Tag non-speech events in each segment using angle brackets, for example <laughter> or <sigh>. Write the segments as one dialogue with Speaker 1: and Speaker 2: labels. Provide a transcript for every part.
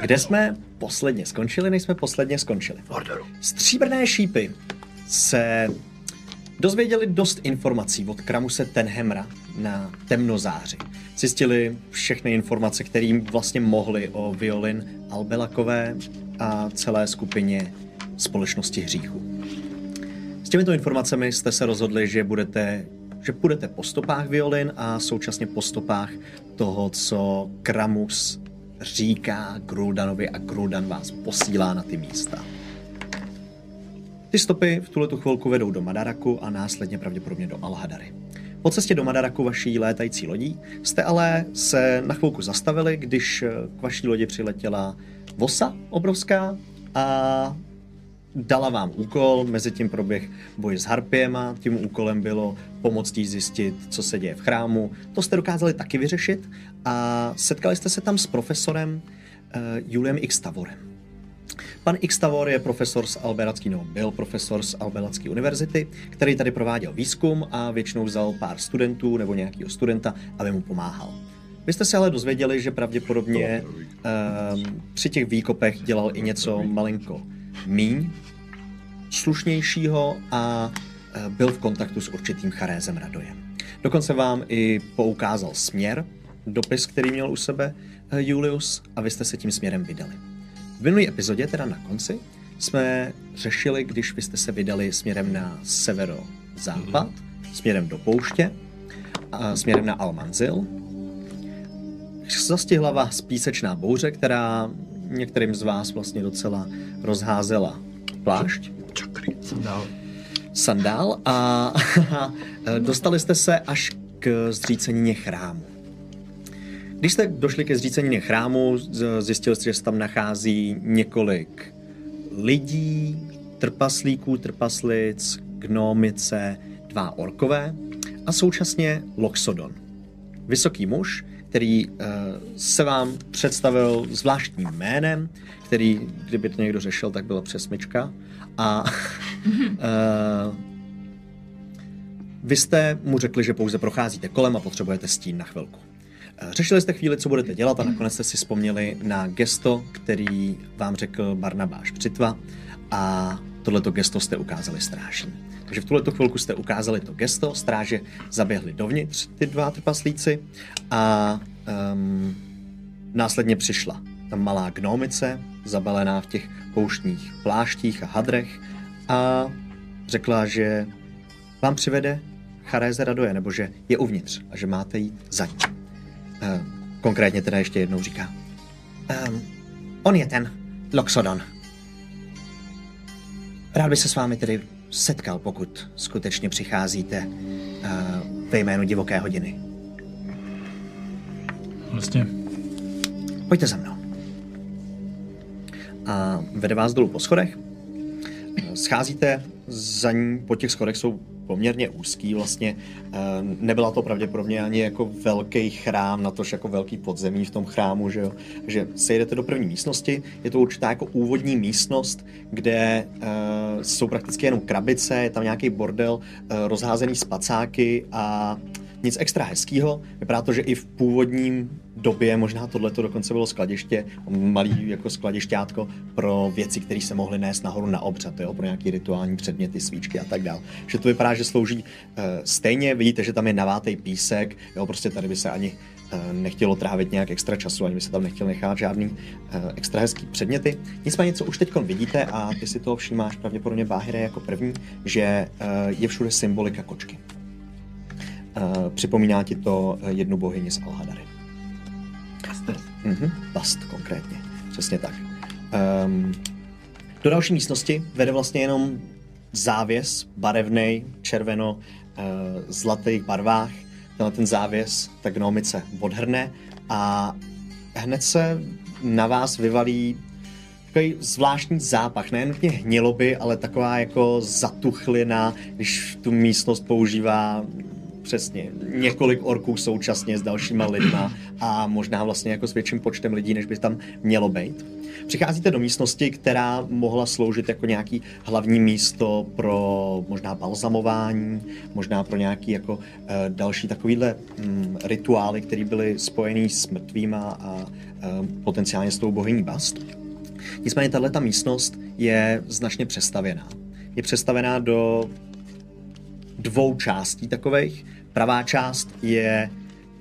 Speaker 1: Kde jsme posledně skončili, než jsme posledně skončili?
Speaker 2: Mordoru.
Speaker 1: Stříbrné šípy se dozvěděli dost informací od Kramuse Tenhemra na temnozáři. Zjistili všechny informace, kterým vlastně mohli o violin Albelakové a celé skupině společnosti hříchu. S těmito informacemi jste se rozhodli, že budete že půjdete po stopách violin a současně po stopách toho, co Kramus říká Gruldanovi a Gruldan vás posílá na ty místa. Ty stopy v tuhle tu chvilku vedou do Madaraku a následně pravděpodobně do Alhadary. Po cestě do Madaraku vaší létající lodí jste ale se na chvilku zastavili, když eh, k vaší lodi přiletěla vosa obrovská a dala vám úkol, mezi tím proběh boj s Harpiema, tím úkolem bylo pomoct jí zjistit, co se děje v chrámu. To jste dokázali taky vyřešit a setkali jste se tam s profesorem uh, Juliem X. Tavorem. Pan X. Tavor je profesor z Alberacký, no byl profesor z Alberacké univerzity, který tady prováděl výzkum a většinou vzal pár studentů nebo nějakého studenta, aby mu pomáhal. Vy jste se ale dozvěděli, že pravděpodobně um, při těch výkopech dělal i něco malinko míň slušnějšího a eh, byl v kontaktu s určitým Charézem Radojem. Dokonce vám i poukázal směr, dopis, který měl u sebe eh, Julius, a vy jste se tím směrem vydali. V minulý epizodě, teda na konci, jsme řešili, když vy jste se vydali směrem na severozápad, směrem do pouště, a směrem na Almanzil, Zastihla vás písečná bouře, která některým z vás vlastně docela rozházela plášť,
Speaker 2: Čakry.
Speaker 3: Dál.
Speaker 1: sandál a <laughs> dostali jste se až k zřícenině chrámu. Když jste došli ke zřícenině chrámu, z- zjistili jste, že se tam nachází několik lidí, trpaslíků, trpaslic, gnomice, dva orkové a současně Loxodon. Vysoký muž, který eh, se vám představil zvláštním jménem, který, kdyby to někdo řešil, tak byla přesmička. A <laughs> eh, vy jste mu řekli, že pouze procházíte kolem a potřebujete stín na chvilku. Eh, Řešili jste chvíli, co budete dělat a nakonec jste si vzpomněli na gesto, který vám řekl Barnabáš Přitva a tohleto gesto jste ukázali strážím. Takže v tuhleto chvilku jste ukázali to gesto, stráže zaběhli dovnitř ty dva trpaslíci a um, následně přišla ta malá gnomice, zabalená v těch pouštních pláštích a hadrech a řekla, že vám přivede Charéze Radoje, nebo že je uvnitř a že máte jít za ní. Eh, Konkrétně teda ještě jednou říká. Ehm, on je ten, Loxodon. Rád by se s vámi tedy setkal, pokud skutečně přicházíte eh, ve jménu divoké hodiny.
Speaker 3: Vlastně.
Speaker 1: Pojďte za mnou. A vede vás dolů po schodech. Scházíte za ní, po těch schodech jsou poměrně úzký vlastně. Ehm, Nebyla to pravděpodobně ani jako velký chrám, natož jako velký podzemí v tom chrámu, že jo. Takže sejdete do první místnosti, je to určitá jako úvodní místnost, kde eh, jsou prakticky jenom krabice, je tam nějaký bordel, eh, rozházený spacáky a nic extra hezkýho. Vypadá to, že i v původním době, možná tohle to dokonce bylo skladiště, malý jako skladišťátko pro věci, které se mohly nést nahoru na obřad, jo, pro nějaký rituální předměty, svíčky a tak dál. Že to vypadá, že slouží eh, stejně, vidíte, že tam je navátej písek, jo, prostě tady by se ani eh, nechtělo trávit nějak extra času, ani by se tam nechtěl nechat žádný eh, extra hezký předměty. Nicméně, co už teď vidíte, a ty si toho všímáš pravděpodobně Báhyre jako první, že eh, je všude symbolika kočky. Eh, připomíná ti to eh, jednu bohyni z Alhadary. Mhm, past konkrétně, přesně tak. Um, do další místnosti vede vlastně jenom závěs barevný, červeno, eh, zlatých barvách. Tenhle ten závěs ta gnomice odhrne a hned se na vás vyvalí takový zvláštní zápach, ne nutně hniloby, ale taková jako zatuchlina, když tu místnost používá Přesně, několik orků současně s dalšíma lidma a možná vlastně jako s větším počtem lidí, než by tam mělo být. Přicházíte do místnosti, která mohla sloužit jako nějaký hlavní místo pro možná balzamování, možná pro nějaký jako eh, další takovýhle mm, rituály, které byly spojený s mrtvýma a eh, potenciálně s tou bohyní Bast. Nicméně tahle ta místnost je značně přestavěná. Je přestavená do dvou částí takových. Pravá část je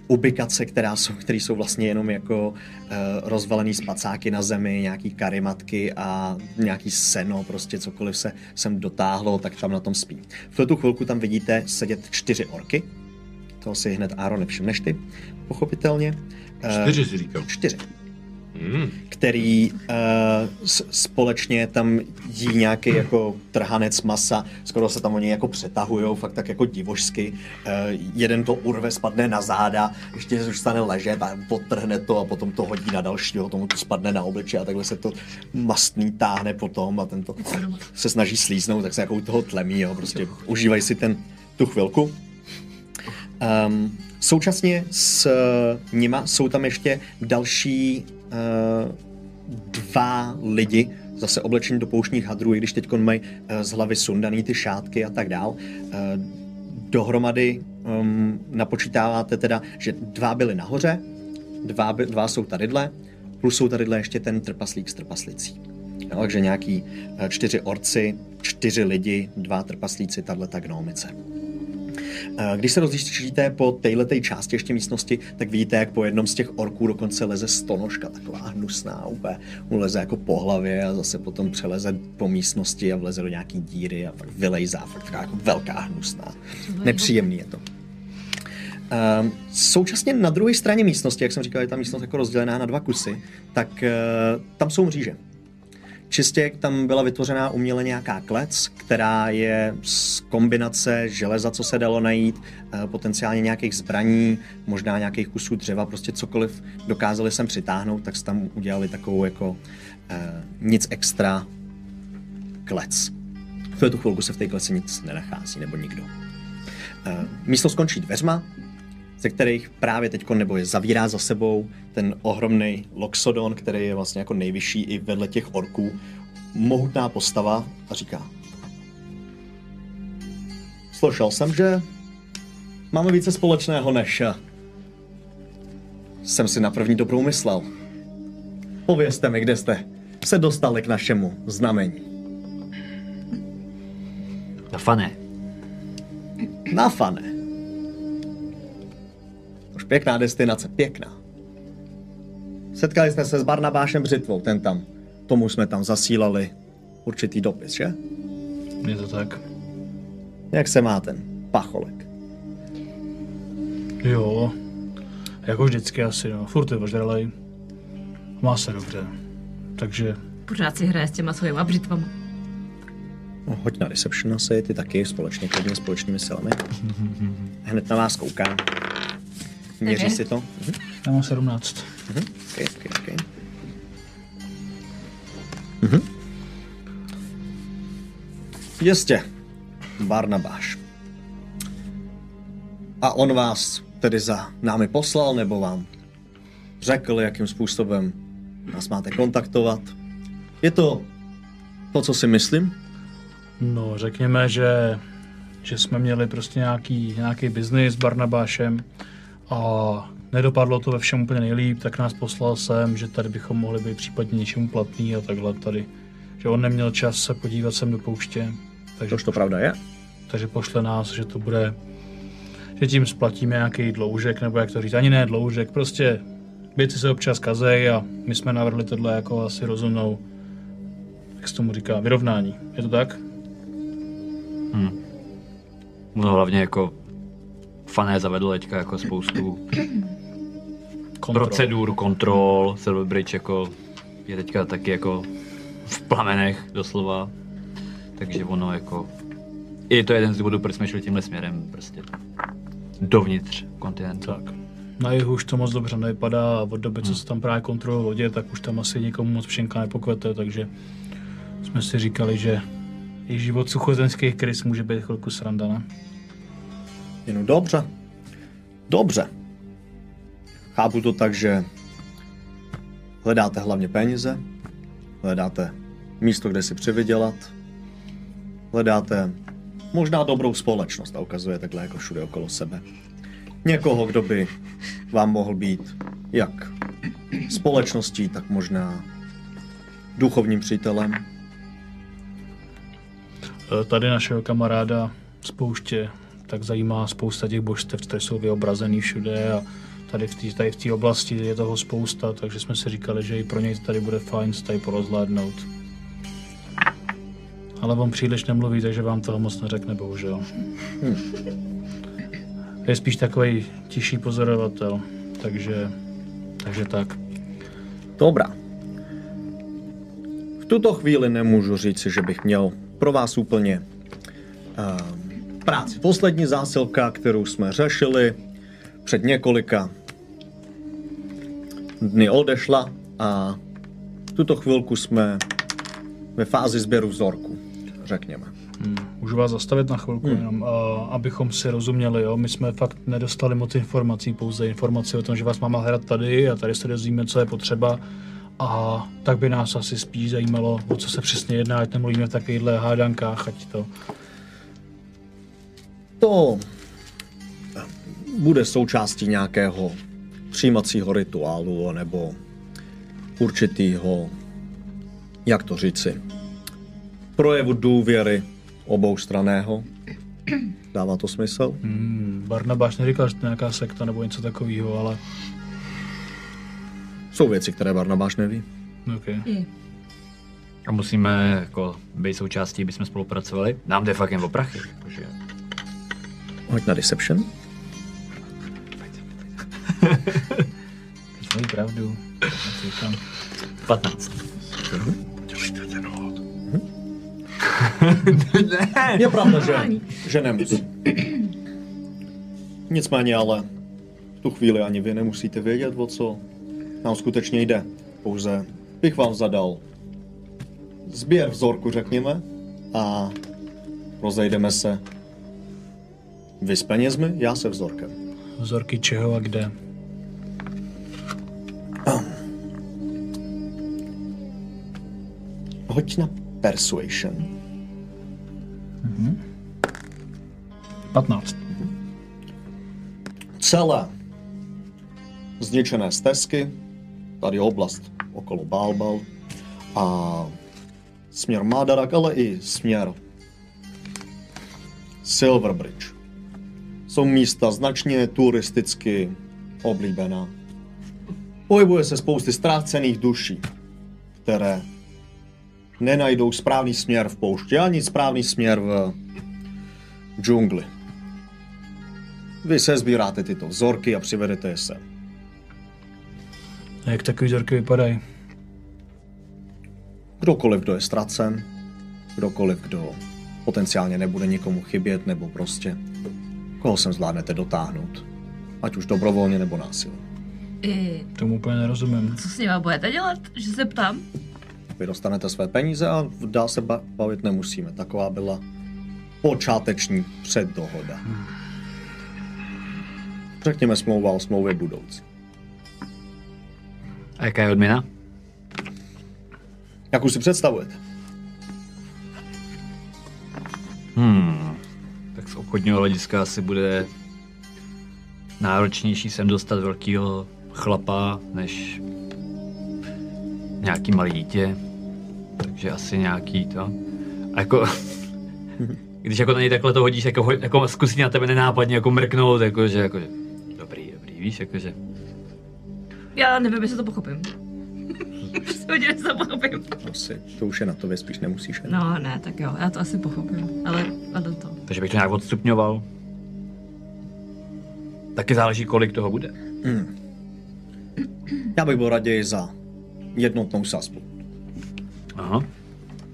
Speaker 1: ubikace, která jsou, které jsou vlastně jenom jako eh, rozvalený spacáky na zemi, nějaký karimatky a nějaký seno, prostě cokoliv se sem dotáhlo, tak tam na tom spí. V tuto chvilku tam vidíte sedět čtyři orky, to si hned Aaron nevšimneš ty, pochopitelně. Eh,
Speaker 2: Čtyři si říkal.
Speaker 1: Čtyři
Speaker 2: Hmm.
Speaker 1: který uh, společně tam jí nějaký jako trhanec masa, skoro se tam oni jako přetahujou, fakt tak jako divožsky. Uh, jeden to urve, spadne na záda, ještě zůstane ležet a potrhne to a potom to hodí na dalšího, tomu to spadne na obličej a takhle se to mastný táhne potom a tento se snaží slíznout, tak se jako u toho tlemí, jo, prostě užívají si ten, tu chvilku. Um, současně s eh, nima jsou tam ještě další uh, dva lidi, zase oblečení do pouštních hadrů, i když teď mají uh, z hlavy sundaný ty šátky a tak dál. Uh, dohromady um, napočítáváte teda, že dva byly nahoře, dva, by, dva jsou tadyhle, plus jsou tadyhle ještě ten trpaslík s trpaslicí. Jo, takže nějaký eh, čtyři orci, čtyři lidi, dva trpaslíci, tahle ta gnomice. Eh, Když se rozlišíte po této části ještě místnosti, tak vidíte, jak po jednom z těch orků dokonce leze stonožka, taková hnusná, úplně mu leze jako po hlavě a zase potom přeleze po místnosti a vleze do nějaký díry a fakt vylejzá, fakt taková jako velká hnusná. Nepříjemný je to. Ehm, Současně na druhé straně místnosti, jak jsem říkal, je ta místnost jako rozdělená na dva kusy, tak eh, tam jsou mříže. Čistě tam byla vytvořená uměle nějaká klec, která je z kombinace železa, co se dalo najít, eh, potenciálně nějakých zbraní, možná nějakých kusů dřeva, prostě cokoliv dokázali sem přitáhnout, tak se tam udělali takovou jako eh, nic extra klec. V tuto chvilku se v té kleci nic nenachází, nebo nikdo. Eh, místo skončí dveřma, ze kterých právě teď nebo je zavírá za sebou ten ohromný Loxodon, který je vlastně jako nejvyšší i vedle těch orků. Mohutná postava a říká Slyšel jsem, že máme více společného než eh, jsem si na první dobrou myslel. Povězte mi, kde jste se dostali k našemu znamení.
Speaker 3: Na fané.
Speaker 1: Na fane. Už pěkná destinace, pěkná. Setkali jsme se s Barnabášem Břitvou, ten tam. Tomu jsme tam zasílali určitý dopis, že?
Speaker 2: Je to tak.
Speaker 1: Jak se má ten pacholek?
Speaker 4: Jo, jako vždycky asi, no. Furt je ožralej. Má se dobře. Takže
Speaker 5: Pořád si hraje s těma svojima břitvama.
Speaker 1: No, hoď na reception asi, ty taky, společně, klidně, společnými silami. Hned na vás kouká. Měří
Speaker 5: Nevím.
Speaker 1: si to? Mhm.
Speaker 4: já mám 17.
Speaker 1: Okay, okay, okay. Mhm. Jistě, Barnabáš. A on vás tedy za námi poslal, nebo vám řekl, jakým způsobem nás máte kontaktovat? Je to to, co si myslím?
Speaker 4: No, řekněme, že, že jsme měli prostě nějaký, nějaký biznis s Barnabášem a nedopadlo to ve všem úplně nejlíp, tak nás poslal sem, že tady bychom mohli být případně něčemu platný a takhle tady. Že on neměl čas se podívat sem do pouště, takže,
Speaker 1: Tož to pravda je?
Speaker 4: takže pošle nás, že to bude, že tím splatíme nějaký dloužek, nebo jak to říct, ani ne dloužek, prostě věci se občas kazej a my jsme navrhli tohle jako asi rozumnou, jak se tomu říká, vyrovnání. Je to tak?
Speaker 3: No hlavně jako fané zavedl teďka jako spoustu
Speaker 4: Kontrol.
Speaker 3: procedur, kontrol, Silverbridge jako je teďka taky jako v plamenech doslova. Takže ono jako, i to je jeden z důvodů, proč jsme šli tímhle směrem prostě dovnitř kontinentu.
Speaker 4: Tak. Na jihu už to moc dobře nevypadá a od doby, co se tam právě kontrolují lodě, tak už tam asi nikomu moc pšenka nepokvete, takže jsme si říkali, že i život suchozemských krys může být chvilku sranda, ne?
Speaker 1: Jenom dobře. Dobře. Chápu to tak, že hledáte hlavně peníze, hledáte místo, kde si přivydělat, hledáte možná dobrou společnost a ukazuje takhle jako všude okolo sebe. Někoho, kdo by vám mohl být jak společností, tak možná duchovním přítelem.
Speaker 4: E, Tady našeho kamaráda z pouště tak zajímá spousta těch božstev, které jsou vyobrazený všude a tady v té tady v té oblasti je toho spousta, takže jsme si říkali, že i pro něj tady bude fajn se tady porozhlédnout. Ale on příliš nemluví, takže vám toho moc neřekne, bohužel. Je spíš takový tišší pozorovatel, takže, takže tak.
Speaker 1: Dobrá. V tuto chvíli nemůžu říct, že bych měl pro vás úplně uh, práci. Poslední zásilka, kterou jsme řešili před několika dny odešla a v tuto chvilku jsme ve fázi sběru vzorku, řekněme.
Speaker 4: Můžu vás zastavit na chvilku, hmm. jenom, a, abychom si rozuměli, jo? My jsme fakt nedostali moc informací, pouze informace o tom, že vás máme hledat tady a tady se dozvíme, co je potřeba. A tak by nás asi spíš zajímalo, o co se přesně jedná, ať nemluvíme v takovýchhle hádankách, ať to...
Speaker 1: To bude součástí nějakého přijímacího rituálu nebo určitýho, jak to říci, projevu důvěry oboustraného. Dává to smysl?
Speaker 4: Hmm, Barnabáš neříkal, že to je nějaká sekta nebo něco takového, ale...
Speaker 1: Jsou věci, které Barnabáš neví.
Speaker 4: Okay.
Speaker 3: A musíme jako být součástí, aby jsme spolupracovali. Nám jde fakt jen o prachy. Jakože.
Speaker 1: Hoď na Deception.
Speaker 4: Teď mají pravdu. Já si říkám.
Speaker 3: 15.
Speaker 1: Je pravda, že, že nemusí. Nicméně ale v tu chvíli ani vy nemusíte vědět, o co nám skutečně jde. Pouze bych vám zadal sběr vzorku, řekněme, a rozejdeme se vy s penězmi, já se vzorkem.
Speaker 4: Vzorky čeho a kde?
Speaker 1: Hoď na Persuasion.
Speaker 4: 15.
Speaker 1: celé zničené stezky, tady oblast okolo Balbal a směr Mádarak, ale i směr Silverbridge. Jsou místa značně turisticky oblíbená. Pohybuje se spousty ztrácených duší, které nenajdou správný směr v poušti ani správný směr v džungli. Vy se sbíráte tyto vzorky a přivedete je sem.
Speaker 4: A jak takový vzorky vypadají?
Speaker 1: Kdokoliv, kdo je ztracen, kdokoliv, kdo potenciálně nebude nikomu chybět, nebo prostě koho sem zvládnete dotáhnout. Ať už dobrovolně nebo násilně.
Speaker 5: I
Speaker 4: Tomu úplně nerozumím.
Speaker 5: co s nima budete dělat? Že se ptám?
Speaker 1: Vy dostanete své peníze a dál se ba- bavit nemusíme. Taková byla počáteční předdohoda. Řekněme smlouva o smlouvě budoucí.
Speaker 3: A jaká je odměna?
Speaker 1: Jak už si představujete?
Speaker 3: Tak z obchodního hlediska asi bude náročnější sem dostat velkýho chlapa, než nějaký malý dítě. Takže asi nějaký to. A jako, <laughs> když jako na něj takhle to hodíš, jako, ho- jako zkusí na tebe nenápadně jako mrknout, jako, že, jako, že dobrý, dobrý, víš, jako, že
Speaker 5: Já nevím, jestli to pochopím. <laughs> Přesně, jestli to pochopím.
Speaker 1: Asi, No to už je na tobě, spíš nemusíš. ani.
Speaker 5: No ne, tak jo, já to asi pochopím, ale, ale to.
Speaker 3: Takže bych to nějak odstupňoval. Taky záleží, kolik toho bude.
Speaker 1: Hmm. Já bych byl raději za jednotnou sazbu.
Speaker 3: Aha.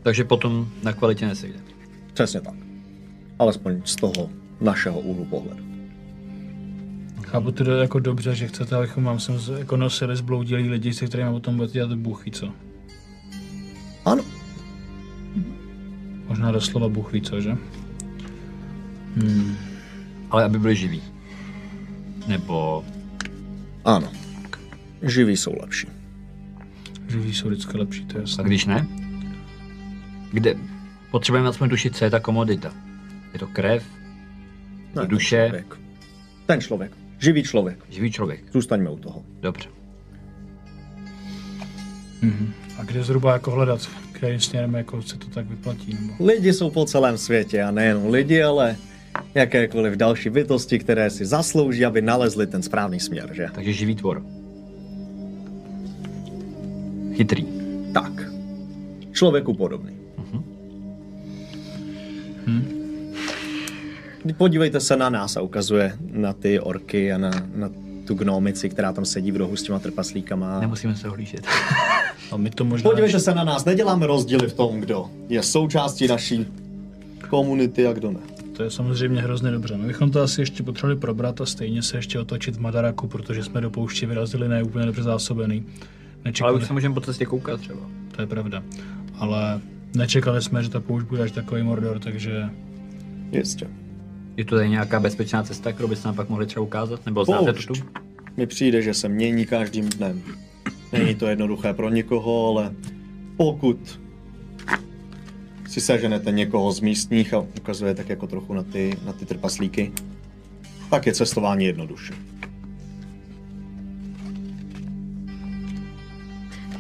Speaker 3: Takže potom na kvalitě nesejde.
Speaker 1: Přesně tak. Alespoň z toho našeho úhlu pohledu.
Speaker 4: Chápu to jako dobře, že chcete, abychom vám sem z- jako nosili zbloudilí lidi, se kterými potom budete dělat buchy, co?
Speaker 1: Ano,
Speaker 4: Možná doslova buchy, co, že?
Speaker 3: Ale aby byli živí. Nebo
Speaker 1: Ano. Živí jsou lepší.
Speaker 4: Živí jsou vždycky lepší, to je
Speaker 3: a
Speaker 4: jasné.
Speaker 3: když ne? Kde? Potřebujeme aspoň tušit, co je ta komodita. Je to krev,
Speaker 1: Ne,
Speaker 3: Duše.
Speaker 1: Ten člověk. ten člověk. Živý člověk.
Speaker 3: živý člověk.
Speaker 1: Zůstaňme u toho.
Speaker 3: Dobře.
Speaker 4: A kde zhruba jako hledat, kterým směrem jako se to tak vyplatí? Nebo...
Speaker 1: Lidi jsou po celém světě a nejen lidi, ale jakékoliv další bytosti, které si zaslouží, aby nalezli ten správný směr, že?
Speaker 3: Takže živý tvor. Chytrý.
Speaker 1: Tak. Člověku podobný. Hm. Podívejte se na nás a ukazuje na ty orky a na, na tu gnomici, která tam sedí v rohu s těma trpaslíkama.
Speaker 3: Nemusíme se ohlížet.
Speaker 4: A my to možná...
Speaker 1: Podívejte se na nás, neděláme rozdíly v tom, kdo je součástí naší komunity a kdo ne.
Speaker 4: To je samozřejmě hrozně dobře. My bychom to asi ještě potřebovali probrat a stejně se ještě otočit v Madaraku, protože jsme do pouště vyrazili ne úplně dobře zásobený.
Speaker 3: Ale
Speaker 4: Nečekali,
Speaker 3: už se můžeme po cestě koukat třeba.
Speaker 4: to je pravda. Ale nečekali jsme, že ta poušť bude až takový Mordor, takže
Speaker 1: Jistě.
Speaker 3: Je to tady nějaká bezpečná cesta, kterou byste nám pak mohli třeba ukázat? Nebo znáte to tu?
Speaker 1: Poušť. Mi přijde, že se mění každým dnem. Není to jednoduché pro nikoho, ale pokud si seženete někoho z místních a ukazuje tak jako trochu na ty, na ty trpaslíky, tak je cestování jednodušší.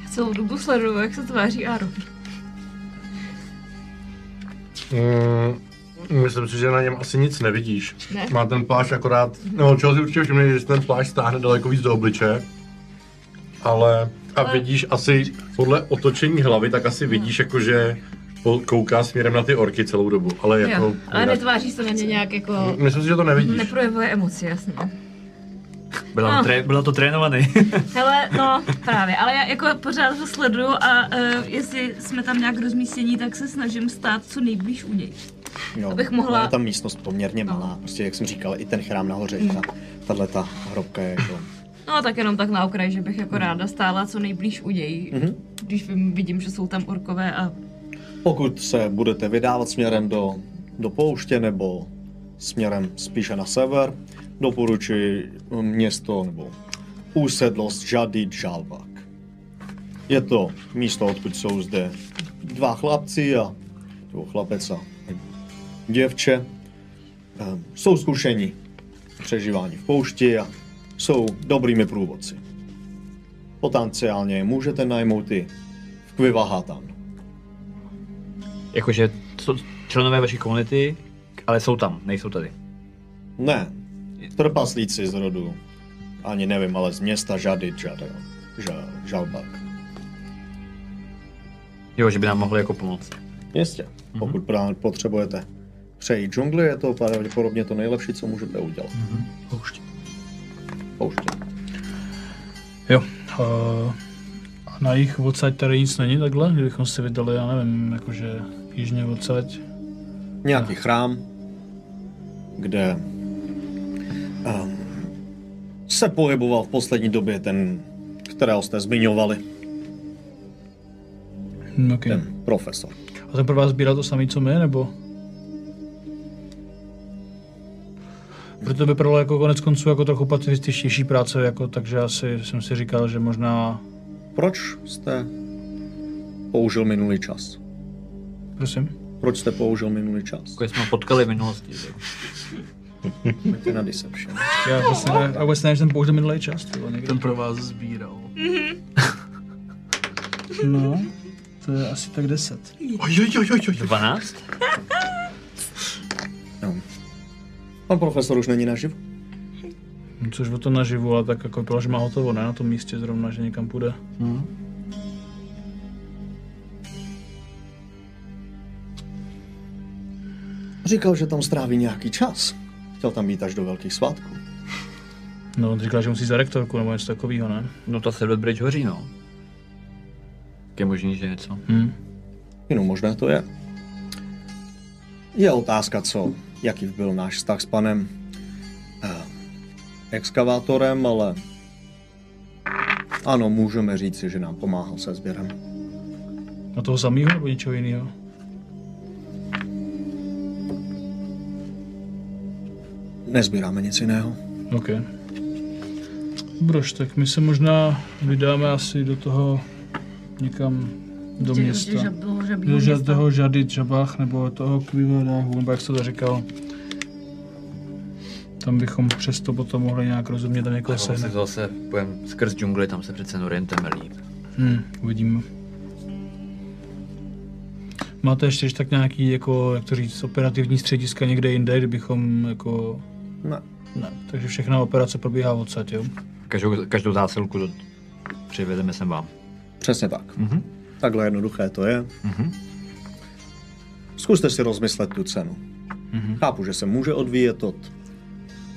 Speaker 5: Já celou dobu sleduju, jak se tváří Aaron.
Speaker 2: Mm, myslím si, že na něm asi nic nevidíš.
Speaker 5: Ne?
Speaker 2: Má ten plášť akorát, no čeho si určitě všimne, že ten plášť stáhne daleko víc do obličeje. Ale, a
Speaker 5: Ale- No.
Speaker 2: vidíš asi, podle otočení hlavy, tak asi vidíš jako, že po- kouká směrem na ty orky celou dobu, ale jako...
Speaker 5: Jo, ale
Speaker 2: jinak-
Speaker 5: netváří se na ně nějak jako...
Speaker 2: Myslím si, že to nevidíš.
Speaker 5: Neprojevuje emoci, jasně.
Speaker 3: Bylo,
Speaker 5: Ah.
Speaker 3: to tré, bylo to trénovaný.
Speaker 5: Hele, no právě, ale já jako pořád to sleduju a uh, jestli jsme tam nějak rozmístění, tak se snažím stát co nejblíž u něj.
Speaker 1: Jo,
Speaker 5: Abych mohla-
Speaker 1: ona Je tam místnost poměrně malá, prostě jak jsem říkal, i ten chrám nahoře, i ta, tahle ta hrobka je jako...
Speaker 5: No tak jenom tak na okraj, že bych jako ráda stála co nejblíž u něj,
Speaker 1: Mhm.
Speaker 5: když vím- vidím, že jsou tam orkové a
Speaker 1: Pokud se budete vydávat směrem do, do pouště nebo směrem spíše na sever, doporučuji město nebo úsedlost Žady Džalbak. Je to místo, odkud jsou zde dva chlapci a nebo chlapec a děvče. Ehm, Jsou zkušení v přežívání v poušti a jsou dobrými průvodci. Potenciálně je můžete najmout i v Kvivahatan.
Speaker 3: <laughs> Jakože jsou členové vaší komunity, ale jsou tam, nejsou tady.
Speaker 1: Ne, trpaslíci z rodu. Ani nevím, ale z města Žady Žada, ža, Žalbak.
Speaker 3: Jo, že by nám mohli jako pomoct.
Speaker 1: Jistě, pokud mm-hmm. potřebujete přejít džungli, je to pravděpodobně to nejlepší, co můžete udělat.
Speaker 3: Poušť.
Speaker 1: Pouště.
Speaker 4: jo. Uh, a na jich odsaď tady nic není takhle, kdybychom si vydali, já nevím, jakože jižně odsaď.
Speaker 1: Nějaký chrám, kde um, se pohyboval v poslední době ten, kterého jste zmiňovali,
Speaker 4: Hm, okay.
Speaker 1: ten profesor.
Speaker 4: A ten pro vás sbírá to samý, co my, nebo? Proto to vypadalo jako konec konců jako trochu pacifističtější práce, jako, takže asi jsem si říkal, že možná,
Speaker 1: Proč jste použil minulý čas?
Speaker 4: prosím,
Speaker 1: Proč jste použil minulý čas?
Speaker 3: Jako jsme ho potkali v minulosti. že jo.
Speaker 1: Pojďte na deception.
Speaker 4: já vlastně, ne- já vlastně ne, že jsem použil minulý čas, tyvo, někde.
Speaker 6: Ten pro vás sbíral.
Speaker 4: No, Mhm. to je asi tak 10.
Speaker 2: Ojojojojoj.
Speaker 3: 12?
Speaker 1: No. Pan profesor už není naživu.
Speaker 4: Což o to naživu, ale tak jako bylo, že má hotovo, ne na tom místě zrovna, že někam půjde.
Speaker 1: Říkal, že tam stráví nějaký čas. Chtěl tam být až do velkých svátků.
Speaker 4: No, on říkal, že musí za rektorku nebo něco takového, ne?
Speaker 3: No ta Silver Bridge hoří, no. Tak Je možný, že něco.
Speaker 4: Hm.
Speaker 1: Jenom možné to je. Je otázka, co, jaký byl náš vztah s panem eh, exkavátorem, ale ano, můžeme říci, že nám pomáhal se sběrem.
Speaker 4: Na toho samého nebo něčeho jiného?
Speaker 1: Nezbíráme nic jiného.
Speaker 4: OK. Brož, tak my se možná vydáme asi do toho někam do města. Do ža- toho Žady Džabach, nebo toho Kvivodáhu, nebo jak se to říkal. Tam bychom přesto potom mohli nějak rozumět tam někoho
Speaker 3: Zase,
Speaker 4: sehnat.
Speaker 3: zase pojem skrz džungli, tam se přece jen orientujeme líp.
Speaker 4: Hmm, uvidíme. Máte ještě tak nějaký, jako, jak to říct, operativní střediska někde jinde, kdybychom jako...
Speaker 1: No,
Speaker 4: Ne. Takže všechna operace probíhá odsad, jo?
Speaker 3: Každou, každou zásilku do- přivedeme sem vám.
Speaker 1: přesně tak.
Speaker 3: Mhm.
Speaker 1: Takhle jednoduché to je.
Speaker 3: Mhm.
Speaker 1: Zkuste si rozmyslet tu cenu.
Speaker 3: Mhm.
Speaker 1: Chápu, že se může odvíjet od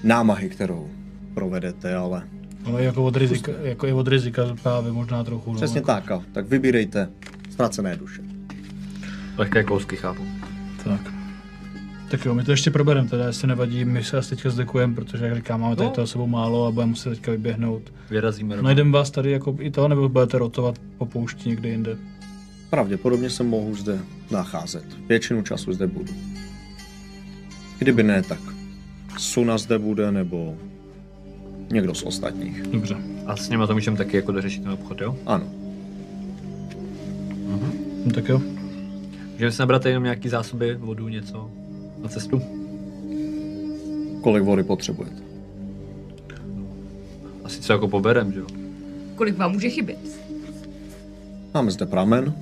Speaker 1: námahy, kterou provedete, ale
Speaker 4: Ale jako od rizika, jako i od rizika právě možná trochu. No,
Speaker 1: přesně
Speaker 4: jako.
Speaker 1: tak. A tak vybírejte ztracené duše.
Speaker 3: Lehké kousky, chápu.
Speaker 4: tak. Tak jo, my to ještě probereme, teda jestli nevadí, my se asi teďka zdekujeme, protože jak říkám, máme tady
Speaker 3: No.
Speaker 4: toho sebou málo a budeme muset teďka vyběhnout.
Speaker 3: Vyrazíme rovnou.
Speaker 4: Najdeme vás tady jako i to, nebo budete rotovat po poušti někde jinde.
Speaker 1: Pravděpodobně se mohu zde nacházet. Většinu času zde budu. Kdyby ne, tak Suna zde bude, nebo někdo z ostatních.
Speaker 4: Dobře.
Speaker 3: A s nimi to můžeme taky jako dořešit ten obchod, jo?
Speaker 1: Ano.
Speaker 4: No tak jo.
Speaker 3: Můžeme si nabrat jenom nějaký zásoby, vodu, něco na cestu?
Speaker 1: Kolik vody potřebujete?
Speaker 3: Asi co jako poberem, že jo?
Speaker 5: Kolik vám může chybět?
Speaker 1: Máme zde pramen.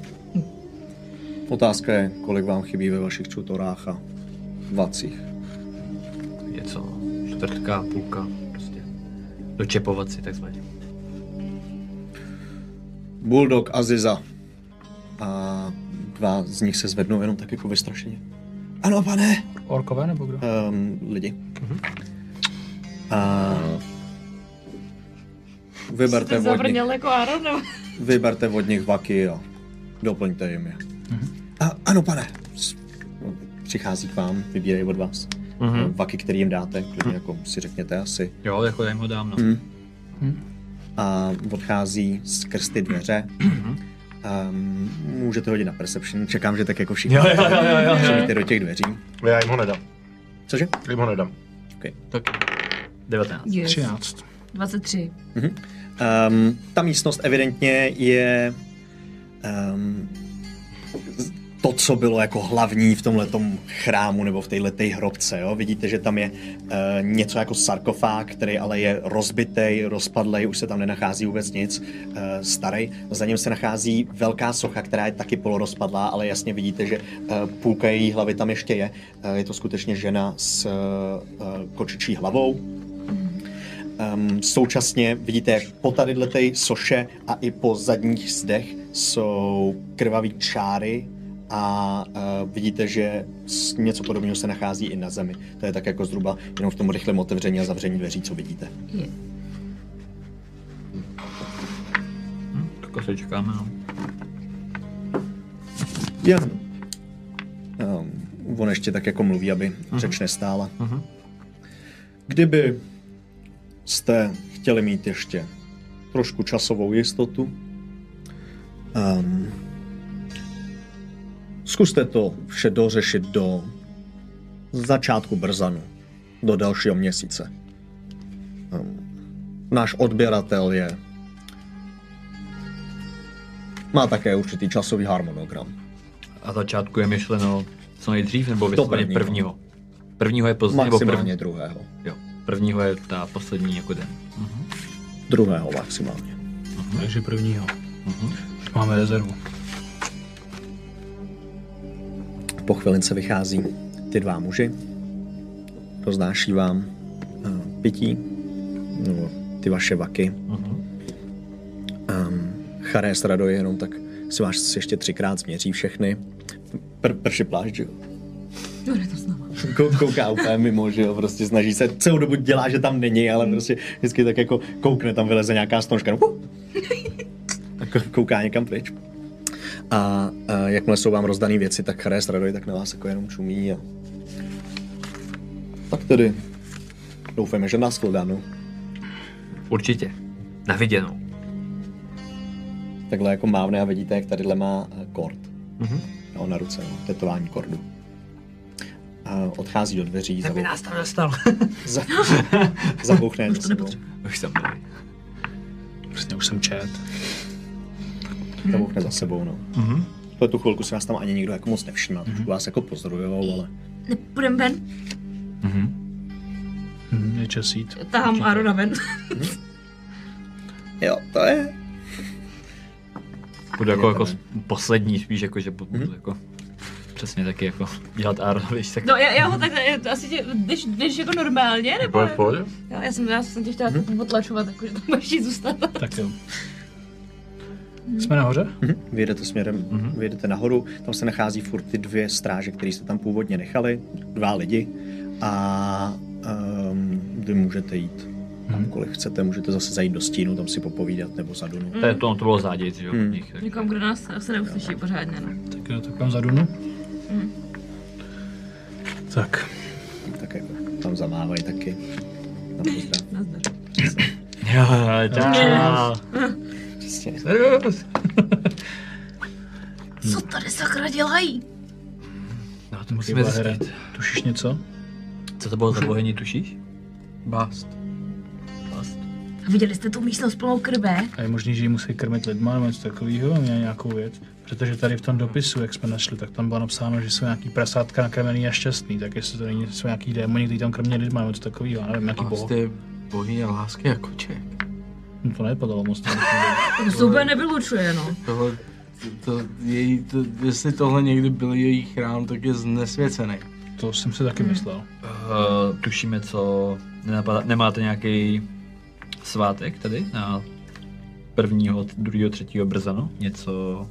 Speaker 1: Otázka je, kolik vám chybí ve vašich čutorách a vacích.
Speaker 3: Něco, čtvrtka, půlka, prostě. Dočepovat si takzvaně.
Speaker 1: Bulldog Aziza. A dva z nich se zvednou jenom tak jako vystrašeně. Ano, pane!
Speaker 4: Orkové nebo kdo?
Speaker 1: um, lidi. A vyberte od, nich,
Speaker 5: jako Aaron, nebo?
Speaker 1: vyberte od nich vaky a doplňte jim je. A, ano, pane. S- no, Přichází k vám, vybírají od vás.
Speaker 3: Mhm.
Speaker 1: Vaky, který jim dáte, klidně jako si řekněte asi.
Speaker 3: Jo, jako já jim ho dám, no.
Speaker 1: A odchází skrz ty dveře. Um, můžete hodit na perception, čekám, že tak jako všichni. Jo, jo, jo, jo, do těch dveří.
Speaker 2: Já jim ho nedám.
Speaker 1: Cože?
Speaker 2: Jim ho nedám.
Speaker 3: Tak 19.
Speaker 4: 13.
Speaker 5: 23.
Speaker 1: Um, ta místnost evidentně je um, to, co bylo jako hlavní v tomhle chrámu nebo v této hrobce. Jo? Vidíte, že tam je uh, něco jako sarkofág, který ale je rozbitej, rozpadlej, už se tam nenachází vůbec nic, uh, starý. Za ním se nachází velká socha, která je taky polorozpadlá, ale jasně vidíte, že uh, půlka její hlavy tam ještě je. Uh, je to skutečně žena s uh, kočičí hlavou. Um, současně vidíte, jak po tady letej soše a i po zadních zdech jsou krvavý čáry a uh, vidíte, že s- něco podobného se nachází i na zemi. To je tak jako zhruba jenom v tom rychlém otevření a zavření dveří, co vidíte.
Speaker 5: Je.
Speaker 3: Hm, Tak asi čekáme, no.
Speaker 1: Jan. Um, on ještě tak jako mluví, aby uh-huh. řeč nestála. Uh-huh. Kdyby jste chtěli mít ještě trošku časovou jistotu, um, zkuste to vše dořešit do začátku brzanu, do dalšího měsíce. Um, náš odběratel je má také určitý časový harmonogram.
Speaker 3: A začátku je myšleno co nejdřív, nebo vysloveně
Speaker 1: prvního.
Speaker 3: prvního? Prvního je pozdě, nebo
Speaker 1: Maximálně
Speaker 3: první?
Speaker 1: druhého.
Speaker 3: Jo, prvního je ta poslední jako den. Mhm.
Speaker 1: Druhého maximálně.
Speaker 4: Takže prvního.
Speaker 3: Mhm.
Speaker 4: Už máme rezervu.
Speaker 1: Po chvilince vychází ty dva muži, roznáší vám eh, pití, nebo ty vaše vaky.
Speaker 3: Mhm.
Speaker 1: Um, Charés Rado je jenom tak si vás ještě třikrát změří všechny. Pr- prši plášť, že jo?
Speaker 5: No, ne to znova.
Speaker 1: Kou- kouká úplně mimo, že jo, prostě snaží se, celou dobu dělá, že tam není, ale
Speaker 3: Hmm.
Speaker 1: prostě vždycky tak jako koukne, tam vyleze nějaká stonožka, no, puh. a kou- kouká někam pryč. A, a jakmile jsou vám rozdané věci, tak Charé Radoj tak na vás jako jenom čumí a... Tak tedy, doufejme, že nás no. danu.
Speaker 3: Určitě. Na viděnou.
Speaker 1: Takhle jako mávne a vidíte, jak tadyhle má eh, kord.
Speaker 3: Mhm.
Speaker 1: Jo, na ruce, no, tetování kordu. A odchází do dveří,
Speaker 3: Tak by <laughs>
Speaker 1: zabou-
Speaker 3: nás tam dostal.
Speaker 1: za- zabouchne.
Speaker 5: Už
Speaker 1: za
Speaker 5: to
Speaker 3: <laughs> No
Speaker 1: sebou.
Speaker 5: nepotřebuji.
Speaker 3: Už jsem byl.
Speaker 4: už jsem čet.
Speaker 1: Klavouk za sebou, no.
Speaker 6: Mhm.
Speaker 1: V tu chvilku se nás tam ani nikdo jako moc nevšiml. Trošku vás jako pozorujou, ale
Speaker 5: Nepůjdem ven,
Speaker 3: Mhm.
Speaker 4: Hm, je čas jít.
Speaker 5: tahám Arona ven. <laughs>
Speaker 1: jo, to je
Speaker 3: Budu jako,
Speaker 1: Je to
Speaker 3: jako
Speaker 1: ne.
Speaker 3: poslední spíš, jako, že budu
Speaker 1: Mhm.
Speaker 3: jako přesně taky jako dělat Arno, <laughs> víš, tak
Speaker 5: No já, já ho takhle, já to asi tě, jdeš, jdeš jako normálně, nebo?
Speaker 2: Bude v pohodě?
Speaker 5: Jo, já jsem, já jsem tě chtěla potlačovat, jakože tam budeš jít zůstat. <laughs>
Speaker 4: Tak jo. Jsme nahoře?
Speaker 1: Mhm. Vyjedete směrem, mm-hmm. vyjedete nahoru, tam se nachází furt ty dvě stráže, které jste tam původně nechali, dva lidi a um, vy můžete jít kamkoliv chcete, můžete zase zajít do stínu, tam si popovídat nebo za dunu.
Speaker 3: to, je to, to bylo zádět, že jo,
Speaker 1: Mhm.
Speaker 3: od nich, tak. <laughs>
Speaker 5: Někom, kdo nás se neuslyší pořádně, no.
Speaker 4: Tak jo, tak vám zadunu. Tak.
Speaker 1: Tak jako tam zamávají taky. Na pozdrav.
Speaker 5: Nazdar.
Speaker 3: Jo, čau.
Speaker 1: Přesně.
Speaker 3: Servus.
Speaker 5: Co tady sakra dělají?
Speaker 3: No, to musíme
Speaker 4: Blahere,
Speaker 3: zjistit.
Speaker 4: Tušíš něco?
Speaker 3: Co to bylo za bohyni, tušíš?
Speaker 6: Bást.
Speaker 5: A viděli jste tu místnost plnou krve?
Speaker 4: A je možný, že ji musí krmit lidma nebo něco takového, měl nějakou věc. Protože tady v tom dopisu, jak jsme našli, tak tam bylo napsáno, že jsou nějaký prasátka nakrmený a šťastný, tak jestli to není, jsou nějaký démoni, kteří tam krmě lidma nebo něco takového, já nevím, nějaký boh.
Speaker 6: Bást je bohyně lásky jako a koček.
Speaker 4: No to nevypadalo moc. tak.
Speaker 5: Tak zube nevylučuje, no.
Speaker 6: Tohle, to, její, to, jestli tohle někdy byl její chrám, tak je znesvěcený.
Speaker 4: to jsem si taky myslel.
Speaker 3: Uh, tušíme, co... Nenapadá... Nemáte nějaký svátek tady na prvního, druhého, třetího brzano? Něco...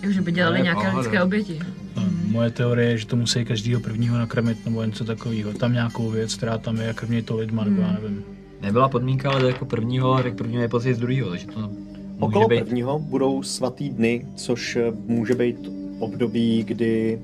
Speaker 5: Takže by dělali
Speaker 6: Ne,
Speaker 5: nějaké
Speaker 6: pohoda.
Speaker 5: lidské oběti. Mhm.
Speaker 4: Mm. Moje teorie je, že to musí každýho prvního nakrmit nebo něco takového. Tam nějakou věc, která tam je a krmě to lidma, nebo
Speaker 5: Mhm.
Speaker 4: já nevím.
Speaker 3: Nebyla podmínka, ale jako prvního, ale tak prvního je později z druhého, takže to může
Speaker 1: Okolo
Speaker 3: být...
Speaker 1: prvního budou svatý dny, což eh, může být období, kdy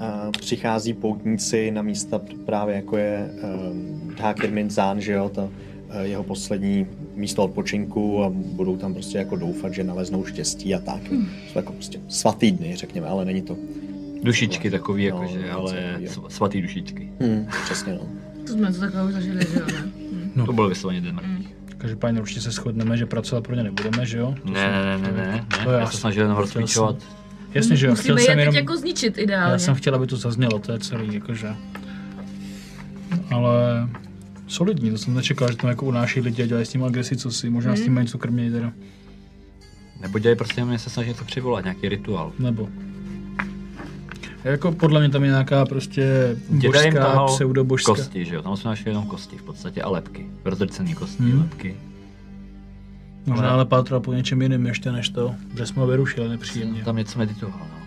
Speaker 1: eh, přichází poutníci na místa p- právě jako je eh, Dhákir Minzán, že jo, ta, eh, jeho poslední místo odpočinku a budou tam prostě jako doufat, že naleznou štěstí a tak. Jsou jako prostě svatý dny, řekněme, ale není to.
Speaker 3: Dušičky takový,
Speaker 1: No,
Speaker 3: jakože,
Speaker 1: něco
Speaker 3: ale
Speaker 1: takovýho.
Speaker 3: sv- svatý dušičky.
Speaker 1: Hmm, přesně no.
Speaker 5: To jsme to takové už zažili, že jo, ne?
Speaker 3: To byl vysloveně den mrtvých.
Speaker 4: Každopádně určitě se shodneme, že pracovat pro ně nebudeme, že jo?
Speaker 3: Ne, ne, ne, ne, ne,
Speaker 4: To
Speaker 3: ne. Já
Speaker 4: já
Speaker 3: se snažil jenom
Speaker 4: chtěl jsem-
Speaker 3: rozklíčovat.
Speaker 4: Jasně, že jo, chtěl
Speaker 5: Musíme je
Speaker 4: jsem jenom...
Speaker 5: teď jako zničit
Speaker 4: Já
Speaker 5: ideálně.
Speaker 4: jsem chtěl, aby to zaznělo, to je celý, jakože. Ale solidní, to jsem nečekal, že tam jako unáší lidi a dělají s tím agresi, co si, možná
Speaker 5: Mhm.
Speaker 4: s tím mají co krmějí teda,
Speaker 3: Nebo dělej prostě jenom, se snaží něco přivolat, nějaký rituál.
Speaker 4: nebo. Jako podle mě tam je nějaká prostě
Speaker 3: Děda jim
Speaker 4: božská,
Speaker 3: tahal
Speaker 4: pseudobožská.
Speaker 3: kosti, že jo, tam jsme našli jenom kosti v podstatě a lepky. Rozdrcený kosti,
Speaker 4: Hmm.
Speaker 3: lepky.
Speaker 4: Možná
Speaker 3: Ale-
Speaker 4: ale pátra po něčem jiném ještě než to, že jsme ho vyrušili nepříjemně.
Speaker 3: Tam něco meditoval, no.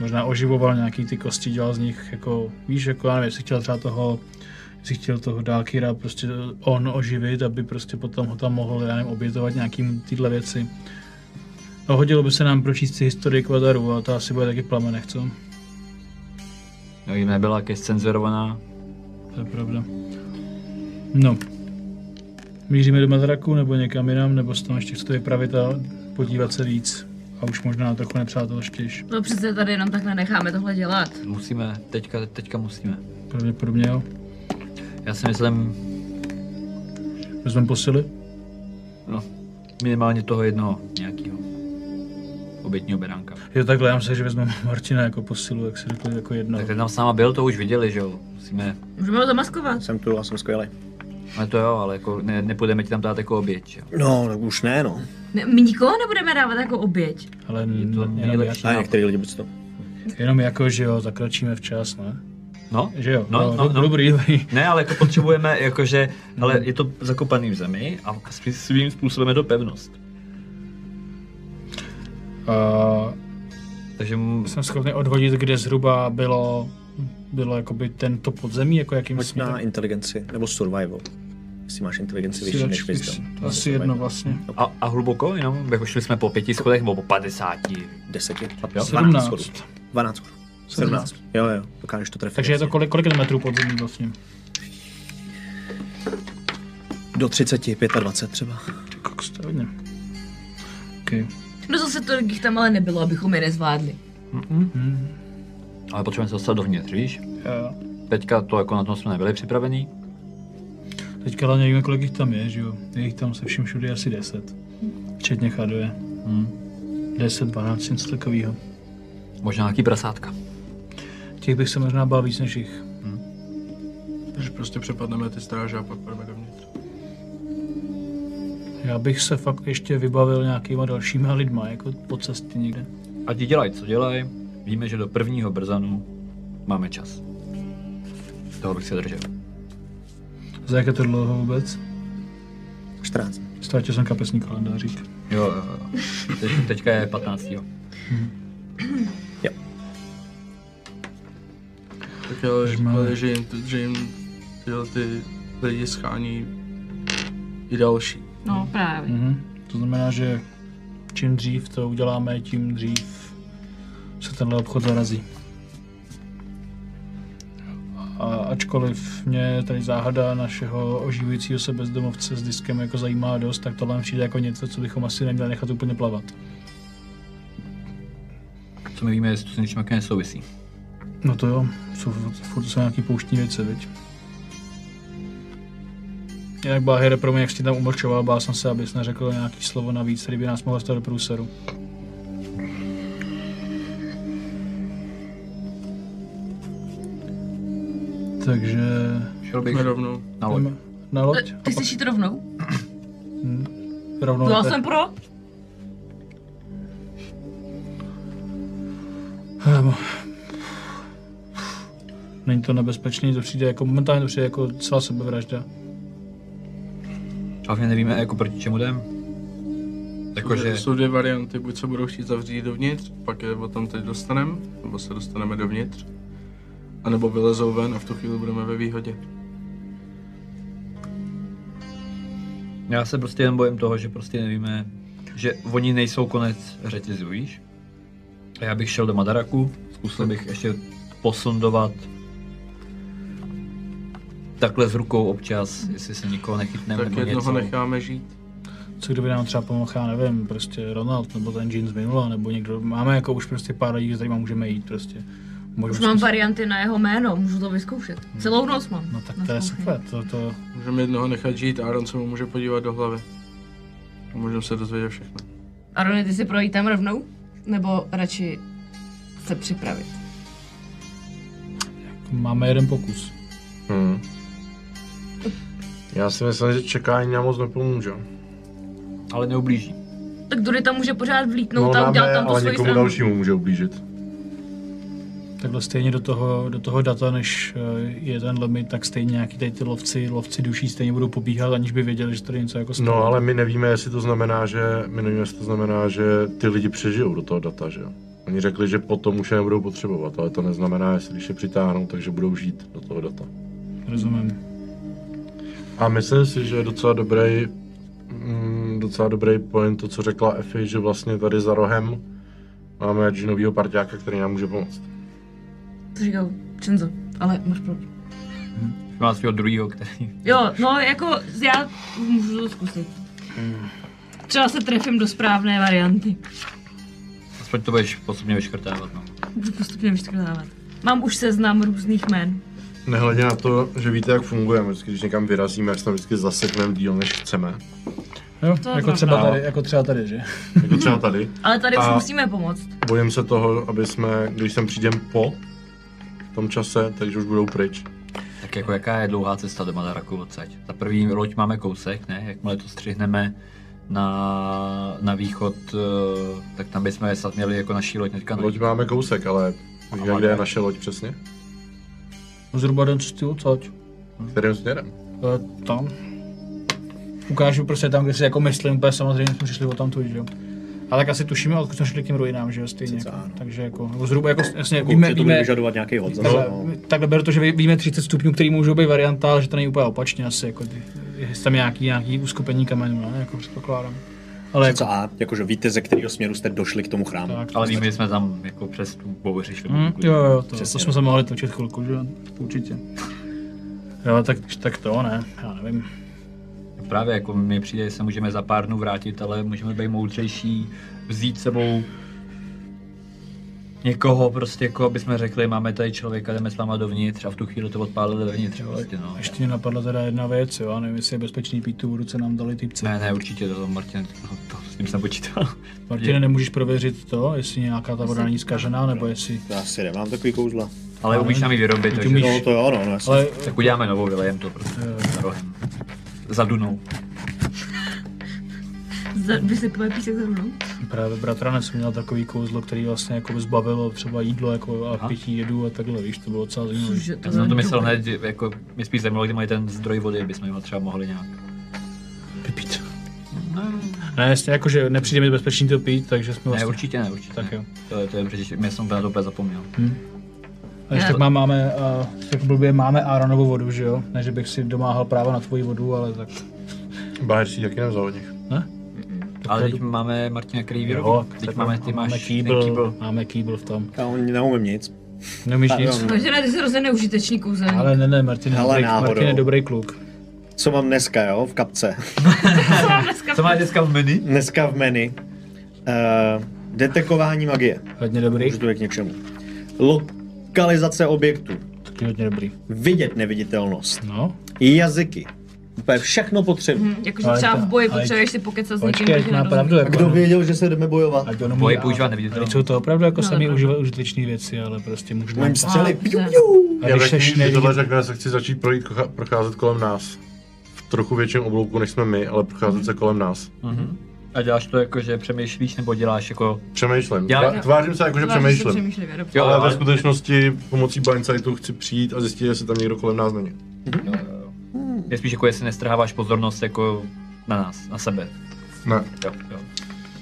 Speaker 4: Možná oživoval nějaký ty kosti, dělal z nich jako, víš, jako já nevím, jestli chtěl třeba toho, jestli chtěl toho Dákira prostě on oživit, aby prostě potom ho tam mohl, já nevím, obětovat nějakým tyhle věci. No, hodilo by se nám pročíst si historii Kvadaru a to asi bude taky v plamenech, co?
Speaker 3: No, jim nebyla jaké cenzurovaná.
Speaker 4: To je pravda. No. Míříme do Matraku nebo někam jinam, nebo se tam ještě chcete vypravit a podívat se víc. A už možná trochu nepřátelštější.
Speaker 5: No přece tady jenom takhle necháme tohle dělat.
Speaker 3: Musíme, teďka, teďka musíme.
Speaker 4: Pravděpodobně jo.
Speaker 3: Já si myslím,
Speaker 4: Vezmeme posily.
Speaker 3: no, minimálně toho jednoho nějakého obětního beránka.
Speaker 4: Jo, takhle, já myslím, že vezmeme Martina jako posilu, jak si řekli, jako jedno.
Speaker 3: Tak ten tam s náma byl, to už viděli, že jo. Musíme,
Speaker 5: Můžeme ho zamaskovat.
Speaker 1: Jsem tu a jsem skvělý.
Speaker 3: ale to jo, ale jako ne, nepůjdeme ti tam dát jako oběť, že jo.
Speaker 1: No, tak už ne, no.
Speaker 5: Ne, my nikoho nebudeme dávat jako oběť.
Speaker 4: Ale
Speaker 3: Je to
Speaker 4: n- jenom, jak,
Speaker 3: nejlepší.
Speaker 1: A
Speaker 3: nápad.
Speaker 1: některý lidi by si to.
Speaker 4: jenom jako, že jo, zakročíme včas, ne?
Speaker 3: No,
Speaker 4: Že jo?
Speaker 3: No,
Speaker 4: jo,
Speaker 3: no,
Speaker 4: do-
Speaker 3: no.
Speaker 4: Dobrý, dobrý.
Speaker 3: Ne, ale jako potřebujeme, jakože, ale je to zakopaný v zemi a sp- svým způsobem je to pevnost.
Speaker 4: Uh,
Speaker 3: Takže m-
Speaker 4: jsem schopný odvodit, kde zhruba bylo, bylo jakoby tento podzemí, jako jakým
Speaker 1: Hoď na inteligenci, nebo survival. Jestli máš inteligenci vyšší než wisdom.
Speaker 4: To asi jedno vlastně.
Speaker 3: a, a hluboko jenom, jako šli jsme po pěti schodech nebo po padesáti.
Speaker 1: Deseti,
Speaker 3: Jo?
Speaker 1: 15, 12 schodů.
Speaker 4: 17.
Speaker 1: 12 schodů. 17. Jo, jo, dokážeš to trefit.
Speaker 4: Takže je to
Speaker 1: jasně.
Speaker 4: kolik, kolik kilometrů podzemí vlastně?
Speaker 1: Do 30, 25 třeba.
Speaker 4: Ty kokos, to je hodně. Okay.
Speaker 5: No zase tolik jich tam ale nebylo, abychom je nezvládli.
Speaker 3: Ale potřebujeme se dostat dovnitř, víš?
Speaker 4: Jo.
Speaker 3: Teďka to jako na tom jsme nebyli připravení.
Speaker 4: Teďka ale nevíme, kolik jich tam je, že jo? Je jich tam se vším všude asi 10. Včetně Chaduje.
Speaker 3: Hm.
Speaker 4: 10, 12, něco takového.
Speaker 3: Možná nějaký prasátka.
Speaker 4: Těch bych se možná bál víc než jich.
Speaker 6: Takže prostě přepadneme ty stráže a pak půjdeme dovnitř.
Speaker 4: Já bych se fakt ještě vybavil nějakýma dalšíma lidma, jako po cestě někde.
Speaker 3: Ať ti dělají, co dělají. Víme, že do prvního brzanu máme čas. Toho bych se držel.
Speaker 4: Za jak je to dlouho vůbec?
Speaker 1: 14.
Speaker 4: Ztratil jsem kapesní kalendářík.
Speaker 3: Jo, jo, jo. Teď, teďka je 15.
Speaker 6: Tak ale
Speaker 4: Když
Speaker 6: že,
Speaker 4: máme-
Speaker 6: že, jim, že jim tyhle ty lidi schání i další.
Speaker 5: No právě.
Speaker 4: Mhm. To znamená, že čím dřív to uděláme, tím dřív se tenhle obchod zarazí. A ačkoliv mě tady záhada našeho oživujícího se bezdomovce s diskem jako zajímá dost, tak tohle mi přijde jako něco, co bychom asi neměli nechat úplně plavat.
Speaker 3: Co my víme, jestli to s ničím jaké nesouvisí.
Speaker 4: No to jo, jsou, furt jsou nějaký pouštní věci, viď? Jinak Báhyre, pro mě, jak jsi tam umlčoval, bál jsem se, abys neřekl nějaký slovo navíc, který by nás mohl dostat do průseru. Takže...
Speaker 3: Šel bych
Speaker 6: Jdeme rovnou.
Speaker 3: na loď.
Speaker 4: jdeme Na loď?
Speaker 5: Eh, Ty chceš jít rovnou?
Speaker 4: Rovnou
Speaker 5: No,
Speaker 4: na
Speaker 5: Já
Speaker 4: té-
Speaker 5: jsem pro.
Speaker 4: Ehm. Není to nebezpečný, to přijde jako momentálně to přijde jako celá sebevražda.
Speaker 3: Hlavně nevíme, jako proti čemu jdem. Jako, Jakože,
Speaker 6: Jsou dvě varianty, buď se budou chtít zavřít dovnitř, pak je o tom teď dostaneme, nebo se dostaneme dovnitř. A nebo vylezou ven a v tu chvíli budeme ve výhodě.
Speaker 3: já se prostě jen bojím toho, že prostě nevíme, že oni nejsou konec řetězu, víš? A já bych šel do Madaraku, zkusil bych ještě posondovat takhle s rukou občas, jestli se nikoho nechytneme
Speaker 6: tak
Speaker 3: nebo
Speaker 6: jednoho
Speaker 3: něco.
Speaker 6: necháme žít.
Speaker 4: co kdyby nám třeba pomohl, já nevím, prostě Ronald, nebo ten Jean z minula, nebo někdo, máme jako už prostě pár lidí, s kterýma můžeme jít prostě. Můžeme
Speaker 5: Už mám
Speaker 4: zkusit-
Speaker 5: varianty na jeho jméno, můžu to vyzkoušet. Celou noc mám.
Speaker 4: No tak to je
Speaker 5: Naslouchej.
Speaker 4: super, to, to,
Speaker 6: Můžeme jednoho nechat žít a Aaron se mu může podívat do hlavy. A můžeme se dozvědět všechno.
Speaker 5: Arony, ty si projít tam rovnou? Nebo radši se připravit?
Speaker 4: máme jeden pokus.
Speaker 5: Hm.
Speaker 2: Hmm. Já si myslím, že čekání nám moc nepomůže.
Speaker 3: Ale neublíží.
Speaker 5: Tak Dury tam může pořád vlítnout a
Speaker 2: nám
Speaker 5: udělat
Speaker 2: ne,
Speaker 5: No, tam tu
Speaker 2: No, ale
Speaker 5: svoji
Speaker 2: někomu
Speaker 5: stranu.
Speaker 2: dalšímu může ublížit.
Speaker 4: Takhle stejně do toho, do toho data, než eh, je ten limit, tak stejně nějaký tady ty lovci, lovci duší stejně budou pobíhat, aniž by věděli, že tady něco jako stalo.
Speaker 2: No, ale my nevíme, jestli to znamená, že my nevíme, jestli to znamená, že ty lidi přežijou do toho data, že jo. Oni řekli, že potom už je nebudou potřebovat, ale to neznamená, jestli když je přitáhnou, takže budou žít do toho data.
Speaker 4: Rozumím.
Speaker 2: A myslím si, že je docela dobrý, mm, docela dobrý point to, co řekla Efi, že vlastně tady za rohem máme džinovýho parťáka, který nám může pomoct.
Speaker 5: To říkal Čenzo, ale máš pravdu.
Speaker 3: Má svého druhého, který... <laughs>
Speaker 5: Jo, no jako já můžu to zkusit. Třeba se trefím do správné varianty.
Speaker 3: Aspoň to budeš postupně vyškrtávat, no.
Speaker 5: Budu postupně vyškrtávat. Mám už seznam různých jmén.
Speaker 2: Nehledě na to, že víte, jak fungujeme, vždycky, když někam vyrazíme, jak se tam vždycky zasekneme díl, než <laughs> chceme.
Speaker 4: Jo,
Speaker 5: To je
Speaker 4: jako
Speaker 5: pravda.
Speaker 4: třeba, tady, jako třeba tady, že?
Speaker 2: Jako třeba tady.
Speaker 5: Ale tady už
Speaker 2: A-
Speaker 5: musíme pomoct.
Speaker 2: Bojím se toho, aby jsme, když sem přijdem po v tom čase, takže už budou pryč.
Speaker 3: Tak jako jaká je dlouhá cesta do Madaraku odsaď? Za první loď máme kousek, ne? Jakmile to střihneme na, na východ, eh, tak tam bychom snad měli jako naší loď hnedka na
Speaker 2: Loď máme kousek, ale víme,
Speaker 3: máme
Speaker 2: kde je
Speaker 3: tady.
Speaker 2: naše loď přesně?
Speaker 4: No, Zhruba den co ty odsaď.
Speaker 2: Kterým směrem?
Speaker 4: Eh, Tam. Ukážu prostě tam, kde si jako myslím, úplně samozřejmě jsme přišli o tam že jo. A tak asi tušíme, odkud jsme šli k těm ruinám, že jo, stejně.
Speaker 1: Sice
Speaker 4: Jako.
Speaker 1: ano.
Speaker 4: Takže jako, nebo zhruba jako, jasně,
Speaker 1: Víme,
Speaker 4: víme,
Speaker 1: Určitě to bude
Speaker 4: víme,
Speaker 1: vyžadovat nějaký hod. zase,
Speaker 4: takhle,
Speaker 1: no.
Speaker 4: takhle beru to, že ví- víme 30 stupňů, který můžou být varianta, ale že to není úplně opačně asi, jako, ty- je tam nějaký, nějaký uskupení kamenů, ne, jako předpokládám. Ale jako,
Speaker 1: Co a, jakože víte, ze kterého směru jste došli k tomu chrámu.
Speaker 4: tak,
Speaker 3: Ale víme, že jsme tam jako přes tu bouři šli.
Speaker 4: Hmm, jo, jo, to, to
Speaker 1: Přesně,
Speaker 4: jsme
Speaker 1: no.
Speaker 4: se mohli točit chvilku, že jo, určitě. Jo, tak, tak to ne, já nevím.
Speaker 3: Právě jako mi přijde, že se můžeme za pár dnů vrátit, ale můžeme být moudřejší, vzít s sebou někoho prostě, jako aby jsme řekli, máme tady člověka, jdeme s váma dovnitř a v tu chvíli to odpálili dovnitř. Vlastně, no.
Speaker 4: Ještě mě napadla teda jedna věc, jo, a nevím, jestli je bezpečný pít tu vodu, co nám dali typci.
Speaker 3: Ne, ne, určitě to, Martin, no, to s tím jsem počítal. <laughs>
Speaker 4: Martine, nemůžeš prověřit to, jestli nějaká ta voda není zkažená, nebo jestli...
Speaker 1: To já si nemám takový kouzla.
Speaker 3: Ale umíš nám ji vyrobit, takže...
Speaker 1: No to jo, no, no jasně.
Speaker 4: Ale
Speaker 3: Tak uděláme novou, vylejem to prostě. Za rohem. Za Dunou.
Speaker 5: Za- Vysypuje písek za mnou.
Speaker 4: eh, právě bratranec měl takový kouzlo, který vlastně jako zbavilo třeba jídlo jako a
Speaker 3: Aha.
Speaker 4: pití jedu a takhle, víš, to bylo docela zajímavé.
Speaker 5: Cože to
Speaker 3: Já
Speaker 4: Mm,
Speaker 3: jsem na to
Speaker 5: velmi
Speaker 3: myslel
Speaker 5: dobré.
Speaker 3: hned, jako mě spíš zajímalo, kde mají ten zdroj vody, bychom jim ho třeba mohli nějak.
Speaker 4: Vlastně. Pipít. Ne, jasně, jakože nepřijde mi bezpečný to pít, takže jsme
Speaker 3: Ne,
Speaker 4: vlastně...
Speaker 3: určitě ne, určitě
Speaker 4: Tak
Speaker 3: ne.
Speaker 4: jo.
Speaker 3: To je, to je přece, mě jsem úplně na to úplně zapomněl.
Speaker 4: A ještě tak má, máme, uh, tak blbě máme Aaronovu vodu, že jo? Ne, že bych si domáhal práva na tvoji vodu, ale tak...
Speaker 2: Baher si ji taky nevzal od nich.
Speaker 4: Ne?
Speaker 3: Ale teď máme Martina, který
Speaker 4: Jo,
Speaker 3: vyrobí. Teď
Speaker 4: tak
Speaker 3: máme, ty máš
Speaker 4: máme
Speaker 3: ten kýbl.
Speaker 4: kýbl, máme kýbl v tom.
Speaker 1: Já neumím nic.
Speaker 4: Neumíš nic?
Speaker 1: Pardon.
Speaker 5: Takže ne, ty jsi hrozně neužitečný kouzelník.
Speaker 4: Ale ne, ne, Martin, je
Speaker 1: Hele,
Speaker 4: dobrý,
Speaker 1: náhodou.
Speaker 4: Martin je dobrý kluk.
Speaker 1: Co mám dneska, jo, v kapce? <laughs>
Speaker 5: Co mám dneska?
Speaker 3: Co máš dneska v menu?
Speaker 1: Dneska v menu. Uh, detekování magie.
Speaker 4: Hodně dobrý.
Speaker 1: Už to je k něčemu. Lokalizace objektu.
Speaker 4: Taky hodně dobrý.
Speaker 1: Vidět neviditelnost.
Speaker 4: No,
Speaker 1: Jazyky. Úplně všechno potřebné.
Speaker 5: Hm, Jakože
Speaker 4: Ale
Speaker 5: třeba
Speaker 4: to-
Speaker 5: v boji
Speaker 4: ale-
Speaker 5: potřebuješ si pokecat s někým,
Speaker 4: počkej,
Speaker 5: kdo
Speaker 4: ať
Speaker 5: tě
Speaker 4: má
Speaker 5: nerozumí.
Speaker 4: pravdu.
Speaker 1: A kdo věděl, že se jdeme bojovat?
Speaker 4: jako Ať on
Speaker 3: Boje
Speaker 4: umí-
Speaker 3: používá
Speaker 4: a-
Speaker 3: neviditelnou.
Speaker 4: a Jsou to opravdu jako
Speaker 5: No,
Speaker 4: sami
Speaker 5: dobrá.
Speaker 4: uživa- užitečné věci, ale prostě můžu
Speaker 1: Budeme
Speaker 4: napsat.
Speaker 1: střelit.
Speaker 5: A, ne.
Speaker 4: A
Speaker 2: Já
Speaker 4: když seš
Speaker 2: když když tohle
Speaker 4: neviditelný,
Speaker 2: řekne, se chci začít projít, kocha- procházet kolem nás. V trochu větším oblouku, než jsme my, ale procházet se kolem nás.
Speaker 3: Mhm. A děláš to jako, že přemýšlíš, nebo děláš jako...
Speaker 2: Přemýšlím.
Speaker 3: Já-
Speaker 2: Tvá- Tvářím se jako, že
Speaker 5: Zvlášť, že se
Speaker 2: přemýšlím.
Speaker 5: přemýšlím, já dobře.
Speaker 3: Jo,
Speaker 2: Ale
Speaker 3: ale-
Speaker 2: ve skutečnosti pomocí blindsightu chci přijít a zjistit, jestli tam někdo kolem nás není.
Speaker 3: Je spíš jako, jestli nestrháváš pozornost jako na nás, na sebe.
Speaker 2: Ne.
Speaker 3: Jo, jo.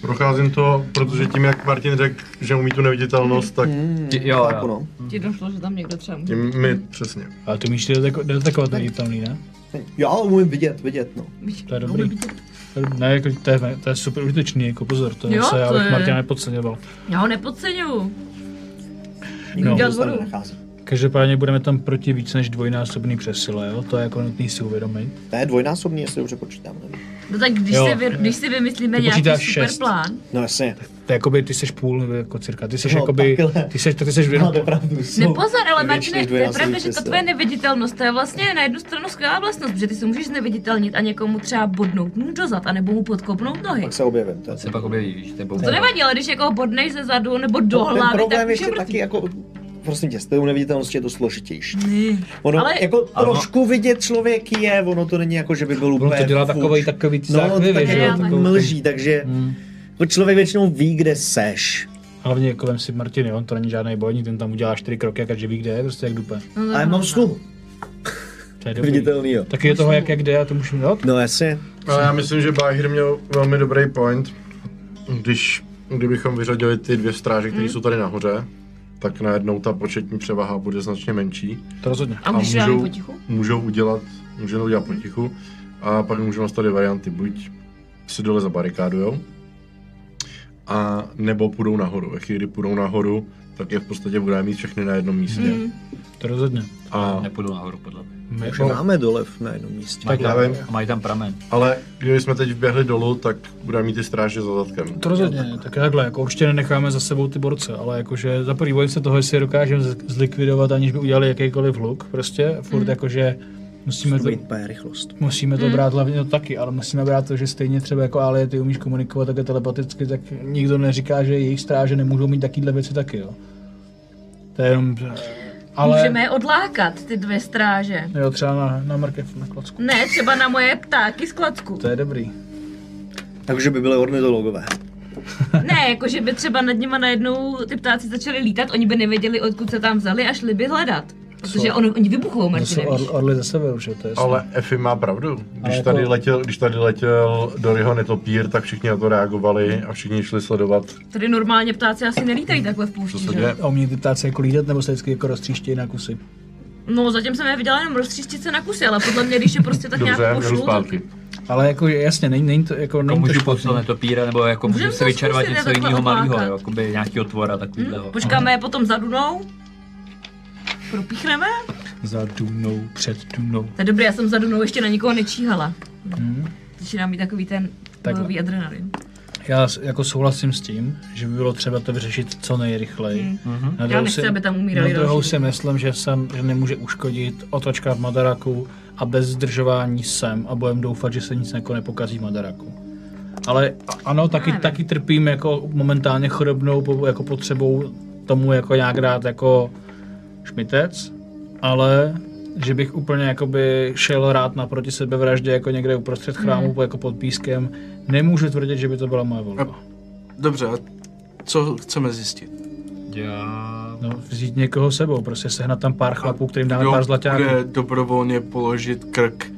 Speaker 2: Procházím to, protože tím, jak Martin řekl, že umí tu neviditelnost, tak
Speaker 3: Ti- jo,
Speaker 1: Chápu,
Speaker 3: jo.
Speaker 1: no.
Speaker 5: Ti došlo, že tam někdo třeba může.
Speaker 2: tím my přesně.
Speaker 4: ale ty umíš deteko- detekovat neviditelný, jako ne?
Speaker 1: Já umím vidět, vidět, no.
Speaker 4: To je dobrý. Ne, jako to je, to je super užitečný, jako pozor, to
Speaker 5: Jo,
Speaker 4: jo, se já
Speaker 5: to
Speaker 4: bych
Speaker 5: je-
Speaker 4: Martina nepodceňoval.
Speaker 5: Já ho nepodceňuju.
Speaker 1: Nikdo
Speaker 5: Udělat
Speaker 1: no. se
Speaker 5: vodu.
Speaker 1: nenachází.
Speaker 4: Každopádně budeme tam proti víc než dvojnásobný přesile, jo? To je jako nutný si uvědomit.
Speaker 1: To je dvojnásobný, jestli dobře počítám. nevím.
Speaker 5: No tak když,
Speaker 4: Jo.
Speaker 5: se vy, když si vymyslíme
Speaker 4: Ty
Speaker 5: nějaký
Speaker 4: počítáš
Speaker 5: super
Speaker 4: šest.
Speaker 5: plán,
Speaker 1: No jasně.
Speaker 4: To je jakoby, ty seš půl, nebo jako cirka, ty seš
Speaker 1: No,
Speaker 4: jakoby,
Speaker 1: takhle.
Speaker 4: ty seš, ty seš vědom,
Speaker 1: Máte pravdu. jsou
Speaker 5: No pozor, ale
Speaker 1: větší
Speaker 5: Martine,
Speaker 1: než
Speaker 5: to je
Speaker 1: dvojnásobný
Speaker 5: pravda, že ta
Speaker 1: přesah.
Speaker 5: tvoje neviditelnost, to je vlastně na jednu stranu skvělá vlastnost, protože ty se můžeš zneviditelnit a někomu třeba bodnout mu dozad, anebo mu podkopnout nohy.
Speaker 1: Pak se objevím. To je
Speaker 3: To se pak objeví, víš, tebou.
Speaker 5: To nevadí, ale když někoho bodneš ze zadu nebo do
Speaker 1: Ten
Speaker 5: hlavy, tak
Speaker 1: problém
Speaker 5: už
Speaker 1: ještě
Speaker 5: je
Speaker 1: taky
Speaker 5: mrtvý.
Speaker 1: jako, prosím tě, s tou neviditelností je to složitější.
Speaker 5: Ne.
Speaker 1: Ono,
Speaker 5: Ale-
Speaker 1: ale, jako
Speaker 3: Ano.
Speaker 1: trošku vidět člověk je, ono to není jako, že by byl
Speaker 4: ono
Speaker 1: úplně
Speaker 4: to dělá
Speaker 1: fuč.
Speaker 4: takovej, takový ty
Speaker 1: No, on
Speaker 4: záchvěvy,
Speaker 1: tak
Speaker 4: že jo?
Speaker 5: dělá
Speaker 1: já
Speaker 5: takovou
Speaker 1: tak
Speaker 4: takovou ty-
Speaker 1: mlží, takže
Speaker 4: Hmm.
Speaker 1: jako člověk většinou ví, kde seš.
Speaker 4: Hlavně jako vem si Martiny, on to není žádný bojník, ten tam udělá čtyři kroky a každý ví, kde je, prostě jak dupe.
Speaker 5: No,
Speaker 1: Ale mám snu,
Speaker 4: To je dobrý.
Speaker 1: viditelný, jo.
Speaker 4: Taky je toho, jak, jak jde, a to můžu dělat.
Speaker 1: No jasně,
Speaker 2: Ale já myslím, že Bahir měl velmi dobrý point. Když, kdybychom vyřadili ty dvě stráže, které jsou tady nahoře, tak najednou ta početní převaha bude značně menší.
Speaker 4: To rozhodně.
Speaker 5: A můžeš
Speaker 2: můžou-
Speaker 5: nám potichu?
Speaker 2: Můžou udělat, můžou udělat potichu a pak můžou nastat dvě varianty. Buď si dole zabarikádujou, a nebo půjdou nahoru. Ve chvíli, kdy půjdou nahoru, tak je v podstatě budeme mít všechny na jednom místě.
Speaker 4: To rozhodně.
Speaker 2: A
Speaker 3: Nepůjdu nahoru, podle mě.
Speaker 4: My,
Speaker 1: že máme dole na jednom místě.
Speaker 4: tak
Speaker 2: já
Speaker 4: já
Speaker 2: vím,
Speaker 3: A mají tam pramen.
Speaker 2: ale kdyby jsme teď vběhli dolů, tak budeme mít ty stráže za zadkem.
Speaker 4: To rozhodně, tak takhle, jako určitě nenecháme za sebou ty borce, ale jakože za prvý bojím se toho, jestli je dokážeme z- zlikvidovat, aniž by udělali jakýkoliv hluk, prostě, furt jakože musíme
Speaker 1: To
Speaker 4: to,
Speaker 1: být úplně rychlost.
Speaker 4: musíme to brát hlavně no, taky, ale musíme brát to, že stejně třeba jako Ale, ty umíš komunikovat také telepaticky, tak nikdo neříká, že jejich stráže nemůžou mít takovéhle věci taky, jo. To je jenom, ale,
Speaker 5: Můžeme je odlákat, ty dvě stráže.
Speaker 4: jo, třeba na, na mrkev, na klacku.
Speaker 5: Ne, třeba na moje ptáky z klacku.
Speaker 4: To je dobrý.
Speaker 1: Takže by byly ornitologové.
Speaker 5: Ne, jakože by třeba nad nima najednou ty ptáci začaly lítat, oni by nevěděli, odkud se tam vzali a šli by hledat. Protože on, oni vybuchou,
Speaker 4: To jsou
Speaker 5: Martine,
Speaker 4: or,
Speaker 5: víš?
Speaker 4: orly ze severu, že to je jasný.
Speaker 2: Ale Efi má pravdu. Když
Speaker 4: jako-
Speaker 2: tady letěl, když tady letěl Doryho netopír, tak všichni na to reagovali a všichni šli sledovat,
Speaker 5: Tady normálně ptáci asi nelítají takhle v
Speaker 2: co
Speaker 5: poušti,
Speaker 2: se
Speaker 5: že?
Speaker 2: děje.
Speaker 4: A umí ty ptáci jako lítat, nebo se vždycky jako roztříštějí na kusy?
Speaker 5: No, zatím jsem je viděla jenom roztříštit se na kusy, ale podle mě, když je prostě tak
Speaker 2: Dobře,
Speaker 5: nějak
Speaker 2: jdu
Speaker 5: pošlu, tak...
Speaker 2: zpátky.
Speaker 4: Ale jako jasně, není, není to jako
Speaker 3: Jako
Speaker 4: není to
Speaker 3: můžu
Speaker 4: špatný.
Speaker 3: poslat netopíra, nebo jako
Speaker 5: Můžeme
Speaker 3: můžu si
Speaker 5: to
Speaker 3: vyčarovat
Speaker 5: zkusit,
Speaker 3: něco
Speaker 5: takhle
Speaker 3: jiného malého,
Speaker 5: odlákat.
Speaker 3: jo, jakoby nějaký otvora takovýhleho.
Speaker 5: Počkáme je potom za Dunou. Propíchneme?
Speaker 4: Za Dunou, před Dunou.
Speaker 5: To je dobré, já jsem za Dunou ještě na nikoho nečíhala.
Speaker 4: Hmm.
Speaker 5: Začíná mít takový ten
Speaker 4: Takhle.
Speaker 5: bojový adrenalin.
Speaker 4: já s- jako souhlasím s tím, že by bylo třeba to vyřešit co nejrychleji.
Speaker 5: Hmm.
Speaker 6: Mhm.
Speaker 4: Na
Speaker 5: Já
Speaker 4: druhou
Speaker 5: nechci,
Speaker 4: si-
Speaker 5: aby tam umírali
Speaker 4: Na druhou
Speaker 5: další
Speaker 4: si
Speaker 5: lidi.
Speaker 4: myslím, že jsem, že nemůže uškodit otočka v Madaraku a bez zdržování sem a budem doufat, že se nic jako nepokazí v Madaraku. Ale a- ano, taky,
Speaker 5: nevím.
Speaker 4: taky trpím jako momentálně chorobnou po- jako potřebou tomu jako nějak dát jako šmitec, ale že bych úplně jakoby šel rád naproti sebevraždě jako někde uprostřed chrámu,
Speaker 5: Hmm.
Speaker 4: jako pod pískem, nemůžu tvrdit, že by to byla moje volba.
Speaker 6: Dobře, a co chceme zjistit?
Speaker 5: Hmm.
Speaker 3: Já...
Speaker 4: No, vzít někoho sebou, prostě sehnat tam pár chlapů, kterým dáme
Speaker 6: Kdo
Speaker 4: pár zlaťáků.
Speaker 6: bude dobrovolně položit krk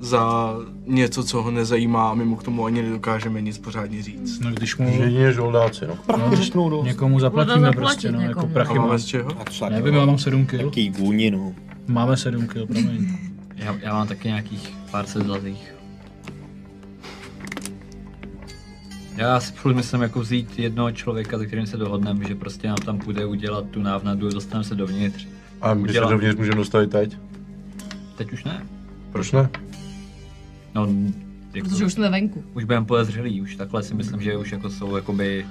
Speaker 6: za něco, co ho nezajímá a my mu k tomu ani nedokážeme nic pořádně říct.
Speaker 4: No, když
Speaker 2: Že
Speaker 4: mu
Speaker 2: Jedině žoldáci, no.
Speaker 1: Prachořečnou dost.
Speaker 4: někomu zaplatíme
Speaker 5: zaplatit
Speaker 4: prostě, no, jako
Speaker 5: někomu.
Speaker 6: A
Speaker 4: prachy
Speaker 6: máme
Speaker 4: máme.
Speaker 6: z čeho?
Speaker 1: A tak,
Speaker 4: Nevím, já mám 7 kil.
Speaker 1: Jaký vůni, no.
Speaker 4: Máme 7 kil, promiň.
Speaker 3: Já, já mám taky nějakých pár set zlatých. Já si furt myslím jako vzít jednoho člověka, se kterým se dohodneme, že prostě nám tam půjde udělat tu návnadu a dostaneme se dovnitř.
Speaker 2: A my se
Speaker 3: Udělám.
Speaker 2: dovnitř můžeme dostavit teď.
Speaker 3: Teď už ne.
Speaker 2: Proč ne?
Speaker 3: No, jako,
Speaker 7: Protože už jsme venku.
Speaker 3: už budeme podezřelí, už takhle si myslím, že už jako jsou jakoby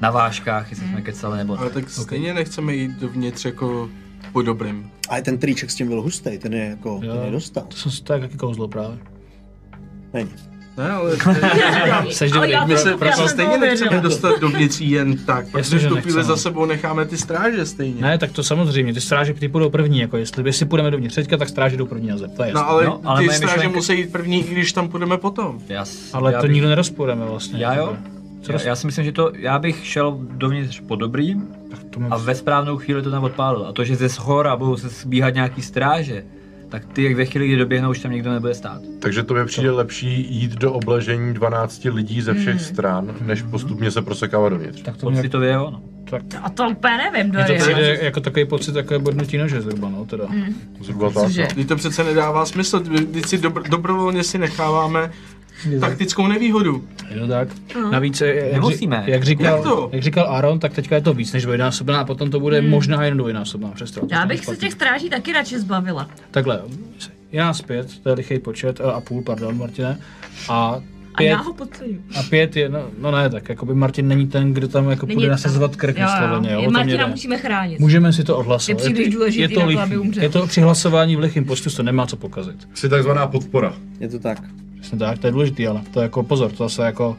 Speaker 3: na vážkách, jestli jsme kecali nebo
Speaker 6: Ale
Speaker 3: ne.
Speaker 6: tak stejně nechceme jít dovnitř jako po dobrým.
Speaker 1: Ale ten triček s tím byl hustý, ten je jako, ten
Speaker 4: Jo.
Speaker 1: je dostal.
Speaker 4: To jsem si tak taky kouzlo právě.
Speaker 1: Není.
Speaker 4: <laughs>
Speaker 6: Ne, ale říkám,
Speaker 4: Jseš
Speaker 5: Ale
Speaker 4: dobrý.
Speaker 5: já
Speaker 6: my
Speaker 5: to-
Speaker 6: se
Speaker 5: já
Speaker 6: prostě
Speaker 5: jsem
Speaker 6: stejně
Speaker 5: to
Speaker 6: nechceme
Speaker 5: věřila.
Speaker 6: dostat dovnitř jen tak, protože
Speaker 4: že
Speaker 6: v tu
Speaker 4: nechceme.
Speaker 6: chvíli za sebou necháme ty stráže stejně.
Speaker 4: Ne, tak to samozřejmě, ty stráže ty půjdou první, jako jestli, jestli půjdeme dovnitř teďka, tak stráže jdou první na zem, to je
Speaker 6: No
Speaker 4: jasné.
Speaker 6: ale,
Speaker 3: No, ale
Speaker 6: ty
Speaker 3: moje
Speaker 6: stráže
Speaker 3: myšlenka-
Speaker 6: musí jít první, i když tam půjdeme potom.
Speaker 3: Já, s-
Speaker 4: Ale
Speaker 3: já
Speaker 4: to
Speaker 3: bych-
Speaker 4: nikdo nerozporeme vlastně.
Speaker 3: Já jo?
Speaker 4: jakoby. Co
Speaker 3: Já, já, si myslím, že to, já bych šel dovnitř po dobrým
Speaker 4: Tak to mám...
Speaker 3: a ve správnou chvíli to tam odpálil. A to, že ze shora budou se sbíhat nějaký stráže, tak ty, jak ve chvíli, kdy doběhnou, už tam nikdo nebude stát.
Speaker 2: Takže to mi přijde lepší jít do obležení 12 lidí ze všech stran, než postupně se prosekávat dovnitř.
Speaker 4: Tak to mě...
Speaker 3: Pocitově jo, no.
Speaker 4: Tak...
Speaker 5: A to úplně nevím,
Speaker 4: Mně to
Speaker 5: Dory.
Speaker 4: přijde jako takový pocit, takové bodnutí nože zhruba, no teda.
Speaker 5: Hm.
Speaker 2: Zhruba tak.
Speaker 7: Cože?
Speaker 2: no.
Speaker 6: Když to přece nedává smysl, když si dobro, dobrovolně si necháváme taktickou nevýhodu.
Speaker 4: Je to tak.
Speaker 5: No.
Speaker 4: Navíc, eh, jak,
Speaker 3: Nemusíme.
Speaker 4: ři- jak, říkal,
Speaker 6: Jak to?
Speaker 4: jak říkal Aaron, tak teďka je to víc než dvojnásobná a potom to bude možná jen dvojnásobná přestrava.
Speaker 5: Hmm. Já bych se těch stráží taky radši zbavila.
Speaker 4: Takhle, je nás pět, to je lichý počet, a a půl, pardon, Martine. A
Speaker 5: A
Speaker 4: pět,
Speaker 5: já ho podceňuji.
Speaker 4: a pět je, no, no ne, tak jakoby Martin není ten, kdo tam jako
Speaker 5: Není
Speaker 4: půjde
Speaker 5: tam.
Speaker 4: nasazovat krk
Speaker 5: Jo,
Speaker 4: vysloveně, jo,
Speaker 5: jo.
Speaker 4: o to mě
Speaker 5: Martina
Speaker 4: jde.
Speaker 5: musíme chránit.
Speaker 4: Můžeme si to odhlasovat.
Speaker 7: Je příliš důležitý na to, aby umřel.
Speaker 4: je to při hlasování v lichém počtu, to nemá co pokazit.
Speaker 2: Jsi takzvaná podpora.
Speaker 1: Je to tak.
Speaker 4: Přesně tak, to je důležitý, ale to je jako pozor, to se jako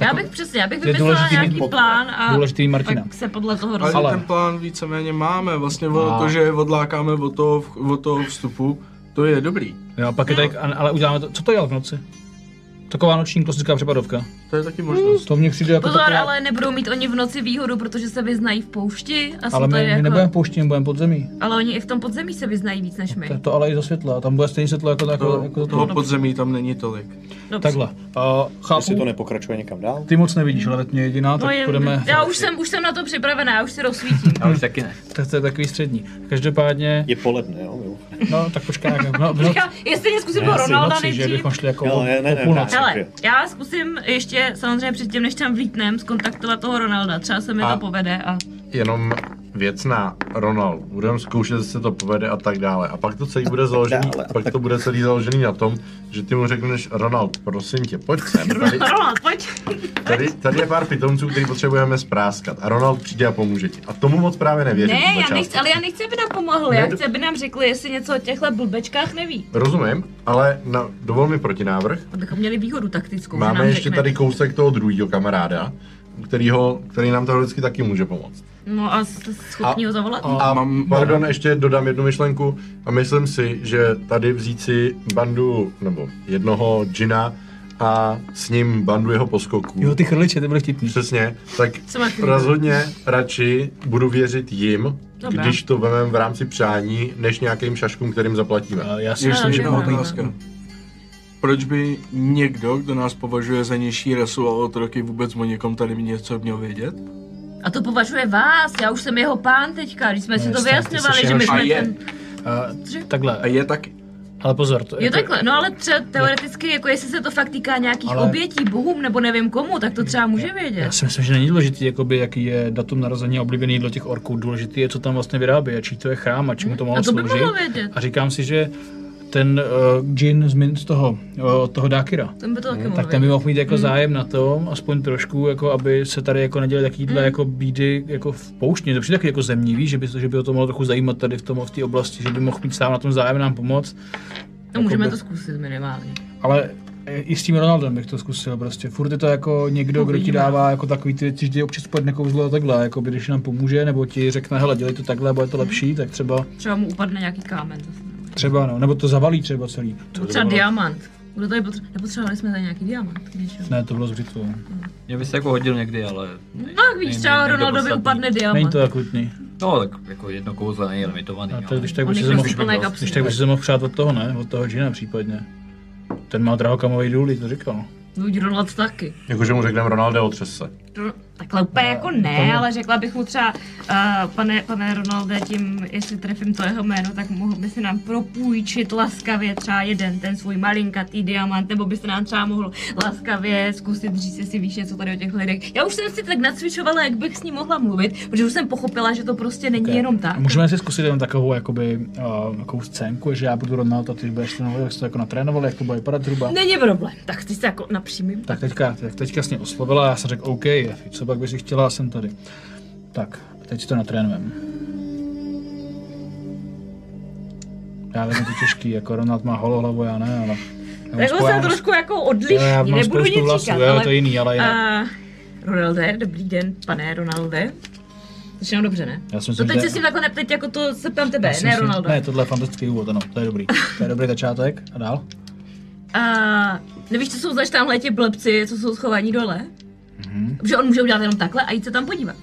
Speaker 5: Já
Speaker 4: tako-
Speaker 5: bych přesně, já bych
Speaker 4: je
Speaker 5: vypisala
Speaker 4: důležitý mít
Speaker 5: nějaký
Speaker 4: pod-
Speaker 5: plán a
Speaker 4: důležitý Martina.
Speaker 5: pak se podle toho
Speaker 6: Ale,
Speaker 5: rozhodneme.
Speaker 4: Ale-
Speaker 6: ten plán víceméně máme, vlastně o
Speaker 4: A.
Speaker 6: to, že je odlákáme od toho, v- od toho vstupu, to je dobrý.
Speaker 4: Jo, pak je
Speaker 5: No.
Speaker 4: tak, ale uděláme to, co to je v noci? Taková noční klasická přepadovka.
Speaker 6: To je taky možnost.
Speaker 4: To mně přijde jako
Speaker 5: Pozor,
Speaker 4: taková...
Speaker 5: ale nebudou mít oni v noci výhodu, protože se vyznají v poušti a
Speaker 4: ale
Speaker 5: jsou
Speaker 4: my, my
Speaker 5: tady
Speaker 4: nebudeme
Speaker 5: jako...
Speaker 4: pouští, my budeme podzemí.
Speaker 5: Ale oni i v tom podzemí se vyznají víc než my.
Speaker 4: To, to ale i za světla, tam bude stejně světlo jako, to, jako,
Speaker 6: To,
Speaker 4: jako to.
Speaker 6: toho podzemí tam není tolik.
Speaker 5: Dobře.
Speaker 4: Takhle, uh, chápu,
Speaker 1: Jestli to nepokračuje někam dál.
Speaker 4: ty moc nevidíš, ale mě jediná,
Speaker 5: No
Speaker 4: tak
Speaker 5: je,
Speaker 4: budeme...
Speaker 5: já už jsem, už jsem na to připravená, já už si rozsvítím.
Speaker 4: Hm.
Speaker 3: Já už taky ne.
Speaker 4: Tak to je takový střední. Každopádně,
Speaker 1: Je poledne, jo? jo.
Speaker 4: no tak počkej, jak- <laughs> no, no,
Speaker 5: Říkám, no, jestli mě zkusím po
Speaker 4: asi v
Speaker 5: Ronalda
Speaker 4: noci, že
Speaker 5: nejdřív.
Speaker 4: bychom šli jako
Speaker 1: Jo,
Speaker 4: o,
Speaker 1: ne, ne,
Speaker 4: o
Speaker 1: ne,
Speaker 4: půlnoci.
Speaker 1: ne.
Speaker 5: Hele,
Speaker 1: Takže-
Speaker 5: já zkusím ještě samozřejmě předtím, než tam vlítnem, skontaktovat toho Ronalda. Třeba se mi
Speaker 2: A-
Speaker 5: to povede a
Speaker 2: Jenom věcná, Ronald, budeme zkoušet, jestli se to povede a tak dále. A pak to celý bude založený,
Speaker 1: dále, a
Speaker 2: pak
Speaker 1: tak-
Speaker 2: to bude celý založený na tom, že ty mu řekneš, Ronald, prosím tě, pojď
Speaker 1: <laughs>
Speaker 2: sem, tady,
Speaker 5: Ronald, pojď.
Speaker 2: tady, tady je pár pitomců, který potřebujeme spráskat. A Ronald přijde a pomůže ti. A tomu moc právě nevěřím.
Speaker 5: Ne,
Speaker 2: na
Speaker 5: já
Speaker 2: části.
Speaker 5: nechci, ale já nechci, aby nám pomohl.
Speaker 2: Ne,
Speaker 5: Já
Speaker 2: do-
Speaker 5: chci, aby nám řekli, jestli něco o těchto blbečkách neví.
Speaker 2: Rozumím, ale na, dovol mi protinávrh.
Speaker 5: Abychom měli výhodu taktickou. že
Speaker 2: Máme
Speaker 5: nám
Speaker 2: ještě
Speaker 5: řekne.
Speaker 2: tady kousek toho druhého kamaráda, kterýho, který nám teoreticky taky může pomoct.
Speaker 5: No a jste schopni ho zavolat?
Speaker 2: A
Speaker 6: Mám-
Speaker 2: pardon, ještě dodám jednu myšlenku a myslím si, že tady vzít si bandu, nebo jednoho džina a s ním bandu jeho poskoků.
Speaker 4: Jo, ty chrliče, ty byly vtipný.
Speaker 2: Přesně, tak
Speaker 5: Co máš líbit?
Speaker 2: rozhodně radši budu věřit jim,
Speaker 5: Dobrá.
Speaker 2: když to vememe v rámci přání, než nějakým šaškům, kterým zaplatíme.
Speaker 4: Eh, Já si
Speaker 6: Ještě
Speaker 4: myslím, že
Speaker 6: jedna
Speaker 5: dobrá.
Speaker 6: otázka. Proč by někdo, kdo nás považuje za nižší rasu a otroky, vůbec o někom tady něco měl vědět?
Speaker 5: A to považuje vás, já už jsem jeho pán teďka, když jsme si to
Speaker 4: jasně, ty
Speaker 5: vyjasňovali,
Speaker 4: jsi
Speaker 5: že my
Speaker 4: jeho
Speaker 5: jsme
Speaker 6: šéf. A je.
Speaker 5: ten...
Speaker 4: eh, takhle,
Speaker 6: A je taky.
Speaker 4: ale pozor. To,
Speaker 5: Jo
Speaker 4: jako-
Speaker 5: takhle, no ale třeba teoreticky, jako jestli se to fakt týká nějakých
Speaker 4: Ale-
Speaker 5: obětí bohům nebo nevím komu, tak to třeba může vědět.
Speaker 4: Já si myslím, že není důležitý, jakoby, jaký je datum narození a oblíbený jídlo těch orků. Důležitý je, co tam vlastně vyrábí, a čí to je chrám a čemu to
Speaker 5: A
Speaker 4: mohlo
Speaker 5: to by
Speaker 4: sloužit.
Speaker 5: mohlo vědět.
Speaker 4: A říkám si, že ten uh, džin z, min, z toho, uh, od toho Dakira.
Speaker 5: Ten by to taky
Speaker 4: Hmm,
Speaker 5: mohl
Speaker 4: tak ten by
Speaker 5: vědět.
Speaker 4: mohl mít jako zájem na tom, aspoň trošku, jako aby se tady jako neděli takovýhle jako bídy jako v poušti, to přijde taky jako zemní, víš, že by, že by o to mohlo trochu zajímat tady v, tom, v té oblasti, že by mohl mít sám na tom zájem nám pomoct,
Speaker 5: No, můžeme
Speaker 4: jakoby-
Speaker 5: to zkusit minimálně.
Speaker 4: ale e, i s tím Ronaldem bych to zkusil prostě. Furt je to jako
Speaker 5: No,
Speaker 4: někdo, kdo ti dává jako takový ty věci, že ti občas spadne kouzlo a takhle, jako by když nám pomůže, nebo ti řekne, hele, dělej to takhle, bude to
Speaker 5: Mhm.
Speaker 4: lepší, tak třeba,
Speaker 5: Třeba mu upadne nějaký kámen. Zase.
Speaker 4: třeba no, nebo to zavalí třeba celý.
Speaker 5: To třeba diamant. Kdo tady potře- nepotřebovali jsme tady nějaký diamant k něčemu.
Speaker 4: Ne, to bylo z Břitvu.
Speaker 3: Mě by se jako hodil někdy, ale... Ne,
Speaker 5: No, jak víš,
Speaker 3: ne-
Speaker 5: třeba
Speaker 3: ne- ne-
Speaker 5: Ronaldovi
Speaker 3: podstatný.
Speaker 5: upadne diamant.
Speaker 4: Není to akutní.
Speaker 3: No, tak jako jedno kouzlo není limitovaný.
Speaker 4: A
Speaker 3: jo.
Speaker 4: tak když tak by
Speaker 5: On
Speaker 4: si
Speaker 5: je
Speaker 4: to jako, mohl
Speaker 5: prostě plné kapsy.
Speaker 4: Když tak bys se mohl přát od toho, ne? Od toho džina případně. Ten má drahokamový důlí, to říkal.
Speaker 5: Buď Ronald taky.
Speaker 2: Jakože mu řekneme Ronalde, otřes se.
Speaker 5: Ro- Takhle
Speaker 4: No,
Speaker 5: úplně jako ne, ale řekla bych mu třeba, uh, pane, pane Ronalde, tím, jestli trefím to jeho jméno, tak mohl by si nám propůjčit laskavě třeba jeden ten svůj malinkatý diamant, nebo byste nám třeba mohl laskavě zkusit říct, jestli víš něco tady o těch lidech. Já už jsem si tak nacvičovala, jak bych s ním mohla mluvit, protože už jsem pochopila, že to prostě není
Speaker 4: Ok.
Speaker 5: jenom tak.
Speaker 4: A Můžeme si zkusit jenom takovou, jakoby, uh, takovou scénku, že já budu Ronald a ty budeš trénovat, jak jsi to jako natrénovali, jak to bude vypadat zhruba.
Speaker 5: Není problém, tak ty se jako napřímím.
Speaker 4: Tak teďka, tak teďka jsi mě oslovila, já jsem řekl OK, Efi, co pak bys si chtěla, jsem tady. Tak, teď si to natrénujeme. Já vím, je to těžký, jako Ronald má holou hlavu, já ne, ale... já mám
Speaker 5: Tak
Speaker 4: spou- já mám-
Speaker 5: jsem trošku jako
Speaker 4: jo,
Speaker 5: odlišný,
Speaker 4: já mám
Speaker 5: nebudu
Speaker 4: spoustu
Speaker 5: nic
Speaker 4: vlasů,
Speaker 5: říkat,
Speaker 4: jo,
Speaker 5: ale...
Speaker 4: to je jiný, ale jinak.
Speaker 5: A Ronalde, dobrý den, pane Ronalde. Začínám dobře, ne?
Speaker 4: Já si
Speaker 5: To
Speaker 4: myslím,
Speaker 5: teď
Speaker 4: že-
Speaker 5: se s ním takhle neptej, jako to se ptám tebe,
Speaker 4: já si
Speaker 5: ne
Speaker 4: myslím-
Speaker 5: Ronaldo.
Speaker 4: Ne, tohle je fantastický úvod, ano, to je dobrý. To je dobrý začátek a dál.
Speaker 5: A nevíš, co jsou zač tamhle ti blbci, co jsou schovaní dole?
Speaker 4: Mhm.
Speaker 5: Mm-hmm. Že on může udělat jenom takhle a jít se tam podívat.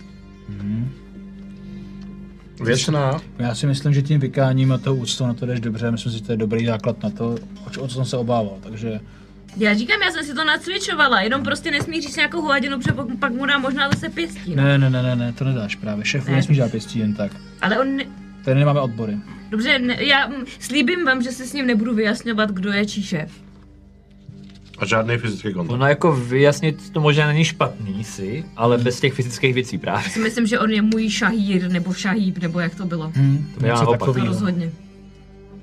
Speaker 2: Věčná.
Speaker 4: Já si myslím, že tím vykáním a tou úctou na to jdeš dobře, myslím si, že to je dobrý základ na to, o co- o co jsem se obával, takže...
Speaker 5: Já říkám, já jsem si to nacvičovala, jenom prostě nesmí říct nějakou hovadinu, protože pak, pak mu dá možná zase pěstí. No.
Speaker 4: Ne, ne, ne, ne, ne, to nedáš právě, šéfu
Speaker 5: Ne.
Speaker 4: nesmíš dát pěstí jen tak.
Speaker 5: Ale on, ne...
Speaker 4: Tady nemáme odbory.
Speaker 5: dobře, ne... já mm, slíbím vám, že si s ním nebudu vyjasňovat, kdo je čí šéf.
Speaker 2: A žádný fyzický kontakt.
Speaker 3: Ono jako vyjasnit to možná není špatný si, ale
Speaker 4: Hm.
Speaker 3: bez těch fyzických věcí právě.
Speaker 5: Si myslím, že on je můj šahír, nebo šahíb, nebo jak to bylo.
Speaker 4: Hmm,
Speaker 3: To já naopak.
Speaker 5: To rozhodně.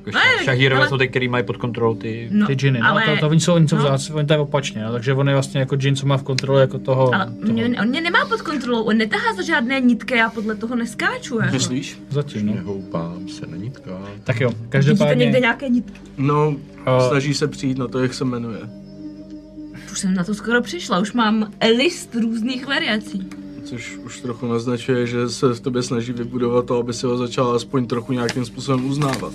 Speaker 3: Jako
Speaker 5: Ne,
Speaker 3: ša- Šahírové
Speaker 5: ale-
Speaker 3: jsou ty, který mají pod kontrolou ty...
Speaker 5: No,
Speaker 4: Ty džiny, no, ale... to, to, oni jsou, oni jsou
Speaker 5: no.
Speaker 4: no. vzácní, oni to je opačně, no, takže on je vlastně jako džin, co má v kontrole jako toho,
Speaker 5: Ale
Speaker 4: toho
Speaker 5: mě, on mě nemá pod kontrolou, on netahá za žádné nitky, já podle toho neskáču. Jako.
Speaker 6: Myslíš?
Speaker 4: zatím, no.
Speaker 2: Nehoupám se na nitkách.
Speaker 4: Tak jo,
Speaker 5: Vidíte
Speaker 4: každopádně, eh,
Speaker 5: někde nějaké nitky?
Speaker 6: No,
Speaker 4: A-
Speaker 6: snaží se přijít na to, jak se jmenuje.
Speaker 5: Už jsem na to skoro přišla, už mám list různých variací.
Speaker 6: Což už trochu naznačuje, že se v tobě snaží vybudovat to, aby si ho začal aspoň trochu nějakým způsobem uznávat.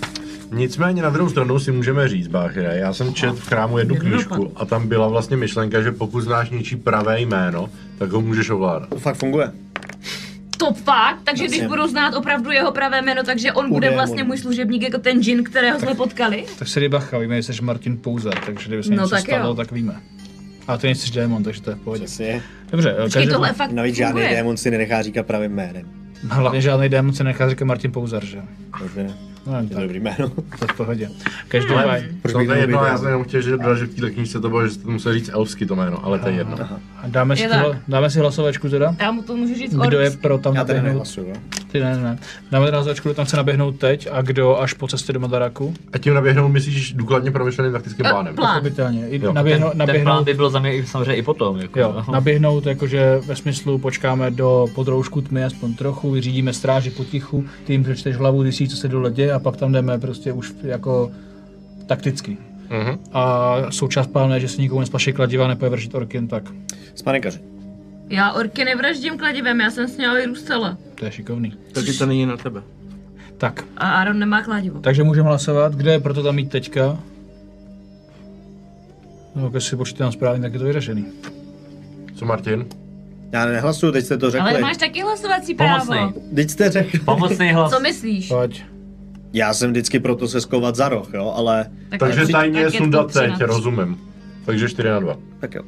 Speaker 2: Nicméně na druhou stranu si můžeme říct, Báchere, já jsem čet v chrámu jednu
Speaker 5: Dobrý
Speaker 2: knížku a tam byla vlastně myšlenka, že pokud znáš něčí pravé jméno, tak ho můžeš ovládat.
Speaker 1: To fakt funguje.
Speaker 5: To fakt, takže
Speaker 1: Jasně.
Speaker 5: když budu znát opravdu jeho pravé jméno, takže on bude
Speaker 1: Bude
Speaker 5: vlastně
Speaker 1: on.
Speaker 5: můj služebník jako ten džin, kterého jsme potkali.
Speaker 4: tak No, se bacha, víme, že jsi Martin Pouzer, takže kdyby se
Speaker 5: No,
Speaker 4: něco
Speaker 5: tak
Speaker 4: stalo,
Speaker 5: jo.
Speaker 4: tak víme. A ty nejsi démon, takže to je v pohodě.
Speaker 1: Přesně.
Speaker 4: Dobře, eh,
Speaker 5: Počkej, tohle je
Speaker 4: každopádně,
Speaker 5: fakt
Speaker 1: Navíc žádný
Speaker 5: funguje.
Speaker 1: démon si nenechá říkat pravým jménem.
Speaker 4: hlavně žádný démon se nechá říkat Martin Pouzer, že?
Speaker 1: Takže ne.
Speaker 4: No, jen
Speaker 1: Je to
Speaker 4: tak,
Speaker 1: dobrý jméno.
Speaker 4: to je v pohodě. Každopádně,
Speaker 1: Proč
Speaker 2: To
Speaker 1: bych
Speaker 2: je
Speaker 1: to
Speaker 2: jedno, já
Speaker 1: uvěděl?
Speaker 2: jsem jenom chtěl, že, dodal, že v téhle knížce to bylo, že jste to musel říct elfsky to jméno, ale to je jedno.
Speaker 4: a dáme si,
Speaker 5: No. Je
Speaker 4: tohle-
Speaker 5: tak.
Speaker 4: dáme si hlasovačku teda?
Speaker 5: Já mu to můžu říct
Speaker 4: Kdo je
Speaker 5: orc.
Speaker 4: pro tam
Speaker 1: Já tady
Speaker 4: naběhnout?
Speaker 1: nehlasuju, jo.
Speaker 4: Ty ne, ne, ne. Dáme teda hlasovačku, kdo tam chce naběhnout teď a kdo až po cestě do Madaraku?
Speaker 2: A tím naběhnou, myslíš, důkladně promyšleným taktickým
Speaker 5: Eh,
Speaker 2: plánem.
Speaker 5: plán.
Speaker 4: Pochopitelně. I
Speaker 2: Jo.
Speaker 4: naběhnout,
Speaker 3: Ten
Speaker 4: naběhnout
Speaker 3: plán by byl za mě i- samozřejmě i potom. Jako,
Speaker 4: No, Jo,
Speaker 3: no.
Speaker 4: naběhnout jakože ve smyslu počkáme do podroužku tmy aspoň trochu, vyřídíme stráži potichu, ty jim přečteš hlavu, ty si co se dole děje a pak tam jdeme prostě už jako takticky.
Speaker 2: Mhm.
Speaker 4: A součást plánu je, že se nikomu nespaší kladiva, nepojde vršit orkin, tak
Speaker 1: Spanekaři.
Speaker 5: Já orky nevraždím kladivem, já jsem s něho vyrůstala.
Speaker 4: to je šikovný.
Speaker 6: Taky to není na tebe.
Speaker 4: Tak,
Speaker 5: A Aaron nemá kladivo.
Speaker 4: takže můžeme hlasovat, kde je proto tam mít teďka? No, když si počítám správně, tak je to vyřešený.
Speaker 2: Co Martin?
Speaker 1: Já nehlasuju, teď jste to
Speaker 5: Ale
Speaker 1: řekli.
Speaker 5: máš taky hlasovací právo.
Speaker 3: Pomocný.
Speaker 1: Teď jste řekli.
Speaker 3: Pomocný hlas.
Speaker 5: Co myslíš?
Speaker 4: Pojď.
Speaker 1: Já jsem vždycky proto se skovat za roh, jo, ale...
Speaker 2: Takže
Speaker 5: tak-
Speaker 2: tajně
Speaker 5: tak
Speaker 2: je
Speaker 5: to
Speaker 2: sundat
Speaker 5: tři na
Speaker 2: teď,
Speaker 5: tři.
Speaker 2: rozumím. Takže 4 na 2.
Speaker 1: Tak jo.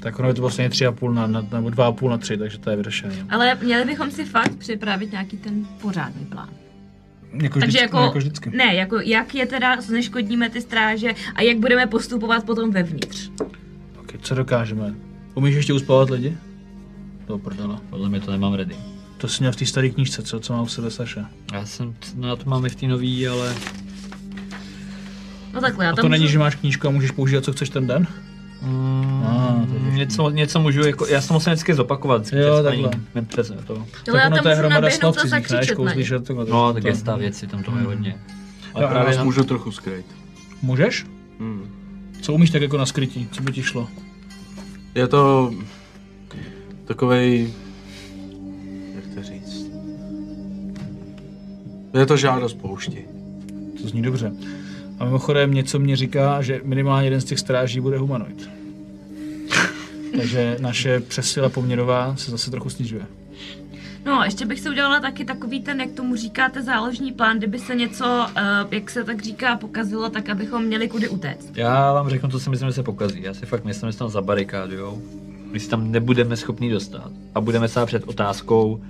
Speaker 4: Tak ono je to vlastně 3,5 na, na, nebo 2,5 na 3, takže to je vyřešený.
Speaker 5: Ale měli bychom si fakt připravit nějaký ten pořádný plán.
Speaker 4: Jako
Speaker 5: Takže
Speaker 4: vždycky,
Speaker 5: jako,
Speaker 4: jako vždycky.
Speaker 5: ne, jako jak je teda zneškodníme ty stráže a jak budeme postupovat potom vevnitř.
Speaker 4: Okay, co dokážeme? Umíš ještě uspávat lidi? Do prdela.
Speaker 3: Podle mě to nemám ready.
Speaker 4: To jsi měl v té staré knížce, co, co má u sebe Saša.
Speaker 3: Já jsem, no já to mám i v té nový, ale...
Speaker 5: No takhle, já
Speaker 4: A
Speaker 5: tam
Speaker 4: to není,
Speaker 5: můžu-
Speaker 4: že máš knížku a můžeš používat, co chceš ten den? Ah, to je
Speaker 3: Mm, něco, něco můžu, jako, já jsem musím vždycky zopakovat.
Speaker 4: Jo,
Speaker 3: přesně,
Speaker 4: takhle.
Speaker 3: Ne, přesně to.
Speaker 5: Ale já tam můžu naběhnout a
Speaker 4: cizích, ne?
Speaker 5: zakřičet na ně.
Speaker 4: Kouzlíš, to, to,
Speaker 3: No, tak je stav věci, tam to je hodně. Ale
Speaker 4: Jo,
Speaker 6: Já
Speaker 3: právě
Speaker 6: vás
Speaker 3: na,
Speaker 6: můžu trochu skrýt.
Speaker 4: Můžeš?
Speaker 6: Hmm.
Speaker 4: Co umíš tak jako na skrytí? Co by ti šlo?
Speaker 6: Je to takovej, jak to říct, je to žádost poušti.
Speaker 4: To zní dobře. A mimochodem něco mě říká, že minimálně jeden z těch stráží bude
Speaker 5: <laughs>
Speaker 4: humanoid. Takže naše přesila poměrová se zase trochu snižuje.
Speaker 5: No, a ještě bych si udělala taky takový ten, jak tomu říkáte, záložní plán, kdyby se něco, eh, jak se tak říká, pokazilo, tak abychom měli kudy utéct.
Speaker 3: já vám řeknu, co si myslím, že se pokazí. Já si fakt myslím, že se tam zabarikádujou. My se tam nebudeme schopni dostat. A budeme stát před otázkou,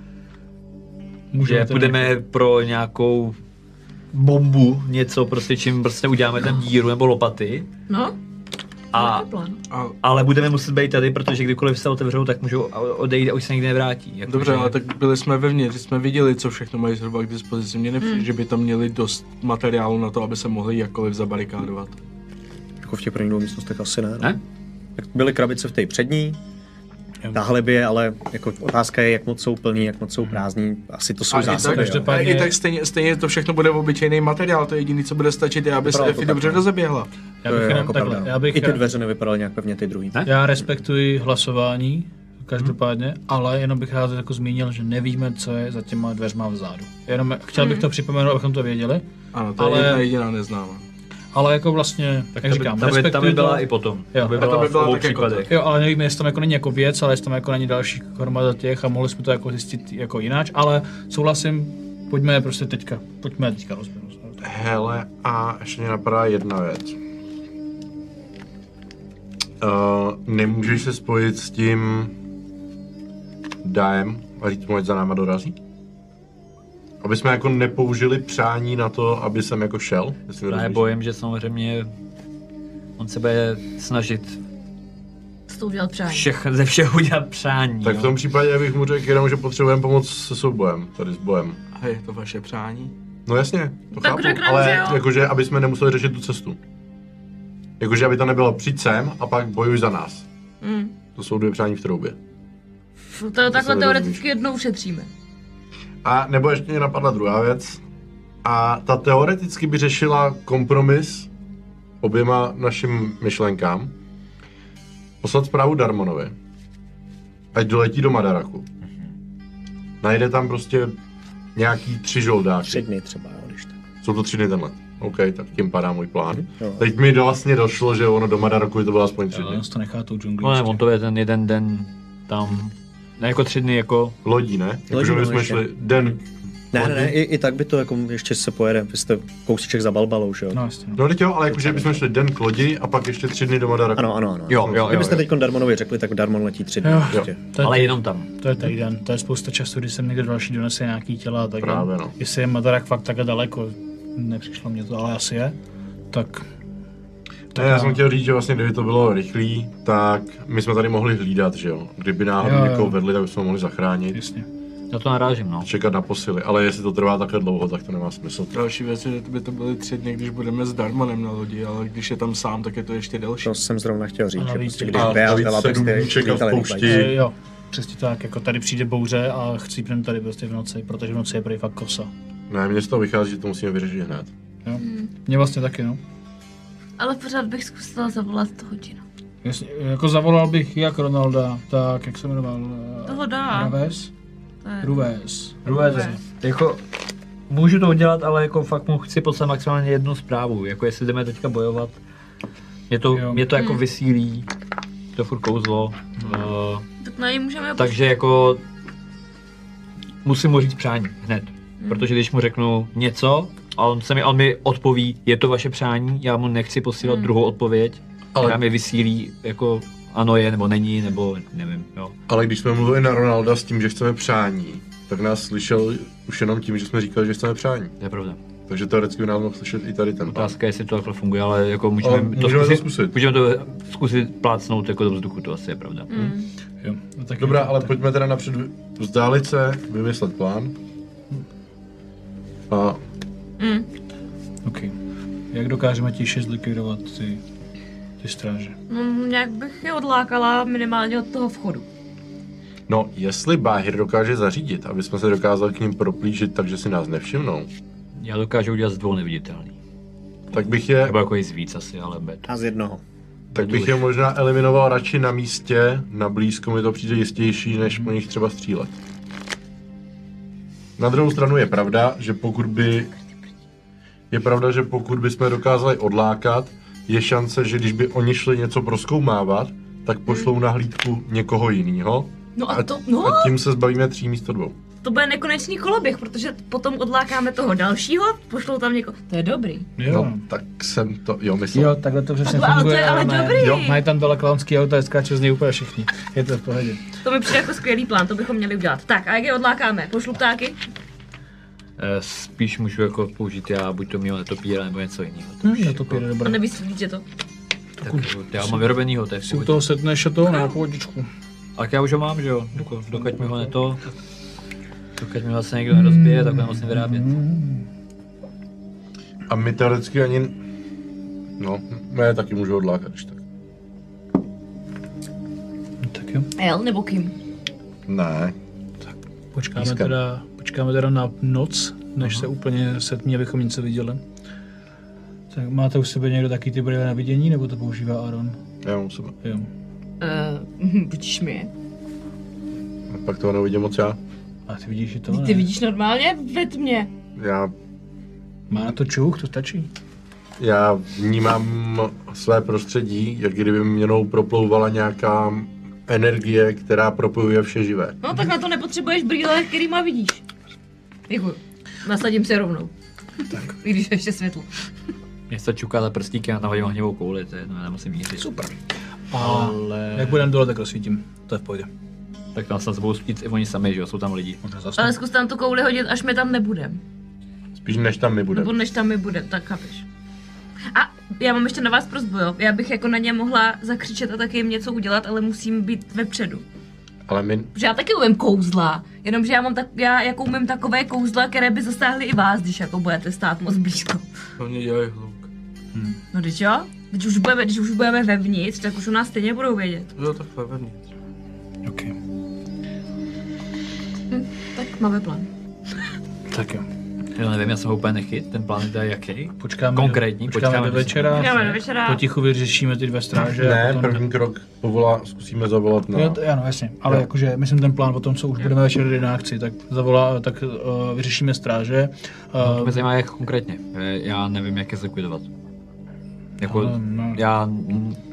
Speaker 3: že
Speaker 4: to
Speaker 3: půjdeme pro nějakou bombu, něco prostě, čím prostě uděláme tam díru nebo lopaty.
Speaker 5: No,
Speaker 3: A,
Speaker 5: to je plán.
Speaker 6: A
Speaker 3: ale budeme muset být tady, protože kdykoliv se otevřou, tak můžou odejít a už se nikdy nevrátí. Jako,
Speaker 6: Dobře,
Speaker 3: že-
Speaker 6: ale tak byli jsme vevnitř, jsme viděli, co všechno mají zhruba k dispozici. Mně nepřijde, že by tam měli dost materiálu na to, aby se mohli jakkoliv zabarikádovat.
Speaker 1: Jako v těch prvních dvou místnostech asi ne. no.
Speaker 3: Ne?
Speaker 1: Tak byly krabice v té přední,
Speaker 4: Jo.
Speaker 1: tahle by je, ale jako otázka je, jak moc jsou plní, jak
Speaker 4: Hmm.
Speaker 1: moc jsou prázdní. Asi to jsou
Speaker 6: i tak,
Speaker 1: zásoby. jo.
Speaker 4: každopádně-
Speaker 6: i tak stejně, stejně to všechno bude obyčejný materiál, to je jediné, co bude stačit, je, aby se
Speaker 1: Vypadalo to
Speaker 6: Efi
Speaker 1: tak,
Speaker 6: dobře
Speaker 1: no.
Speaker 6: rozeběhla.
Speaker 4: Já
Speaker 1: To
Speaker 4: bych
Speaker 1: je
Speaker 4: jenom
Speaker 1: jako
Speaker 4: takhle.
Speaker 1: pravda.
Speaker 4: Já, bych,
Speaker 1: I ty dveře nevypadaly nějak pevně, ty druhý.
Speaker 3: Ne?
Speaker 4: já respektuji hlasování, každopádně,
Speaker 3: Mhm.
Speaker 4: ale jenom bych rád jako zmínil, že nevíme, co je za těma dveřma vzadu. Jenom chtěl
Speaker 3: Mhm.
Speaker 4: bych to připomenout, abychom to věděli,
Speaker 6: Ano, to
Speaker 4: Ale-
Speaker 6: ale... je jedna jediná neznámá.
Speaker 4: ale jako vlastně, tak jak
Speaker 3: Ta by-
Speaker 4: říkám,
Speaker 3: ta by, ta by
Speaker 4: respektuji
Speaker 3: byla
Speaker 4: to.
Speaker 3: i potom.
Speaker 4: Jo.
Speaker 3: Ta by
Speaker 4: A
Speaker 6: ta
Speaker 3: byla,
Speaker 6: by byla
Speaker 3: v obou
Speaker 6: tak jako
Speaker 3: případech.
Speaker 4: Jo, ale nevíme, jestli tam jako není jako věc, ale jestli tam jako není další hromada těch a mohli jsme to jako zjistit jako jináč, ale souhlasím, pojďme je prostě teďka, pojďme je teďka rozběhnout.
Speaker 2: Hele, a ještě mě napadá jedna věc. Uh, nemůžeš se spojit s tím dájem a říct mu, ať za náma dorazí? Aby jsme jako nepoužili přání na to, aby jsem jako šel? jestli
Speaker 3: Já je
Speaker 2: rozumíš?
Speaker 3: bojím, že samozřejmě on se bude snažit
Speaker 5: Co to udělat přání.
Speaker 3: všech, ze všeho udělat přání.
Speaker 2: Tak
Speaker 3: jo.
Speaker 2: v tom případě bych mu řekl jenom, že potřebujeme pomoc se soubojem, tady s bojem.
Speaker 6: A je to vaše přání?
Speaker 2: No jasně, to
Speaker 5: Tak
Speaker 2: chápu,
Speaker 5: řekneme, že
Speaker 2: ale
Speaker 5: jo.
Speaker 2: jakože, aby jsme nemuseli řešit tu cestu. Jakože, aby to nebylo přijď sem a pak bojuj za nás.
Speaker 5: Mm.
Speaker 2: To jsou dvě přání v troubě.
Speaker 5: No To takhle
Speaker 2: se
Speaker 5: teoreticky
Speaker 2: nedozvíš.
Speaker 5: jednou ušetříme.
Speaker 2: A nebo ještě mě napadla druhá věc. A ta teoreticky by řešila kompromis oběma našim myšlenkám. Poslat zprávu Darmonovi. Ať doletí do Madaraku. Najde tam prostě nějaký tři
Speaker 1: Tři
Speaker 2: žoldáky.
Speaker 1: dny třeba, jo, když tak.
Speaker 2: Jsou to tři dny tenhle. OK, tak tím padá můj plán.
Speaker 1: Jo.
Speaker 2: Teď mi do- vlastně došlo, že ono do Madaraku by to bylo aspoň tři
Speaker 4: Ale
Speaker 2: dny.
Speaker 4: on si to nechá tou džungli.
Speaker 3: No ne,
Speaker 4: ještě.
Speaker 3: on to je ten jeden den tam, ne jako tři dny, jako
Speaker 2: Lodí, ne?
Speaker 1: Lodí,
Speaker 2: Jakože
Speaker 1: no,
Speaker 2: bychom
Speaker 1: ještě.
Speaker 2: šli den.
Speaker 1: Ne, ne, ne, i, i tak by to jako ještě se pojede, vy jste kousíček za balbalou, že jo?
Speaker 4: No jasně, no.
Speaker 2: No teď jo, ale jakože bychom šli den k lodi a pak ještě tři dny do Madaraku.
Speaker 1: Ano, ano, ano.
Speaker 3: jo, jo, jo,
Speaker 1: Kdybyste
Speaker 3: jo.
Speaker 1: teď Darmonovi řekli, tak Darmon letí tři dny.
Speaker 4: Jo.
Speaker 1: prostě.
Speaker 4: To je,
Speaker 3: ale jenom tam.
Speaker 4: to je týden, to je spousta času, když sem někdo další donese nějaký těla a tak dále.
Speaker 2: Právě, no.
Speaker 4: Jestli je Madarak fakt takhle daleko, nepřišlo mě to, ale asi je, tak
Speaker 2: Ne, já jsem chtěl říct, že vlastně kdyby to bylo rychlý, tak my jsme tady mohli hlídat, že jo. Kdyby náhodou
Speaker 4: Jo, jo.
Speaker 2: někoho vedli, tak jsme mohli zachránit,
Speaker 4: jasně.
Speaker 3: Na to narážím, no.
Speaker 2: čekat na posily. Ale jestli to trvá takhle dlouho, tak to nemá smysl.
Speaker 6: Další věc je, že by to byly tři dny, když budeme s Darmanem na lodi, ale když je tam sám, tak je to ještě delší.
Speaker 1: To jsem zrovna chtěl říct,
Speaker 4: A
Speaker 1: že
Speaker 4: navíc-
Speaker 1: prostě když
Speaker 2: a navíc
Speaker 1: Bea tak
Speaker 2: sedm
Speaker 1: jste
Speaker 2: dní čekat v
Speaker 1: lítali
Speaker 2: poušti.
Speaker 1: nejblíž.
Speaker 4: E, jo, přesně tak, jako tady přijde bouře a chcípnem tady prostě v noci, protože v noci je prý fakt kosa.
Speaker 2: Ne, mně z toho vychází, že to musíme vyřešit hned.
Speaker 4: Jo? Mě vlastně taky, no.
Speaker 5: Ale pořád bych zkusila zavolat toho Gina.
Speaker 4: Jasně, jako zavolal bych jak Ronalda, tak jak se jmenoval? eh,
Speaker 5: Toho dá.
Speaker 4: Ruves?
Speaker 5: To je-
Speaker 4: Ruves.
Speaker 3: Druhé zem. Jako, můžu to udělat, ale jako fakt mu chci poslat maximálně jednu zprávu. Jako jestli jdeme teďka bojovat, mě
Speaker 4: Jo.
Speaker 3: to, mě to jako vysílí, to furt kouzlo. eh,
Speaker 5: Tak na něj můžeme
Speaker 3: Takže jako musím mu říct přání hned. Protože když mu řeknu něco a on, se mi, on mi odpoví, je to vaše přání, já mu nechci posílat druhou odpověď,
Speaker 2: Ale-
Speaker 3: Ale... která mi vysílí jako ano je nebo není, nebo nevím, jo.
Speaker 2: Ale když jsme mluvili na Ronalda s tím, že chceme přání, tak nás slyšel už jenom tím, že jsme říkali, že chceme přání.
Speaker 3: To je pravda.
Speaker 2: Takže teoreticky by nás mohl slyšet i tady ten pán.
Speaker 3: Otázka je, jestli to takhle funguje, ale jako můžeme,
Speaker 2: Ale můžeme to zkusit.
Speaker 3: Můžeme to zkusit plácnout jako do vzduchu, to asi je pravda.
Speaker 4: Jo, no tak
Speaker 2: Dobrá, ale pojďme teda napřed vy- vzdálit se, vymyslet plán. A
Speaker 4: Okay. Jak dokážeme tiše zlikvidovat ty, ty stráže?
Speaker 5: No, nějak bych je odlákala minimálně od toho vchodu.
Speaker 2: No, jestli Báhir dokáže zařídit, aby jsme se dokázali k ním proplížit, takže si nás nevšimnou,
Speaker 3: Já dokážu udělat z dvou neviditelný.
Speaker 2: tak bych je,
Speaker 3: Nebo jako i z víc asi, ale bed.
Speaker 1: A z jednoho.
Speaker 2: tak bych je možná eliminoval radši na místě, na blízko mi to přijde jistější, než po nich třeba střílet. Na druhou stranu je pravda, že pokud by je pravda, že pokud bychom dokázali odlákat, je šance, že když by oni šli něco proskoumávat, tak pošlou na hlídku někoho jiného.
Speaker 5: No a to, no,
Speaker 2: a tím se zbavíme tří místo dvou.
Speaker 5: to bude nekonečný koloběh, protože potom odlákáme toho dalšího, pošlou tam někoho. To je dobrý.
Speaker 4: Jo.
Speaker 2: No, tak jsem to, jo, myslím.
Speaker 8: Jo, takhle to přesně
Speaker 5: Tak ale to
Speaker 8: funguje.
Speaker 5: je ale dobrý.
Speaker 2: Jo.
Speaker 8: Mají tam dole klaunský auto, je skáču z něj úplně všichni. Je to v pohodě.
Speaker 5: To mi přijde jako skvělý plán, to bychom měli udělat. Tak a jak je odlákáme? Pošlu ptáky?
Speaker 3: Eh, Spíš můžu jako použít já buď to mýho netopíra nebo něco jiného.
Speaker 4: No, já to půjde
Speaker 5: A
Speaker 4: dobré.
Speaker 5: nevysvětlíš, že to.
Speaker 3: Tak, jo, já mám vyrobenýho, to je v
Speaker 4: Si u
Speaker 3: pohodě.
Speaker 4: toho setneš a to na pohodičku.
Speaker 3: A já už ho mám, že jo? Doko- Dokud mi ho neto, dokud mi ho zase někdo nerozbije, tak ho musím vyrábět.
Speaker 2: A my teoreticky ani... No, ne, taky můžu odlákat, když tak.
Speaker 4: No, tak jo.
Speaker 5: El nebo Kim?
Speaker 2: Ne.
Speaker 4: Počkáme
Speaker 2: Pískat.
Speaker 4: teda, počkáme teda na noc, než se úplně setmí, abychom něco viděli. Tak máte u sebe někdo taky ty brýle na vidění, nebo to používá Aaron?
Speaker 2: Já mám u sebe.
Speaker 4: Jo.
Speaker 5: Eh, <laughs>
Speaker 7: Uh, vidíš mi je?
Speaker 2: A pak toho nevidím moc já.
Speaker 4: A ty vidíš, že to
Speaker 7: Ty
Speaker 4: No, ne.
Speaker 7: vidíš normálně ve tmě.
Speaker 2: Já,
Speaker 4: Má na to čuch, to stačí.
Speaker 2: já vnímám své prostředí, jak kdyby měnou proplouvala nějaká energie, která propojuje vše živé.
Speaker 7: No tak na to nepotřebuješ brýle, kterýma vidíš.
Speaker 5: Děkuju. Nasadím se rovnou.
Speaker 7: I když je ještě světlo.
Speaker 3: Mě se čuká za prstíky a nahodím hněvou kouli, to je jedno, já nemusím jíst. Super.
Speaker 4: A
Speaker 3: Ale...
Speaker 4: jak budeme dole, tak rozsvítím. To je v pohodě.
Speaker 3: Tak tam snad budou spít i oni sami, že jo, jsou tam lidi.
Speaker 4: Možná zase.
Speaker 5: Ale zkus tam tu kouli hodit, až my tam nebudem.
Speaker 2: Spíš než tam my budeme.
Speaker 5: Nebo než tam my budem, tak chápeš. A já mám ještě na vás prozbu, jo. Já bych jako na ně mohla zakřičet a taky jim něco udělat, ale musím být vepředu.
Speaker 2: Ale my,
Speaker 5: Protože já taky umím kouzla, jenomže já mám tak, já jako umím takové kouzla, které by zasáhly i vás, když jako budete stát moc blízko.
Speaker 6: Hlavně dělají hluk.
Speaker 5: No když jo? Když už budeme, když už budeme vevnitř, tak už u nás stejně budou vědět.
Speaker 6: Jo, takhle vevnitř.
Speaker 4: Okay.
Speaker 5: Tak máme plán.
Speaker 4: Tak jo.
Speaker 3: Já nevím, já jsem ho úplně nechyt, ten plán je teda jaký?
Speaker 4: Počkáme,
Speaker 3: Konkrétní,
Speaker 4: počkáme,
Speaker 3: počkáme
Speaker 4: do
Speaker 3: do-
Speaker 4: večera.
Speaker 5: Počkáme do večera.
Speaker 4: Potichu vyřešíme ty dvě stráže. a
Speaker 2: ne,
Speaker 4: potom-
Speaker 2: první krok povolá, zkusíme zavolat na...
Speaker 4: Jo, t- ano, jasně, ale
Speaker 2: Jo.
Speaker 4: jakože myslím ten plán o tom, co už budeme večer jde na akci, tak zavolá, tak uh, vyřešíme stráže.
Speaker 3: To
Speaker 4: Uh,
Speaker 3: mě zajímá, jak konkrétně. Eh, Já nevím, jak je zlikvidovat. Jako,
Speaker 4: Ale ne.
Speaker 3: já,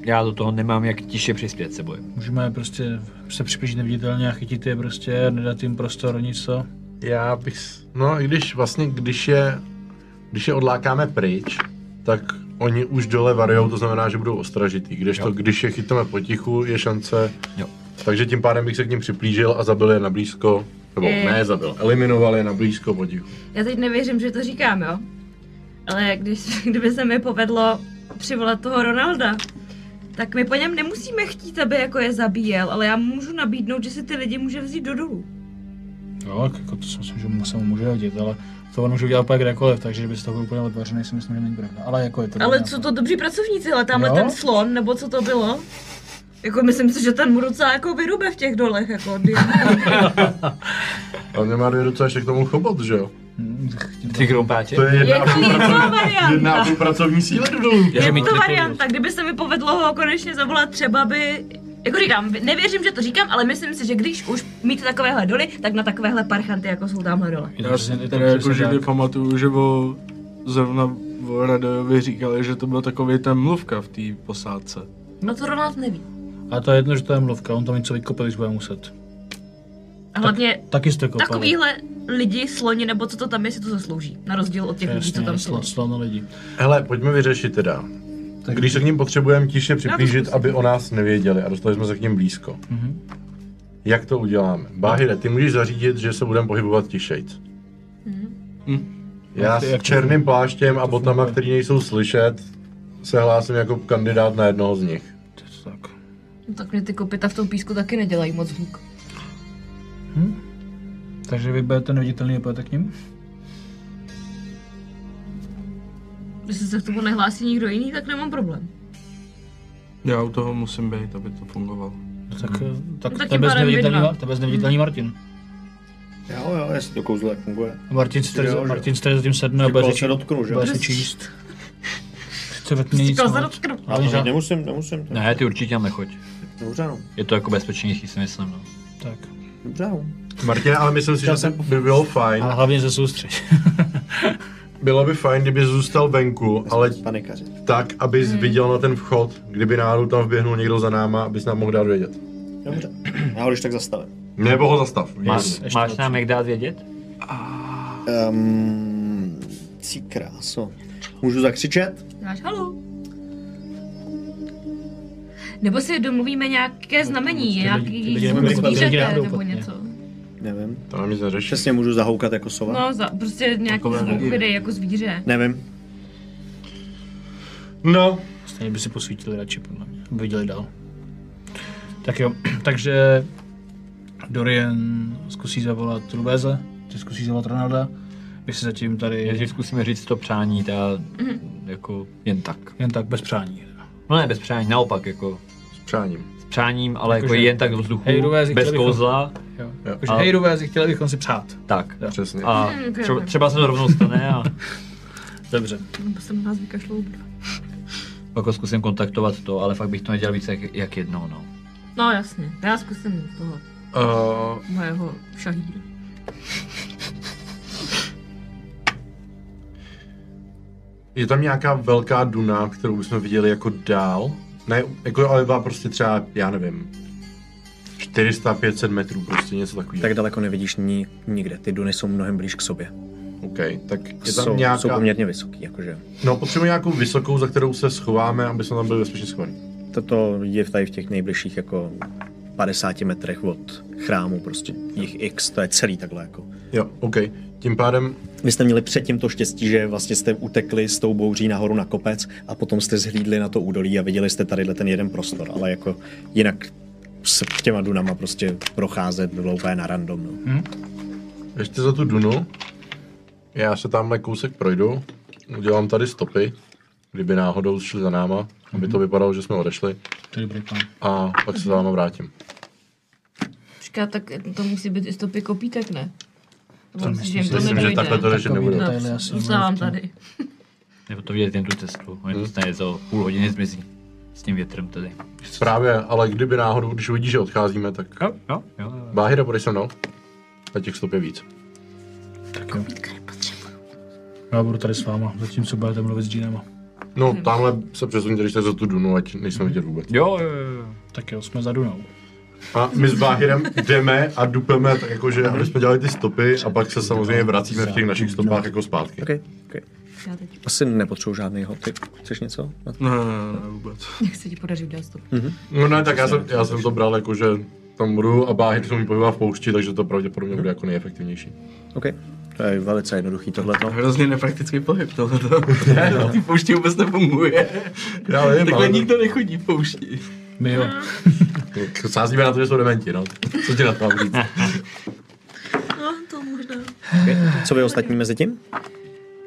Speaker 3: já do toho nemám jak tiše přispět se bojím.
Speaker 4: můžeme prostě se přiblížit neviditelně a chytit je prostě, nedat jim prostor, nic co.
Speaker 2: Já bych... s- No, i když vlastně, když je, když je odlákáme pryč, tak oni už dole varujou, to znamená, že budou ostražitý. Když, to,
Speaker 3: Jo.
Speaker 2: když je chytneme potichu, je šance.
Speaker 3: Jo.
Speaker 2: Takže tím pádem bych se k ním připlížil a zabil je na blízko. Nebo
Speaker 5: Eh.
Speaker 2: ne zabil, eliminoval je na blízko potichu.
Speaker 5: Já teď nevěřím, že to říkám, jo. Ale když, <laughs> kdyby se mi povedlo přivolat toho Ronalda, tak my po něm nemusíme chtít, aby jako je zabíjel, ale já můžu nabídnout, že si ty lidi může vzít do dolů.
Speaker 4: Jo, tak jako to si myslím, že mu se mu může hodit, ale to on může udělat pak kdekoliv, takže kdyby z toho byl úplně odvařený, si myslím, že není pravda. Ale jako je to
Speaker 5: Ale
Speaker 4: dobrý
Speaker 5: co
Speaker 4: nápad.
Speaker 5: to dobří pracovníci, ale tamhle
Speaker 4: Jo.
Speaker 5: ten slon, nebo co to bylo? Jako myslím si, že ten mu docela jako vyrube v těch dolech, jako
Speaker 2: <laughs>
Speaker 5: když...
Speaker 2: Ale nemá dvě ruce ještě k tomu chobot, že jo?
Speaker 4: Hm, chtít-
Speaker 3: Ty krompáče?
Speaker 2: To je jedna a
Speaker 5: jako
Speaker 2: půl
Speaker 5: je to
Speaker 2: pracovní, jedna a
Speaker 5: varianta.
Speaker 2: půl
Speaker 3: <laughs>
Speaker 2: pracovní síly do dolů.
Speaker 3: Já
Speaker 5: Je
Speaker 3: mít
Speaker 5: to
Speaker 3: kliku.
Speaker 5: varianta, kdyby se mi povedlo ho konečně zavolat, třeba by... Jako říkám, nevěřím, že to říkám, ale myslím si, že když už mít takovéhle doly, tak na takovéhle parchanty, jako jsou tamhle dole.
Speaker 4: Je to
Speaker 6: Já
Speaker 4: přesně-
Speaker 6: si
Speaker 4: je to
Speaker 6: teda
Speaker 4: přesně
Speaker 6: jako živě
Speaker 4: tak.
Speaker 6: pamatuju, že o, zrovna o Radovi říkali, že to byl takový ten mluvka v té posádce.
Speaker 5: No to Ronald neví.
Speaker 4: A to je jedno, že to je mluvka, on tam něco vykope, když bude muset.
Speaker 5: A hlavně
Speaker 4: Taky jste kopali.
Speaker 5: takovýhle lidi, sloni, nebo co to tam je, si to zaslouží. Na rozdíl od těch lidí, co
Speaker 4: Jasně,
Speaker 5: tam jsou.
Speaker 4: slo, slono lidi.
Speaker 2: Hele, pojďme vyřešit teda. Tak když se k ním potřebujeme tiše připlížit, aby o nás nevěděli a dostali jsme se k ním blízko. Mm-hmm. Jak to uděláme? Báhire, ty můžeš zařídit, že se budeme pohybovat tišejc. Já Mhm.
Speaker 4: Jak- jak
Speaker 2: s
Speaker 4: to
Speaker 2: černým pláštěm a botama,
Speaker 4: funguje?
Speaker 2: který nejsou slyšet, se hlásím jako kandidát na jednoho z nich.
Speaker 4: To je to tak.
Speaker 5: No tak mě ty kopita v tom písku taky nedělají moc hluk.
Speaker 4: Takže vy budete neviditelný a půjdete k ním?
Speaker 5: Jestli se k tomu nehlásí nikdo jiný, tak nemám problém.
Speaker 6: Já u toho musím být, aby to fungovalo.
Speaker 4: Tak, tak,
Speaker 5: No
Speaker 4: tak tebe s
Speaker 5: tak tím pádem Hmm.
Speaker 4: neviditelný,
Speaker 5: vidno.
Speaker 4: Ma- tebe s neviditelný Martin.
Speaker 1: Jo, jo, jestli to kouzlo jako jak funguje.
Speaker 4: A Martin si tady,
Speaker 1: Jo, že jo.
Speaker 4: Martin si tady zatím sedne a bude
Speaker 1: Jako se
Speaker 4: řečit.
Speaker 1: dotknu, že jo?
Speaker 4: Bude si číst. Chce vetně nic.
Speaker 5: Říkal Prostě- se
Speaker 4: moc.
Speaker 5: dotknu.
Speaker 4: Ale žád-
Speaker 1: Nemusím, nemusím. tak.
Speaker 3: Ne, ty určitě tam nechoď.
Speaker 1: Dobře, no.
Speaker 3: Je to jako bezpečnější, si myslím, no.
Speaker 4: Tak.
Speaker 1: Dobře, no.
Speaker 2: Martin, ale myslím si, že to by bylo fajn.
Speaker 4: Ale hlavně se soustřeď.
Speaker 2: Bylo by fajn, kdyby zůstal venku, ale
Speaker 1: Panikaři.
Speaker 2: tak, abys viděl na ten vchod, kdyby náhodou tam vběhnul někdo za náma, abys nám mohl dát vědět.
Speaker 1: Dobře. <clears throat> Já ho když tak zastavím.
Speaker 2: Nebo ho zastav.
Speaker 3: Máš,
Speaker 2: Yes.
Speaker 4: ještě
Speaker 3: máš
Speaker 4: lepší.
Speaker 3: nám jak dát vědět?
Speaker 1: Um, cí kráso. Můžu zakřičet?
Speaker 5: Dáš halo. Nebo si domluvíme nějaké znamení,
Speaker 4: lidi-
Speaker 5: nějaký
Speaker 4: lidi nebudou
Speaker 1: chodit, lidi
Speaker 5: zvířete
Speaker 4: nebudou
Speaker 5: nebo
Speaker 4: chodit, ne.
Speaker 5: něco.
Speaker 1: Nevím.
Speaker 2: To nám nic neřeší.
Speaker 1: Přesně můžu zahoukat jako sova?
Speaker 5: No, za, prostě nějaký
Speaker 6: Takové
Speaker 5: zvuk
Speaker 6: lidi.
Speaker 5: vydej jako zvíře.
Speaker 1: Nevím.
Speaker 2: No,
Speaker 4: Stejně by si posvítili radši, podle mě. Aby viděli dál. Tak jo, <clears throat> takže Dorian zkusí zavolat Rubéze, ty zkusí zavolat Ronalda. Vy si zatím tady
Speaker 3: Nejdřív zkusíme říct to přání, ta
Speaker 5: Mhm.
Speaker 3: jako jen tak.
Speaker 4: jen tak bez přání.
Speaker 3: No ne, bez přání, naopak, jako
Speaker 2: s přáním.
Speaker 3: s přáním, ale jako,
Speaker 4: Jakože-
Speaker 3: jen tak do vzduchu,
Speaker 4: Hej, Rubézi,
Speaker 3: bez
Speaker 8: jako-
Speaker 4: chtěli bychom-
Speaker 3: kouzla,
Speaker 4: Jo.
Speaker 2: Jo.
Speaker 4: Jakože,
Speaker 3: A-
Speaker 4: hej Rubézi, chtěli bychom si přát.
Speaker 3: tak.
Speaker 4: Jo.
Speaker 2: Přesně.
Speaker 3: A
Speaker 5: Hmm,
Speaker 3: třeba,
Speaker 5: ok.
Speaker 3: třeba se to rovnou stane a
Speaker 4: Dobře.
Speaker 5: Nebo jsem nás vykašlou.
Speaker 3: jako zkusím kontaktovat to, ale fakt bych to nedělal více jak, jak jednou, no.
Speaker 5: No jasně, já zkusím toho
Speaker 2: Uh,
Speaker 5: mojeho šahíra.
Speaker 2: je tam nějaká velká duna, kterou bychom viděli jako dál? Ne, jako ale byla prostě třeba, já nevím, 400-500 metrů, prostě něco takového.
Speaker 1: Tak daleko nevidíš ni- nikde. Ty duny jsou mnohem blíž k sobě.
Speaker 2: OK, tak je tam
Speaker 1: Jsou,
Speaker 2: nějaká...
Speaker 1: jsou poměrně vysoký, jakože.
Speaker 2: No, potřebujeme nějakou vysokou, za kterou se schováme, aby jsme tam byli bezpečně schovaní.
Speaker 1: Toto je tady v těch nejbližších jako 50 metrech od chrámu prostě. Jich x, to je celý takhle jako.
Speaker 2: Jo, OK. Tím pádem
Speaker 1: Vy jste měli předtím to štěstí, že vlastně jste utekli s tou bouří nahoru na kopec a potom jste zhlídli na to údolí a viděli jste tady ten jeden prostor, ale jako jinak se těma dunama prostě procházet bylo úplně na random. No.
Speaker 2: ještě za tu dunu. Já se tamhle kousek projdu, udělám tady stopy, kdyby náhodou šli za náma, aby
Speaker 3: Mhm.
Speaker 2: to vypadalo, že jsme odešli,
Speaker 4: To je dobrý plán.
Speaker 2: a pak se za náma vrátím.
Speaker 5: Říká, tak to musí být i stopy kopítek, ne? To myslím, že jim to
Speaker 2: Myslím, že
Speaker 5: nedojde.
Speaker 2: takhle to řešit nebude.
Speaker 4: detaily asi
Speaker 5: Zůstávám tady.
Speaker 3: Nebo to vidět jen tu cestu,
Speaker 8: Mhm.
Speaker 3: oni to stane za půl hodiny zmizí. S tím větrem tedy.
Speaker 2: Právě, ale kdyby náhodou, když uvidí, že odcházíme, tak...
Speaker 3: Jo, jo, jo. jo.
Speaker 2: Báhyra, půjdeš se mnou. Na těch stop je víc.
Speaker 4: Já budu tady s váma, zatímco budete mluvit s Jeanem.
Speaker 2: No, tamhle se přesuňte, když tak za tu dunu, ať nejsme vidět vůbec.
Speaker 3: Jo, jo, jo.
Speaker 4: Tak jo, jsme za Dunou.
Speaker 2: A my s Báhirem jdeme a dupeme, tak jakože, aby jsme dělali ty stopy a pak se samozřejmě vracíme v těch našich stopách jako zpátky.
Speaker 1: Okay, okay.
Speaker 5: Já teď
Speaker 1: Asi nepotřebuji žádný hot tip. Chceš něco? No.
Speaker 6: Ne, ne, ne, ne vůbec.
Speaker 5: nechci ti podařit dát stop.
Speaker 2: No ne, tak já jsem, já jsem to bral jakože tam budu a Báhir se mi pohybá v poušti, takže to pravděpodobně bude jako nejefektivnější.
Speaker 1: OK. To je velice jednoduchý tohleto.
Speaker 6: Hrozně nepraktický pohyb tohle. <laughs> Ne, ty poušti vůbec nefunguje.
Speaker 2: Já vím,
Speaker 6: Takhle
Speaker 2: ale-
Speaker 6: nikdo nechodí v poušti.
Speaker 4: My jo.
Speaker 2: Sázíme na to, že jsou dementi, no. Co ti na to mám říct?
Speaker 5: No, to možná.
Speaker 1: Co vy ostatní mezi tím?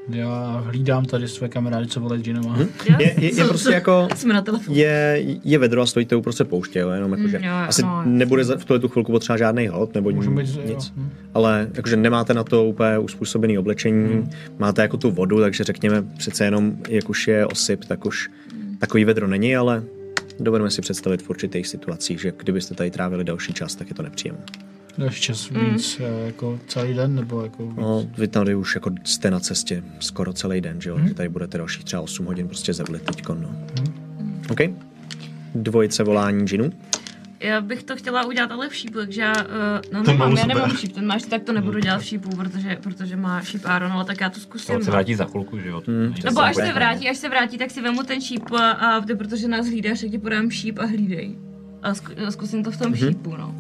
Speaker 4: Já hlídám tady své kamarády, co volají Jeanama.
Speaker 8: Hm?
Speaker 1: Je, je, je prostě jako...
Speaker 5: Jsme na telefonu.
Speaker 1: Je, je vedro a stojíte uprostřed pouště, jo, jenom jakože
Speaker 5: Mm, jo,
Speaker 1: asi
Speaker 5: no.
Speaker 1: nebude za- v tuhle tu chvilku potřeba žádný hod nebo
Speaker 4: Můžeme
Speaker 1: nic,
Speaker 4: jít, jo. Hm.
Speaker 1: ale jakože nemáte na to úplně uspůsobený oblečení,
Speaker 4: Hm.
Speaker 1: máte jako tu vodu, takže řekněme přece jenom, jak už je osyp, tak už takový vedro není, ale dovedeme si představit v určitých situacích, že kdybyste tady trávili další čas, tak je to nepříjemné.
Speaker 4: Další čas
Speaker 5: Hm.
Speaker 4: víc, eh, jako celý den, nebo jako víc.
Speaker 1: No, vy tady už jako jste na cestě skoro celý den, že jo?
Speaker 4: Hm.
Speaker 1: Vy tady budete dalších třeba 8 hodin prostě zevlit teďkon, no.
Speaker 4: Hm.
Speaker 1: OK? Dvojice volání džinu.
Speaker 5: Já bych to chtěla udělat ale v šípu, takže já, eh, no,
Speaker 2: To
Speaker 5: nemám,
Speaker 2: mám
Speaker 5: já
Speaker 2: super. Hmm.
Speaker 5: nemám šíp, ten máš, tak to nebudu dělat v šípu, protože, protože má šíp Aaron, ale tak já to zkusím.
Speaker 3: To se
Speaker 5: no.
Speaker 3: vrátí za chvilku, že jo.
Speaker 8: Mhm,
Speaker 3: to není
Speaker 5: Nebo až
Speaker 3: úplně-
Speaker 5: se vrátí, až se vrátí, tak si vemu ten šíp a, a ty, protože nás hlídáš, tak ti podám šíp a hlídej. A zku, a zkusím to v tom mm-hmm. šípu, no.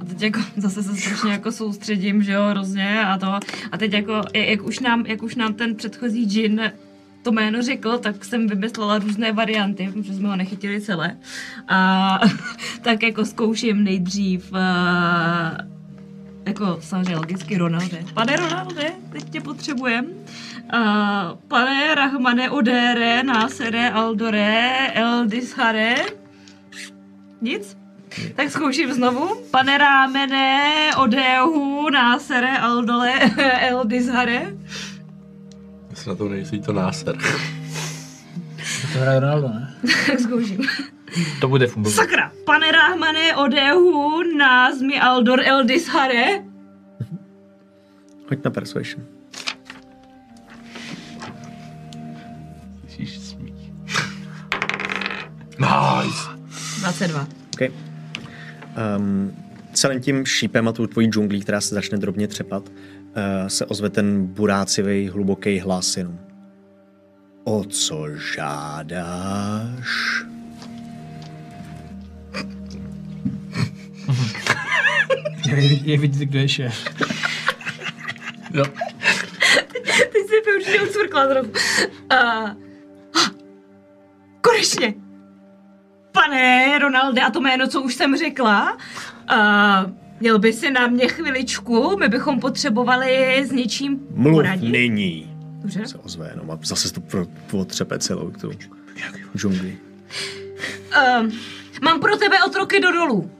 Speaker 5: A teď jako <laughs> zase se strašně jako soustředím, že jo, hrozně a to. A teď jako, jak jak už nám, jak už nám ten předchozí džin to jméno řekl, tak jsem vymyslela různé varianty, protože jsme ho nechytili celé. <laughs> A tak jako zkouším nejdřív uh, jako samozřejmě logicky Ronalde. Pane Ronalde, teď tě potřebujem. Uh, pane Rahmane Odere, Násere, Aldore, Eldishare. Nic? Tak zkouším znovu. Pane Rámene, Odehu, Násere, Aldole, <laughs> Eldishare.
Speaker 2: Jestli na to nejsi to náser.
Speaker 8: To hraje Ronaldo, ne?
Speaker 5: Tak zkouším.
Speaker 3: To bude fungovat.
Speaker 5: Sakra! Pane Rahmane, Odehu, Názmi, Aldor, Eldishare.
Speaker 1: Hoď na persuasion.
Speaker 6: Slyšíš smích.
Speaker 2: Nice!
Speaker 5: 22.
Speaker 1: OK. Um, celým tím šípem a tou tvojí džunglí, která se začne drobně třepat, uh, se ozve ten burácivý, hluboký hlas jenom. O co žádáš?
Speaker 8: Je vidět, kdo je šéf.
Speaker 6: Jo.
Speaker 5: Teď se mi určitě ucvrkla zrovna. Uh, konečně! Pane Ronalde, a to jméno, co už jsem řekla, uh, měl by si na mě chviličku, my bychom potřebovali s něčím
Speaker 1: Mluv
Speaker 5: poradit.
Speaker 1: nyní!
Speaker 5: Dobře.
Speaker 1: Se ozve jenom a zase to pro- potřepe celou tu džungli.
Speaker 5: Uh, mám pro tebe otroky do dolů.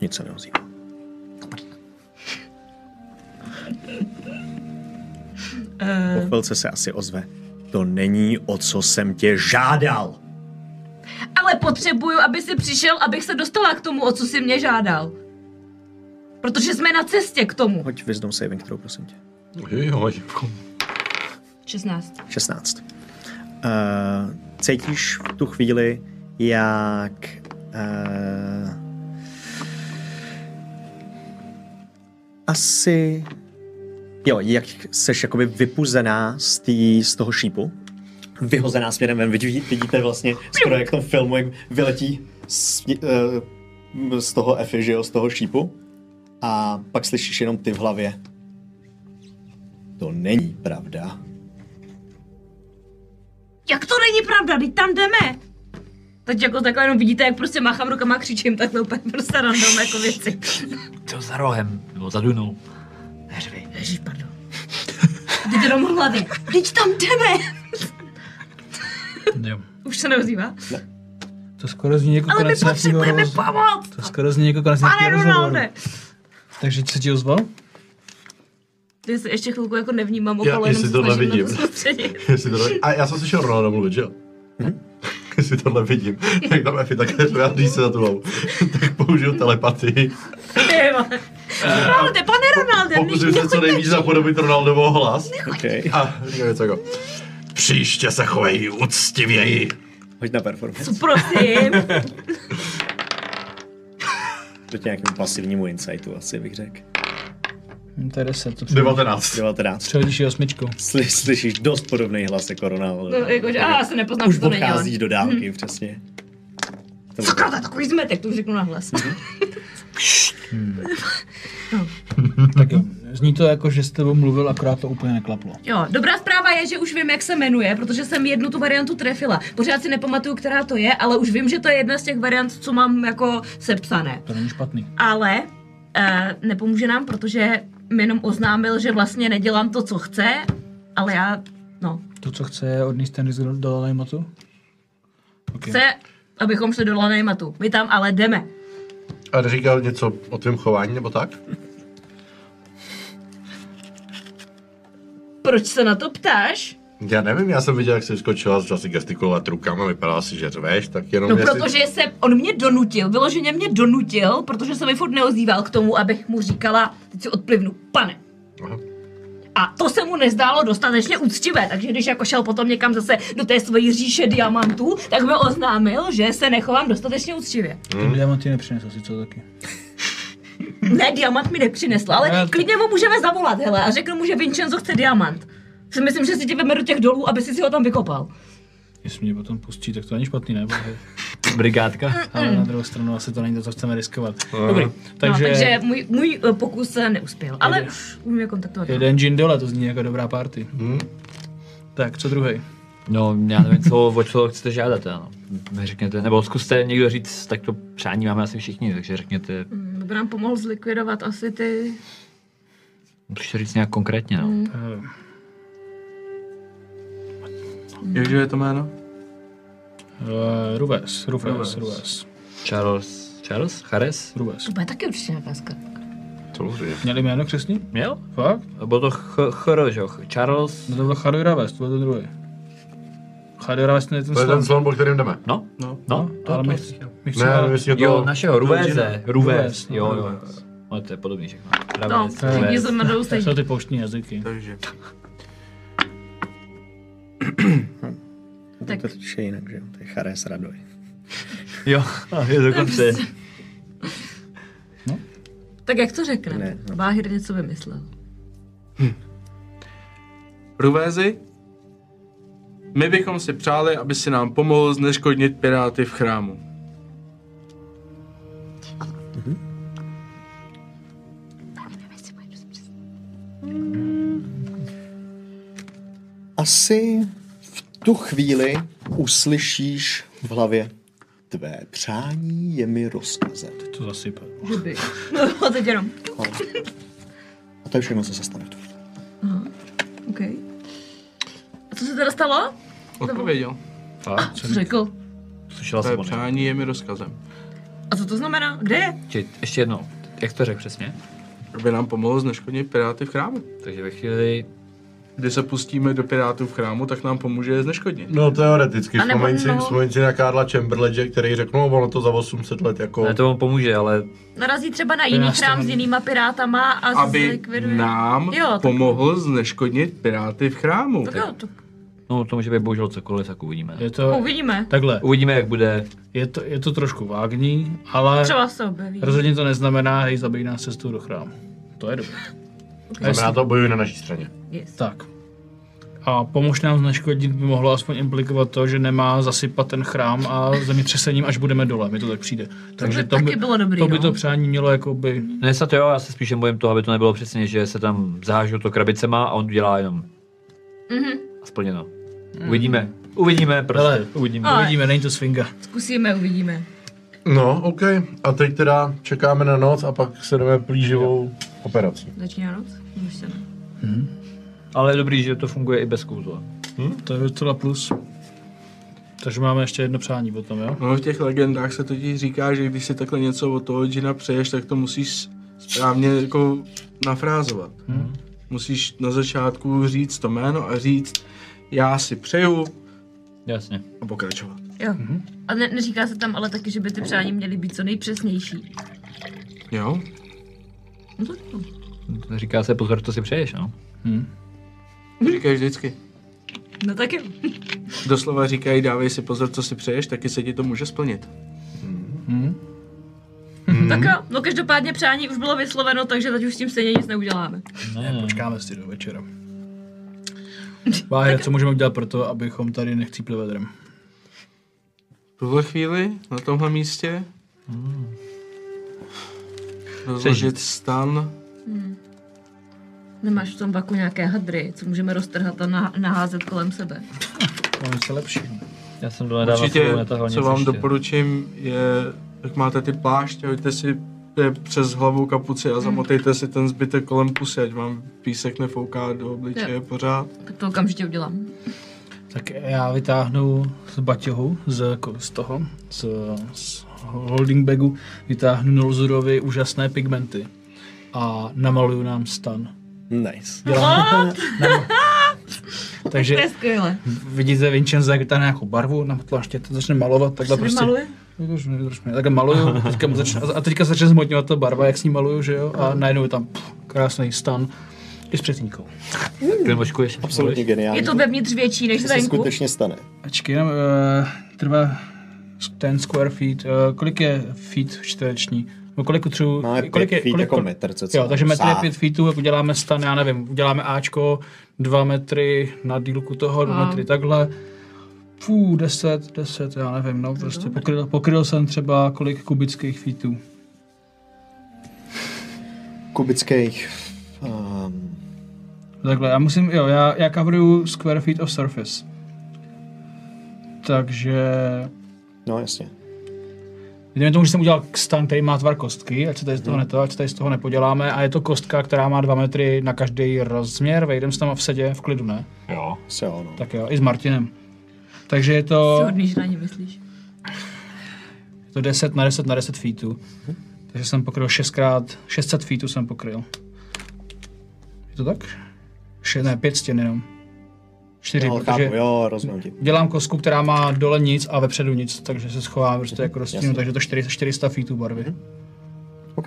Speaker 1: Nic se neozývá.
Speaker 5: Uh,
Speaker 1: Po chvilce se asi ozve. To není, o co jsem tě žádal.
Speaker 5: ale potřebuju, aby si přišel, abych se dostala k tomu, o co jsi mě žádal. Protože jsme na cestě k tomu.
Speaker 1: Hoď Wisdom Saving Throw, prosím tě.
Speaker 2: Jo,
Speaker 5: 16.
Speaker 1: 16. Uh, cítíš v tu chvíli, jak uh, asi jo, jak seš jakoby vypuzená z, tý, z toho šípu, vyhozená směrem ven, vidí, vidíte vlastně skoro jak v tom filmu, jak vyletí z, uh, z toho Efy, že jo, z toho šípu a pak slyšíš jenom ty v hlavě. To není pravda.
Speaker 5: Jak to není pravda, teď tam jdeme. Teď jako takhle jenom vidíte, jak prostě máchám rukama a křičím takhle úplně prostě random jako věci.
Speaker 3: To za rohem, nebo za dunou.
Speaker 5: Neřvi, ježiš, pardon. Teď jenom hlavy. Teď tam jdeme.
Speaker 4: Jo.
Speaker 5: Už se neozývá.
Speaker 8: To skoro zní jako
Speaker 5: Ale my
Speaker 8: konec nějakého
Speaker 5: potřebujeme
Speaker 8: rozhovoru.
Speaker 5: pomoc.
Speaker 8: To skoro zní jako konec
Speaker 5: Pane
Speaker 8: nějakého rozhovoru.
Speaker 5: Ronalde.
Speaker 8: Takže co ti ozval?
Speaker 5: Ty se ještě chvilku jako nevnímám
Speaker 2: Já-
Speaker 5: okolo, jenom
Speaker 2: jestli
Speaker 5: se
Speaker 2: tohle
Speaker 5: snažím na to
Speaker 2: vidím.
Speaker 5: soustředit. <laughs>
Speaker 2: <laughs> Jestli tohle... A já jsem slyšel Ronalda mluvit, že jo? Mhm. <laughs> Jestli tohle vidím, tak tam Efi také vyjádří se za tvou. <laughs> tak použiju telepatii.
Speaker 5: Ty vole. Ronalde, pane Ronalde,
Speaker 2: Pokusím
Speaker 5: ne-
Speaker 2: se co nejvíc zapodobit Ronaldovo hlas.
Speaker 1: Okay.
Speaker 2: A říkám něco jako... Příště se chovej úctivěji.
Speaker 1: Hoď na performance.
Speaker 5: prosím.
Speaker 1: Proti nějakému pasivnímu insightu asi bych řekl.
Speaker 8: Hm, To je 10. To přehodíš-
Speaker 2: 19.
Speaker 1: 19.
Speaker 8: přehodíš je osmičkou.
Speaker 1: Sly, slyšíš dost podobný hlas jako Ronaldo.
Speaker 5: No, jakože, a já se nepoznám,
Speaker 1: Už
Speaker 5: co to není. on. Hm.
Speaker 1: odchází do dálky, přesně. To bylo-
Speaker 5: Sakra, to je takový zmetek, to už řeknu nahlas.
Speaker 8: Tak jo. Zní to jako, že s tebou mluvil, akorát to úplně neklaplo.
Speaker 5: Jo, dobrá zpráva je, že už vím, jak se jmenuje, protože jsem jednu tu variantu trefila. Pořád si nepamatuju, která to je, ale už vím, že to je jedna z těch variant, co mám jako sepsané.
Speaker 8: To není špatný.
Speaker 5: Ale eh, nepomůže nám, protože mi jenom oznámil, že vlastně nedělám to, co chce, ale já, no,
Speaker 8: To, co chce, je odníst ten risk do Lejmotu? Okay.
Speaker 5: chce, abychom šli do Lanejmatu. My tam ale jdeme.
Speaker 2: A říkal něco o tvém chování nebo tak?
Speaker 5: Proč se na to ptáš?
Speaker 2: Já nevím, já jsem viděl, jak jsi skočila z asi gestikulovat rukama, vypadala si, že řveš, tak jenom
Speaker 5: No,
Speaker 2: jestli...
Speaker 5: protože se on mě donutil, vyloženě mě donutil, protože se mi furt neozýval k tomu, abych mu říkala, teď si odplivnu, pane.
Speaker 2: Aha.
Speaker 5: A to se mu nezdálo dostatečně úctivé, takže když jako šel potom někam zase do té svojí říše diamantů, tak mi oznámil, že se nechovám dostatečně úctivě.
Speaker 8: Ten diamant ti nepřinesl si co taky.
Speaker 5: Ne, diamant mi nepřinesl, ale
Speaker 8: Ne,
Speaker 5: ne,
Speaker 8: to-
Speaker 5: klidně mu můžeme zavolat, hele, a řeknu mu, že Vincenzo chce diamant. Si myslím, že si tě veme do těch dolů, aby si si ho tam vykopal. No,
Speaker 8: Jestli mě potom pustí, tak to není špatný, ne? Bože.
Speaker 3: Brigádka.
Speaker 5: Mm,
Speaker 8: Ale na druhou stranu asi to není to, co chceme riskovat.
Speaker 2: Aha.
Speaker 8: Dobrý, takže,
Speaker 5: Takže, Hmm. no, takže můj, můj eh, pokus se neuspěl, ale už umím je kontaktovat.
Speaker 8: jeden gin dole, to zní jako dobrá party.
Speaker 2: Hm?
Speaker 8: Tak, co druhý?
Speaker 3: No, já nevím, co, o co chcete žádat, ano. Vy řekněte, nebo zkuste někdo říct, tak to přání máme asi všichni, takže řekněte,
Speaker 5: Mm, To by nám pomohl zlikvidovat asi ty...
Speaker 3: Musíš říct nějak konkrétně, no.
Speaker 4: Eh,
Speaker 6: Jakže je to jméno?
Speaker 4: eh, Ruves, Ruves,
Speaker 6: Ruves.
Speaker 4: Ruves,
Speaker 3: Charles, Charles? Chares?
Speaker 4: Ruves.
Speaker 7: To bude taky určitě nějaká skladba.
Speaker 3: Samozřejmě.
Speaker 4: Měli jméno křesní?
Speaker 3: Měl?
Speaker 4: Fakt?
Speaker 3: A Bylo to ch- chr, že jo? Ch- Charles?
Speaker 4: No to byl Charlie Raves, to byl ten druhý. Charlie Raves ten je ten
Speaker 2: To je ten
Speaker 4: slon.
Speaker 2: slon, po kterým jdeme.
Speaker 3: No,
Speaker 6: No.
Speaker 3: no.
Speaker 4: Ale my, my
Speaker 2: Ne,
Speaker 4: chceme...
Speaker 2: my si to...
Speaker 3: Jo, našeho, Ruveze. Ruvez,
Speaker 4: Ruvez, no,
Speaker 3: jo, jo.
Speaker 6: Eh,
Speaker 3: Ale to je podobný všechno.
Speaker 5: No,
Speaker 3: Ravec,
Speaker 5: všichni
Speaker 3: Ruvez.
Speaker 5: jsme na
Speaker 4: To
Speaker 5: doustení.
Speaker 4: jsou ty pouštní jazyky.
Speaker 6: Takže.
Speaker 5: Tak.
Speaker 1: To je vše jinak, že jo? To je Chares Radoj.
Speaker 3: Jo, je dokonce.
Speaker 5: Tak jak to řekneme?
Speaker 1: Ne,
Speaker 5: Ne,
Speaker 1: no.
Speaker 5: Báhir něco vymyslel.
Speaker 6: Ruvézy, my bychom si přáli, aby si nám pomohl zneškodnit piráty v chrámu.
Speaker 1: Asi v tu chvíli uslyšíš v hlavě tvé přání je mi rozkazem.
Speaker 4: To zasype.
Speaker 7: <laughs>
Speaker 5: No, teď jenom.
Speaker 1: A to je všechno, co se stane v tu chvíli.
Speaker 5: OK. A co se teda stalo?
Speaker 6: Odpověděl.
Speaker 3: Fakt?
Speaker 5: Co řekl?
Speaker 3: Slyšela
Speaker 6: Tvé
Speaker 3: jsem o něm.
Speaker 6: přání je mi rozkazem.
Speaker 5: A co to znamená? Kde je?
Speaker 3: Či- Ještě jednou. Jak to řekl přesně?
Speaker 6: Aby nám pomohl zneškodnit piráty v chrámu.
Speaker 3: Takže ve chvíli,
Speaker 6: Když se pustíme do pirátů v chrámu, tak nám pomůže je zneškodnit.
Speaker 2: No teoreticky,
Speaker 5: A nebo
Speaker 2: vzpomeň si,
Speaker 5: no.
Speaker 2: vzpomeň si na Karla Chamberledge, který řekl, no ono to za 800 let jako...
Speaker 3: ne, to vám pomůže, ale
Speaker 5: Narazí třeba na jiný
Speaker 4: já
Speaker 5: chrám
Speaker 4: jsem-
Speaker 5: s jinýma pirátama a
Speaker 6: Aby
Speaker 5: zlikviduje.
Speaker 6: nám
Speaker 5: Jo, tak-
Speaker 6: pomohl zneškodnit piráty v chrámu.
Speaker 5: Tak jo, to
Speaker 3: no to může být bohužel cokoliv, tak uvidíme.
Speaker 4: Je to...
Speaker 5: uvidíme.
Speaker 4: Takhle,
Speaker 3: Uvidíme, jak bude.
Speaker 4: je to, je to trošku vágní, ale
Speaker 5: Třeba se objeví.
Speaker 4: rozhodně to neznamená, hej, zabij nás cestou do chrámu. To je dobré.
Speaker 2: Znamená to bojují na naší straně.
Speaker 5: Yes.
Speaker 4: Tak. A pomož nám zneškodit by mohlo aspoň implikovat to, že nemá zasypat ten chrám a zemětřesením, až budeme dole, mi to tak přijde. Takže
Speaker 5: by
Speaker 4: to by,
Speaker 5: taky bylo dobrý,
Speaker 4: to, by
Speaker 5: no.
Speaker 4: to přání mělo jakoby...
Speaker 3: Ne, snad jo, já se spíše bojím toho, aby to nebylo přesně, že se tam zahážou to krabicema a on dělá jenom. Mhm. A splněno. Uvidíme. Uvidíme, prostě.
Speaker 4: Hele.
Speaker 3: uvidíme.
Speaker 5: Ale-
Speaker 4: Uvidíme, není to svinga.
Speaker 5: Zkusíme, uvidíme.
Speaker 2: No, OK. A teď teda čekáme na noc a pak se jdeme plíživou operací.
Speaker 5: Začíná noc? Už se ne.
Speaker 3: Ale je dobrý, že to funguje i bez kouzla.
Speaker 4: To je docela plus. Takže máme ještě jedno přání potom, jo?
Speaker 6: No, v těch legendách se totiž říká, že když si takhle něco od toho džina přeješ, tak to musíš správně jako nafrázovat. Hmm. Musíš na začátku říct to jméno a říct, já si přeju
Speaker 3: Jasně.
Speaker 6: a pokračovat.
Speaker 5: Jo. A ne, neříká se tam ale taky, že by ty přání měly být co nejpřesnější.
Speaker 6: Jo?
Speaker 5: No to jo.
Speaker 3: Říká se pozor, to si přeješ, no.
Speaker 6: Říkáš vždycky.
Speaker 5: No tak jo.
Speaker 6: Doslova říkají, dávej si pozor, co si přeješ, taky se ti to může splnit.
Speaker 5: Tak jo. No každopádně přání už bylo vysloveno, takže teď už s tím stejně nic neuděláme.
Speaker 4: Ne, počkáme si do večera. Váhej, co můžeme udělat pro to, abychom tady nechcípli vedrem?
Speaker 6: V tuhle chvíli, na tomhle místě, rozložit stan,
Speaker 5: Nemáš v tom baku nějaké hadry, co můžeme roztrhat a nah- naházet kolem sebe.
Speaker 4: Máme se lepší.
Speaker 3: Já jsem to nedával
Speaker 6: Určitě,
Speaker 3: svou netahal
Speaker 6: co
Speaker 3: nic
Speaker 6: vám
Speaker 3: ještě.
Speaker 6: doporučím, je, jak máte ty pláště, hoďte si je přes hlavu kapuci a zamotejte si ten zbytek kolem pusy, ať vám písek nefouká do obličeje pořád.
Speaker 5: Tak to okamžitě udělám.
Speaker 4: Tak já vytáhnu z baťohu, z, ko- z toho, z, z holding bagu, vytáhnu Nulzurovi úžasné pigmenty a namaluju nám stan.
Speaker 1: Nice.
Speaker 4: Děláme, nam, takže
Speaker 5: To je skvělé.
Speaker 4: vidíte Vincenza, jak vytáhne nějakou barvu na tlaštěte, začne malovat takhle prostě.
Speaker 5: Maluje?
Speaker 4: No, to už ne- trošku ne. Takhle maluju, teďka mu začne, a teďka začne zmotňovat ta barva, jak s ní maluju, že jo, a najednou je tam pff, krásný stan i s přesníkou.
Speaker 3: Ty močkuješ?
Speaker 1: Absolutně geniální.
Speaker 5: Je to vevnitř větší než
Speaker 1: To se
Speaker 5: zvenku.
Speaker 1: skutečně stane.
Speaker 4: Ačkej, jenom uh, trvá 10 square feet. Uh, kolik je feet čtvereční? No kolik utřů?
Speaker 1: Máme
Speaker 4: kolik
Speaker 1: pět feet jako metr, co
Speaker 4: Jo, takže metr je
Speaker 1: Sá.
Speaker 4: 5 feetů, jak uděláme stan, já nevím, uděláme Ačko, 2 metry na dílku toho, 2 metry takhle. Fů, 10, 10, já nevím, no prostě pokryl, pokryl jsem třeba kolik kubických feetů.
Speaker 1: Kubických... Um,
Speaker 4: Takhle, já musím, jo, já, já coveruju square feet of surface. Takže
Speaker 1: no jasně.
Speaker 4: Jdeme tomu, že jsem udělal stan, který má tvar kostky, ať se tady z
Speaker 1: Mhm.
Speaker 4: toho, neto, ať se tady z toho nepoděláme, a je to kostka, která má 2 metry na každý rozměr, vejdem se tam v sedě, v klidu, ne?
Speaker 3: Jo.
Speaker 1: Se ono.
Speaker 4: Tak jo, i s Martinem. Takže je to,
Speaker 7: hodný, že na ně myslíš.
Speaker 4: je to 10 na 10 na 10 feetů.
Speaker 1: Mhm.
Speaker 4: Takže jsem pokryl 6x, 600 feetů jsem pokryl. Je to tak? Še, ne, 5 stěn jenom. 4,
Speaker 1: Jo, No, chápu,
Speaker 4: protože
Speaker 1: jo, rozumím ti.
Speaker 4: dělám kostku, která má dole nic a vepředu nic, takže se schovám prostě jako
Speaker 1: jasně. Mhm.
Speaker 4: rozstínu, takže to 400, 400 feetů barvy.
Speaker 1: OK.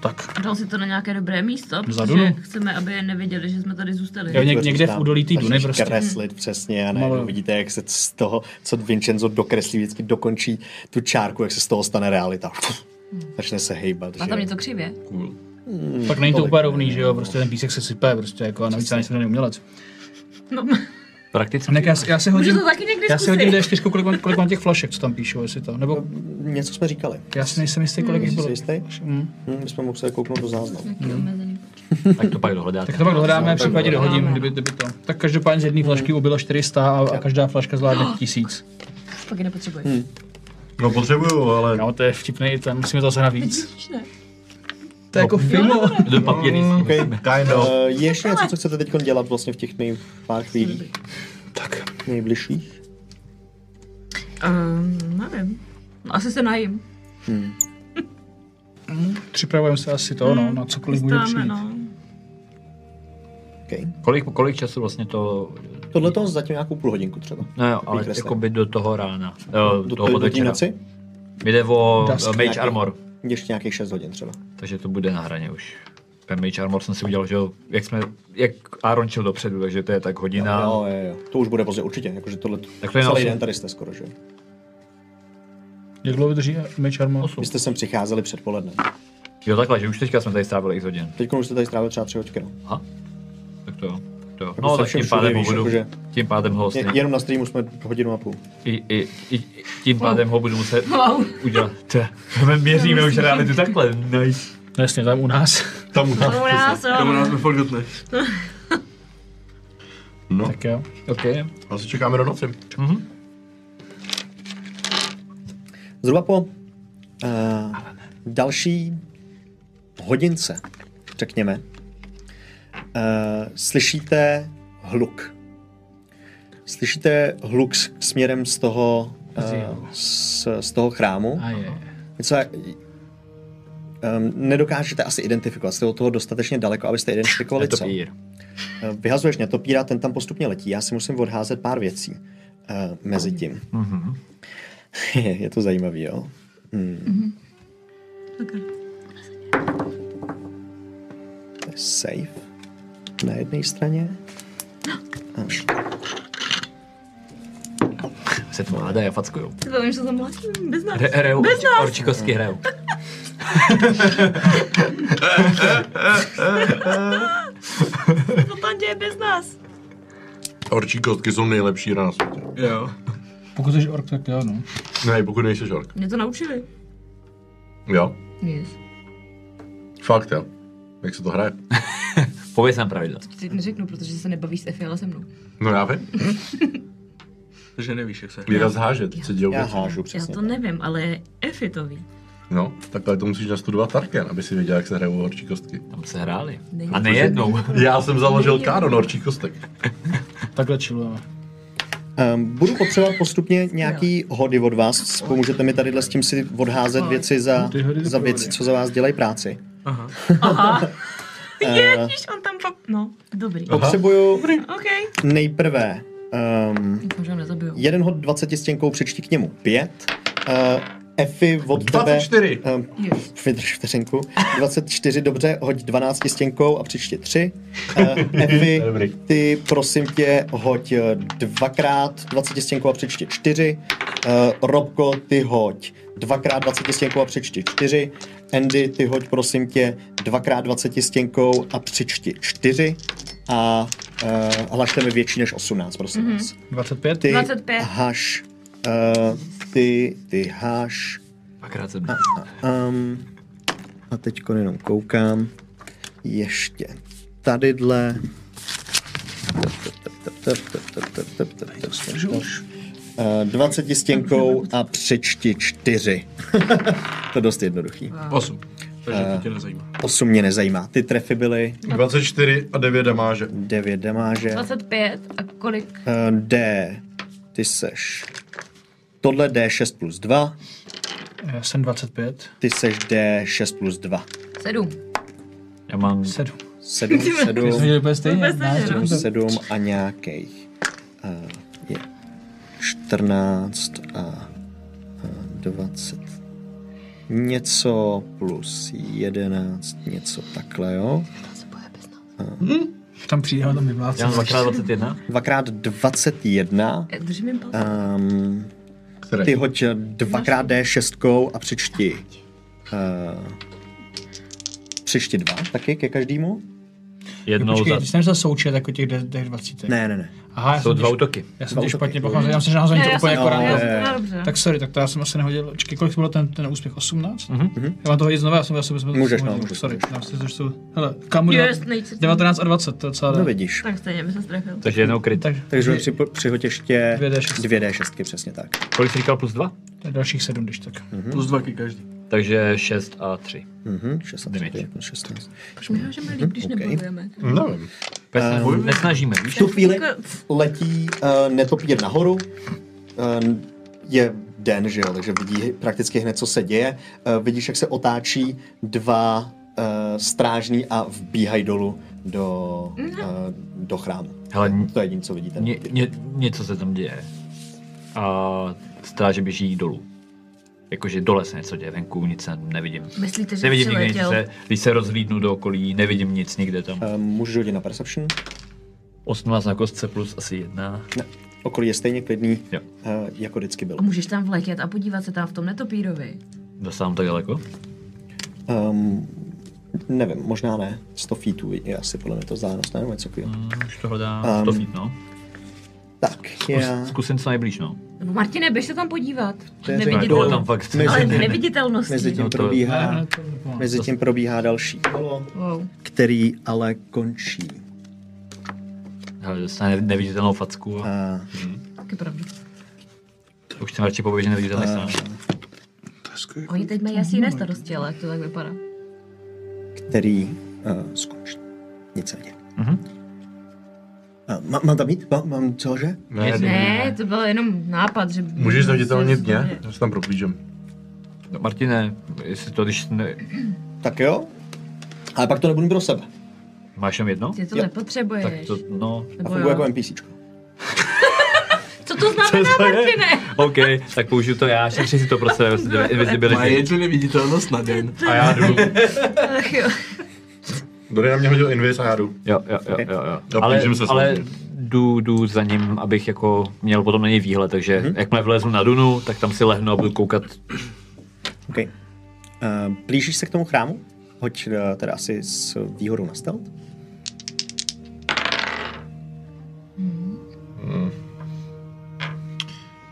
Speaker 4: Tak.
Speaker 7: Dal si to na nějaké dobré místo,
Speaker 4: Vzadu,
Speaker 7: protože
Speaker 4: no.
Speaker 7: chceme, aby je nevěděli, že jsme tady zůstali.
Speaker 4: Jo, něk, někde v
Speaker 1: Jako Tam
Speaker 4: údolí té Duny
Speaker 1: začneš
Speaker 4: prostě. No.
Speaker 1: Kreslit přesně a ne,
Speaker 4: Malou.
Speaker 1: vidíte, jak se z toho, co Vincenzo dokreslí, vždycky dokončí tu čárku, jak se z toho stane realita.
Speaker 4: Hmm.
Speaker 1: Začne se hejbat.
Speaker 7: Má
Speaker 1: že
Speaker 7: tam
Speaker 1: jo.
Speaker 7: něco křivě.
Speaker 2: Cool.
Speaker 4: Tak není to
Speaker 1: tolik.
Speaker 4: úplně rovný, že jo, prostě ten písek se sype, prostě jako a navíc já nejsem žádný umělec.
Speaker 7: No,
Speaker 3: Prakticky.
Speaker 4: Nek, já, si- já si hodím,
Speaker 7: to taky někdy
Speaker 4: já si
Speaker 7: zkusit.
Speaker 4: hodím D4, kolik, mám- kolik mám těch flašek, co tam píšou, jestli to, nebo
Speaker 1: Něco jsme říkali.
Speaker 4: já si nejsem jistý,
Speaker 7: Hmm.
Speaker 4: kolik jich
Speaker 1: Jsi
Speaker 4: bylo.
Speaker 1: si jistý?
Speaker 4: Mm.
Speaker 1: Hm, my jsme museli kouknout do záznamu.
Speaker 4: Hmm.
Speaker 7: Nějaký
Speaker 5: Hmm.
Speaker 7: omezený.
Speaker 3: Tak to pak dohledáte. <laughs>
Speaker 4: Tak to pak dohledáme, případně
Speaker 7: dohledáme.
Speaker 4: dohodím, kdyby, kdyby to. Tak každopádně z jedné flašky ubylo 400 a, a každá flaška zvládne
Speaker 7: <gasps>
Speaker 4: 1000.
Speaker 7: Pak je nepotřebuješ.
Speaker 2: No potřebuju, ale
Speaker 4: No, to je vtipný, tam musíme to zase navíc.
Speaker 7: ne?
Speaker 4: To je jako fimo.
Speaker 7: no.
Speaker 3: Do papíry.
Speaker 1: Okay.
Speaker 2: kind of.
Speaker 1: Uh, je ještě něco, co chcete teď dělat vlastně v těch nej, pár chvílích? Tak. Nejbližších?
Speaker 7: Ehm, nevím. No, asi se najím.
Speaker 4: Připravujeme se asi to, no, na cokoliv může
Speaker 7: Hmm. Chystáme,
Speaker 4: přijít.
Speaker 7: no.
Speaker 1: Okay.
Speaker 3: Kolik, kolik času vlastně to...
Speaker 1: Tohle to zatím nějakou půl hodinku třeba.
Speaker 3: No jo, ale
Speaker 1: Vykreslím.
Speaker 3: jakoby do toho rána. Jo, do,
Speaker 1: Do,
Speaker 3: toho
Speaker 1: do, do té
Speaker 3: podvečera.
Speaker 1: noci?
Speaker 3: Jde o
Speaker 4: Dusk
Speaker 3: eh, Mage
Speaker 1: nějaký.
Speaker 3: Armor,
Speaker 1: Ještě nějakých 6 hodin třeba.
Speaker 3: takže to bude na hraně už. Ten Mage Armor jsem si udělal, že jo, jak jsme, jak Aaron šel dopředu, takže to je tak hodina.
Speaker 1: Jo, jo, jo. To už bude pozdě určitě, jakože tohle
Speaker 3: Tak to No. je na
Speaker 1: celý
Speaker 3: osm.
Speaker 1: den tady jste skoro, že? jo?
Speaker 4: Jak dlouho vydrží meč armor?
Speaker 1: Vy jste sem přicházeli předpoledne.
Speaker 3: jo, takhle, že už teďka jsme tady strávili x hodin.
Speaker 1: Teď už jste tady strávili třeba 3 hodiny. No.
Speaker 3: Aha, tak to jo. To jo.
Speaker 1: Jako
Speaker 3: No,
Speaker 1: se
Speaker 3: tak
Speaker 1: všem
Speaker 3: tím
Speaker 1: všude
Speaker 3: pádem ho
Speaker 1: víš,
Speaker 3: budu,
Speaker 1: jakože-
Speaker 3: tím pádem ho vlastně,
Speaker 1: Je, jenom na streamu jsme hodinu a půl.
Speaker 3: i, i, i, tím pádem ho budu muset
Speaker 7: Wow.
Speaker 3: udělat. To, my měříme už realitu takhle, nice.
Speaker 4: No jasně, tam u nás.
Speaker 2: Tam už.
Speaker 7: U nás,
Speaker 6: Tomu
Speaker 7: jo.
Speaker 6: nás by fakt dotneš.
Speaker 2: No,
Speaker 4: Tak jo.
Speaker 3: Ok.
Speaker 2: asi čekáme do noci.
Speaker 3: Mhm.
Speaker 1: Zhruba po uh, další hodince, řekněme, uh, slyšíte hluk. Slyšíte hluk s- směrem z toho, uh, z, z toho chrámu.
Speaker 4: A je.
Speaker 1: Něco jak, um, nedokážete asi identifikovat, jste od toho dostatečně daleko, abyste identifikovali, co.
Speaker 3: Netopír.
Speaker 1: Eh, Vyhazuješ netopíra, ten tam postupně letí. Já si musím odházet pár věcí uh, mezi tím.
Speaker 3: Mhm.
Speaker 1: <laughs> Je to zajímavý, jo? Hmm,
Speaker 7: Mhm. Okay.
Speaker 1: to je safe na jedné straně.
Speaker 3: Se to hádá, já fackujou.
Speaker 7: Ty vím, že jsem mladý, bez nás.
Speaker 3: Hra- Hrajou,
Speaker 7: Bez nás.
Speaker 3: orčikosky hrajou.
Speaker 7: Co tam děje bez nás?
Speaker 2: Orčí kostky jsou nejlepší hra na světě.
Speaker 6: Jo.
Speaker 4: Pokud jsi ork, tak jo, no.
Speaker 2: Ne, pokud nejsi žork.
Speaker 7: Mě to naučili.
Speaker 2: Jo,
Speaker 7: Nic.
Speaker 2: fakt jo. Jak se to hraje?
Speaker 3: Pověz nám pravidla.
Speaker 7: Teď neřeknu, protože se nebavíš s Efiala se mnou.
Speaker 2: No já vím.
Speaker 6: Takže nevíš, jak se hraje.
Speaker 2: Výraz hážet, se dějou
Speaker 1: Já
Speaker 2: věci.
Speaker 1: hážu
Speaker 7: Já
Speaker 1: přesně.
Speaker 7: to nevím, ale Efi to ví.
Speaker 2: No, takhle to musíš nastudovat Tarken, aby si věděl, jak se hrajou horčí kostky.
Speaker 3: Tam se hráli.
Speaker 7: Nejde.
Speaker 3: A nejednou.
Speaker 2: Já jsem založil kánon horčí kostek.
Speaker 4: Takhle chillujeme.
Speaker 1: Um, budu potřebovat postupně nějaký hody od vás. Pomůžete mi tadyhle s tím si odházet věci za,
Speaker 4: Ty hody
Speaker 1: za
Speaker 4: doprvody.
Speaker 1: věci, co za vás dělají práci.
Speaker 6: Aha.
Speaker 7: Ježíš, on tam pop... No, dobrý.
Speaker 1: Potřebuju
Speaker 7: OK.
Speaker 1: nejprve um,
Speaker 7: Doufám, že ho nezabiju.
Speaker 1: jeden hod 20 stěnkou, přečti k němu pět. Uh, Efi od tebe...
Speaker 2: 24!
Speaker 1: Um,
Speaker 7: Yes.
Speaker 1: Vydrž vteřinku. 24, dobře, hoď 12 stěnkou a přičti 3. Uh, Efi,
Speaker 2: Dobrý.
Speaker 1: ty prosím tě, hoď eh, dvakrát 20 stěnkou a přičti 4. Uh, Robko, ty hoď dvakrát 20 stěnkou a přičti 4. Andy, ty hoď prosím tě dvakrát 20 stěnkou a přičti 4. A uh, hlašte mi větší než 18, prosím mm-hmm. vás.
Speaker 4: 25?
Speaker 1: Ty
Speaker 7: 25.
Speaker 1: haš, uh, ty, ty haš,
Speaker 3: Dvakrát sedm.
Speaker 1: Um, a teď jenom koukám. Ještě tadyhle. Eh, 20 stěnkou a přečti 4. <laughs> to je dost jednoduchý.
Speaker 6: Osm. Takže to tě nezajímá.
Speaker 1: 8 mě nezajímá. Ty trefy byly
Speaker 2: 24 a 9 damáže.
Speaker 1: 9 demáže.
Speaker 7: 25 a kolik?
Speaker 1: Eh, D. Ty seš. Tohle D6 plus 2,
Speaker 4: Já jsem 25.
Speaker 1: ty seš D6 plus 2.
Speaker 7: 7.
Speaker 3: Já mám
Speaker 4: 7.
Speaker 1: 7, 7,
Speaker 8: úplně stejně.
Speaker 7: stejně, no.
Speaker 1: 7 a nějakých. eh, je 14 a eh, 20. Něco plus 11, něco takhle, jo?
Speaker 8: Tam přijde, a tam vyvlácí.
Speaker 3: Já mám dvakrát 21.
Speaker 1: Dvakrát 21.
Speaker 7: Eh, Držím jim palce.
Speaker 1: Um,
Speaker 2: Které?
Speaker 1: ty hoď dvakrát D6 a přečti. Uh, přečti dva taky ke každému?
Speaker 3: Jednou
Speaker 8: Počkej,
Speaker 3: za...
Speaker 8: ty jsi za součet jako těch, de- těch 20.
Speaker 1: Ne, ne, ne.
Speaker 8: Aha, já
Speaker 3: Jsou
Speaker 8: jsem
Speaker 3: dva
Speaker 8: tě,
Speaker 3: útoky.
Speaker 8: já jsem
Speaker 1: dva
Speaker 8: tě
Speaker 1: útoky.
Speaker 8: špatně pochopil, já myslím, že nahozím to
Speaker 7: Eh, já
Speaker 8: úplně
Speaker 7: jsem-
Speaker 8: jako
Speaker 1: já
Speaker 8: ráno.
Speaker 1: jsem-
Speaker 7: No, dobře.
Speaker 8: Tak sorry, tak to já jsem asi nehodil. Čekaj, kolik to bylo ten, ten úspěch? 18?
Speaker 3: Mhm.
Speaker 8: Mm-hmm. Já mám to hodit znovu, já jsem, já jsem, já jsem
Speaker 1: Mhm. Můžeš,
Speaker 8: hodil.
Speaker 1: no, můžeš,
Speaker 8: Sorry, já myslím, že jsou... Hele, kamu
Speaker 7: Yes,
Speaker 8: yes,
Speaker 7: nejsi-
Speaker 8: 19 a 20, to je celé.
Speaker 1: No vidíš.
Speaker 7: Tak stejně by se strefil.
Speaker 3: Takže jednou kryt.
Speaker 8: Takže
Speaker 1: Takže mi připo- přihoď ještě
Speaker 8: Dvě D6.
Speaker 1: 2 D6, přesně tak.
Speaker 3: Kolik jsi říkal plus dva?
Speaker 8: to je dalších 7, když tak.
Speaker 6: Plus dva ke každý.
Speaker 3: Takže 6 a 3.
Speaker 1: Mhm, 6
Speaker 3: Damage.
Speaker 1: 16.
Speaker 7: Proč mi že mi líp, když
Speaker 1: okej.
Speaker 7: nebojujeme?
Speaker 2: Nevím. Ehm.
Speaker 3: Um, nesnažíme, víš?
Speaker 1: V tu chvíli letí uh, netopír nahoru. Uh, je den, že jo, takže vidí prakticky hned, co se děje. Uh, vidíš, jak se otáčí dva uh, strážní a vbíhají dolů do, uh, do chrámu.
Speaker 3: Hele,
Speaker 1: To je jediné, co vidíte.
Speaker 3: ně, ně, něco se tam děje. A stráže běží dolů. Jakože dole se něco děje, venku nic ne- nevidím.
Speaker 7: Myslíte, že
Speaker 3: Nevidím nikde nic,
Speaker 7: přiletěl?
Speaker 3: se, když se rozhlídnu do okolí, nevidím nic nikde tam.
Speaker 1: Uh, můžeš hodit na Perception.
Speaker 3: 18 na kostce plus asi jedna.
Speaker 1: Ne. Okolí je stejně klidný,
Speaker 3: Jo.
Speaker 1: uh, jako vždycky bylo.
Speaker 7: A můžeš tam vletět a podívat se tam v tom netopírovi.
Speaker 3: Dostávám tak daleko?
Speaker 1: Um, nevím, možná ne. 100 feetů je asi podle mě to vzdálenost, ne? Nebo něco takového.
Speaker 3: Mm, Už to hledám,
Speaker 2: Ehm,
Speaker 3: 100
Speaker 1: Um,
Speaker 3: feet, no.
Speaker 1: Tak,
Speaker 3: Zkus,
Speaker 1: já...
Speaker 3: Zkusím co nejblíž, no.
Speaker 7: Nebo Martine, běž se tam podívat.
Speaker 1: je zajímavé.
Speaker 3: Ne, tohle
Speaker 7: Neviditelnost.
Speaker 3: tam fakt
Speaker 1: Mezi-
Speaker 7: Ale
Speaker 1: Ne, ne.
Speaker 7: neviditelnost.
Speaker 1: Mezi tím
Speaker 3: No to-
Speaker 1: probíhá,
Speaker 8: Ne, to-
Speaker 1: mezi tím probíhá další kolo,
Speaker 7: Wow.
Speaker 1: který ale končí.
Speaker 3: Hele, dostane neviditelnou facku
Speaker 2: Ehm.
Speaker 3: a
Speaker 1: A
Speaker 7: Tak je pravda.
Speaker 3: už jsem radši poběžen neviditelný
Speaker 2: Ehm.
Speaker 3: sám.
Speaker 7: Oni teď mají asi jiné starosti, ale jak to tak vypadá.
Speaker 1: který uh, skončí. Nic se neděje.
Speaker 3: Mhm.
Speaker 1: A má- mám tam jít? Má- mám co, že?
Speaker 2: Ne,
Speaker 7: Ne, to byl jenom nápad, že...
Speaker 2: Můžeš zviditelnit mě? Já se tam proplížem.
Speaker 3: No, Martine, jestli to, když ne,
Speaker 1: Tak jo. Ale pak to nebudu mít pro sebe.
Speaker 3: máš jen jedno,
Speaker 7: Ty to
Speaker 1: Jo.
Speaker 7: nepotřebuješ.
Speaker 3: tak to, no,
Speaker 1: A
Speaker 7: Nebo
Speaker 1: funguje
Speaker 7: jo.
Speaker 1: jako NPCčko.
Speaker 7: Co to znamená,
Speaker 3: to je?
Speaker 7: Martine?
Speaker 3: OK, tak použiju to já, šetři si to pro sebe, prostě to
Speaker 6: Má
Speaker 3: invisibility.
Speaker 6: jednu neviditelnost na den.
Speaker 2: A já jdu.
Speaker 7: Ach jo.
Speaker 2: Dory na mě hodil invis a já jdu.
Speaker 3: Jo, jo, jo, jo, jo.
Speaker 2: Já
Speaker 3: Ale,
Speaker 2: blížím se
Speaker 3: ale
Speaker 2: samozřejmě.
Speaker 3: jdu, jdu za ním, abych jako měl potom na něj výhled, takže hmm. jakmile vlezu na Dunu, tak tam si lehnu a budu koukat.
Speaker 1: OK. Uh, blížíš se k tomu chrámu? Hoď uh, teda asi s výhodou na stealth.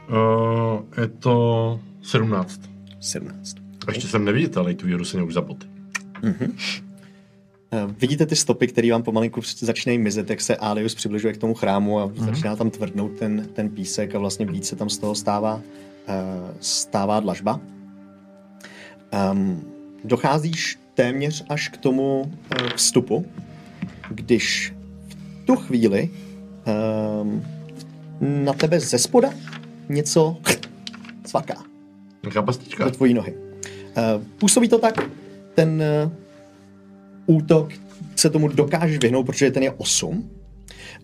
Speaker 2: Uh, je to 17.
Speaker 1: 17.
Speaker 2: A ještě jsem neviditelný, tu víru se mě už zapoty.
Speaker 1: Eh, Vidíte ty stopy, které vám pomalinku při- začínají mizet, jak se Alius přibližuje k tomu chrámu a začíná tam tvrdnout ten, ten písek a vlastně víc se tam z toho stává, eh, stává dlažba. Um, docházíš téměř až k tomu eh, vstupu, když v tu chvíli um, na tebe ze spoda něco cvaká
Speaker 2: Nějaká pastička.
Speaker 1: do tvojí nohy. Eh, Působí to tak, ten eh, útok se tomu dokážeš vyhnout, protože ten je 8.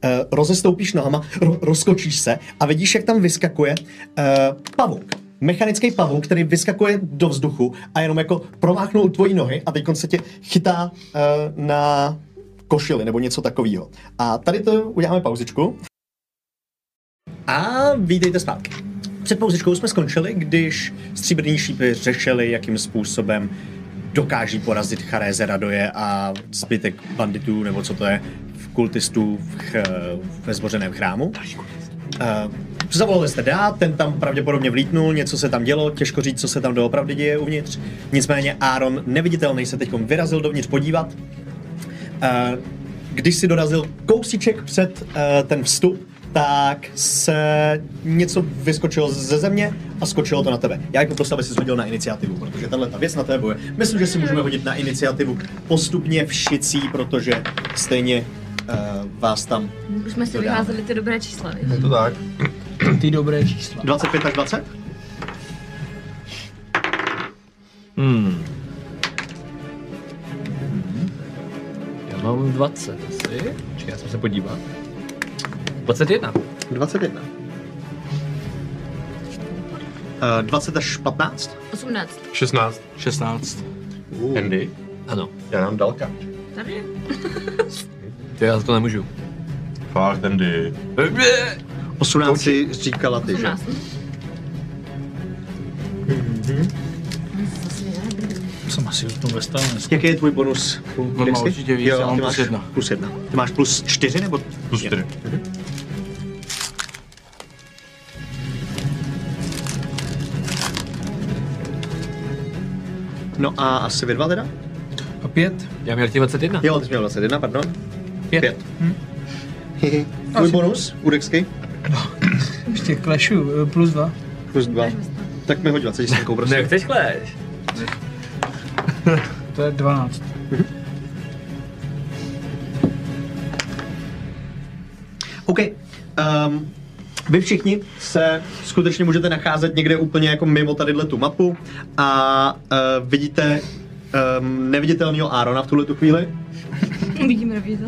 Speaker 1: Eh, Rozestoupíš nohama, ro- rozkočíš se a vidíš, jak tam vyskakuje eh, pavouk. Mechanický pavouk, který vyskakuje do vzduchu a jenom jako promáchnou tvoji nohy a teď se tě chytá eh, na košili nebo něco takového. A tady to uděláme pauzičku. A vítejte zpátky. Před pauzičkou jsme skončili, když stříbrní šípy řešili, jakým způsobem dokáží porazit Charéze Radoje a zbytek banditů, nebo co to je, v kultistů v, ch- ve zbořeném chrámu. Uh, zavolali jste dá, ten tam pravděpodobně vlítnul, něco se tam dělo, těžko říct, co se tam doopravdy děje uvnitř. Nicméně Aaron neviditelný se teď vyrazil dovnitř podívat. Eh, když si dorazil kousíček před eh, ten vstup, tak se něco vyskočilo ze země a skočilo to na tebe. Já bych poprosil, aby si hodil na iniciativu, protože tahle ta věc na tebe bude. Myslím, že si můžeme hodit na iniciativu postupně všicí, protože stejně uh, vás tam
Speaker 7: Už jsme si
Speaker 1: To dám.
Speaker 7: vyházeli ty dobré čísla, víš?
Speaker 2: Je to tak.
Speaker 8: Ty dobré čísla.
Speaker 1: 25 až 20?
Speaker 3: Hmm. Já mám 20 asi. Počkej, já jsem se podívat. 21.
Speaker 1: 21. Uh, 20 až 15?
Speaker 7: 18.
Speaker 2: 16.
Speaker 6: 16.
Speaker 2: Andy,
Speaker 3: Ano.
Speaker 2: Uh. já nám dalka.
Speaker 7: Tady?
Speaker 3: To já za to nemůžu.
Speaker 2: Fakt, Andy.
Speaker 1: 18 si říkala ty, že?
Speaker 7: 18. Zase já nevím.
Speaker 4: Jsem asi v tom ve stanu dneska.
Speaker 1: Jaký je tvůj bonus?
Speaker 6: On má No, určitě víc, já mám
Speaker 1: ty
Speaker 6: plus
Speaker 1: máš
Speaker 6: jedna.
Speaker 1: Plus jedna. Ty máš plus čtyři nebo?
Speaker 2: Plus 4.
Speaker 1: No a asi vy dva teda?
Speaker 8: A pět?
Speaker 3: Já měl těch 21.
Speaker 1: Jo, ty jsi měl 21, pardon.
Speaker 8: Pět.
Speaker 1: Pět.
Speaker 6: Hm.
Speaker 1: Hihi. Tvůj bonus, Udexky?
Speaker 8: Ještě klešu, plus dva.
Speaker 1: Plus dva. Tak mi hoď 20
Speaker 6: <laughs>
Speaker 1: stenkou, prosím.
Speaker 3: chceš kleš?
Speaker 8: To je 12.
Speaker 1: OK. Um, vy všichni se skutečně můžete nacházet někde úplně jako mimo tadyhle tu mapu a uh, vidíte um, neviditelného Arona v tuhle tu chvíli.
Speaker 7: Vidím Ravita.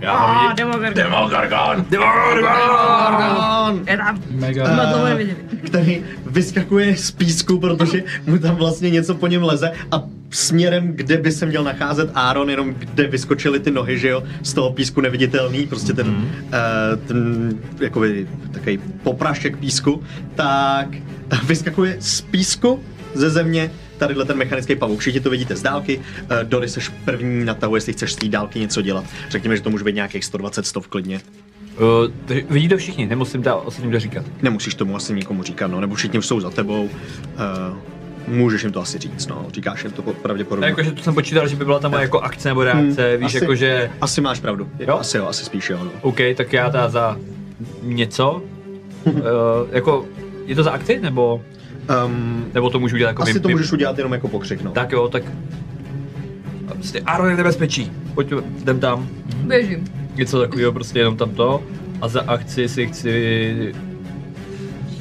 Speaker 2: Já ho vidím.
Speaker 7: Demogorgon.
Speaker 2: Demogorgon! Demogorgon!
Speaker 1: Aron!
Speaker 7: Je tam.
Speaker 8: Mega.
Speaker 7: Jsme
Speaker 1: Eh,
Speaker 7: dlouho neviděli.
Speaker 1: který vyskakuje z písku, protože mu tam vlastně něco po něm leze a směrem, kde by se měl nacházet Aaron, jenom kde vyskočily ty nohy, že jo, z toho písku neviditelný, prostě ten, mm. uh, ten jakoby takový poprašek písku, tak vyskakuje z písku ze země tadyhle ten mechanický pavouk. Všichni to vidíte z dálky. Eh, Dory seš první natahuje, jestli chceš z té dálky něco dělat. Řekněme, že to může být nějakých 120 stov klidně.
Speaker 3: Uh, t- vidí to všichni, nemusím dál asi nikdo říkat.
Speaker 1: Nemusíš tomu asi nikomu říkat, no, nebo všichni jsou za tebou. Uh, můžeš jim to asi říct, no, říkáš jim to po-
Speaker 3: A
Speaker 1: pravděpodobně.
Speaker 3: jakože to jsem počítal, No, Jako, že by byla tam jako akce nebo reakce,
Speaker 1: Hmm,
Speaker 3: víš,
Speaker 1: asi.
Speaker 3: jakože...
Speaker 1: Asi máš pravdu.
Speaker 3: Jo?
Speaker 1: Asi jo, asi spíš jo, no.
Speaker 3: OK, tak já teda za něco.
Speaker 1: Hmm.
Speaker 3: uh, jako, je to za akci, nebo,
Speaker 1: Um,
Speaker 3: nebo to můžu udělat jako
Speaker 1: asi
Speaker 3: mým-
Speaker 1: to
Speaker 3: mým-
Speaker 1: můžeš udělat jenom jako pokřik, no.
Speaker 3: Tak jo, tak... A Prostě Aaron je v nebezpečí. Pojď, jdem tam.
Speaker 7: Běžím.
Speaker 3: Něco takového, prostě jenom tam to. A za akci si chci...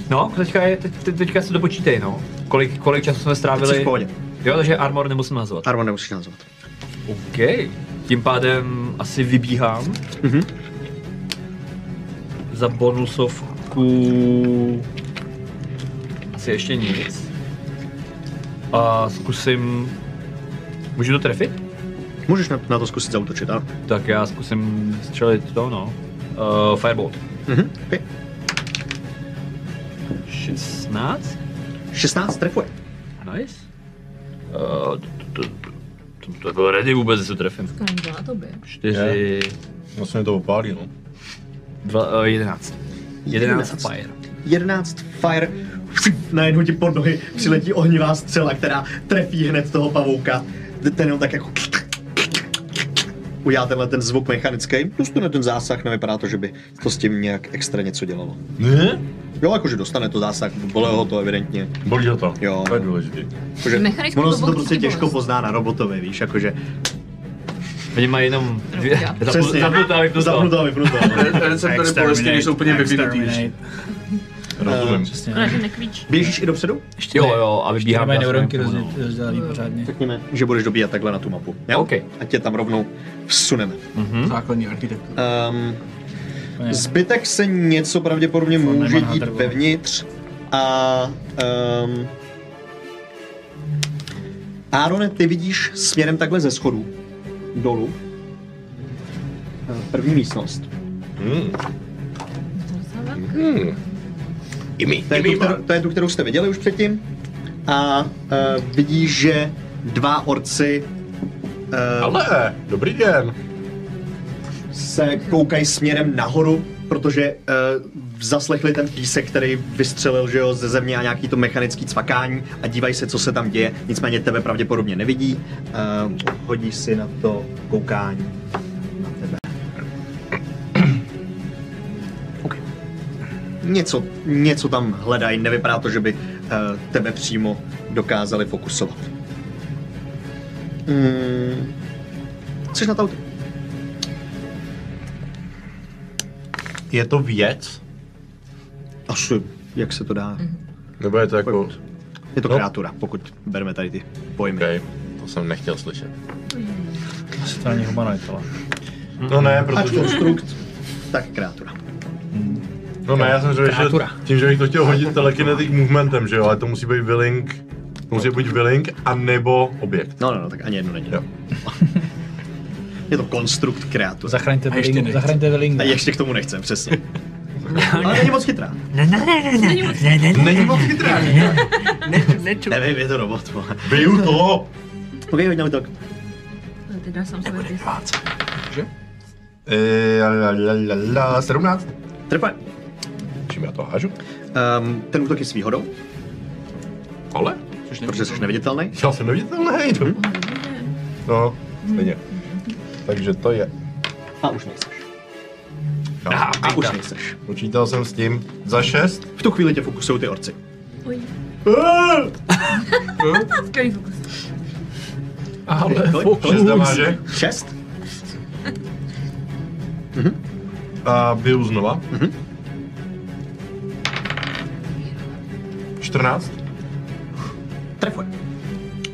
Speaker 3: No, teďka, je, teď, teď- teďka si to počítej, no. Kolik, kolik času jsme
Speaker 1: Jsi v
Speaker 3: strávili.
Speaker 1: pohodě.
Speaker 3: Jo, takže armor nemusím hazovat.
Speaker 1: Arma nemusíš nazvat.
Speaker 3: OK. Tím pádem asi vybíhám.
Speaker 1: Mhm.
Speaker 3: Za bonusovku... Asi ještě nic. A zkusím... Můžu to trefit?
Speaker 1: Můžeš na, na to zkusit zautočit, ano.
Speaker 3: Tak já zkusím střelit to, no. Uh, fireball.
Speaker 1: Mhm. Okay.
Speaker 3: 16?
Speaker 1: 16 trefuje.
Speaker 3: Nice. Uh, to, to, to, to bylo ready vůbec, že se trefím.
Speaker 7: To nebyla na tobě.
Speaker 3: 4,
Speaker 2: Vlastně to opálí, no.
Speaker 3: 2, uh, 11. 11
Speaker 1: Jedenáct.
Speaker 3: fire.
Speaker 1: 11 fire, najednou ti pod nohy přiletí ohnivá střela, která trefí hned toho pavouka. Ten jenom tak jako udělá tenhle ten zvuk mechanický, dostane ten zásah, nevypadá to, že by to s tím nějak extra něco dělalo.
Speaker 2: Ne?
Speaker 1: Jo, jakože dostane to zásah, bolelo ho to evidentně.
Speaker 2: Bolí ho to.
Speaker 1: Jo.
Speaker 2: To je důležité.
Speaker 1: Jakože,
Speaker 7: Mechanický
Speaker 1: ono se to
Speaker 7: pavouk
Speaker 1: prostě
Speaker 7: cítí
Speaker 1: těžko
Speaker 7: bolest.
Speaker 1: pozná na robotovi, víš, jakože
Speaker 3: Oni mají jenom dvě,
Speaker 7: Přesně.
Speaker 3: <laughs> zapnu- zapnutá a vypnutá.
Speaker 1: zapnutou a vypnutou.
Speaker 3: <laughs>
Speaker 6: Receptory bolesti nejsou úplně vyvinutý. ještě.
Speaker 4: Exterminate.
Speaker 2: Rozumím.
Speaker 4: Přesně.
Speaker 7: Ona že nekvíč.
Speaker 1: Běžíš i dopředu?
Speaker 8: Ještě
Speaker 3: Jo, jo, a vybíhám.
Speaker 8: Nemají
Speaker 3: já směrem
Speaker 8: neuronky
Speaker 3: k tomu, no.
Speaker 8: rozděl- rozdělaný pořádně.
Speaker 1: Řekněme, že budeš dobíhat takhle na tu mapu. Jo?
Speaker 3: OK.
Speaker 1: A tě tam rovnou vsuneme.
Speaker 3: Hm?
Speaker 6: Základní architektura.
Speaker 1: Um, Zbytek se něco pravděpodobně
Speaker 4: nemá
Speaker 1: může dít
Speaker 4: nádrvu.
Speaker 1: vevnitř a um, Arone, ty vidíš směrem takhle ze schodů dolů eh, první místnost.
Speaker 2: Hmm. Imi,
Speaker 1: To je, tu,
Speaker 2: imi,
Speaker 1: kterou, to je tu, kterou jste viděli už předtím. A uh, vidíš, že dva orci uh,
Speaker 2: Ale, dobrý den.
Speaker 1: se koukají směrem nahoru, protože uh, zaslechli ten písek, který vystřelil že jo, ze země a nějaký to mechanický cvakání a dívají se, co se tam děje. Nicméně tebe pravděpodobně nevidí. Uh, hodí si na to koukání na tebe. Okay. něco, něco tam hledají, nevypadá to, že by eh, tebe přímo dokázali fokusovat. Mm. Jsi na auto?
Speaker 9: Je to věc?
Speaker 1: Asi, jak se to dá.
Speaker 2: Nebo je to jako...
Speaker 1: Je to
Speaker 2: No.
Speaker 1: kreatura, pokud bereme tady ty pojmy.
Speaker 2: Okay, to jsem nechtěl slyšet.
Speaker 4: Asi to není humanoidala.
Speaker 2: No ne,
Speaker 1: Ať
Speaker 2: protože...
Speaker 1: konstrukt, tak kreatura.
Speaker 2: No ne, já jsem řekl, že
Speaker 8: Kreatura.
Speaker 2: tím, že bych to chtěl hodit telekinetic movementem, že jo, ale to musí být willing, to musí být buď willing, a nebo objekt.
Speaker 1: No, no, no, tak ani jedno není.
Speaker 2: Jo.
Speaker 1: <laughs> Je to konstrukt kreatura.
Speaker 8: Zachraňte
Speaker 6: A ještě
Speaker 8: Velingu.
Speaker 6: nechce.
Speaker 8: Zachraňte Velingu.
Speaker 1: A ještě k tomu nechcem, přesně. Ale není moc chytrá.
Speaker 2: Není moc chytrá.
Speaker 1: Nevím, je to robot. vole.
Speaker 2: Biju to!
Speaker 1: Ok, hodně mi to.
Speaker 7: Teď dá sám sobě pěst.
Speaker 2: Eh, la, la, la, la, 17.
Speaker 1: Trefaj.
Speaker 2: Čím já to hážu?
Speaker 1: Um, ten útok je s výhodou,
Speaker 2: Ale?
Speaker 1: protože jsi neviditelný.
Speaker 2: Já jsem neviditelný. to- No, stejně. Takže to je.
Speaker 1: A už nejseš.
Speaker 2: Já,
Speaker 1: A už nejseš.
Speaker 2: počítal jsem s tím za 6.
Speaker 1: V tu chvíli tě fokusují ty orci.
Speaker 2: Ah!
Speaker 7: Skvělý fokus.
Speaker 8: Ale
Speaker 1: Kolik?
Speaker 8: fokus.
Speaker 2: 6 damáže.
Speaker 1: Šest?
Speaker 2: A biju znova.
Speaker 4: Mhm.
Speaker 2: Mm-hmm. 14.
Speaker 1: Trefoj.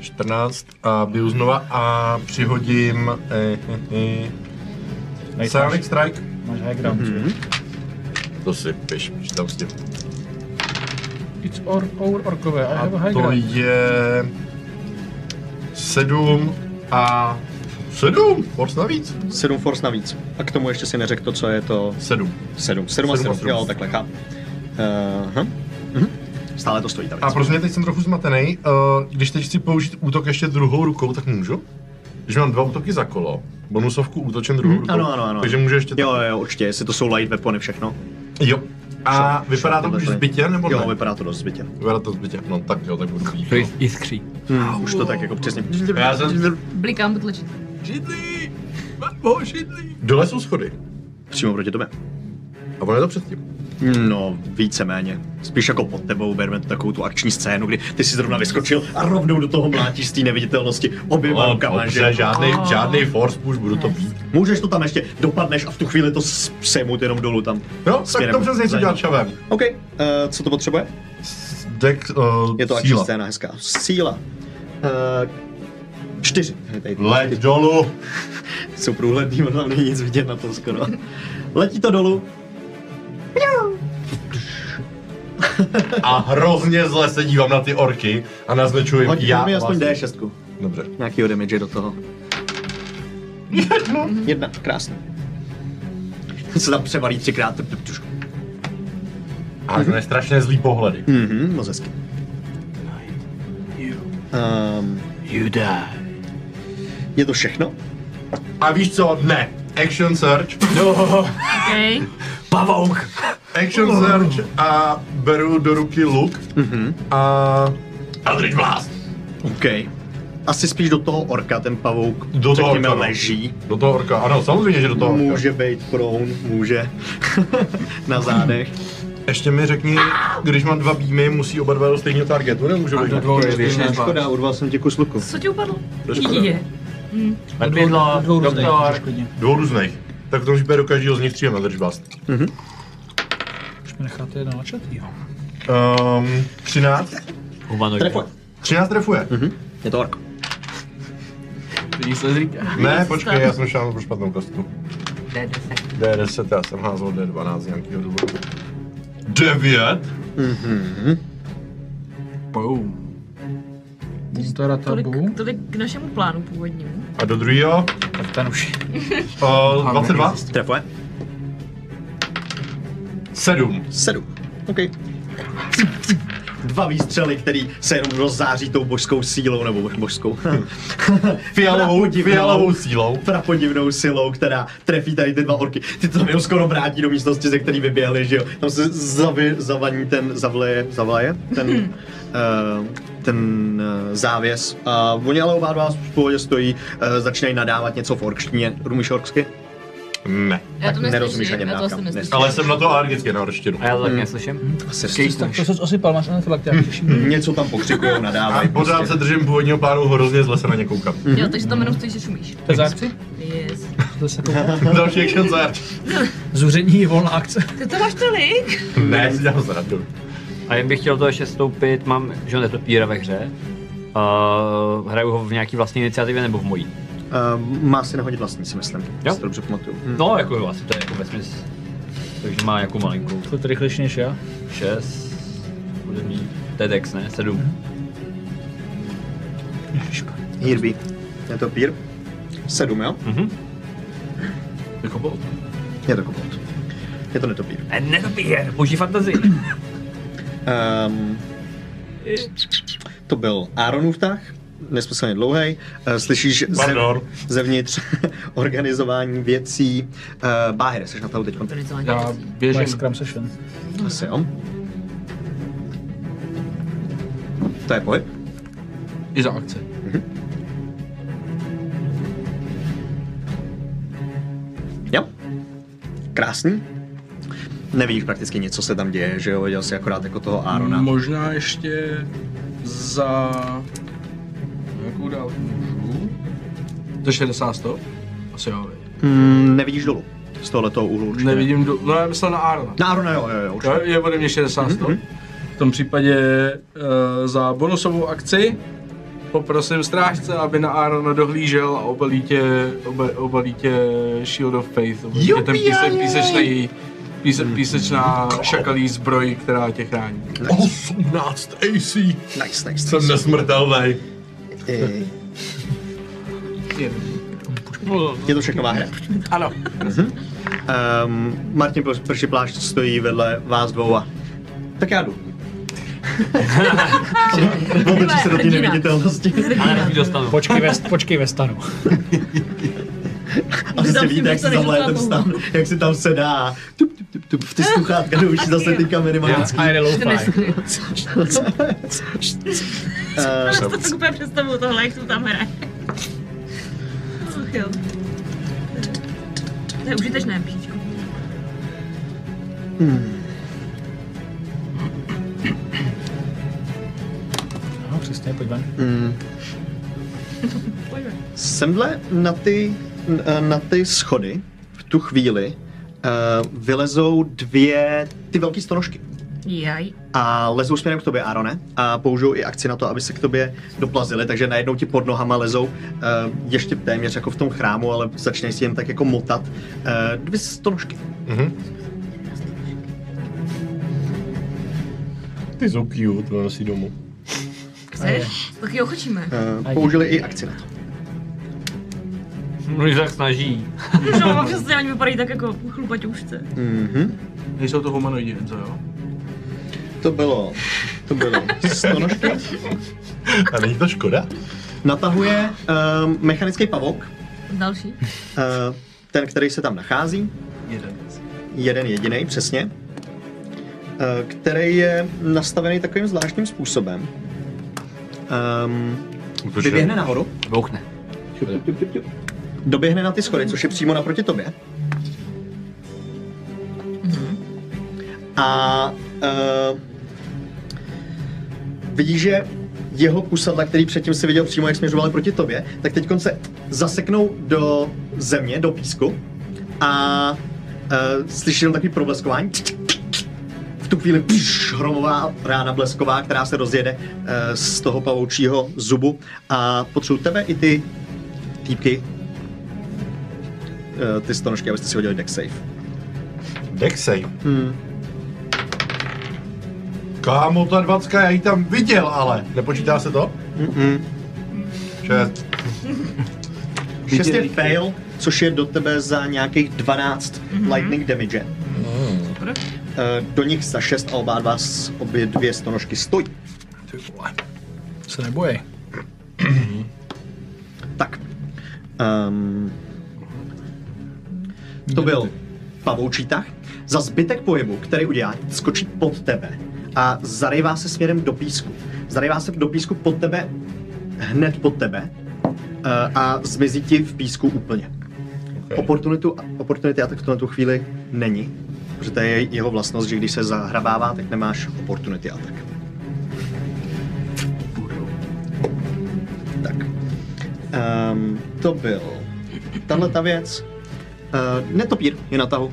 Speaker 2: 14 a biju znova a přihodím eh, eh, eh, Psionic Strike. Mhm.
Speaker 4: Máš high ground, že?
Speaker 2: To si piš, že tam s tím.
Speaker 8: It's or, or, orkové. I
Speaker 2: A
Speaker 8: have a high
Speaker 2: to
Speaker 8: ground.
Speaker 2: je 7 a 7, force navíc.
Speaker 1: Sedm force navíc. A k tomu ještě si neřekl to, co je to
Speaker 2: 7.
Speaker 1: sedm. Sedm a
Speaker 2: Sedm a
Speaker 1: sedm.
Speaker 2: sedm.
Speaker 1: Jo, takhle, chápu. Uh, Stále to stojí ta
Speaker 2: A
Speaker 1: věc.
Speaker 2: pro mě teď jsem trochu zmatený. eh, Když teď chci použít útok ještě druhou rukou, tak můžu? Když mám dva útoky za kolo, bonusovku útočím druhou rukou.
Speaker 1: Mhm. Ano, ano, ano.
Speaker 2: Takže můžu ještě
Speaker 1: Jo, jo, jo, určitě, jestli to jsou light weapony všechno.
Speaker 2: Jo. A
Speaker 1: Šel-
Speaker 2: vypadá
Speaker 1: šel
Speaker 2: to
Speaker 1: podle
Speaker 2: už
Speaker 1: tady.
Speaker 2: zbytě, nebo
Speaker 1: Jo,
Speaker 2: ne?
Speaker 1: vypadá to dost zbytě.
Speaker 2: Vypadá to zbytě. No tak jo, tak budu
Speaker 3: To
Speaker 2: chvíli.
Speaker 3: jis- jiskří.
Speaker 1: Hmm, už to tak jako přesně.
Speaker 2: Já jsem...
Speaker 7: Blikám to tlačit.
Speaker 6: Židlí! Mambo, židlí!
Speaker 2: Dole jsou schody.
Speaker 1: Přímo proti tobě.
Speaker 2: A ono je to předtím.
Speaker 1: No, víceméně. Spíš jako pod tebou bereme takovou tu akční scénu, kdy ty si zrovna vyskočil a rovnou do toho mlátíš z té neviditelnosti oběma
Speaker 2: No,
Speaker 1: rukama,
Speaker 2: dobře,
Speaker 1: že?
Speaker 2: žádný, žádný force push, budu to vzít.
Speaker 1: Můžeš to tam ještě, dopadneš a v tu chvíli to sejmout jenom dolů tam.
Speaker 2: No, tak
Speaker 1: Směrem
Speaker 2: to přesně chci
Speaker 1: za
Speaker 2: dělat
Speaker 1: ní.
Speaker 2: šavem.
Speaker 1: OK, uh, co to potřebuje?
Speaker 2: Dex, uh,
Speaker 1: Je to akční
Speaker 2: síla.
Speaker 1: scéna, hezká. Síla. Uh, čtyři. Tady, tady,
Speaker 2: Leď dolů.
Speaker 1: Jsou průhledný, ono tam není nic vidět na tom skoro. Letí to dolů,
Speaker 2: A hrozně zle se dívám na ty orky a naznačuji
Speaker 1: hodí
Speaker 2: já
Speaker 1: mi aspoň
Speaker 2: vlastně-
Speaker 1: D6.
Speaker 2: Dobře.
Speaker 1: Nějakýho damage do <laughs> toho. Jedna, krásně. Se tam převalí třikrát.
Speaker 2: A to je strašně zlý pohledy.
Speaker 1: Mhm, moc hezky. Um,
Speaker 3: You die.
Speaker 1: je to všechno?
Speaker 2: A víš co? Ne. Action search.
Speaker 7: Okay.
Speaker 3: Pavouk!
Speaker 2: Action
Speaker 1: Oh.
Speaker 2: search a beru do ruky luk.
Speaker 1: Mhm.
Speaker 2: A... Eldritch Blast.
Speaker 1: OK. Asi spíš do toho orka ten pavouk
Speaker 2: Do toho
Speaker 1: řekněme,
Speaker 2: orka, no.
Speaker 1: leží.
Speaker 2: Do toho orka. Ano, samozřejmě, že do toho orka.
Speaker 1: Může být prone, může. <laughs> Na zádech.
Speaker 2: Ještě mi řekni, když mám dva býmy, musí oba dva do stejného targetu, nemůžu být
Speaker 6: do
Speaker 2: na
Speaker 6: dvou
Speaker 2: to je
Speaker 6: je
Speaker 2: věc.
Speaker 6: stejné.
Speaker 1: Škoda, urval jsem ti kus luku.
Speaker 7: Co ti upadlo?
Speaker 2: To je škoda.
Speaker 7: Dítě.
Speaker 8: Do
Speaker 3: Lepidlo,
Speaker 8: dvou různých,
Speaker 3: doktor.
Speaker 8: můžeš klidně.
Speaker 2: Dvou různých. Tak to už beru každýho z nich tři na držbast.
Speaker 8: Už mi necháte jeden načetý.
Speaker 2: Um, 13.
Speaker 3: Humanoid.
Speaker 1: Trefoj.
Speaker 2: 13 trefuje.
Speaker 1: Mhm. Je to ork.
Speaker 6: To nic nezříká.
Speaker 2: Ne, počkej, já jsem šel pro špatnou kostku. D10, já jsem házel D12 z nějakého důvodu. 9.
Speaker 6: Boom.
Speaker 8: Taratabu.
Speaker 7: Tolik k našemu plánu původnímu.
Speaker 2: A do druhého
Speaker 4: Tak ten
Speaker 2: <laughs>
Speaker 4: už je.
Speaker 2: uh, 22.
Speaker 1: Trefuje.
Speaker 2: 7.
Speaker 1: Sedm. OK. Dva výstřely, který se jenom rozzáří tou božskou sílou, nebo bož- božskou.
Speaker 2: Fialovou,
Speaker 1: Prapodivnou-
Speaker 2: fialovou sílou.
Speaker 1: Prapodivnou silou, která trefí tady ty dva orky. Ty to jenom skoro vrátí do místnosti, ze který vyběhli, že jo. Tam se zavi, zavaní ten, zavleje, zavlaje, ten, uh, ten uh, závěs. A eh, oni ale oba dva v pohodě stojí, uh, začínají nadávat něco v orkštině. Rumíš orksky?
Speaker 9: Ne.
Speaker 7: Já to
Speaker 1: nerozumíš ani
Speaker 7: neslyším, já to
Speaker 1: mráka.
Speaker 7: asi neslyším.
Speaker 9: Ale jsem na to alergický na horštinu.
Speaker 3: A já to taky neslyším.
Speaker 1: Asi
Speaker 8: Tak to se osypal, máš anafylaktiák,
Speaker 3: <laughs>
Speaker 8: těším.
Speaker 3: Hmm.
Speaker 1: něco tam pokřikujou,
Speaker 9: A
Speaker 1: nadávají. prostě.
Speaker 9: pořád se držím původního páru, hrozně zle se na ně
Speaker 2: <laughs>
Speaker 9: koukám.
Speaker 7: Jo, takže tam jenom stojíš a šumíš.
Speaker 8: To je za akci?
Speaker 7: Yes.
Speaker 8: To se koukám.
Speaker 9: Další action za
Speaker 8: Zuření je volná akce.
Speaker 7: Ty to máš tolik?
Speaker 9: Ne, já si dělám zradu.
Speaker 3: A jen bych chtěl to ještě stoupit, mám, že jo, netopíra ve hře. Uh, hraju ho v nějaký vlastní iniciativě nebo v mojí?
Speaker 1: Uh, má si nahodit vlastní, si myslím.
Speaker 3: Jo.
Speaker 1: Jo? Si to dobře pamatuju. Hm.
Speaker 3: No, jako jo, asi to je jako vesměs. Takže má jako malinkou.
Speaker 4: To je rychlejší než já.
Speaker 3: 6, bude mít TEDx, ne?
Speaker 4: Hmm.
Speaker 3: 7.
Speaker 1: Hirby. Je to pír? Sedm, jo?
Speaker 3: Mhm.
Speaker 6: Jako bol.
Speaker 1: Je to kobold. Je to netopír.
Speaker 3: Ne, netopír, boží fantazii.
Speaker 1: Um, to byl Aaronův tah, nesmyslně dlouhý. Slyšíš zev,
Speaker 9: Pardon.
Speaker 1: zevnitř <laughs> organizování věcí. Uh, Báhir, jsi na tahu teď.
Speaker 6: Já
Speaker 4: Máš
Speaker 6: běžím.
Speaker 4: Scrum Session.
Speaker 1: Asi jo. To je pohyb.
Speaker 6: I za akce.
Speaker 1: Jo. Krásný. Nevidíš prakticky nic, co se tam děje, že jo? Viděl jsi akorát jako toho Aarona.
Speaker 6: Možná ještě za... Jakou dálku můžu? Za 60 stop? Asi jo, viď.
Speaker 1: Mm, nevidíš dolů. Z tohoto úhlu určitě.
Speaker 6: Nevidím do... No já myslel na Arona.
Speaker 1: Na Aarona jo, jo, jo, určitě.
Speaker 6: Jo, je ode mě 60 stop. V tom případě eh, za bonusovou akci poprosím strážce, aby na Arona dohlížel a obalí tě, oba, obalí tě Shield of Faith. Obalí tě ten píse, písečný, píse, písečná šakalí zbroj, která tě chrání.
Speaker 9: 18 AC.
Speaker 1: Nice, nice.
Speaker 9: Jsem nesmrtelný.
Speaker 1: Eh, Je to všechno má hra.
Speaker 6: Ano.
Speaker 1: Um, Martin Pr- Prši Plášť stojí vedle vás dvou a... Tak já jdu. Otočí se do té
Speaker 7: Hrdina.
Speaker 1: neviditelnosti.
Speaker 3: Ale než dostanu.
Speaker 4: Počkej ve, počkej ve stanu.
Speaker 1: Asi
Speaker 7: Tam
Speaker 1: si
Speaker 7: si
Speaker 1: vidíte, jak se
Speaker 7: dostaneš
Speaker 1: zavlaje
Speaker 7: docela
Speaker 1: ten stan, jak si tam sedá. Tup, tup, tup, tup, v ty sluchátka jdou už zase ty kamery magický.
Speaker 4: A jde low
Speaker 1: Eh,
Speaker 7: Já to tak úplně představuju tohle, jak to tam hraje. Ach jo. To je užitečné píčko.
Speaker 4: No, přesně, pojď ven.
Speaker 1: Semhle na ty, na ty schody v tu chvíli uh, vylezou dvě ty velké stonožky.
Speaker 7: Jaj.
Speaker 1: a lezou směrem k tobě, Arone, a použijou i akci na to, aby se k tobě doplazili, takže najednou ti pod nohama lezou uh, ještě téměř jako v tom chrámu, ale začneš si jen tak jako motat uh, dvě stonožky.
Speaker 9: Ty jsou cute, to nosí domů.
Speaker 7: Chceš? Tak jo, chočíme. <laughs>
Speaker 1: Uh, použili i akci na to.
Speaker 3: Mluvíš tak snaží.
Speaker 7: No, přesně, oni vypadají tak jako chlupaťoušce.
Speaker 1: Mhm.
Speaker 6: Nejsou to humanoidi, co jo?
Speaker 1: To bylo, to bylo stonožky.
Speaker 9: A není to škoda?
Speaker 1: <laughs> Natahuje uh, mechanický pavouk, uh,
Speaker 7: Další.
Speaker 1: ten, který se tam nachází,
Speaker 6: Jeden.
Speaker 1: jeden jediný přesně, eh, který je nastavený takovým zvláštním způsobem. Um, vyběhne nahoru,
Speaker 3: Bouchne.
Speaker 1: doběhne na ty schody, což je přímo naproti tobě. A uh, vidíš, že jeho kusadla, který předtím si viděl přímo, jak směřovaly proti tobě, tak teď se zaseknou do země, do písku a uh, slyšíš jenom takový probleskování. V tu chvíli pš, hromová rána blesková, která se rozjede eh, z toho pavoučího zubu a potřebuji tebe i ty týpky eh, ty stonožky, abyste si hodili deck safe.
Speaker 9: Dexej.
Speaker 2: Hmm.
Speaker 9: Kámo, ta dvacka, já ji tam viděl, ale. Nepočítá se to? Šest.
Speaker 1: Šest je fail, což je do tebe za nějakých 12 lightning damage. Eh, Do nich za 6 a oba dva s- obě dvě stonožky stojí.
Speaker 4: Se nebojej.
Speaker 1: Tak. Um, to byl pavoučí tah. Za zbytek pohybu, který udělá, skočí pod tebe a zarejvá se směrem do písku. Zarejvá se do písku pod tebe, hned pod tebe eh, a zmizí ti v písku úplně. Oportunitu, oportunity atak v tuhle tu chvíli není, protože to je jeho vlastnost, že když se zahrabává, tak nemáš oportunity atak. Tak. Um, to byl tahle ta věc. Uh, netopír je na tahu.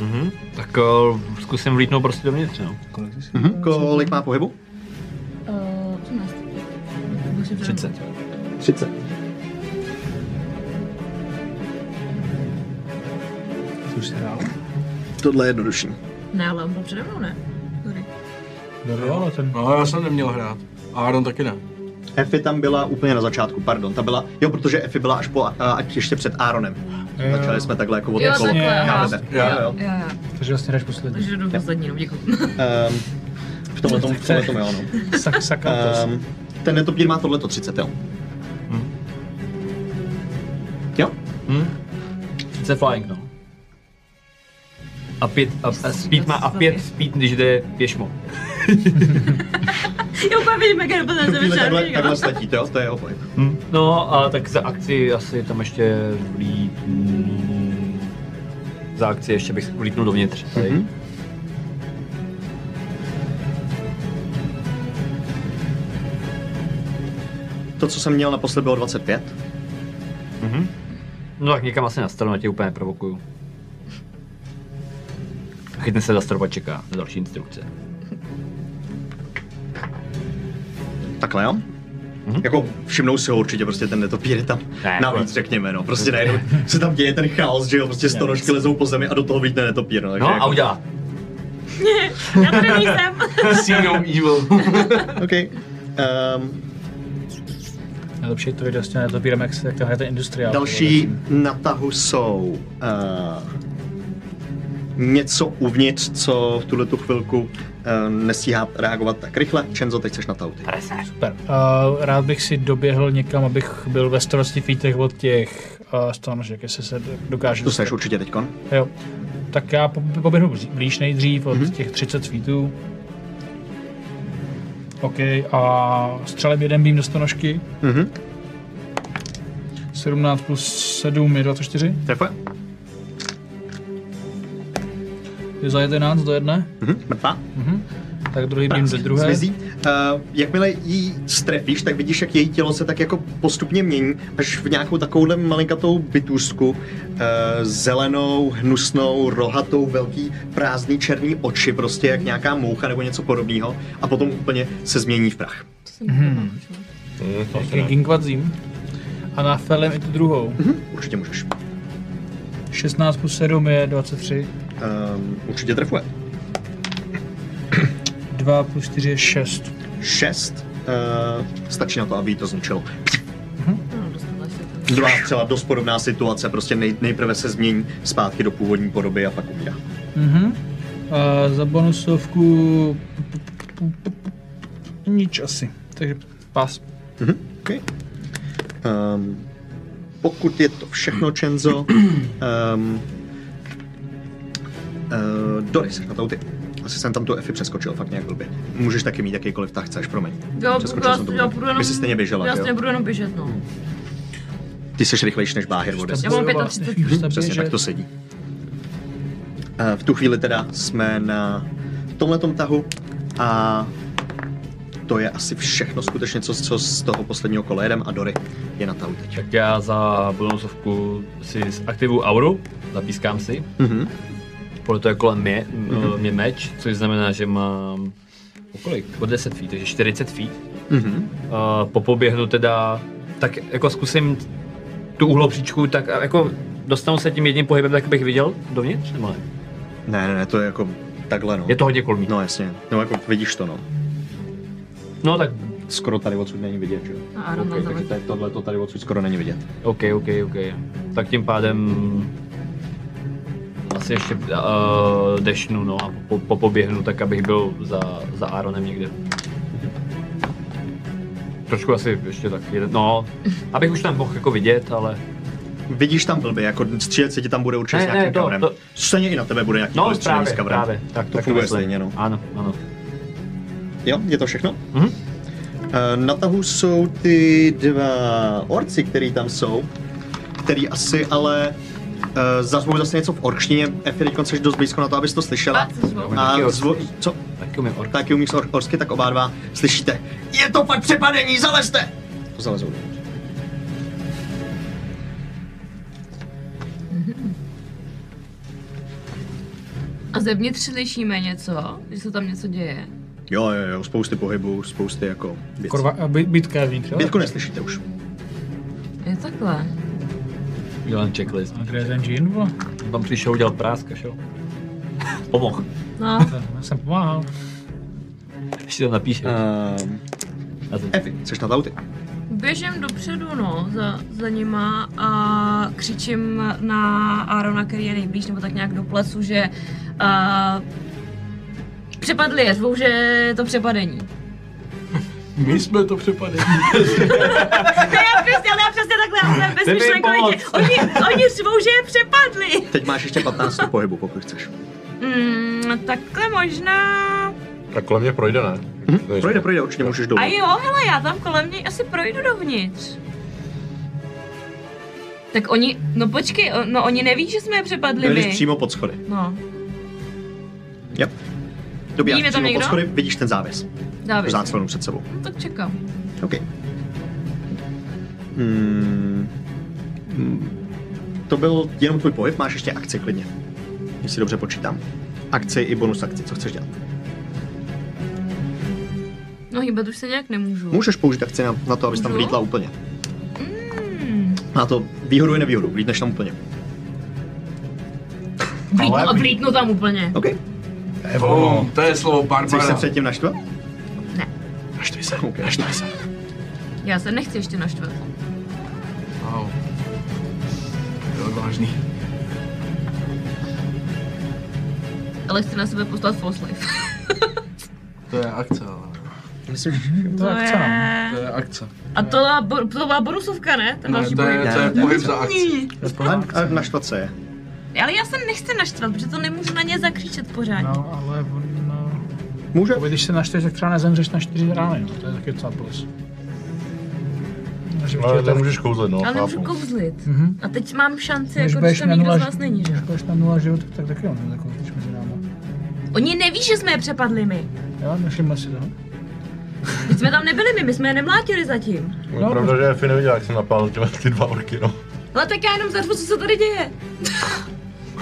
Speaker 3: Mhm. Tak uh, zkusím vlítnout prostě dovnitř, no.
Speaker 1: Mhm. Kolik má pohybu?
Speaker 7: Uh, 18.
Speaker 3: 30.
Speaker 1: 30.
Speaker 8: Už se dál.
Speaker 1: Tohle je jednodušší.
Speaker 5: Ne, ale on byl přede mnou, ne? Dobrý.
Speaker 4: Jo, ale ten...
Speaker 6: No, já jsem neměl hrát. A Aaron taky ne.
Speaker 1: Effie tam byla úplně na začátku, pardon. Ta byla, jo, protože Effie byla až po, a, až ještě před Aaronem.
Speaker 4: Jo.
Speaker 1: Začali jsme takhle jako od
Speaker 5: Jo,
Speaker 1: okolo.
Speaker 5: takhle, aha.
Speaker 1: Chápete?
Speaker 5: Jo,
Speaker 1: Jo, jo.
Speaker 5: jo, jo.
Speaker 4: Takže vlastně jdeš poslední.
Speaker 5: Takže jdu poslední, no, <laughs> děkuji.
Speaker 1: Ehm, v tomhle tom, v tomhle tom, jo, no.
Speaker 4: Sak, sakal to.
Speaker 1: Um, ten netopír má tohleto 30, jo. Jo?
Speaker 3: 30 flying, no. A pět, a, a speed má, a pět speed, když jde pěšmo.
Speaker 5: Jo, úplně vidím, jak je potom
Speaker 1: Chvíli takhle,
Speaker 5: zemřel.
Speaker 1: takhle statíte, jo? To je jeho pohyb.
Speaker 3: No a tak za akci asi tam ještě vlítnu. Za akci ještě bych vlítnul dovnitř. Tady.
Speaker 1: Mhm.
Speaker 3: Mm-hmm.
Speaker 1: To, co jsem měl naposled, bylo 25.
Speaker 3: No tak někam asi na stranu, tě úplně provokuju. Chytne se za strop a čeká na další instrukce.
Speaker 1: Takhle, jo? Jako všimnou si ho určitě, prostě ten netopír je tam
Speaker 3: Mhm. Ne,
Speaker 1: navíc,
Speaker 3: jako-
Speaker 1: řekněme, no. Prostě najednou <laughs> se tam děje ten chaos, že jo, prostě storožky lezou po zemi a do toho vítne netopír, no. takže
Speaker 3: No
Speaker 1: jako-
Speaker 3: a udělá.
Speaker 5: no. Já tady nejsem.
Speaker 6: <laughs>
Speaker 1: <laughs>
Speaker 6: See no evil.
Speaker 1: jako- OK. Um,
Speaker 4: Nejlepší je to video s tím netopírem, jak, se, jak to hraje ten industriál.
Speaker 1: další na tahu jsou uh, něco uvnitř, co v tuhle tu chvilku uh, nestíhá reagovat tak rychle. Čenzo, teď seš na tahu. ty.
Speaker 4: Super. Uh, rád bych si doběhl někam, abych byl ve starosti feetech od těch uh, stanožek, jestli se do- dokáže
Speaker 1: To seš určitě teďkon.
Speaker 4: Jo. Tak já po- poběhnu blí- blíž nejdřív od těch 30 feetů. OK, a střelím jeden bým do stanožky.
Speaker 1: Mhm.
Speaker 4: 17 plus 7 je 24.
Speaker 1: Trefuje?
Speaker 4: Je za 11 do jedné.
Speaker 1: Mhm. Mrtvá.
Speaker 4: Tak druhý bým do druhé.
Speaker 1: Zmizí. Uh, jakmile jí strefíš, tak vidíš, jak její tělo se tak jako postupně mění, až v nějakou takovouhle malinkatou bytůzku, uh, zelenou, hnusnou, rohatou, velký, prázdný černý oči, prostě jak nějaká moucha nebo něco podobného, a potom úplně se změní v prach.
Speaker 4: Taky Ginkwadzím. A na felem i tu druhou.
Speaker 1: Určitě můžeš.
Speaker 4: 16 plus 7 je 23.
Speaker 1: Um, určitě trefuje.
Speaker 4: 2 plus 4 je 6.
Speaker 1: Šest. Uh, stačí na to, aby jí to zničilo. Dva celá dost podobná situace, prostě nej, nejprve se změní zpátky do původní podoby a pak umírá.
Speaker 4: Mhm. A za bonusovku... Nič asi. Takže pas.
Speaker 1: Mhm, okay. um, pokud je to všechno, Čenzo, um, uh, Doris, na to ty. Asi jsem tam tu Efi přeskočil, fakt nějak blbě. Můžeš taky mít jakýkoliv tah, chceš, promiň.
Speaker 5: Jo,
Speaker 1: Přeskočil
Speaker 5: já,
Speaker 1: jsem to
Speaker 5: já
Speaker 1: blbě.
Speaker 5: budu jenom...
Speaker 1: Vy jsi stejně běžela,
Speaker 5: Já
Speaker 1: jo?
Speaker 5: stejně budu jenom běžet, no.
Speaker 1: Ty jsi rychlejší než Báhir vode.
Speaker 5: Já mám 35.
Speaker 1: Přesně, tak to sedí. Eh, V tu chvíli teda jsme na tomhletom tahu a to je asi všechno skutečně, co, co z toho posledního kola jedem a Dory je na tahu teď.
Speaker 3: Tak já za bonusovku si aktivuju auru, zapískám si,
Speaker 1: Mhm.
Speaker 3: podle toho je kolem mě, mm-hmm. mě meč, což znamená, že mám o kolik? O 10 feet, takže 40 feet.
Speaker 1: Mhm.
Speaker 3: Uh, po poběhnu teda, tak jako zkusím tu uhlopříčku, tak a jako dostanu se tím jedním pohybem, tak bych viděl dovnitř, nebo ne?
Speaker 1: Ne, ne, ne, to je jako takhle, no.
Speaker 3: Je to hodně kolmí. No.
Speaker 1: No jasně, no jako vidíš to, no.
Speaker 3: no tak,
Speaker 1: Skoro tady odsud není vidět, že jo?
Speaker 5: A Aaron
Speaker 1: Okay,
Speaker 5: okay,
Speaker 1: takže tady, tohle to tady odsud skoro není vidět.
Speaker 3: ok, ok, ok. Tak tím pádem asi ještě uh, dešnu, no a po, po, poběhnu, tak abych byl za, za Aaronem někde. Trošku asi ještě tak jeden, no, abych už tam mohl jako vidět, ale
Speaker 1: Vidíš tam blbě, jako střílet se ti tam bude určitě
Speaker 3: Ne,
Speaker 1: s
Speaker 3: ne,
Speaker 1: nějakým
Speaker 3: to-
Speaker 1: kavrem.
Speaker 3: to-
Speaker 1: Stejně i na tebe bude nějaký
Speaker 3: no
Speaker 1: polip střílený
Speaker 3: právě,
Speaker 1: s kavrem.
Speaker 3: právě. Tak,
Speaker 1: to
Speaker 3: tak
Speaker 1: funguje
Speaker 3: myslím.
Speaker 1: stejně, no.
Speaker 3: Ano, ano.
Speaker 1: Jo, je to všechno?
Speaker 3: Mhm.
Speaker 1: Eh, Na tahu jsou ty dva orci, který tam jsou. který asi ale uh, zazvou zase něco v orkštině. Efi, teď jsi dost blízko na to, abys to slyšela. A zvo, co?
Speaker 3: Taky umím ork.
Speaker 1: Taky umíš or, orsky, tak oba dva slyšíte. Je to fakt přepadení, zalezte! To zalezou.
Speaker 5: A zevnitř slyšíme něco, že se tam něco děje.
Speaker 1: Jo, jo, jo, spousty pohybů, spousty jako věcí.
Speaker 10: Korva, a by, bitka je vnitř, jo?
Speaker 1: Bitku neslyšíte už.
Speaker 5: Je takhle.
Speaker 3: Dělám checklist.
Speaker 4: A kde je ten džin, vole?
Speaker 3: Tam přišel, udělal prásk a šel. Pomohl.
Speaker 5: No,
Speaker 4: Já jsem pomáhal.
Speaker 3: Ještě to napíše.
Speaker 1: Um,
Speaker 3: Na zem.
Speaker 1: Efi, jsi na tauty.
Speaker 5: běžím dopředu, no, za, za nima a křičím na Arona, který je nejblíž, nebo tak nějak do plesu, že uh, přepadli je, zvou, že je to přepadení.
Speaker 6: <laughs> My jsme to přepadli.
Speaker 5: <laughs> Ne, já přesně, ale já přesně takhle, já jsem
Speaker 3: Jdeme jim
Speaker 5: bezmyšlenkovitě.
Speaker 3: pomoct.
Speaker 5: Oni, oni svou, že je přepadli.
Speaker 1: Teď máš ještě 15 do pohybu, pokud chceš.
Speaker 5: Mm, takhle možná...
Speaker 2: Tak kolem mě projde, ne?
Speaker 1: Hm? Projde, projde, určitě můžeš dolů.
Speaker 5: A jo, hele, já tam kolem něj asi projdu dovnitř. Tak oni, no počkej, o- no oni neví, že jsme je přepadli
Speaker 1: Byli
Speaker 5: my.
Speaker 1: přímo pod schody.
Speaker 5: No,
Speaker 1: Yep. Dobíjáš
Speaker 5: Vidíme tam
Speaker 1: přímo pod
Speaker 5: někdo?
Speaker 1: schody, vidíš ten závěs.
Speaker 5: Dávid,
Speaker 1: Záclonu před sebou.
Speaker 5: no, tak čekám.
Speaker 1: OK. Hmm. Hmm. To byl jenom tvůj pohyb, máš ještě akci klidně. Jestli dobře počítám. Akci i bonus akci, co chceš dělat?
Speaker 5: No hýbat už se nějak nemůžu.
Speaker 1: Můžeš použít akci na, na to, abys tam
Speaker 5: Můžu? Hmm.
Speaker 1: vlítla úplně. Má to výhodu i nevýhodu, vlítneš tam úplně.
Speaker 5: Vlítnu, a vlítnu tam úplně.
Speaker 1: OK.
Speaker 6: Evo, Oh, to je slovo
Speaker 1: Chceš se
Speaker 6: Barbara.
Speaker 1: předtím naštvat?
Speaker 5: Ne.
Speaker 1: Naštvi se, okay. naštvi se.
Speaker 5: Já se nechci ještě naštvat.
Speaker 6: Wow. To je odvážný.
Speaker 5: Ale chci na sebe poslat false life.
Speaker 6: To je akce, ale.
Speaker 1: Myslím, že
Speaker 4: To je akce, no.
Speaker 6: To je akce.
Speaker 5: A to byla, bo- to byla bonusovka, ne? Ten
Speaker 6: Ne,
Speaker 5: další
Speaker 6: to je, to je pohyb za akci.
Speaker 1: a, a naštvat se je.
Speaker 5: Ale já se nechci naštvat, protože to nemůžu na ně zakřičet pořádně. No.
Speaker 4: No, ale on... no,
Speaker 1: Může?
Speaker 4: Když se naštveš, tak třeba nezemřeš na čtyři rány, no. To je taky docela plus. Takže
Speaker 2: Ale
Speaker 4: určitě tak-
Speaker 2: nemůžeš kouzlet, no,
Speaker 5: Ale nemůžu
Speaker 2: chápu.
Speaker 5: kouzlit.
Speaker 4: Mhm.
Speaker 5: A teď mám šanci,
Speaker 4: Když
Speaker 5: jako
Speaker 4: budeš
Speaker 5: když tam
Speaker 4: na
Speaker 5: nikdo
Speaker 4: nula,
Speaker 5: z vás není, že?
Speaker 4: když
Speaker 5: jo?
Speaker 4: budeš na nula životů, tak taky on nezakouzlíš mezi náma.
Speaker 5: Oni neví, že jsme je přepadli my.
Speaker 4: Jo, nevšiml si toho.
Speaker 5: Teď jsme tam nebyli my, my jsme je nemlátili zatím.
Speaker 2: Je pravda, že Efi neviděl, jak jsem napál tyhle ty dva orky, no.
Speaker 5: Ale tak já jenom zařvu, co se tady děje.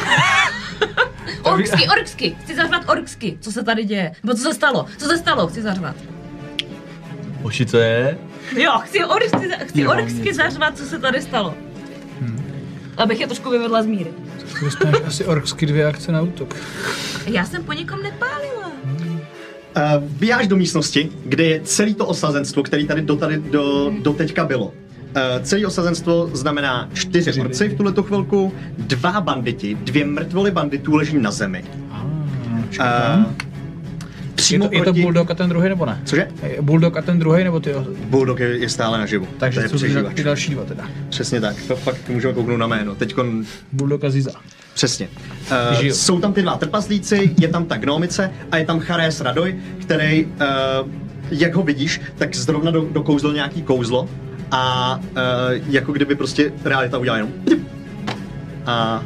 Speaker 3: <laughs>
Speaker 5: orksky, orksky, chci zařvat orksky, co se tady děje. Nebo co se stalo, co se stalo, chci zařvat.
Speaker 3: Oši, co je?
Speaker 5: Jo, chci, or, chci, za- chci
Speaker 6: Já mám
Speaker 5: orksky zařvat, co se tady stalo. Hm. Abych je trošku vyvedla z míry.
Speaker 4: Ty dostaneš asi orksky dvě akce na útok.
Speaker 5: Já jsem po nikom nepálila.
Speaker 1: Uh, Bíháš do místnosti, kde je celý to osazenstvo, který tady, do, tady do, do teďka bylo. Uh, celé osazenstvo znamená čtyři orci v tuhle chvilku, dva banditi, dvě mrtvoly banditů leží na zemi. Uh,
Speaker 4: Ah, Je
Speaker 1: přímo
Speaker 4: to, je to
Speaker 1: proti...
Speaker 4: bulldog a ten druhý nebo ne?
Speaker 1: Cože?
Speaker 4: Je Bulldog a ten druhý nebo ty?
Speaker 1: Bulldog je, je stále naživu.
Speaker 4: Takže
Speaker 1: to je
Speaker 4: jsou ty,
Speaker 1: přežívač.
Speaker 4: ty další dva teda.
Speaker 1: Přesně tak, to fakt můžeme kouknout na jméno. Teďkon
Speaker 4: Bulldog a Ziza.
Speaker 1: Přesně. Uh,
Speaker 4: Žiju.
Speaker 1: jsou tam ty dva trpaslíci, je tam ta gnomice a je tam Charés Radoj, který, uh, jak ho vidíš, tak zrovna do, dokouzl nějaký kouzlo a uh, jako kdyby prostě realita udělala jenom a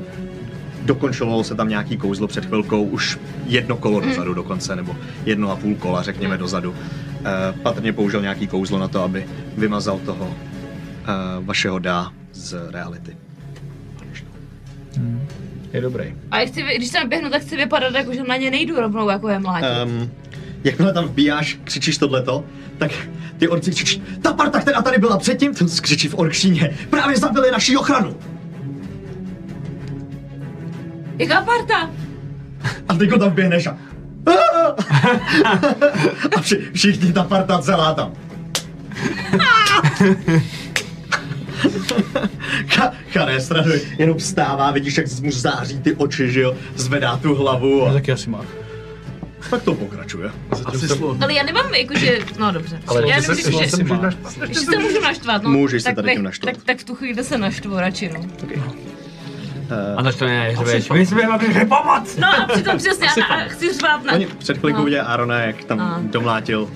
Speaker 1: <laughs> dokončovalo se tam nějaký kouzlo před chvilkou, už jedno kolo dozadu dokonce, nebo jedno a půl kola, řekněme, dozadu. Uh, patrně použil nějaký kouzlo na to, aby vymazal toho uh, vašeho dá z reality.
Speaker 4: Je dobrý.
Speaker 5: A já chci, vy- když tam běhnu, tak chci vypadat, jako že na ně nejdu rovnou, jako je mlátí.
Speaker 3: Eh.
Speaker 1: Um, jakmile tam vbíjáš, křičíš tohleto, tak ty orci křičí, ta parta, která tady byla předtím, to křičí v orkšině, právě zabili naši ochranu.
Speaker 5: Jaká parta?
Speaker 1: A ty tam běhneš a... <laughs> a vši, všichni ta parta celá tam. <laughs> Ka- Charest raduj, jenom vstává, vidíš, jak mu září ty oči, že jo, zvedá tu hlavu
Speaker 4: No,
Speaker 1: a
Speaker 4: taky asi má.
Speaker 1: pak to pokračuje.
Speaker 6: Asi slovo.
Speaker 5: Ale já nemám, jakože, no dobře.
Speaker 3: Ale
Speaker 5: já
Speaker 3: ty
Speaker 5: jenom
Speaker 3: se-
Speaker 5: říkám,
Speaker 4: Asi
Speaker 5: že,
Speaker 4: asi má.
Speaker 5: že se můžu naštvat, no.
Speaker 1: Můžeš se
Speaker 5: tak
Speaker 1: tady tím
Speaker 5: bych-
Speaker 1: naštvat.
Speaker 5: Tak, tak v tu chvíli se naštvu radši, no.
Speaker 1: Eh,
Speaker 3: A na to ne, hřbeš. My jsme na pomoc!
Speaker 5: No a přitom přesně, a, a chci řvát na...
Speaker 1: Oni před chvilkou
Speaker 5: No.
Speaker 1: viděli Arona, jak tam
Speaker 5: A.
Speaker 1: domlátil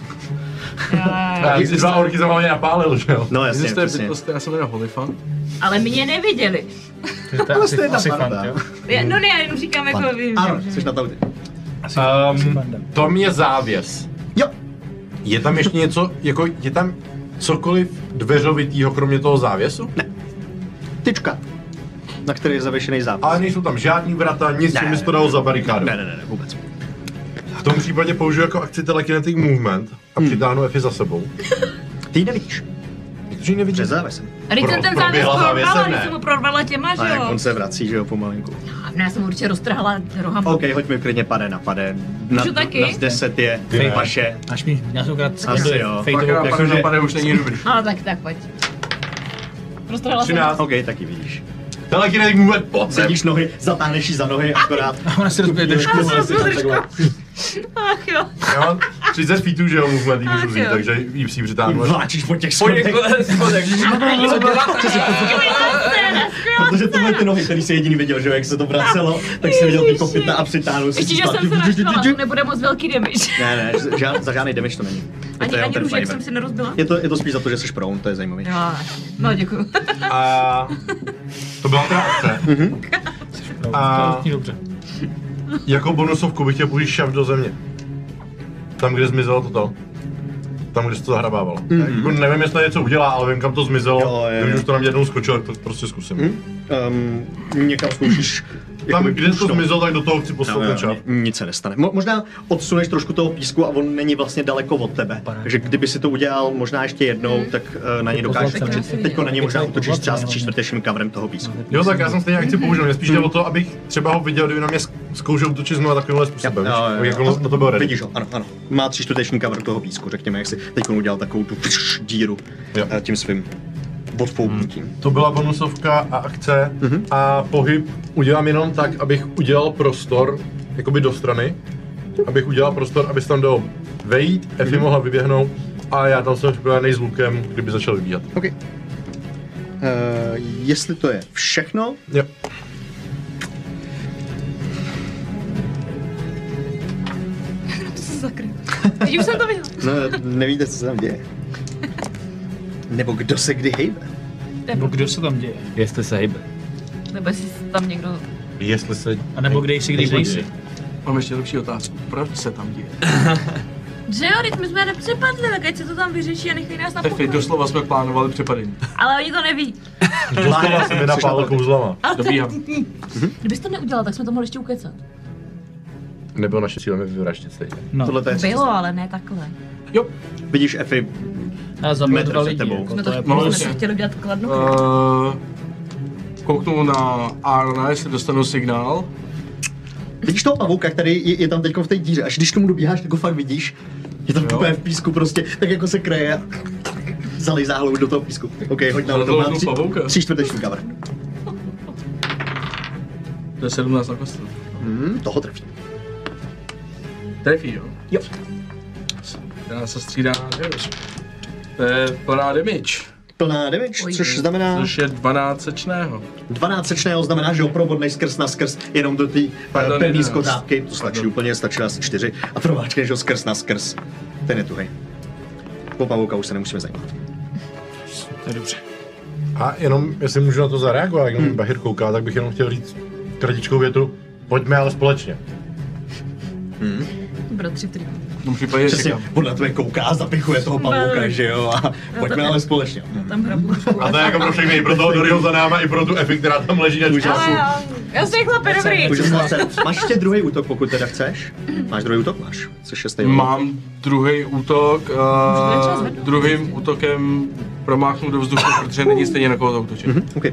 Speaker 5: Ale,
Speaker 2: Já si dva orky jsem hlavně napálil, že jo?
Speaker 1: No jasně,
Speaker 6: Existuje
Speaker 1: přesně.
Speaker 6: bytlost, která prostě- se jmenuje Holifant.
Speaker 5: ale mě neviděli.
Speaker 11: To je asi, asi fant, jo?
Speaker 5: Já- No ne, já jenom říkám, jako vím,
Speaker 1: Hmm. Ano,
Speaker 5: že-
Speaker 1: jsi na tautě.
Speaker 11: fandom.
Speaker 2: Um, to mě závěs.
Speaker 1: Jo.
Speaker 2: Je tam ještě něco, jako je tam cokoliv dveřovitýho, kromě toho závěsu? Ne.
Speaker 1: Tyčka, na který je zavěšený zápas.
Speaker 2: Ale nejsou tam žádný vrata, nic,
Speaker 1: Ne.
Speaker 2: co mi to dalo za barikádu.
Speaker 1: Ne, ne, ne, ne, vůbec.
Speaker 2: V tom případě použiju jako akci telekinetic movement a přitáhnu Efi za sebou.
Speaker 1: Ty ji nevidíš.
Speaker 2: Protože ji nevidím.
Speaker 1: Přes závesem.
Speaker 5: A Když jsem ten závěs
Speaker 2: proběhla
Speaker 5: porvala,
Speaker 2: závěsem,
Speaker 5: když
Speaker 2: ne.
Speaker 5: jsem ho porvala těma,
Speaker 1: A
Speaker 5: že
Speaker 1: jak
Speaker 5: jo?
Speaker 1: on se vrací, že jo, pomalinku.
Speaker 5: No, já jsem určitě roztrhala rohama.
Speaker 1: OK, hoď mi klidně pade na pade. Na,
Speaker 5: Můžu taky?
Speaker 1: na z 10 je
Speaker 2: ne.
Speaker 1: vaše.
Speaker 4: Až mi nějakoukrát
Speaker 1: Asi jo.
Speaker 4: fejtovou
Speaker 11: jako
Speaker 6: Pak
Speaker 4: krev.
Speaker 6: napadne, že napadne už není dobrý.
Speaker 5: Ale tak, tak pojď. Roztrhala jsem.
Speaker 2: 13.
Speaker 1: OK, taky vidíš.
Speaker 2: Telekinetic movement, pojď sem.
Speaker 1: Sedíš nohy, zatáhneš ji za nohy akorát.
Speaker 4: Ona se rozbije držku.
Speaker 5: Já jsem
Speaker 4: ale si tam
Speaker 5: rozbila
Speaker 4: takhle-
Speaker 5: Ach jo.
Speaker 2: Já mám 30 feetů, že jo, movement jí můžu
Speaker 5: Tak
Speaker 2: vzít,
Speaker 5: jo.
Speaker 2: takže jí si přitáhnu.
Speaker 1: Vláčíš po těch
Speaker 3: <laughs>
Speaker 1: schodech,
Speaker 5: <laughs>
Speaker 1: protože tohle ty nohy, který jsi jediný viděl, že jo, jak se to vracelo, tak si viděl ty
Speaker 5: Ježiši.
Speaker 1: kopyta a přitáhnul si
Speaker 5: Ještě, že jsem se
Speaker 1: <laughs>
Speaker 5: naštvala, to nebude moc velký damage.
Speaker 1: Ne, ne, ža- za žádný damage to není. Je to
Speaker 5: Ani,
Speaker 1: jenom
Speaker 5: ani
Speaker 1: ten
Speaker 5: růžek
Speaker 1: flavor.
Speaker 5: jsem si nerozbila.
Speaker 1: Je to, je to spíš za to, že jsi prone, to je zajímavý.
Speaker 5: Jo, no děkuju. <laughs>
Speaker 2: A to byla teda akce.
Speaker 4: No,
Speaker 2: A
Speaker 4: zní Dobře.
Speaker 2: jako bonusovku bych chtěl použít šav do země. Tam, kde zmizelo toto. Tam, kde se to zahrabávalo. Jako nevím, jestli něco udělá, ale vím, kam to zmizelo.
Speaker 1: Jo, jo,
Speaker 2: vím,
Speaker 1: jo.
Speaker 2: že už to na mě jednou skočilo, tak to prostě zkusím.
Speaker 1: Um, někam zkoušíš.
Speaker 2: Tam,
Speaker 1: jakoby
Speaker 2: kde to
Speaker 1: pušnout.
Speaker 2: zmizelo, tak do toho chci poslat
Speaker 1: No, jo,
Speaker 2: ten šav.
Speaker 1: nic se nestane. Mo- možná odsuneš trošku toho písku a on není vlastně daleko od tebe. Takže kdyby si to udělal možná ještě jednou,
Speaker 5: Hmm.
Speaker 1: tak eh, na něj dokážeš
Speaker 4: pozor,
Speaker 1: skočit.
Speaker 5: tak-
Speaker 1: Teď na něj možná
Speaker 4: tak-
Speaker 1: útočíš
Speaker 4: tak-
Speaker 1: třeba s
Speaker 4: tak-
Speaker 5: no.
Speaker 1: čtvrtečním kavrem toho písku.
Speaker 5: Hmm.
Speaker 2: Jo, tak já jsem stejně akci použil. Mě spíš jde o to, abych třeba ho viděl, kdyby na mě zkoušel útočit znovu takovýmhle způsobem.
Speaker 1: Jo, jo, jo.
Speaker 2: Jako na to bylo ready.
Speaker 1: Vidíš ho, ano, ano. Má tři čtvrteční cover toho písku, řekněme, jak si teď on udělal takovou tu pš, díru
Speaker 2: Jo.
Speaker 1: eh, tím svým odfouknutím.
Speaker 2: To byla bonusovka a akce
Speaker 1: Mhm.
Speaker 2: a pohyb udělám jenom tak, abych udělal prostor, jakoby do strany, abych udělal prostor, aby se tam dal vejít, Efi
Speaker 1: Mhm.
Speaker 2: mohla vyběhnout a já tam jsem připravený s lukem, kdyby začal vybíhat.
Speaker 1: OK. Uh, Eh, jestli to je všechno,
Speaker 2: Jo.
Speaker 5: Teď už jsem to viděla.
Speaker 1: no, <laughs> nevíte, co se tam děje. Nebo kdo se kdy hejbe.
Speaker 4: Nebo
Speaker 1: No,
Speaker 4: kdo se tam děje?
Speaker 3: Jestli se hejbe.
Speaker 5: Nebo jestli tam někdo...
Speaker 2: Jestli se...
Speaker 4: A nebo kde jsi, když nejsi?
Speaker 6: Mám ještě lepší otázku. Proč se tam děje?
Speaker 5: Že jo, teď my jsme nepřepadli, tak ať se to tam vyřeší a nechají nás na
Speaker 6: Efi,
Speaker 5: pokoji.
Speaker 6: doslova jsme plánovali přepadení.
Speaker 5: Ale oni to neví.
Speaker 2: Doslova jsem mi napálil kouzlama.
Speaker 6: Dobíhám.
Speaker 5: Mhm. Kdybys to neudělal, tak jsme to mohli ještě ukecat.
Speaker 2: Nebylo naše cílem vyvraždit stejně.
Speaker 4: No.
Speaker 1: Tohle to je
Speaker 5: Bylo, ale ne takhle.
Speaker 6: Jo,
Speaker 1: Vidíš, Efi,
Speaker 4: A za mě
Speaker 1: Metr
Speaker 4: dva
Speaker 1: před
Speaker 4: lidi.
Speaker 1: tebou.
Speaker 4: jako,
Speaker 5: Jsme to,
Speaker 4: to je-
Speaker 6: Mohli
Speaker 5: jsme
Speaker 6: si-
Speaker 5: to chtěli udělat kladno.
Speaker 6: uh, kouknu na Arona, jestli dostanu signál.
Speaker 1: vidíš toho pavouka, který je, je tam teď v té díře. Až když k tomu dobíháš, tak ho fakt vidíš. Je tam úplně v písku prostě, tak jako se kreje a zalejzá hlavu do toho písku. OK, hoď na
Speaker 6: Ale to
Speaker 1: to má
Speaker 6: vezmu
Speaker 1: tři,
Speaker 6: pavouka.
Speaker 1: tři čtvrteční cover.
Speaker 6: To je 17 na kostu.
Speaker 1: Hmm, toho trefí.
Speaker 6: Trefí, jo?
Speaker 1: Jo.
Speaker 6: Která se střídá na damage. To je plná damage,
Speaker 1: Plná damage,
Speaker 5: Oj.
Speaker 1: což znamená
Speaker 6: což je 12 sečného.
Speaker 1: 12 sečného, znamená, že ho provodnej skrz na skrz jenom do té
Speaker 6: Pardon,
Speaker 1: pevné
Speaker 6: 11.
Speaker 1: skotápky. To stačí
Speaker 6: Pardon.
Speaker 1: úplně, stačí asi 4 a prováčkneš ho skrz na skrz. Ten je tuhej. Po pavouka už se nemusíme zajímat.
Speaker 2: A jenom, jestli můžu na to zareagovat, jak
Speaker 1: Mhm.
Speaker 2: hmm. Bahir kouká, tak bych jenom chtěl říct kratičkou větu, pojďme ale společně.
Speaker 5: Bratři v triku.
Speaker 6: V tom případě
Speaker 1: Přesně,
Speaker 6: čekám.
Speaker 1: on na tebe kouká a zapichuje toho pavouka, že jo?
Speaker 5: No
Speaker 1: A pojďme ale společně.
Speaker 6: Hmm.
Speaker 5: Tam hrabu.
Speaker 2: A to je jako pro všechny, i pro toho Doryho za náma, i pro tu Efi, která tam leží na
Speaker 1: Úžasný.
Speaker 5: <laughs> Ale jo, já jsem chlape dobrý.
Speaker 1: Úžasná scéna. Máš ještě druhý útok, pokud teda chceš. Máš druhý útok, máš. Jsi šestý.
Speaker 6: Mám druhý útok.
Speaker 5: Můžete čas
Speaker 6: Uh,
Speaker 5: zvednout?
Speaker 6: druhým útokem promáchnu do vzduchu, protože není stejně na koho to útočí.
Speaker 1: Hm, OK.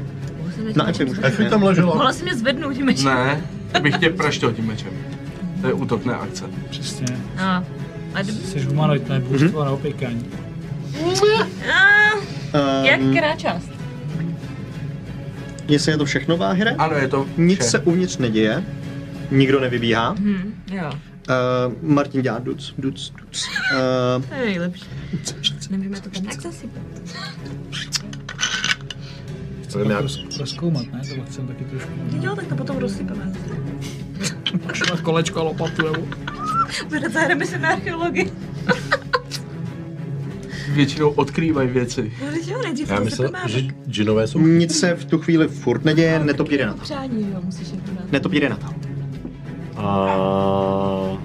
Speaker 1: Na Epi můžeš.
Speaker 2: Efi tam ležela.
Speaker 5: Mohla si mě zvednout tím mečem.
Speaker 6: Ne, bych tě praštil tím mečem. To je útok, ne akce.
Speaker 4: Přesně.
Speaker 5: A, No. a d-
Speaker 4: Jsi humanoid, ne božstvo na opěkání.
Speaker 5: a, jak
Speaker 1: Ehm,
Speaker 5: která část?
Speaker 1: Jestli je to všechno, Váhyre?
Speaker 6: Ano, je to
Speaker 1: Nic
Speaker 6: vše.
Speaker 1: se uvnitř neděje. Nikdo nevybíhá.
Speaker 5: Hm, jo,
Speaker 1: Uh, Martin dělá duc, duc, duc. Uh,
Speaker 5: to je nejlepší. Nevíme to tam jak zasypat.
Speaker 2: To je nějak
Speaker 4: Rozkoumat, ne? To chcem taky trošku.
Speaker 5: Jo, tak to potom rozsypeme.
Speaker 4: Šle kolečko a lopatu nebo?
Speaker 5: Zahrajeme se na archeologii.
Speaker 6: většinou odkrývají věci. <laughs>
Speaker 5: No, teď jo, nejdřív
Speaker 2: Já
Speaker 5: to
Speaker 2: myslel,
Speaker 5: máme.
Speaker 2: že džinové jsou...
Speaker 1: Nic se v tu chvíli furt neděje, netop jde na to.
Speaker 5: Přání, jo, musíš jako dát.
Speaker 1: Netop jde na to.
Speaker 3: A...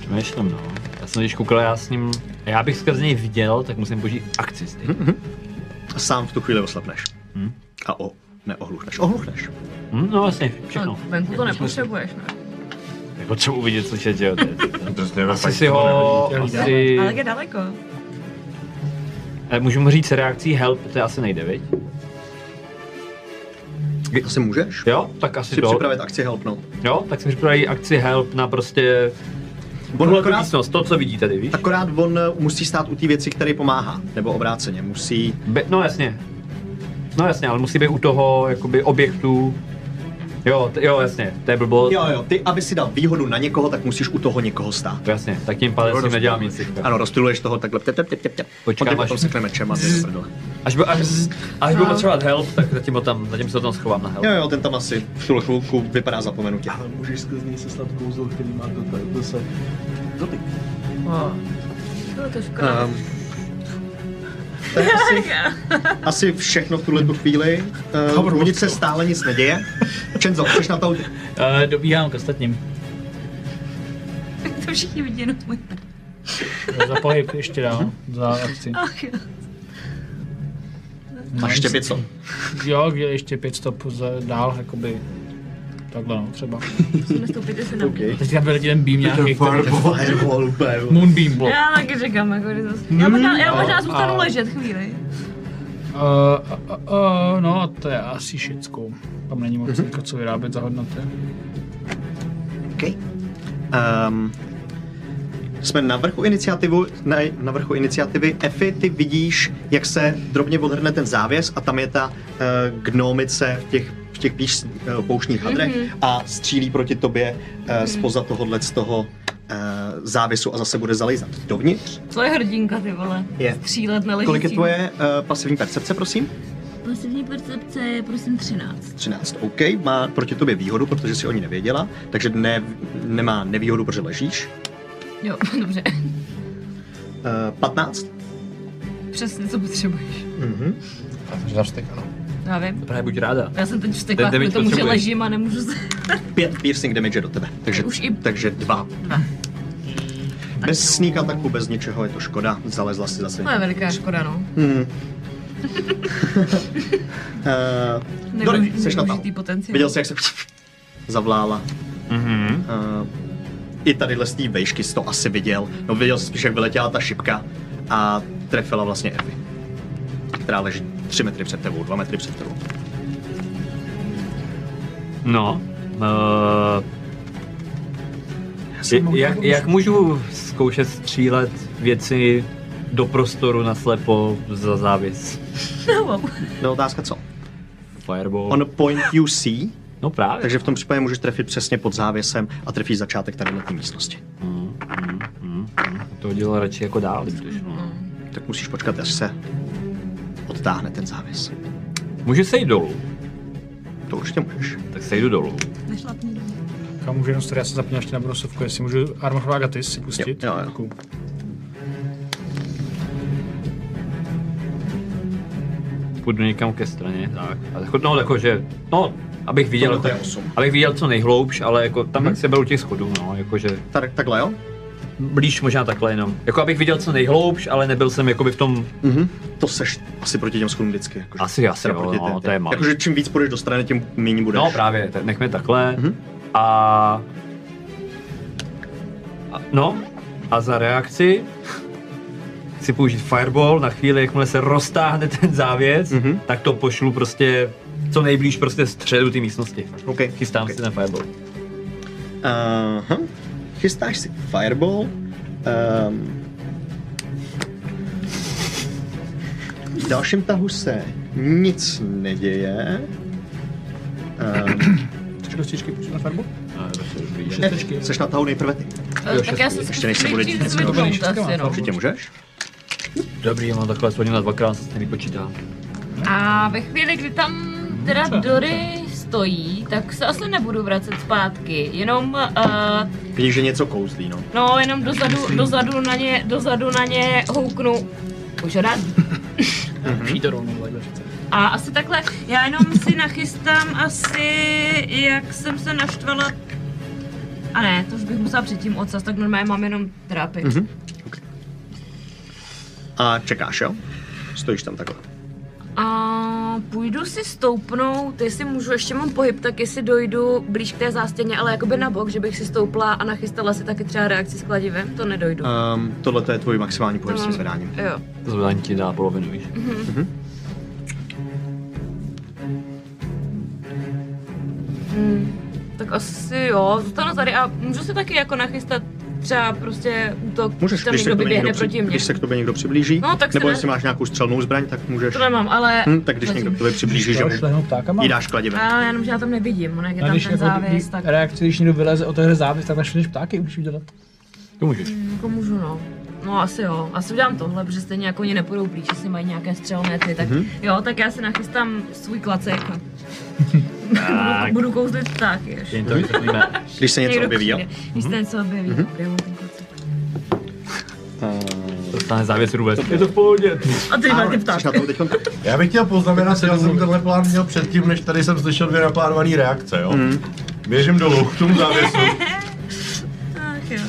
Speaker 3: Přemýšlím, no. Já jsem když koukal, já s ním... Já bych skrz něj viděl, tak musím použít akci s tím.
Speaker 1: Sám v tu chvíli oslepneš.
Speaker 3: Hm.
Speaker 1: A o, neohluchneš. Ohluchneš.
Speaker 3: Hm, no jasně, všechno.
Speaker 5: No, venku to nepotřebuješ, ne?
Speaker 3: Jako co uvidět, co je, jo. to <laughs> je- prostě
Speaker 2: Drzně ve
Speaker 3: Asi si ho... Asi...
Speaker 5: Ale jak je daleko.
Speaker 3: Eh, Můžu mu říct reakcí help, to asi nejde, viď?
Speaker 1: Asi Jako můžeš?
Speaker 3: Jo, tak asi
Speaker 1: Si
Speaker 3: to.
Speaker 1: připravit akci helpnout.
Speaker 3: Jo, tak jsem připravil akci help na prostě...
Speaker 1: On
Speaker 3: Tuhle tu
Speaker 1: akorát,
Speaker 3: místnost, to, co vidíte, tady, víš?
Speaker 1: akorát on eh, musí stát u té věci, který pomáhá. Nebo obráceně, musí...
Speaker 3: Be, no jasně. No jasně, ale musí být u toho, jakoby, objektu. Jo, t- jo, jasně, to je blbost.
Speaker 1: Jo, jo, ty, aby si dal výhodu na někoho, tak musíš u toho někoho stát.
Speaker 3: Jasně, tak tím pádem si nedělám nic. teďka.
Speaker 1: Ano, rozptiluješ toho takhle. Tep, tep, tep, tep, tep.
Speaker 3: Počkám,
Speaker 1: Potom tě
Speaker 3: až-
Speaker 1: potom se klemečem a ty do prdele.
Speaker 3: Až, bu- až, až budu potřebovat help, tak zatím, ho tam, zatím se ho tam schovám na help.
Speaker 1: No. Jo, jo, ten tam asi v tuhle chvilku vypadá zapomenutě.
Speaker 6: Ale můžeš skrz něj seslat kouzlo, který má do, do se. Dotyk.
Speaker 5: Bylo to škoda.
Speaker 1: Um, to je asi, asi všechno v tuhle tu chvíli. Uh, uvnitř se stále nic neděje. Čenzo, chceš na to?
Speaker 4: Eh, dobíhám k ostatním.
Speaker 7: <laughs> To všichni vidí jenom můj prd.
Speaker 4: Eh, Za pohyb ještě dál, za akci.
Speaker 7: Ach jo.
Speaker 1: A štěpico.
Speaker 4: Jo, kde ještě pět stop za, dál, jakoby. Takhle no, třeba.
Speaker 5: Nestoupíte se na mě.
Speaker 4: A teďka byl jeden beam nějaký, který...
Speaker 1: Fireball, beru.
Speaker 4: Moonbeam blok.
Speaker 5: Já taky říkám, jako že to...
Speaker 1: Hmm.
Speaker 5: Já možná, já možná zůstanu ležet chvíli.
Speaker 4: Uh, uh, uh, no, to je asi všecko. Tam není moc
Speaker 1: Mhm.
Speaker 4: jako co vyrábět za hodnoty.
Speaker 1: Okay. Um, jsme na vrchu, iniciativu, na, na vrchu iniciativy. Efi, ty vidíš, jak se drobně odhrne ten závěs a tam je ta uh, gnomice v těch, v těch píš, uh, pouštních hadrech a střílí proti tobě uh, spoza tohohle z toho uh, závěsu a zase bude zalejzat dovnitř.
Speaker 5: Co je hrdinka, ty vole?
Speaker 1: Je.
Speaker 5: Střílet na
Speaker 1: Kolik je
Speaker 5: ležící.
Speaker 1: tvoje uh, pasivní percepce, prosím?
Speaker 7: Pasivní percepce je prosím 13.
Speaker 1: 13. OK, má proti tobě výhodu, protože si o ní nevěděla, takže ne, nemá nevýhodu, protože ležíš.
Speaker 5: <laughs>
Speaker 7: Jo, dobře.
Speaker 1: Uh, 15.
Speaker 7: Přesně, co potřebuješ.
Speaker 1: Mm-hmm.
Speaker 7: Já vím.
Speaker 3: Právě buď ráda.
Speaker 7: Já jsem teď vstekla,
Speaker 3: Ten damage
Speaker 7: kvůli tomu, že
Speaker 3: potřebuješ.
Speaker 7: ležím a nemůžu se...
Speaker 1: Pět piercing damage do tebe. Takže,
Speaker 7: Už i- Ah.
Speaker 1: takže dva. Bez sneak ataku, bez ničeho je to škoda. Zalezla si zase.
Speaker 7: To je veliká škoda, no.
Speaker 1: Hmm. uh, Dori,
Speaker 7: Nevyuži-
Speaker 1: jsi na tahu.
Speaker 7: nevyužitý potenciál.
Speaker 1: Viděl jsi, jak se <laughs> zavlála.
Speaker 3: Mhm.
Speaker 1: Uh, I tady z té vejšky jsi to asi viděl. No viděl jsi spíš, jak vyletěla ta šipka a trefila vlastně Evy, která leží 3 metry před tebou, 2 metry před tebou.
Speaker 3: No. Uh, jak, jak můžu zkoušet střílet věci do prostoru naslepo za závěs?
Speaker 1: No otázka co?
Speaker 3: Fireball.
Speaker 1: On point you see,
Speaker 3: No právě.
Speaker 1: takže v tom případě můžeš trefit přesně pod závěsem a trefíš začátek tady na té místnosti.
Speaker 3: Mm, mm, mm, mm. To dělal radši jako dál, když
Speaker 1: Mm.
Speaker 3: no.
Speaker 1: Tak musíš počkat, až se odtáhne ten závěs.
Speaker 3: Můžu sejít dolů,
Speaker 1: To určitě můžeš.
Speaker 3: tak sejdu dolů.
Speaker 7: Nešlapni do mě.
Speaker 4: Kam můžu jenom, já se zapnu ještě na brosovku, jestli můžu Armor of Agatis si pustit.
Speaker 1: Jo, jo, jo.
Speaker 4: Děkuju.
Speaker 3: Půjdu někam ke straně, tak. A tak, no, jako, že, no, abych viděl,
Speaker 1: Tohle
Speaker 3: tak,
Speaker 1: je Mhm. osm.
Speaker 3: abych viděl co nejhloubš, ale jako tam jak se beru těch schodů, no, jakože
Speaker 1: Tak, takhle jo?
Speaker 3: blíž možná takhle jenom. Jako abych viděl co nejhloubš, ale nebyl jsem jakoby v tom,
Speaker 1: Mhm. To seš asi proti těm schodům vždycky. Jakože.
Speaker 3: asi, asi,
Speaker 1: Teda
Speaker 3: jo,
Speaker 1: proti té-
Speaker 3: no,
Speaker 1: té-
Speaker 3: to je malý.
Speaker 1: Jakože čím víc půjdeš do strany, tím méně budeš.
Speaker 3: No právě, tak nechme takhle.
Speaker 1: Mhm.
Speaker 3: A... a... No, a za reakci <laughs> chci použít Fireball, na chvíli, jakmile se roztáhne ten závěs,
Speaker 1: Mhm.
Speaker 3: tak to pošlu prostě co nejblíž prostě středu té místnosti.
Speaker 1: OK.
Speaker 3: Chystám
Speaker 1: OK.
Speaker 3: si na Fireball.
Speaker 1: Aha. Chystáš si fireball. Um, v dalším tahu se nic neděje. Um,
Speaker 8: Tři kostičky půjdu na farbu?
Speaker 1: ne, seš na tahu nejprve ty.
Speaker 5: Eh, Tak já se
Speaker 1: Ještě než se bude dít.
Speaker 5: zvednout asi, no.
Speaker 1: Určitě můžeš.
Speaker 3: Dobrý, já mám takhle aspoň na dvakrát, se s nevypočítám.
Speaker 5: A ve chvíli, kdy tam teda Dory stojí, tak se asi nebudu vracet zpátky, jenom uh,
Speaker 1: Vidíš, že něco kouzlí, no.
Speaker 5: No, jenom dozadu, dozadu na ně, dozadu na ně houknu. Už rád.
Speaker 4: Přijde rovnou, vedle.
Speaker 5: A asi takhle, já jenom si nachystám asi, jak jsem se naštvala. A ne, to už bych musela předtím odsaz, tak normálně mám jenom trápit.
Speaker 1: Mhm. A čekáš, jo? Stojíš tam takhle.
Speaker 5: A půjdu si stoupnout, jestli můžu, ještě mám pohyb, tak jestli dojdu blíž k té zástěně, ale jakoby na bok, že bych si stoupla a nachystala si taky třeba reakci s kladivem, to nedojdu.
Speaker 1: Um, tohle to je tvůj maximální pohyb s tím
Speaker 5: Mm.
Speaker 1: zvedáním.
Speaker 5: Jo.
Speaker 3: To zvedání ti dá polovinu, víš?
Speaker 5: Hmm, tak asi jo, zůstanu tady a můžu si taky jako nachystat třeba prostě útok,
Speaker 1: Můžeš,
Speaker 5: tam
Speaker 1: když se,
Speaker 5: někdo
Speaker 1: k tobě
Speaker 5: vyběhne
Speaker 1: někdo při,
Speaker 5: proti mně.
Speaker 1: když se k tobě někdo přiblíží,
Speaker 5: No, tak se
Speaker 1: nebo
Speaker 5: ne-
Speaker 1: jestli máš nějakou střelnou zbraň, tak můžeš.
Speaker 5: To nemám, ale...
Speaker 1: Hm, tak když
Speaker 5: Rozumím.
Speaker 1: někdo k tobě přiblíží, že mu
Speaker 4: šlehnout ptákama?
Speaker 1: jí dáš kladivem.
Speaker 5: Ale jenom, že já tam nevidím, ono jak je
Speaker 4: A
Speaker 5: tam
Speaker 4: když
Speaker 5: ten
Speaker 4: jako
Speaker 5: závěs,
Speaker 4: kdy-
Speaker 5: tak
Speaker 4: reakci, když někdo vyleze, otevře závěs, tak našleš ptáky, už udělat.
Speaker 3: To můžeš.
Speaker 5: jako můžu no. No asi jo, asi udělám tohle, protože stejně jako oni nepůjdou blíž, jestli mají nějaké střelné ty, tak
Speaker 1: Mhm.
Speaker 5: jo, tak já si nachystám
Speaker 1: <laughs>
Speaker 5: svůj klacek. budu, budu kouzlit ptáky ještě.
Speaker 3: Jen to vysvětlíme.
Speaker 1: Když se něco
Speaker 5: Někdo
Speaker 1: objeví, jo? Mhm.
Speaker 5: přijde. Když se něco objeví, dobrý, mám ten klacek.
Speaker 3: Dostane závěs růbec.
Speaker 5: A ty máte ptáky.
Speaker 1: Jsi na tom teď
Speaker 2: Já bych chtěl poznamenat, že já jsem tenhle plán měl předtím, než tady jsem slyšel dvě naplánované reakce, jo? Běžím dolů k tomu závěsu.
Speaker 5: Ach jo.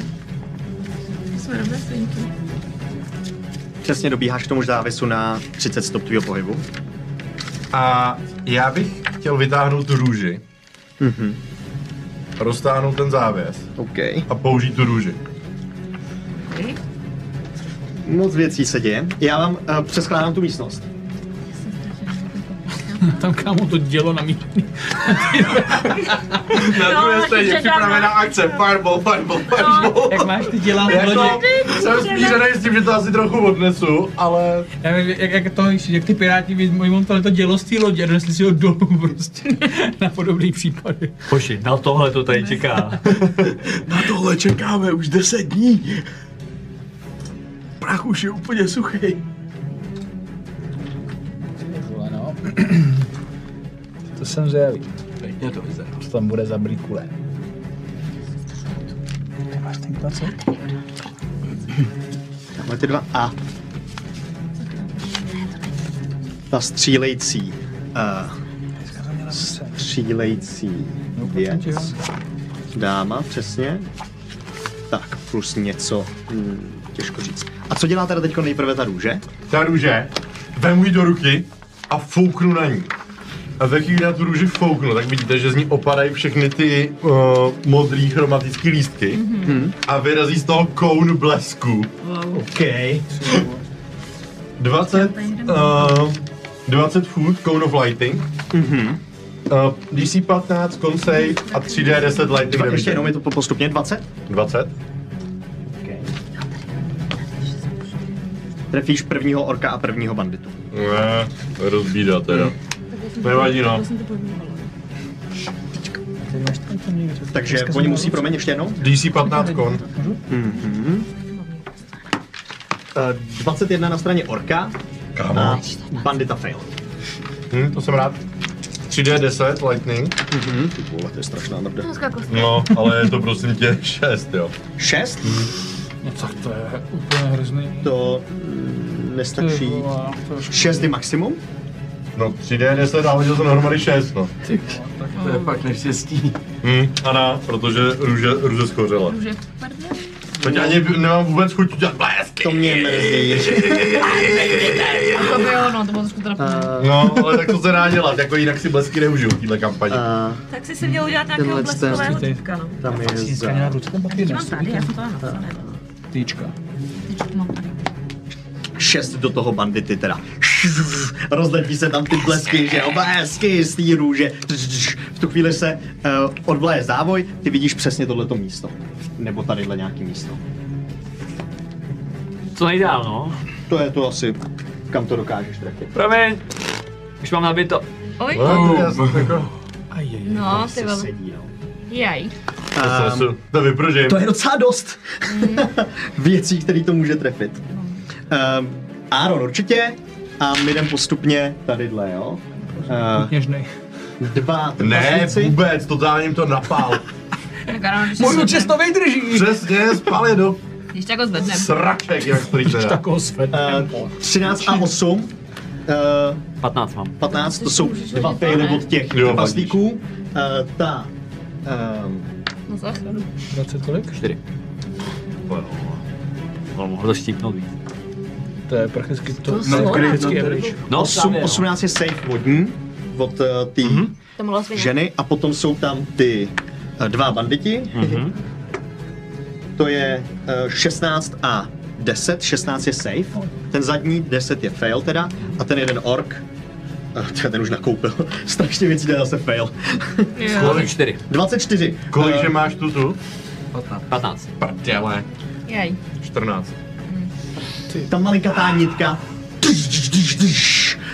Speaker 5: Jsme roveslinky.
Speaker 1: Přesně dobíháš k tomu závěsu na 30 stop tvýho pohybu.
Speaker 2: A já bych chtěl vytáhnout tu růži,
Speaker 1: Mhm.
Speaker 2: roztáhnout ten závěs
Speaker 1: OK.
Speaker 2: a použít tu růži.
Speaker 5: Dobrý.
Speaker 1: Moc věcí se děje. Já vám uh, přeskládám tu místnost.
Speaker 4: Tam kámo to dělo na mí.
Speaker 6: Na
Speaker 5: druhé
Speaker 6: druhé
Speaker 5: taky straně
Speaker 6: straně
Speaker 5: předám připravená
Speaker 6: připravená akce, fireball, fireball, fireball.
Speaker 4: <laughs> Jak máš ty děla
Speaker 2: Jako, jsem smířený s tím, že to asi trochu odnesu, ale
Speaker 4: Já nevím, jak, jak, to, jak ty piráti vymontovali to dělo z té lodě a donesli si ho dolů <laughs> prostě na podobný případy.
Speaker 3: Hoši, na tohle to tady čeká.
Speaker 6: Na tohle čekáme už 10 dní. Prach už je úplně suchý.
Speaker 4: Vole, no. <clears throat> to jsem zjavý.
Speaker 6: Pěkně to vyzerá.
Speaker 4: Co tam bude za brýkule. Máš ten klacek?
Speaker 1: Tamhle ty dva a ta střílející uh,
Speaker 4: Dneska to měla zase.
Speaker 1: střílející
Speaker 4: No,
Speaker 1: věc.
Speaker 4: pocit, jo.
Speaker 1: Dáma, přesně. Tak, plus něco. Hmm, těžko říct. A co dělá teda teď nejprve ta růže?
Speaker 2: ta růže vemu ji do ruky a fouknu na ní. A ve chvíli, kdy na tu růži fouknu, tak vidíte, že z ní opadají všechny ty uh, modrý chromatické lístky
Speaker 1: Mhm.
Speaker 2: a vyrazí z toho koun blesku.
Speaker 1: OK.
Speaker 2: 20, uh, 20 foot cone of lighting.
Speaker 1: Mhm.
Speaker 2: Uh, DC 15, con save a 3D10 lightning
Speaker 1: Dva,
Speaker 2: damage.
Speaker 1: ještě jenom je to po- postupně 20.
Speaker 2: 20.
Speaker 1: Trefíš prvního orka a prvního banditu.
Speaker 2: Ne, rozbídá teda. Nevadí no.
Speaker 1: Takže oni musí proměnit ještě jednou.
Speaker 2: DC 15 kon.
Speaker 1: Mhm. Eh, 21 na straně orka a
Speaker 2: Kámo.
Speaker 1: bandita fail.
Speaker 2: Hm, to jsem rád. 3D10 lightning.
Speaker 1: Mhm. Ty vole, to je strašná mrda.
Speaker 5: jako
Speaker 2: No, ale je to prosím tě 6, jo.
Speaker 1: 6?
Speaker 4: No tak to je úplně hrozný.
Speaker 1: To mm, nestačí.
Speaker 4: vole, to je
Speaker 1: 6 je maximum?
Speaker 2: No 3D10 a hodil jsem dohromady 6, no.
Speaker 6: To je fakt neštěstí.
Speaker 2: Hm, Ana, protože růže, růže schořela.
Speaker 5: Růže v prdě?
Speaker 2: Teď ani nemám vůbec chuť udělat blesky.
Speaker 1: To mě mrzí.
Speaker 5: To by jo, no, to bylo trošku trapné.
Speaker 1: Eh,
Speaker 2: No, ale tak to se dá dělat, jako jinak si blesky neužiju v téhle kampani.
Speaker 1: eh,
Speaker 5: Tak si si měl udělat nějakého
Speaker 1: Tenhle ten- Eh,
Speaker 5: bleskového typka, no.
Speaker 1: Tam je za...
Speaker 4: Získaně na ruce ten papír
Speaker 5: Mám tady, já jsem to no, napsala.
Speaker 4: Týčka.
Speaker 5: Teď mám tady.
Speaker 1: Šest do toho bandity teda. Rozletí se tam ty blesky, že jo, blesky z té růže. V tu chvíli se uh, odvlaje závoj, ty vidíš přesně tohleto místo. Nebo tadyhle nějaký místo.
Speaker 3: Co nejdál, no?
Speaker 1: To je to asi, kam to dokážeš trefit.
Speaker 3: Promiň. Už mám nabito.
Speaker 5: Oj,
Speaker 2: No, já jsem jako-
Speaker 5: no, ty
Speaker 1: Se
Speaker 5: vole.
Speaker 1: sedí, no.
Speaker 5: Jaj.
Speaker 2: Já
Speaker 1: Ehm,
Speaker 2: jsem- To vyprožím.
Speaker 1: To je docela dost <laughs> věcí, který to může trefit. Um, Aaron určitě a my jdem postupně tadyhle, jo. Uh,
Speaker 4: Něžnej.
Speaker 1: dva
Speaker 2: Ne,
Speaker 1: trpaslíci.
Speaker 2: vůbec, totálně jim to napál.
Speaker 5: Tak ano, když
Speaker 12: Můj
Speaker 5: to
Speaker 12: očes to vydrží!
Speaker 2: Přesně, spal je do
Speaker 5: Když tak ho zvedneme.
Speaker 2: sraček, jak strýče.
Speaker 4: Tak ho svedne.
Speaker 1: Eh, 13 a 8. eh,
Speaker 3: 15 mám.
Speaker 1: 15, to jsou dva faily od těch
Speaker 2: Jo,
Speaker 1: trpaslíků. Eh, ta ehm,
Speaker 5: No záchranu.
Speaker 4: 20 kolik?
Speaker 3: 4. Ale mohl to štípnout víc.
Speaker 4: To je prakticky to.
Speaker 6: No,
Speaker 4: to je
Speaker 6: kryt,
Speaker 4: prakticky
Speaker 6: no,
Speaker 4: average.
Speaker 3: No,
Speaker 1: osm- 18 je safe vodní od eh, té
Speaker 2: Mhm.
Speaker 5: To mohlo svědět.
Speaker 1: ženy a potom jsou tam ty eh, dva banditi.
Speaker 2: Mhm.
Speaker 1: <laughs> To je eh, 16 a 10, 16 je safe, ten zadní 10 je fail teda a ten jeden ork, eh, <laughs> teda ten už nakoupil, strašně věcí jde zase fail. <laughs>
Speaker 3: 4.
Speaker 1: 24.
Speaker 2: Kolik,
Speaker 1: Eh,
Speaker 2: že máš tu tu?
Speaker 3: 15.
Speaker 2: Prděle.
Speaker 5: Jaj.
Speaker 2: 14.
Speaker 1: ta malinkatá nitka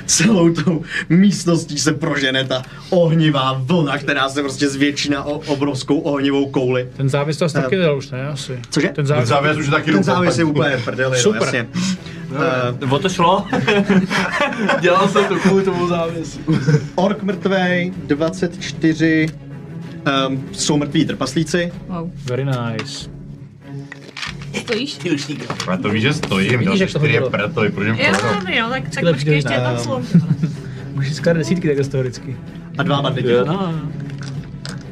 Speaker 1: celou tou místností se prožene ta ohnivá vlna, která se prostě zvětší na o- obrovskou ohnivou kouli.
Speaker 4: Ten závislost taky dal už, ne? Asi.
Speaker 1: Cože?
Speaker 4: Ten
Speaker 2: Ten
Speaker 4: závis.
Speaker 2: závěs už je taky
Speaker 1: Ten
Speaker 2: rukou.
Speaker 1: závěs je úplně v prdeli, no,
Speaker 4: Super.
Speaker 1: jasně.
Speaker 3: O to šlo?
Speaker 12: Dělal jsem to kvůli tomu závěsu.
Speaker 1: Ork mrtvej, 24, um, jsou mrtví trpaslíci,
Speaker 5: Wow.
Speaker 4: Very nice.
Speaker 5: Stojíš?
Speaker 2: A to víš, že stojím,
Speaker 4: Vidíš,
Speaker 2: další
Speaker 4: jak to
Speaker 2: čtyři je
Speaker 4: hodilo.
Speaker 2: prd, to vyprodím
Speaker 5: Jo,
Speaker 2: koleno.
Speaker 5: dobrý, no, tak, tak
Speaker 4: Skvělé
Speaker 5: počkej, ještě je tam
Speaker 1: ehm.
Speaker 5: slov.
Speaker 4: Můžeš skládat desítky takhle historicky.
Speaker 1: a dva banditi.
Speaker 3: Jo, no.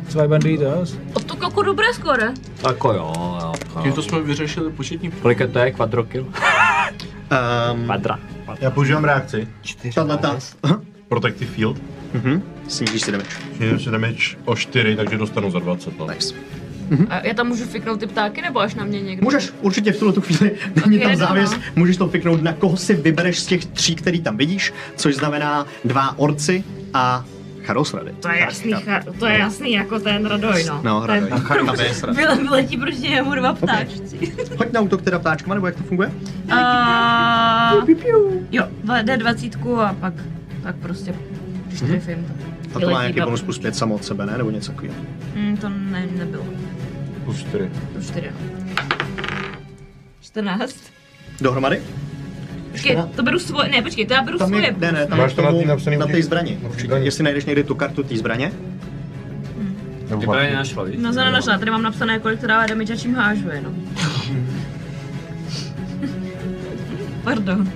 Speaker 4: Zwei banditos.
Speaker 5: Od to koku dobré skore.
Speaker 3: Jako jo, jo. jo.
Speaker 6: Tímto jsme vyřešili početní
Speaker 3: Kolik je to je? Kvadrokil?
Speaker 1: Um,
Speaker 3: Kvadra.
Speaker 2: Já používám reakci.
Speaker 1: tahle ta,
Speaker 2: Protective Field.
Speaker 1: snížíš si damage.
Speaker 2: Činím si damage o 4, takže dostanu za 20. No.
Speaker 1: Nice. Mhm.
Speaker 5: A já tam můžu fiknout ty ptáky, nebo až na mě někdo?
Speaker 1: Můžeš, určitě v tuhle tu chvíli <laughs> není
Speaker 5: Ok,
Speaker 1: tam
Speaker 5: jdu,
Speaker 1: závěs,
Speaker 5: no.
Speaker 1: můžeš to piknout na koho si vybereš z těch tří, který tam vidíš, což znamená dva orci a Charosrady.
Speaker 5: To je jasný, char- to je jasný jako ten Radoj, no.
Speaker 1: No,
Speaker 5: To je- <laughs>
Speaker 1: Hradoj. Tam je srad.
Speaker 5: Vyle, vyletí proti němu dva ptáčci.
Speaker 1: Hoď na útok teda ptáčkama, nebo jak to funguje?
Speaker 5: A... Jo, dva- jde dvacítku a pak, pak prostě, když trefím, tak
Speaker 1: Mhm. A to
Speaker 5: vyletí
Speaker 1: má nějaký
Speaker 5: dva-
Speaker 1: bonus plus 5 samo od sebe, ne? Nebo něco takového.
Speaker 5: Hm, to ne, nebylo.
Speaker 2: Plus 4.
Speaker 5: To čtyři, no. 14.
Speaker 1: Dohromady?
Speaker 5: Počkej, to beru svoje, ne, počkej, to já beru
Speaker 1: Tam
Speaker 5: svoje.
Speaker 1: je, ne, ne, tam
Speaker 2: Máš
Speaker 1: je
Speaker 2: to na
Speaker 1: tomu-
Speaker 2: tý napsaný
Speaker 1: na
Speaker 2: u
Speaker 1: té
Speaker 2: těch-
Speaker 1: zbrani.
Speaker 2: na přidaní.
Speaker 1: Jestli najdeš někdy tu kartu té zbraně.
Speaker 2: Nebo
Speaker 3: Vypadá, nenašla, víš?
Speaker 5: No, zrovna našla, tady mám napsané, kolik to dává damage a čím hážu jenom. <laughs> Pardon.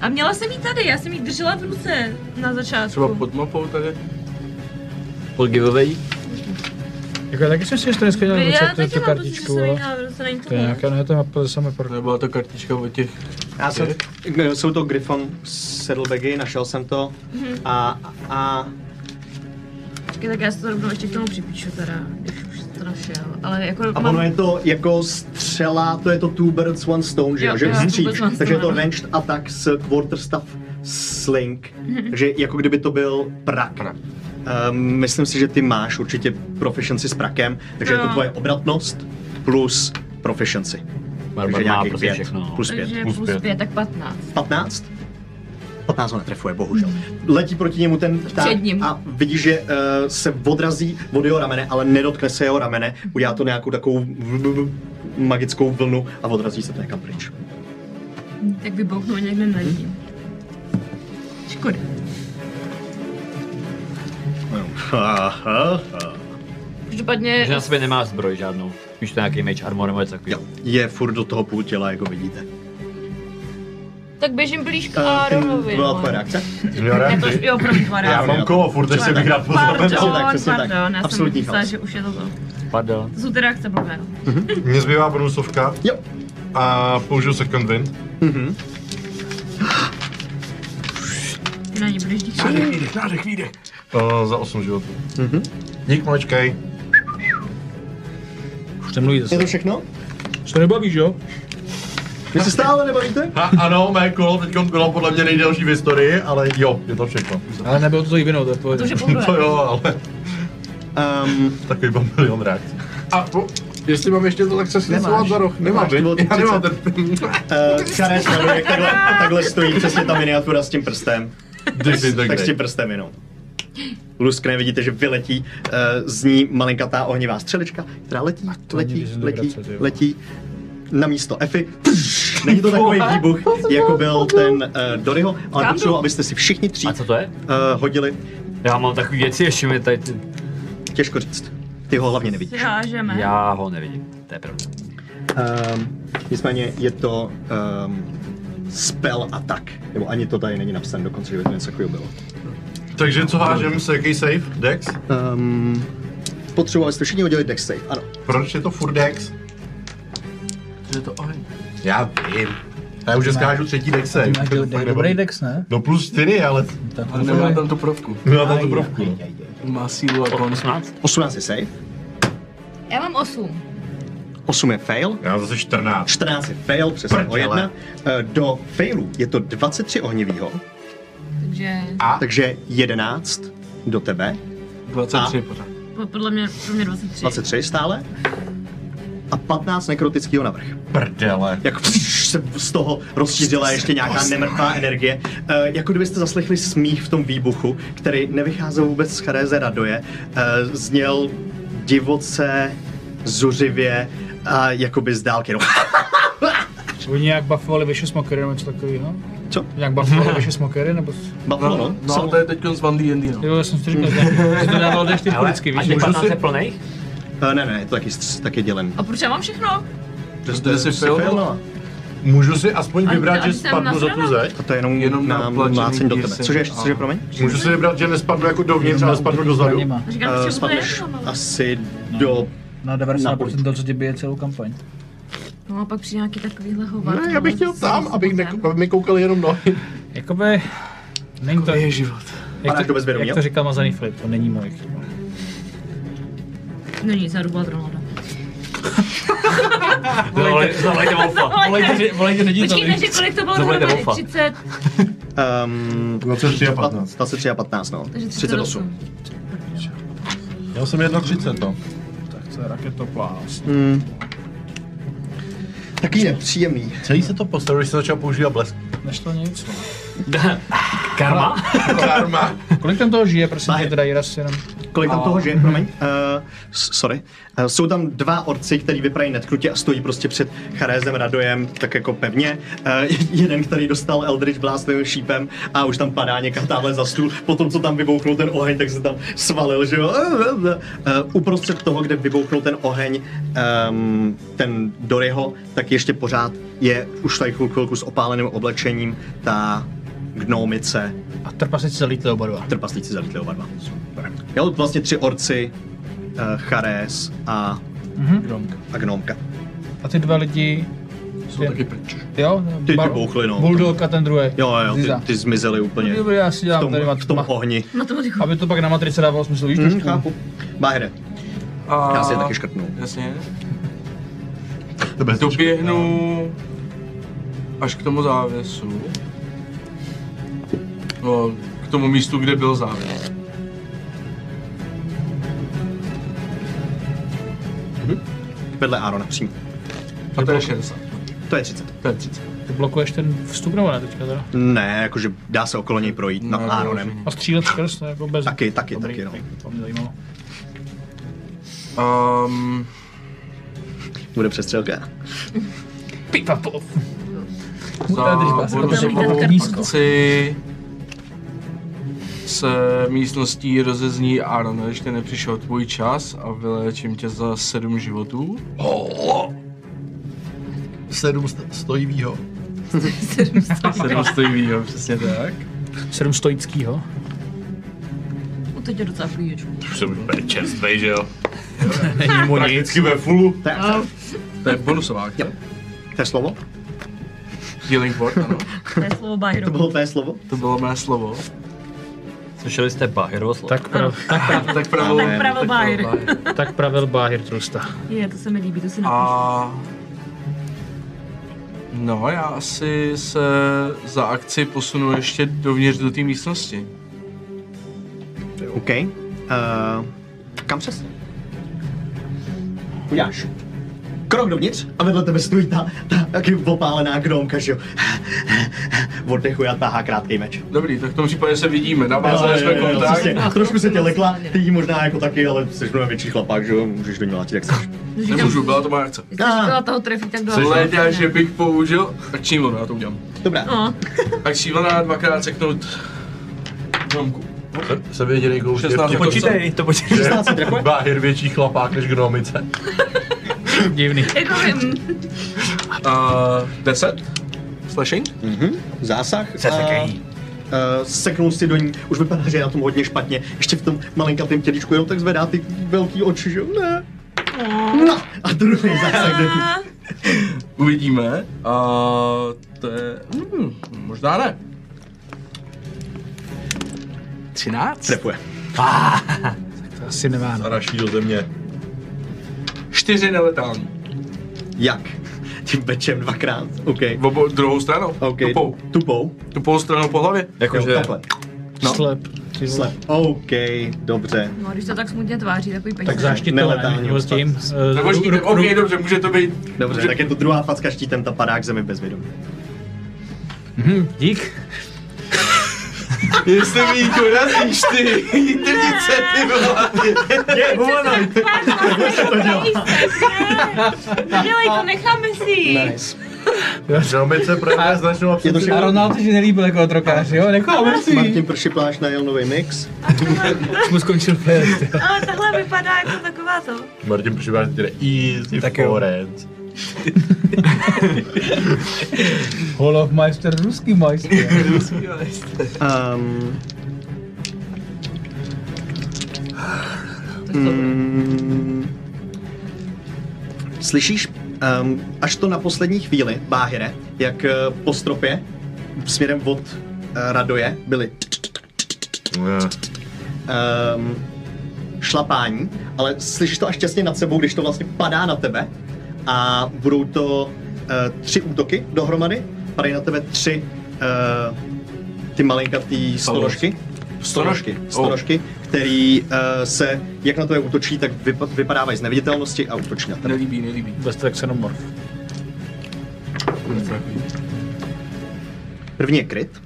Speaker 5: A měla jsem jí tady, já jsem jí držela v ruce na
Speaker 6: třeba
Speaker 5: začátku.
Speaker 6: pod mapou tady.
Speaker 3: Pod giveaway?
Speaker 4: Jako já taky jsem si ještě dneska dělal
Speaker 5: já
Speaker 4: ruce,
Speaker 5: taky
Speaker 4: to je
Speaker 5: mám
Speaker 4: tu
Speaker 5: pocit, že
Speaker 4: kartičku,
Speaker 5: jsem jí
Speaker 4: ale
Speaker 5: měla v ruce, není to
Speaker 4: to je
Speaker 5: ne.
Speaker 4: nějaká, ne, to je mapa ze samé pro...
Speaker 6: Nebyla to kartička od těch
Speaker 1: Já jsem, jsou to Griffon Saddlebagy, našel jsem to.
Speaker 5: Mhm.
Speaker 1: A, a
Speaker 5: Počkej, tak já si to rovnou ještě k tomu připíšu teda, když už jsem to našel. Ale jako
Speaker 1: A
Speaker 5: mám...
Speaker 1: ono je to jako střela, to je to two birds, one stone, že jo,
Speaker 5: Jo,
Speaker 1: že
Speaker 5: jo, two
Speaker 1: stříč,
Speaker 5: birds, one
Speaker 1: takže je to
Speaker 5: stone, ano.
Speaker 1: ranged attack s quarterstaff sling,
Speaker 5: Mhm.
Speaker 1: takže jako kdyby to byl prak. Ehm, myslím si, že ty máš určitě proficiency s prakem, takže je to
Speaker 5: Jo.
Speaker 1: tvoje obratnost plus proficiency,
Speaker 3: Barbar
Speaker 1: takže
Speaker 3: má
Speaker 1: nějakých
Speaker 3: prostě
Speaker 1: pět,
Speaker 3: všechno.
Speaker 1: plus pět.
Speaker 5: Takže
Speaker 2: Plus
Speaker 5: plus
Speaker 2: pět.
Speaker 5: pět, tak 15.
Speaker 1: 15? 15 ho netrefuje, bohužel. Letí proti němu ten pták
Speaker 5: Před ním.
Speaker 1: a vidí, že uh, se odrazí od jeho ramene, ale nedotkne se jeho ramene. Udělá to nějakou takovou v- v- v- magickou vlnu a odrazí se to někam pryč.
Speaker 5: Tak vybouchnu někde nad ním. Škoda. Každopádně
Speaker 3: Takže na sobě nemáš zbroj žádnou. Spíš to nějaký mage armor nebo něco
Speaker 1: Jo,
Speaker 3: takového.
Speaker 1: je furt do toho půl těla, jako vidíte.
Speaker 5: Tak běžím blíž k
Speaker 1: Eh, ten-
Speaker 5: Aaronovi.
Speaker 1: byla
Speaker 5: no.
Speaker 1: tvoje reakce?
Speaker 2: Jo,
Speaker 5: Já to
Speaker 2: reakci.
Speaker 5: jo, pro
Speaker 2: Já mám kolo, furt ještě bych rád
Speaker 5: Pardon,
Speaker 2: pozval.
Speaker 1: Přesně tak, přesně tak.
Speaker 5: pardon, já jsem
Speaker 1: Absolutní
Speaker 5: myslela,
Speaker 1: chaos.
Speaker 5: že už je to to.
Speaker 3: Pardon.
Speaker 5: To jsou ty reakce blbé. no.
Speaker 2: Mně zbývá bonusovka
Speaker 1: Jo.
Speaker 2: a použiju second wind.
Speaker 1: Mhm.
Speaker 5: Ty na ní budeš díky.
Speaker 2: Výdech, nádech, výdech. Uh, za 8 životů.
Speaker 1: Mhm.
Speaker 2: Dík, malečkej.
Speaker 4: Už nemluví
Speaker 1: Je
Speaker 4: zase.
Speaker 1: to všechno?
Speaker 4: Už to nebaví, že jo?
Speaker 1: Vy se stále nebavíte?
Speaker 2: A, ano, mé kolo, teď kolo podle mě nejdelší v historii, ale jo, je to všechno.
Speaker 4: Ale nebylo to tvojí vinou, to je pohodě. <laughs>
Speaker 5: To už je poprvé.
Speaker 2: To jo, ale
Speaker 1: Um,
Speaker 2: takový byl milion reakcí. A po, jestli mám ještě to, tak se
Speaker 1: Nemáš.
Speaker 2: za roh. Nemám,
Speaker 1: Nemáš,
Speaker 2: viď?
Speaker 1: to bylo
Speaker 2: já nemám ten...
Speaker 1: uh, Charest, jak takhle, takhle stojí přesně ta miniatura s tím prstem. tak s tím
Speaker 2: Disintegrate.
Speaker 1: prstem jenom. Luskne, vidíte, že vyletí uh, z ní malinkatá ohnivá střelička, která letí, letí,
Speaker 4: vision
Speaker 1: letí,
Speaker 4: vibrace, ty vole.
Speaker 1: letí na místo Efy. Pš, Není to takový výbuch, jako byl ten uh, Doryho, ale
Speaker 5: Kam
Speaker 1: potřebuji,
Speaker 5: jdu?
Speaker 1: abyste si všichni tří
Speaker 3: A co to je?
Speaker 1: uh, hodili.
Speaker 3: Já mám takový věci, ještě mi tady...
Speaker 1: Těžko říct. Ty ho hlavně nevidíš.
Speaker 5: Hážeme.
Speaker 3: Já ho nevidím, to je pravda.
Speaker 1: Um, nicméně je to um, spell attack. Nebo ani to tady není napsané dokonce, že by to něco takového bylo.
Speaker 2: Takže co hážem, se jaký save? Dex?
Speaker 1: Um, potřebovali jste všichni udělat dex save, ano.
Speaker 2: Proč je to furt Dex?
Speaker 6: Že to oheň.
Speaker 2: Já vím. Já už dneska hážu třetí Dex save.
Speaker 4: Máš
Speaker 2: To fakt
Speaker 4: do-
Speaker 2: nebaví.
Speaker 4: dobrý dex, ne?
Speaker 2: No plus čtyři, ale
Speaker 4: Tak
Speaker 6: Ale nemá tam tu provku.
Speaker 2: měla tam tu brovku. no.
Speaker 6: Má sílu a kon.
Speaker 3: 18?
Speaker 1: 18 je save,
Speaker 5: Já mám 8.
Speaker 1: 8 je fail,
Speaker 2: Já mám zase 14.
Speaker 1: 14 je fail, přesně o
Speaker 2: Prdele.
Speaker 1: jedna. Eh, Do failu je to 23 ohnivýho,
Speaker 5: Takže
Speaker 1: takže 11 do tebe,
Speaker 6: 23 pořád.
Speaker 5: po- podle mě, pro mě 23.
Speaker 1: 23 stále a 15 nekrotického navrh.
Speaker 2: Prdele.
Speaker 1: Jak se z toho rozšířila ještě nějaká nemrtvá energie. Eh, Jako kdybyste zaslechli smích v tom výbuchu, který nevycházel vůbec z Charéze Radoje. Eh, Zněl divoce, zuřivě a jakoby z dálky. No. <laughs>
Speaker 4: Oni nějak buffovali vyše smokery nebo něco takového?
Speaker 1: Co?
Speaker 4: Nějak buffovali vyše smokery nebo...
Speaker 1: Buffalo, no?
Speaker 6: No, no to je teď z Van D&D, no.
Speaker 4: Jo, já jsem si to říkal, že to dával jdeš ty vždycky,
Speaker 3: a
Speaker 4: víš?
Speaker 3: těch
Speaker 4: Můžu
Speaker 3: 15
Speaker 4: si...
Speaker 3: je plnej?
Speaker 1: Eh, Ne, ne, je to taky, taky dělen.
Speaker 5: A proč já mám všechno?
Speaker 6: Protože jsi failnul.
Speaker 2: Můžu si aspoň
Speaker 5: A-
Speaker 2: vybrat,
Speaker 5: a
Speaker 2: že
Speaker 5: jsem
Speaker 2: spadnu za tu
Speaker 5: nasraná?
Speaker 2: zeď?
Speaker 1: A to je jenom,
Speaker 6: Jenom na
Speaker 1: na
Speaker 6: plačený
Speaker 1: mlácení do tebe.
Speaker 6: piercing.
Speaker 1: Cože, ještě, cože,
Speaker 6: Aha.
Speaker 1: promiň?
Speaker 2: Můžu si vybrat, že nespadnu jako dovnitř, ale spadnu dozadu.
Speaker 4: Nemá.
Speaker 5: Říkám,
Speaker 1: Eh,
Speaker 5: že bude
Speaker 1: spadneš
Speaker 5: jedno, no.
Speaker 1: asi do...
Speaker 4: Na 90% to, co tě bije celou kampaň.
Speaker 5: no. a pak přijde nějaký takovýhle hovar.
Speaker 2: Ne, já bych chtěl tam, abych neko- aby mi koukali jenom nohy.
Speaker 4: Jakoby... Není to,
Speaker 6: To je život.
Speaker 1: Padáš
Speaker 4: jak,
Speaker 1: do
Speaker 4: to,
Speaker 1: bezvědomí,
Speaker 4: jak
Speaker 1: jo?
Speaker 4: to říkal mazaný Filip, to není moje chyba.
Speaker 5: No nic, já jdu Ronalda.
Speaker 3: Zavolejte Wolfa.
Speaker 4: Volejte, volejte
Speaker 5: Počkej, takže kolik to bylo
Speaker 3: Zavolejte
Speaker 5: dohromady?
Speaker 3: Wolfa.
Speaker 5: 30,
Speaker 1: Um,
Speaker 2: 23 a 15.
Speaker 1: 23 a 15, no.
Speaker 5: takže
Speaker 1: 38.
Speaker 5: 38.
Speaker 2: Já jsem 1,30 no.
Speaker 4: Tak co je raketoplás?
Speaker 1: Mm. Taky nepříjemný.
Speaker 2: Celý se to postavil, když jsem začal používat blesk.
Speaker 4: Než to nic. no.
Speaker 3: Karma?
Speaker 2: Karma.
Speaker 4: Kolik tam toho žije, prosím
Speaker 1: Bahe.
Speaker 4: tě, teda Jiras jenom?
Speaker 1: Kolik tam toho žije, promiň? Uh, sorry. Uh, jsou tam dva orci, který vypadají netknutě a stojí prostě před Charézem Radojem, tak jako pevně. Uh, <laughs> jeden, který dostal Eldritch Blastovým šípem a už tam padá někam tamhle za stůl. Potom, co tam vybouchnul ten oheň, tak se tam svalil, že jo? Uh, uprostřed toho, kde vybouchnul ten oheň, um, ten Doryho, tak ještě pořád je už tady chvilku s opáleným oblečením ta gnomice
Speaker 4: A trpasnici zalítli oba dva.
Speaker 1: trpaslíci zalitli oba dva. Jo, vlastně tři orci, uh, Charés a,
Speaker 4: Gronk.
Speaker 1: a Gnomka.
Speaker 4: A ty dva lidi,
Speaker 6: Jsou taky pryč.
Speaker 4: jo?
Speaker 1: Ty, ty
Speaker 4: Bar-
Speaker 1: bouchly, no.
Speaker 4: Bulldog a ten druhý.
Speaker 1: Jo, jo, ty,
Speaker 4: Ziza. No
Speaker 1: ty zmizely úplně
Speaker 4: Dobrý, já si
Speaker 1: v
Speaker 4: dělám
Speaker 1: tom,
Speaker 4: tady Mhm,
Speaker 1: v tom
Speaker 4: mat- ma-
Speaker 1: ohni.
Speaker 5: Matematiku.
Speaker 4: aby to pak na matrice dávalo smysl, víš,
Speaker 1: Hm,
Speaker 4: trošku.
Speaker 1: chápu. Báhre,
Speaker 6: A...
Speaker 1: já si je taky škrtnu.
Speaker 6: Jasně.
Speaker 2: To bez
Speaker 6: Doběhnu až k tomu závěsu. No, k tomu místu, kde byl závěs.
Speaker 1: Vedle Arona přímo.
Speaker 6: A to je 60.
Speaker 1: To je 30.
Speaker 6: To je 30.
Speaker 4: Ty blokuješ ten vstup nebo ne teďka teda?
Speaker 1: Ne, jakože dá se okolo něj projít nad
Speaker 6: No,
Speaker 1: Aronem.
Speaker 4: A střílet skrz, to je jako bez...
Speaker 1: Taky, taky, taky, no.
Speaker 4: tak To mě zajímalo.
Speaker 6: Um,
Speaker 1: Bude přestřelka.
Speaker 4: Pipa pop.
Speaker 6: za bonusovou
Speaker 4: nízko.
Speaker 6: akci se místností rozezní Aaron, ještě nepřišel tvůj čas a vyléčím tě za 7 životů.
Speaker 2: Sedm st- stojivýho.
Speaker 6: 7 stojí, jo, přesně tak.
Speaker 4: Sedm stoickýho.
Speaker 5: No to tě docela půjču.
Speaker 3: Už jsem úplně čerstvej, že
Speaker 2: <laughs>
Speaker 3: jo?
Speaker 4: Není mu nic.
Speaker 2: Vždycky ve fullu.
Speaker 1: To je, akce.
Speaker 6: To je bonusová akce.
Speaker 1: Jo. to je slovo?
Speaker 6: Healing word, ano.
Speaker 5: To je slovo
Speaker 1: To
Speaker 5: Bajro.
Speaker 1: bylo tvé slovo?
Speaker 6: To bylo mé slovo.
Speaker 3: Slyšeli jste Bahirovo slovo?
Speaker 4: Tak, prav, tak,
Speaker 6: Tak pravil,
Speaker 1: Tak pravil
Speaker 5: Bajr.
Speaker 4: tak pravil Báhir Trusta.
Speaker 5: Je, to se mi líbí, to si
Speaker 1: <laughs>
Speaker 5: napíšu.
Speaker 6: A... No, já asi se za akci posunu ještě dovnitř do té místnosti.
Speaker 1: OK. Uh, kam přes? Uděláš. Krok dovnitř a vedle tebe stojí ta, ta taky opálená gnomka, že jo. Oddechuje a tahá krátký meč. Eh,
Speaker 6: Dobrý, tak v tom případě se vidíme, navázali jsme kontakt.
Speaker 1: přesně. trošku se tě lekla, ty jí možná jako taky, ale jsi mnohem větší chlapák, že jo, můžeš do ní látit, jak chceš.
Speaker 5: Říkám,
Speaker 6: Nemůžu, byla to moje akce.
Speaker 5: Když jsi chtěla toho trefit, tak do
Speaker 6: Hledá, že bych použil akční vlnu, já to udělám.
Speaker 1: Dobrá,
Speaker 5: No,
Speaker 6: Akční vlna dvakrát seknout domku. jako
Speaker 2: Se, sebedělej kouš je v
Speaker 6: 16
Speaker 2: těch-
Speaker 8: Počítej, to počítej.
Speaker 2: že <laughs>
Speaker 1: 16 trefuje?
Speaker 2: Báhir větší chlapák než gnomice.
Speaker 8: Divný.
Speaker 7: Jako vím,
Speaker 6: A 10? Slashing?
Speaker 1: Mhm. Zásah. a- eh, seknout si do ní. Už vypadá, že je na tom hodně špatně. Ještě v tom malinkatém těličku, jo, tak zvedá ty velký oči, že jo? Ne. No, a druhý zásah do ní.
Speaker 6: Uvidíme. A to je... Hmm, možná ne. 13?
Speaker 1: Trefuje.
Speaker 4: To asi nemá. No.
Speaker 2: Zaraší do země.
Speaker 6: 4 neletální.
Speaker 1: Jak? <laughs> Tím bečem dvakrát. OK.
Speaker 6: V Obo, druhou stranou.
Speaker 1: OK.
Speaker 6: Tupou.
Speaker 1: Tupou.
Speaker 6: Tupou stranou po hlavě.
Speaker 1: Jakože...
Speaker 2: Jakože
Speaker 1: Takhle.
Speaker 4: No. Slep. Ty vole.
Speaker 1: Slep. OK, dobře.
Speaker 7: no když to tak smutně tváří, takový peníze.
Speaker 4: Tak záštitové,
Speaker 1: Neletální
Speaker 4: ne? Nebo s tím. eh,
Speaker 6: Nebo
Speaker 4: ru-
Speaker 6: štítem,
Speaker 4: ru- ru-
Speaker 6: ok, dobře, může to být...
Speaker 1: Dobře, tak je to druhá facka štítem, ta padá k zemi bezvědomí.
Speaker 8: Dík.
Speaker 6: Jestli mi ji dorazíš, ty jitnice, ty vole.
Speaker 1: Je,
Speaker 6: no.
Speaker 1: humanite!
Speaker 7: <laughs>
Speaker 1: Takhle se to dělá.
Speaker 7: Dělej to, necháme si ji.
Speaker 1: Nice.
Speaker 2: gnomice projevuje
Speaker 1: Je
Speaker 2: značnou
Speaker 1: to
Speaker 2: absenci.
Speaker 8: A
Speaker 1: všechno?
Speaker 8: Ronald si nelíbil jako trokář, jo? Necháme si.
Speaker 1: Martin Pršipláš najel nový mix.
Speaker 8: Už mu skončil fest. jo.
Speaker 7: Ale tahle vypadá jako taková to.
Speaker 2: Martin přiváží tedy easy
Speaker 8: Tak
Speaker 2: tak
Speaker 8: jo.
Speaker 2: forens.
Speaker 8: Holofmeister, ruský majster.
Speaker 1: Um, mm, slyšíš, um, až to na poslední chvíli, Báhire, jak eh, po stropě směrem od eh, Radoje byly
Speaker 6: Eh.
Speaker 1: um, šlapání, ale slyšíš to až těsně nad sebou, když to vlastně padá na tebe a budou to uh, tři útoky dohromady, padají na tebe tři uh, ty malinkatý storožky, storožky, storožky, který uh, se, jak na tebe útočí, tak vypa- vypadávají z neviditelnosti a útočí na tebe.
Speaker 6: Nelíbí, nelíbí.
Speaker 4: Bez tak xenomorf.
Speaker 1: První je kryt,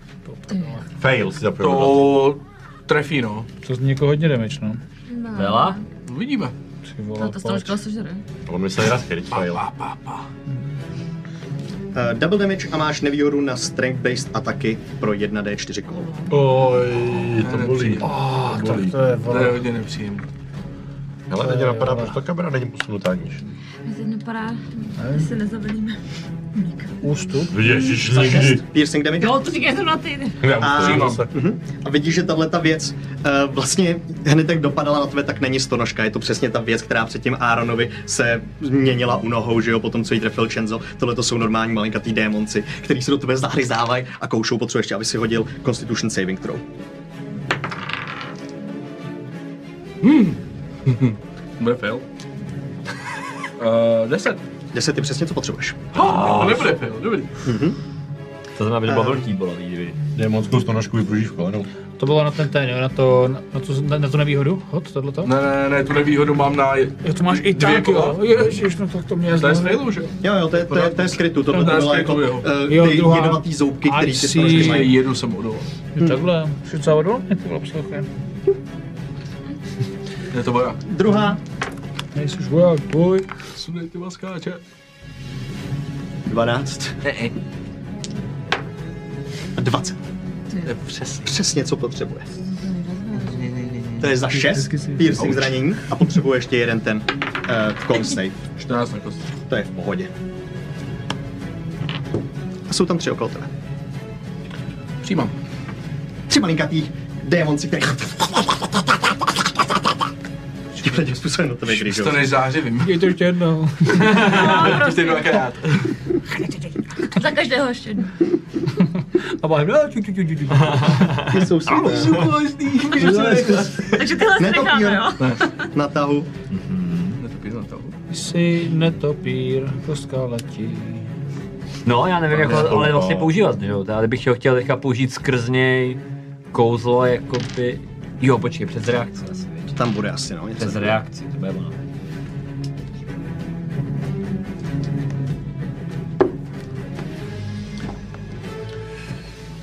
Speaker 2: Fail si zaprvé.
Speaker 6: To trefí, no.
Speaker 4: To zní jako hodně damage, no.
Speaker 3: Vela?
Speaker 6: Uvidíme.
Speaker 4: Ty
Speaker 5: No,
Speaker 4: vole,
Speaker 7: To
Speaker 4: pojď.
Speaker 7: stanožka sežere.
Speaker 2: On myslel raz fail. fail.
Speaker 6: Pa, pa, pa.
Speaker 1: uh, double damage a máš nevýhodu na strength-based ataky pro 1d4 kolo.
Speaker 2: Oj, to
Speaker 6: Ne,
Speaker 2: bolí.
Speaker 6: nepřijde.
Speaker 2: Oh, to bolí.
Speaker 4: To je
Speaker 6: Ah, To je
Speaker 4: vole.
Speaker 6: hodně nepříjemné.
Speaker 2: Hele, teď mě napadá, proč ta kamera není posunutá níž.
Speaker 7: Mě teď napadá, že se nezavelíme.
Speaker 4: Ústup.
Speaker 2: Ježiš, nikdy.
Speaker 1: Piercing damage?
Speaker 7: Jo, to říkají zrovna <laughs> ty.
Speaker 2: Já
Speaker 1: A-
Speaker 2: už to vím zase.
Speaker 1: Mhm. A vidíš, že tahle ta věc eh, vlastně hned jak dopadala na tebe, tak není stonožka. Je to přesně ta věc, která předtím Aaronovi se měnila u nohou, že jo, potom co jí trefil Chenzo. Tohle to jsou normální malinkatý démonci, který se do tebe zahryzávají a koušou. Potřebuješ, aby si hodil Constitution Saving Throw.
Speaker 6: Bude <laughs> fail. Eh, Uh, 10.
Speaker 1: 10 je přesně, co potřebuješ.
Speaker 6: To nebude fail, dobrý.
Speaker 3: To znamená, že to bylo velký bolavý, kdyby.
Speaker 2: Démonskou stonožku vypružíš v kolenou.
Speaker 4: To bylo na ten ten, jo, na to, na, na to, na, na to nevýhodu? Hod, tohleto?
Speaker 6: Ne, ne, ne, tu nevýhodu mám na...
Speaker 4: Jo, to máš i
Speaker 6: Dvě
Speaker 4: tak,
Speaker 6: kola.
Speaker 4: jo. Ježiš, no tak to mě
Speaker 6: To je z
Speaker 4: zlo-
Speaker 6: failu, že? jo?
Speaker 1: Jo, jo, to je, to je, to je skrytu. Tohle
Speaker 6: To
Speaker 1: to
Speaker 6: je
Speaker 1: bylo
Speaker 6: skrytu,
Speaker 1: jako
Speaker 6: jo.
Speaker 1: eh,
Speaker 4: Jo,
Speaker 1: ty
Speaker 4: druhá.
Speaker 1: jedovatý zoubky,
Speaker 4: I
Speaker 1: který ty
Speaker 4: see.
Speaker 1: stonožky mají.
Speaker 6: Jedu prostě jsem odolal.
Speaker 4: Jo, Hm. Takhle, jsi docela odolný, ty vole, poslouchej.
Speaker 6: Ne, to voják.
Speaker 1: Druhá,
Speaker 4: Nejsi už voják, boj.
Speaker 6: Sunej ty maskáče.
Speaker 1: 12 a 20.
Speaker 6: To je přesně.
Speaker 1: Přesně, co potřebuje. To je za 6 piercing zranění a potřebuje ještě jeden ten uh, con save.
Speaker 6: 14 na kost.
Speaker 1: To je v pohodě. A jsou tam tři okolo tebe.
Speaker 6: Přijímám.
Speaker 1: Tři malinkatý démonci, který... Tímhle tím způsobem do tebe když
Speaker 6: To než zářivím.
Speaker 4: Je to ještě
Speaker 6: <laughs>
Speaker 4: jednou.
Speaker 6: Ještě dvakrát.
Speaker 7: prostě. <laughs> Za každého ještě jednou.
Speaker 4: A bájem, no, ču, ču, ču, ču, ču.
Speaker 1: jsou super.
Speaker 7: Takže tyhle si
Speaker 1: Netopír
Speaker 7: necháme, jo?
Speaker 1: na tahu.
Speaker 6: Netopíš na tahu.
Speaker 4: Jsi netopír, kostka letí.
Speaker 3: No, já nevím, jak
Speaker 2: je
Speaker 3: ho ale
Speaker 2: to-
Speaker 3: vlastně používat, že jo. Já bych ho chtěl teďka použít skrz něj kouzlo, jakoby... Jo, počkej, přes reakci asi, viď?
Speaker 1: Tam bude asi, no. Něco.
Speaker 3: Přes reakci, to bude ono.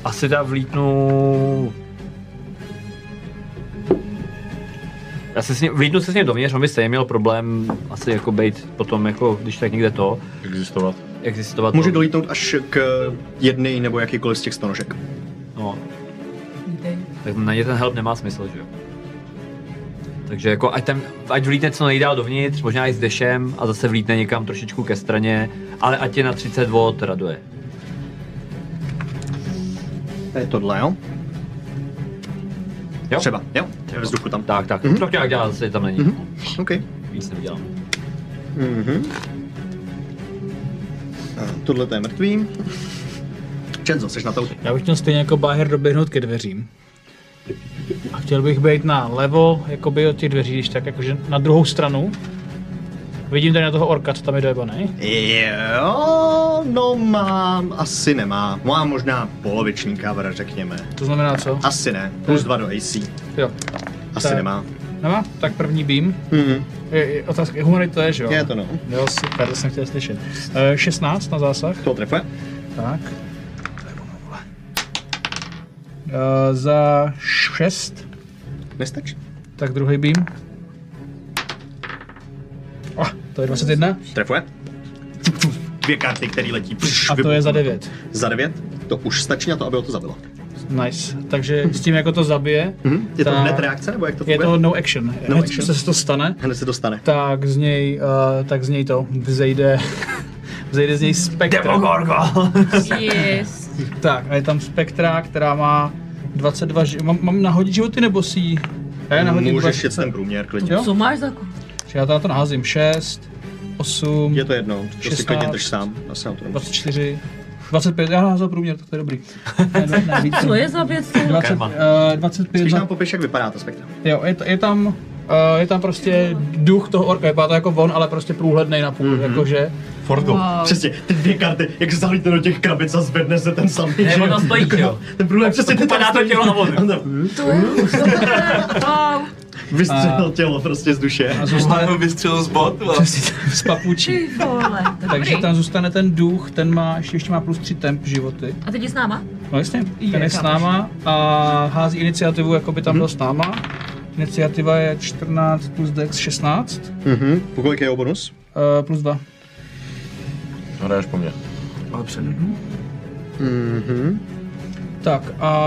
Speaker 3: Asi dá vlítnu... Já se s ním, vlítnu se s ním dovnitř, on by stejně měl problém asi jako být potom jako, když tak někde to,
Speaker 2: Existovat.
Speaker 3: existovat.
Speaker 1: Může
Speaker 3: to.
Speaker 1: dolítnout až k jednej nebo jakýkoliv z těch stonožek.
Speaker 3: No. tak na ně ten help nemá smysl, že jo. Takže jako ať, tam, ať vlítne co nejdál dovnitř, možná i s dešem a zase vlítne někam trošičku ke straně, ale ať je na 30 V raduje.
Speaker 1: To je tohle, jo?
Speaker 3: Jo?
Speaker 1: Třeba, jo? Ve vzduchu tam.
Speaker 3: Tak, tak, mm-hmm. tak nějak dělá, zase tam není. Mm-hmm.
Speaker 1: OK.
Speaker 3: Víc nedělám.
Speaker 1: Mhm. A Tohle to je mrtvý. Čenzo, jsi na to?
Speaker 4: Já bych měl stejně jako Baher doběhnout ke dveřím. A chtěl bych být na levo, jakoby od těch dveří, když tak jakože na druhou stranu. Vidím tady na toho orka, co tam je dojebaný.
Speaker 1: Jo, no mám, asi nemá. Má možná poloviční cover, řekněme.
Speaker 4: To znamená co?
Speaker 1: Asi ne, plus dva do AC.
Speaker 4: Jo.
Speaker 1: Asi
Speaker 4: Tak.
Speaker 1: nemá.
Speaker 4: Nemá? Tak první beam.
Speaker 1: Mhm.
Speaker 4: Je, je otázka, jak humanit to je, že jo?
Speaker 1: Je to no.
Speaker 4: Jo, super, to jsem chtěl slyšet. E, 16 na zásah.
Speaker 1: To trefuje.
Speaker 4: Tak. Uh, za 6,
Speaker 1: Nestačí.
Speaker 4: tak druhý beam. Oh, to je 21
Speaker 1: Trefuje. Dvě karty, které letí. Pš,
Speaker 4: a to je za
Speaker 1: vybuchnou.
Speaker 4: 9.
Speaker 1: Za devět? To už stačí na to, aby ho to zabilo.
Speaker 4: Nice. Takže s tím, jako to zabije,
Speaker 1: Mhm. Je to
Speaker 4: tak
Speaker 1: hned reakce, nebo jak to
Speaker 4: je
Speaker 1: bude?
Speaker 4: to no action. No Hned,
Speaker 1: action.
Speaker 4: co se to stane,
Speaker 1: Hned se dostane.
Speaker 4: tak z něj, uh, tak z něj to vzejde, <laughs> vzejde z něj spektrum.
Speaker 7: Yes.
Speaker 4: Tak, a je tam Spektra, která má 22 ži- mám, mám nahodit životy nebo si ji- Já je nahodím
Speaker 1: Můžeš
Speaker 4: 20.
Speaker 1: jet ten průměr klidně.
Speaker 4: Jo?
Speaker 7: Co máš za ko-
Speaker 4: Že já to na to naházím 6, 8,
Speaker 1: Je to jedno, to si
Speaker 4: 16.
Speaker 1: klidně drž sám. Já se na to nemůžu.
Speaker 4: 24, 25, já naházel průměr, tak to je
Speaker 7: <laughs>
Speaker 4: dobrý. Ne, ne, ne, víc.
Speaker 7: Co je za věc?
Speaker 4: 20,
Speaker 3: Kerman.
Speaker 4: eh, 25,
Speaker 1: Spíš
Speaker 4: na-
Speaker 1: nám popiš, jak vypadá ta spektra.
Speaker 4: jo, je, to- je tam, eh, je tam prostě duch toho orka, vypadá to jako von, ale prostě průhlednej na půl,
Speaker 6: Mhm.
Speaker 4: jakože.
Speaker 9: Fordo.
Speaker 1: Přesně, ty dvě karty, jak zalíte do těch krabic a zvedne se ten samý. že Jako,
Speaker 3: ono stojí, jo.
Speaker 1: Ten průhled přesně ty
Speaker 3: Padá to tělo na vodu.
Speaker 7: Wow.
Speaker 1: Vystřelil tělo prostě z duše.
Speaker 4: A zůstane
Speaker 6: ho vystřelil z bot, vole.
Speaker 4: přesně tam z papučí.
Speaker 7: Ty vole,
Speaker 4: Takže
Speaker 7: dobrý.
Speaker 4: tam zůstane ten duch, ten má, ještě, ještě má plus 3 temp životy.
Speaker 7: A teď je s náma?
Speaker 4: No jasně, ten je s
Speaker 7: chápu.
Speaker 4: náma a hází iniciativu, jako by tam byl s náma. Iniciativa je 14 plus dex 16,
Speaker 1: Mhm, po kolik je jeho bonus?
Speaker 4: eh, plus 2.
Speaker 2: Hraješ No, po mně.
Speaker 6: Ale před.
Speaker 1: Mhm.
Speaker 4: Tak a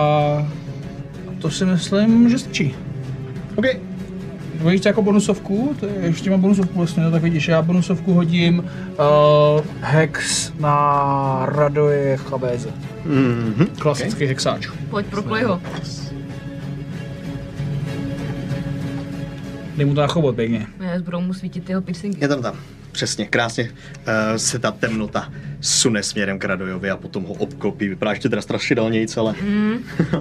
Speaker 4: to si myslím, že stačí.
Speaker 1: OK.
Speaker 4: Vidíš jako bonusovku, to je, ještě mám bonusovku vlastně, no, tak vidíš, já bonusovku hodím uh, hex na Radoje Chabéze.
Speaker 1: Mhm.
Speaker 4: Klasický okay. hexáč.
Speaker 7: Pojď proklej ho.
Speaker 4: Dej mu to na chobot pěkně.
Speaker 7: Já budou mu svítit jeho piercingy.
Speaker 1: Je tam tam. Přesně, krásně uh, se ta temnota sune směrem k Radojovi a potom ho obklopí. Vypadá ještě teda strašidelnějc, ale... Mm. <laughs>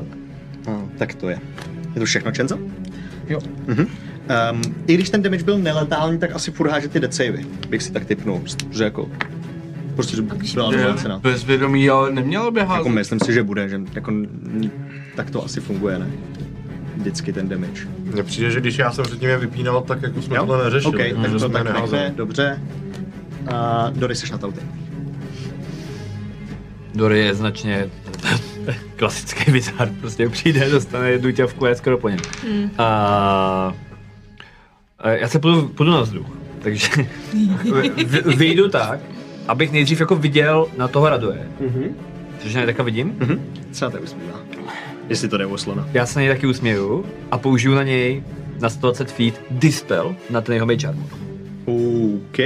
Speaker 1: no, tak to je. Je to všechno, Čenzo?
Speaker 4: Jo.
Speaker 1: Mhm. Um, I když ten damage byl neletální, tak asi furt háže ty death savey, bych si tak typnul, že jako... Prostě, že byla dobrá cena.
Speaker 6: Bezvědomí, ale neměl by
Speaker 1: Jako
Speaker 6: házet.
Speaker 1: myslím si, že bude, že jako, n- tak to asi funguje, ne? Vždycky ten damage.
Speaker 2: Mně přijde, že když já jsem předtím je vypínal, tak jako jsme
Speaker 1: Jo?
Speaker 2: to neřešili.
Speaker 1: OK,
Speaker 2: že
Speaker 1: tak to
Speaker 2: jsme je
Speaker 1: tak
Speaker 2: neházeli.
Speaker 1: nechme, dobře. A Dory, jsi na to ty.
Speaker 3: Dory je značně <laughs> klasický bizar, prostě přijde, dostane jednu ťavku a je skoro po něm. Hmm. A, a já se půjdu, půjdu na vzduch, takže v- v- vyjdu tak, abych nejdřív jako viděl na toho radoje.
Speaker 1: Mhm.
Speaker 3: Což ne, taky vidím.
Speaker 1: Třeba to je usmívá. Mhm. Jestli to jde o slona.
Speaker 3: Já se na něj taky usměju a použiju na něj na 120 feet dispel na ten jeho mage armor.
Speaker 1: OK.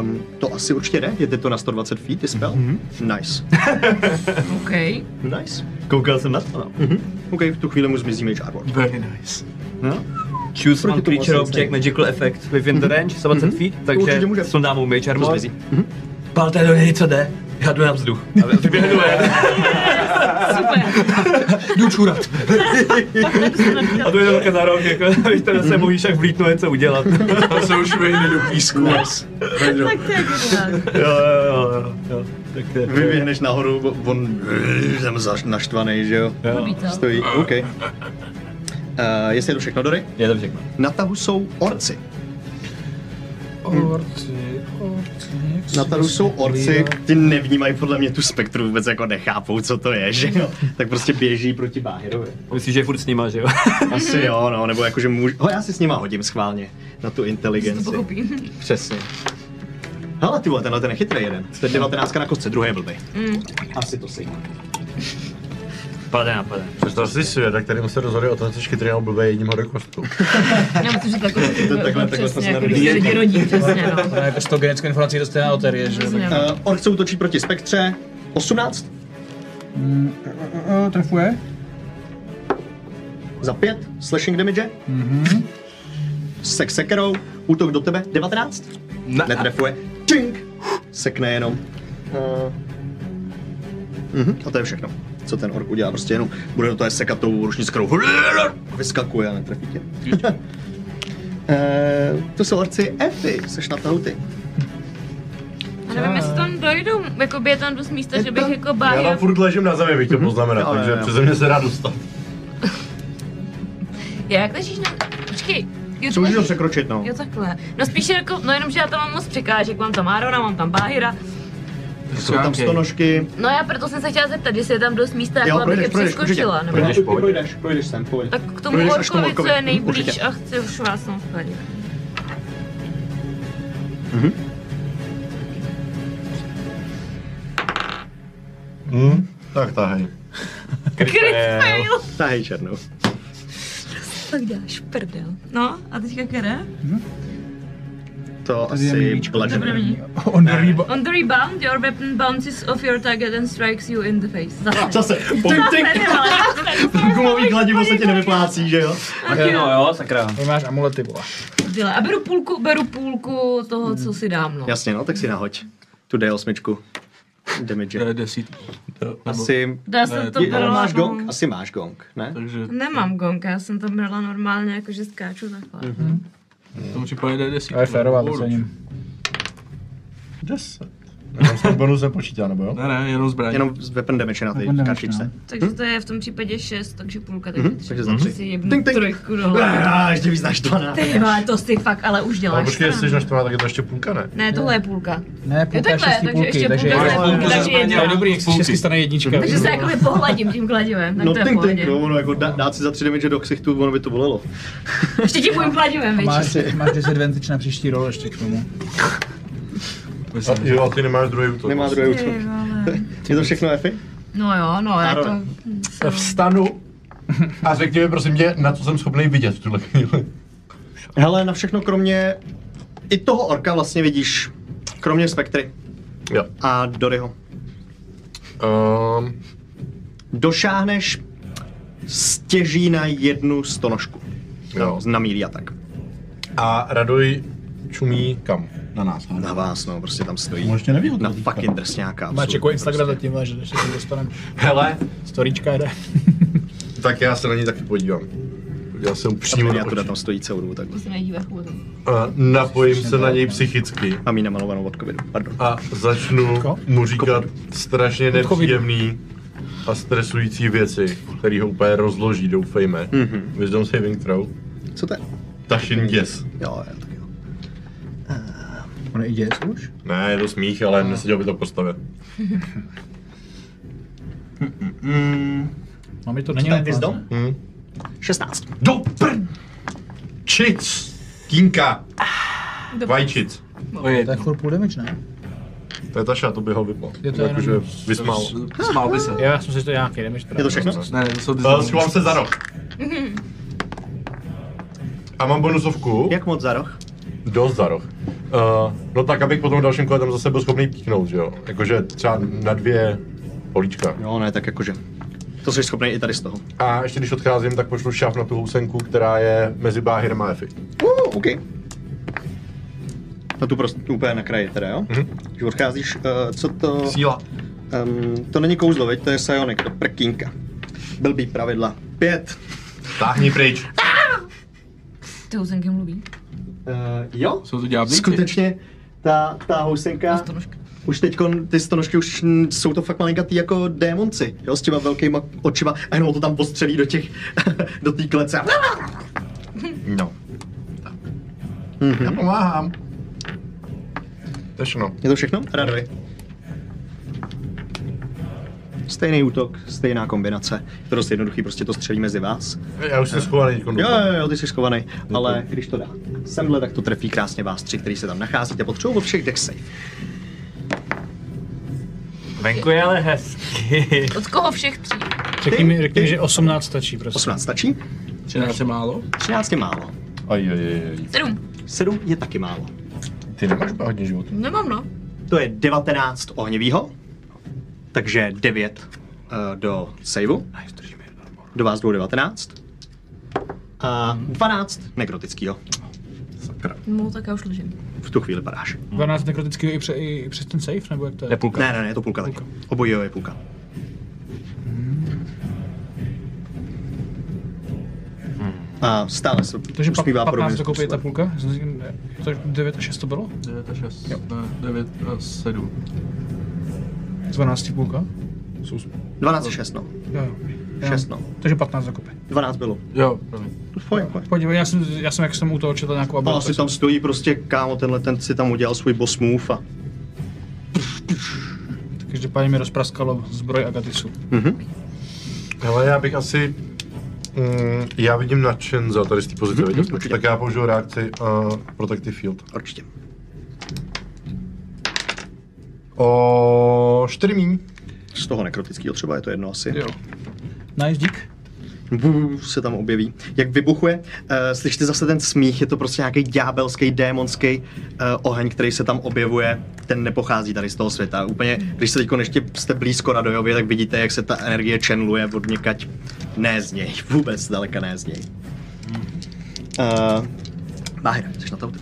Speaker 1: Um, to asi určitě jde, jede to na 120 feet, je spell. Mm-hmm. Nice.
Speaker 7: OK.
Speaker 1: Nice. Koukal jsem na to. No. Mm-hmm. OK, v tu chvíli mu zmizí Mage Armor.
Speaker 6: Very nice.
Speaker 1: No?
Speaker 3: Choose
Speaker 1: Proti tomu
Speaker 3: one creature
Speaker 1: asi
Speaker 3: object
Speaker 1: nejsem.
Speaker 3: magical effect within the range 120 feet, takže
Speaker 1: určitě může.
Speaker 3: sundám mu mage
Speaker 1: To
Speaker 3: armor.
Speaker 1: zmizí.
Speaker 3: Palte do něj, co jde. Já jdu na vzduch. A vy- vyběhnu ven.
Speaker 7: Super.
Speaker 5: <laughs>
Speaker 3: Jdu čurat. A to je také na rok, jako, <laughs> když teda se bojíš, jak vlítnu, je co udělat.
Speaker 6: A se už vejde do písku.
Speaker 7: Tak to je dobrá.
Speaker 3: jo, jo, jo, jo, jo. Tak to je.
Speaker 1: Vyběhneš nahoru, bo- on jsem zaš- naštvaný, že jo?
Speaker 3: Jo.
Speaker 1: Stojí, OK. Uh, jestli je to všechno, Dory?
Speaker 3: Je to všechno.
Speaker 1: Na tahu jsou orci.
Speaker 4: Mhm. Orci, orci, jak
Speaker 1: Na
Speaker 4: se
Speaker 1: tahu jsou
Speaker 4: myslí,
Speaker 1: orci,
Speaker 4: jo.
Speaker 1: ty nevnímají podle mě tu spektru, vůbec jako nechápou, co to je, že jo? Tak prostě běží proti Báhirovi.
Speaker 3: <laughs> Myslíš, že je furt s nima, že <laughs> jo?
Speaker 1: Asi jo, no, nebo jakože můžu... Ho, já si s nima hodím schválně, na tu inteligenci.
Speaker 7: Pochopím.
Speaker 1: Přesně. Hele, ty vole, tenhle ten je chytrý jeden. Ten 19 na kostce, druhý je blbý. Asi to si.
Speaker 3: Pade na pade.
Speaker 2: Představ si svět, kterým se rozhoduje o tom, co chytrý nebo blbý jedním hodokostku.
Speaker 5: Já myslím, že takhle,
Speaker 1: takhle
Speaker 5: přesně,
Speaker 1: jsme
Speaker 5: jako
Speaker 1: narodili.
Speaker 5: když se lidi rodí, přesně, no.
Speaker 4: <laughs>
Speaker 13: Ona jako 100 genetickou informací dostane na loterie, že jo?
Speaker 5: Přesně, no.
Speaker 1: Uh, on chce útočit proti Spektře. 18
Speaker 13: Trefuje?
Speaker 1: za 5 slashing damage. Mm-hmm. Se sekerou, útok do tebe 19.
Speaker 6: Ne.
Speaker 1: Netrefuje. Čink! Sekne jenom. Uh, mhm, a to je všechno. Co ten ork udělá? Prostě jenom bude do toho sekat tou rušnickou. Vyskakuje a netrefí tě. <laughs> Eh, to jsou orci Efy, seš na tahuty.
Speaker 5: A nevím, jestli tam dojdu, jako by je tam dost místa, že bych jako
Speaker 2: Já tam
Speaker 5: bájel.
Speaker 2: furt ležím na zemi, bych to poznamenal,
Speaker 1: Jo, jo,
Speaker 2: takže
Speaker 1: jo.
Speaker 2: přeze mě se dá dostat.
Speaker 5: Já jak ležíš na... Počkej, jo,
Speaker 1: Co můžeš ho
Speaker 5: takhle.
Speaker 1: překročit, no?
Speaker 5: Jo, takhle. No spíš jako, no jenom, že já tam mám moc překážek, mám tam Árona, mám tam Báhira.
Speaker 1: Jsou tam stonožky.
Speaker 5: No já proto jsem se chtěla zeptat, jestli je tam dost místa, jako
Speaker 1: Jo,
Speaker 5: abych
Speaker 1: projdeš,
Speaker 5: je
Speaker 1: projdeš, určitě.
Speaker 5: přeskočila. Nebo...
Speaker 1: Projdeš,
Speaker 3: Projdeš, pojď.
Speaker 1: projdeš, projdeš sem, pojď.
Speaker 5: Tak k tomu
Speaker 1: Projdeš až k tomu
Speaker 5: orkovi, co je
Speaker 1: orkovi,
Speaker 5: nejblíž
Speaker 1: určitě.
Speaker 5: a chci už vás tam spadit.
Speaker 2: Hm? Tak tahej.
Speaker 5: Fail.
Speaker 1: Tahej černou.
Speaker 5: Tak děláš prdel. No a teďka kere?
Speaker 1: To
Speaker 13: je
Speaker 1: asi
Speaker 13: mimíčko.
Speaker 1: blažené.
Speaker 5: První.
Speaker 13: On rýba.
Speaker 5: On the rebound, your weapon bounces off your target and strikes you in the face. Zase.
Speaker 1: Zase, pojď ty, gumový kladivo se ti nevyplácí, že jo?
Speaker 3: No jo, sakra.
Speaker 13: Tady máš amulety, vole.
Speaker 5: Zile. A beru půlku, beru půlku toho, co si dám, no.
Speaker 1: Jasně, no, tak si nahoď. Tu D8. Damage.
Speaker 6: To je desítky.
Speaker 1: Asi...
Speaker 5: Já jsem to
Speaker 1: Je, ale
Speaker 5: brala,
Speaker 1: máš
Speaker 5: no.
Speaker 1: gong? Asi máš gong, ne?
Speaker 6: Takže
Speaker 5: Nemám gong, já jsem to brala normálně, jakože skáču takhle.
Speaker 1: Mhm.
Speaker 6: v tom případě jde desítky.
Speaker 4: To je férová, to cením.
Speaker 2: Deset. Jenom s tím bonus nepočítá, nebo jo?
Speaker 6: Ne, ne, jenom zbraň.
Speaker 1: Jenom z weapon damage na ty
Speaker 4: Weapon damage,
Speaker 1: kartičce.
Speaker 5: Takže to je v tom případě 6, takže půlka, takže tři.
Speaker 1: takže za tři.
Speaker 5: Si jebnu
Speaker 1: Mhm. Tink, tink.
Speaker 5: trojku dole.
Speaker 1: Ah, ještě víc než 12.
Speaker 5: Ty vole, to si fakt ale už
Speaker 2: Ale
Speaker 5: děláš.
Speaker 2: počkej, jestli jsi
Speaker 5: stranu.
Speaker 2: naštvaná, tak je to ještě půlka, ne?
Speaker 5: Ne, tohle je půlka.
Speaker 4: Ne,
Speaker 5: Jo
Speaker 4: půlka,
Speaker 5: No takhle,
Speaker 4: šestý
Speaker 5: takže ještě
Speaker 4: půlky, takže...
Speaker 5: půlka,
Speaker 6: Máš
Speaker 5: takže
Speaker 6: půlku
Speaker 5: půlka,
Speaker 6: za
Speaker 5: takže
Speaker 6: zbraně,
Speaker 4: To je
Speaker 5: jedna.
Speaker 4: dobrý, jak si šestý stane jednička.
Speaker 5: Takže se jakoby pohladím tím kladivem, tak
Speaker 1: No
Speaker 5: to je v
Speaker 1: tink, tink,
Speaker 5: pohodě.
Speaker 1: no, ono jako dá, dát si za tři damage do ksichtu, ono by to bolelo.
Speaker 5: Ještě tím mojím kladivem, víš.
Speaker 4: Máš, máš disadvantage na příští rol ještě k tomu.
Speaker 2: A, jo, a ty nemáš druhý útok.
Speaker 1: Nemá druhý útok.
Speaker 5: Ty vole.
Speaker 1: Je to všechno Efy?
Speaker 5: No jo, no, já to...
Speaker 1: Aaron.
Speaker 2: Eh, Vstanu a řekni mi, prosím tě, na co jsem schopný vidět v tuhle chvíli.
Speaker 1: Hele, na všechno kromě... I toho orka vlastně vidíš. Kromě Spektry
Speaker 2: Jo.
Speaker 1: a Doryho.
Speaker 2: Um,
Speaker 1: Došáhneš stěží na jednu stonožku. No,
Speaker 2: jo.
Speaker 1: Na mílí a tak.
Speaker 2: A Radoj čumí kam? Na nás.
Speaker 1: Na vás, no, prostě tam stojí.
Speaker 14: On ještě neví o
Speaker 1: Na
Speaker 14: tom teďka.
Speaker 1: fucking drsňáka.
Speaker 4: Máš jako
Speaker 1: absolutně
Speaker 4: Instagram
Speaker 1: prostě.
Speaker 4: zatím, že ještě se dostaneme.
Speaker 2: Hele,
Speaker 4: Storíčka jde.
Speaker 2: tak já se na ní taky podívám. Já se upřímně
Speaker 1: Já
Speaker 2: na
Speaker 1: tu
Speaker 2: oči.
Speaker 1: tam stojí celou dobu takhle.
Speaker 5: To se nejdí ve chůru.
Speaker 2: A napojím se na něj psychicky
Speaker 1: A mí namalovanou od covidu, pardon.
Speaker 2: a začnu
Speaker 4: Ko?
Speaker 2: mu říkat strašně nepříjemný a stresující věci, který ho úplně rozloží, doufejme. Mm-hmm. Wisdom saving throw.
Speaker 1: Co to je?
Speaker 2: Tašin děs.
Speaker 1: Jo, jo, tak jo.
Speaker 4: On i děs už?
Speaker 2: Ne, je to smích, ale neseděl by to postavit.
Speaker 4: Mami, No, to není
Speaker 1: To je
Speaker 4: naplánované.
Speaker 1: wisdom?
Speaker 2: Hm?
Speaker 1: 16.
Speaker 2: Do pr... Čic! Kínka! Vajčic.
Speaker 6: To No, je
Speaker 4: To je chur půl damage, ne?
Speaker 2: To je taša, to by ho vyplo. Jako,
Speaker 4: Je to jenom-
Speaker 2: Jakože vysmál.
Speaker 6: Smál by se.
Speaker 4: Jo, já jsem si to nějaký damage
Speaker 1: Je
Speaker 4: teda.
Speaker 1: to všechno?
Speaker 6: Ne, ne, to jsou ty
Speaker 2: Eh,
Speaker 6: zbraně.
Speaker 2: Schovám se za roh.
Speaker 4: Mhm.
Speaker 2: A mám bonusovku.
Speaker 1: Jak moc za roh?
Speaker 2: Dost za roh. Uh, no tak, abych potom v dalším kole tam zase byl schopný píknout, že jo? Jakože třeba na dvě políčka.
Speaker 1: Jo, ne, tak jakože. To jsi schopný i tady z toho.
Speaker 2: A ještě když odcházím, tak pošlu šáf na tu housenku, která je mezi Báhirem a Efi.
Speaker 1: Uh, OK. Na tu prostě tu úplně na kraji teda, jo? Mm-hmm. Že odcházíš, uh, co to...
Speaker 2: Síla.
Speaker 1: Um, to není kouzlo, veď, to je sajonik, to je prkínka. Blbý pravidla. Pět.
Speaker 2: Táhni pryč.
Speaker 5: Ty housenky mluví.
Speaker 1: Uh, jo?
Speaker 6: Jsou to ďáblíci?
Speaker 1: Skutečně, ta, ta
Speaker 5: To
Speaker 1: housenka,
Speaker 5: je trošku.
Speaker 1: už teď ty stonožky už mm, jsou to fakt malinkatý jako démonci, jo, s těma velkýma očima a jenom to tam postřelí do těch, <laughs> do té klece. a-
Speaker 2: No. Mm-hmm. Já pomáhám. To je všechno.
Speaker 1: Je to všechno? Radovi. Stejný útok, stejná kombinace. Je to dost jednoduchý, prostě to střelí mezi vás.
Speaker 2: Já už jsem schovaný teď.
Speaker 1: Jo, jo, jo, ty jsi schovaný, ale když to dá semhle, tak to trefí krásně vás tři, který se tam nacházíte. Potřebuji od všech deck save.
Speaker 3: Venku je ale hezky.
Speaker 7: Od koho všech tří?
Speaker 4: Řekni mi, řekni mi, že 18 stačí, prostě. prosím.
Speaker 1: 18 stačí?
Speaker 6: 13 je málo?
Speaker 1: 13 je málo.
Speaker 2: Aj, aj, aj, aj.
Speaker 7: Sedm.
Speaker 1: 7 je taky málo.
Speaker 2: Ty nemáš hodně životů.
Speaker 7: Nemám, no.
Speaker 1: To je 19 ohnivýho, takže 9 uh, do saveu. Do vás dvou 19. A 12 nekrotického.
Speaker 2: Sakra.
Speaker 7: No, tak já už ležím.
Speaker 1: V tu chvíli padáš.
Speaker 4: 12 nekrotického i, pře, i, i přes ten safe, nebo jak to je?
Speaker 3: Půlka.
Speaker 1: Ne, ne, ne, je to půlka taky. Obojího je půlka. A stále se
Speaker 4: Takže pak,
Speaker 1: usmívá
Speaker 4: 15
Speaker 1: podobně.
Speaker 4: dokopy je ta půlka? To 9 a 6 to bylo?
Speaker 6: 9 a 6, ne, 9 a 7.
Speaker 4: 12 půlka?
Speaker 1: 12 je 6, no.
Speaker 4: Jo, jo. Jo.
Speaker 1: 6, no.
Speaker 4: Takže 15 dokopy.
Speaker 1: 12 bylo.
Speaker 6: Jo, promiň.
Speaker 1: Fajn, fajn.
Speaker 4: Podívej, já jsem, já jsem jak jsem u toho četl nějakou
Speaker 1: A
Speaker 4: abelaci.
Speaker 1: No, asi tam stojí prostě, kámo, tenhle ten si tam udělal svůj boss move a...
Speaker 4: Každopádně mi rozpraskalo zbroj Agatisu.
Speaker 9: Hele, já bych asi... Mm, já vidím nadšen za tady z té
Speaker 2: Mhm,
Speaker 9: pozice, viděl jste?
Speaker 1: určitě.
Speaker 9: Tak já použiju reakci uh, Protective Field.
Speaker 1: Určitě.
Speaker 9: O 4 míň.
Speaker 1: Z toho nekrotického třeba je to jedno asi.
Speaker 4: Jo. Nice, dík.
Speaker 1: Vů, se tam objeví. Jak vybuchuje, uh, slyšte zase ten smích, je to prostě nějaký ďábelský, démonský uh, oheň, který se tam objevuje. Ten nepochází tady z toho světa. Úplně, když se teď ještě jste blízko Radojově, tak vidíte, jak se ta energie čenluje od někať. Ne z něj, <laughs> vůbec daleka ne z něj. Uh, Bahir, jsi na to?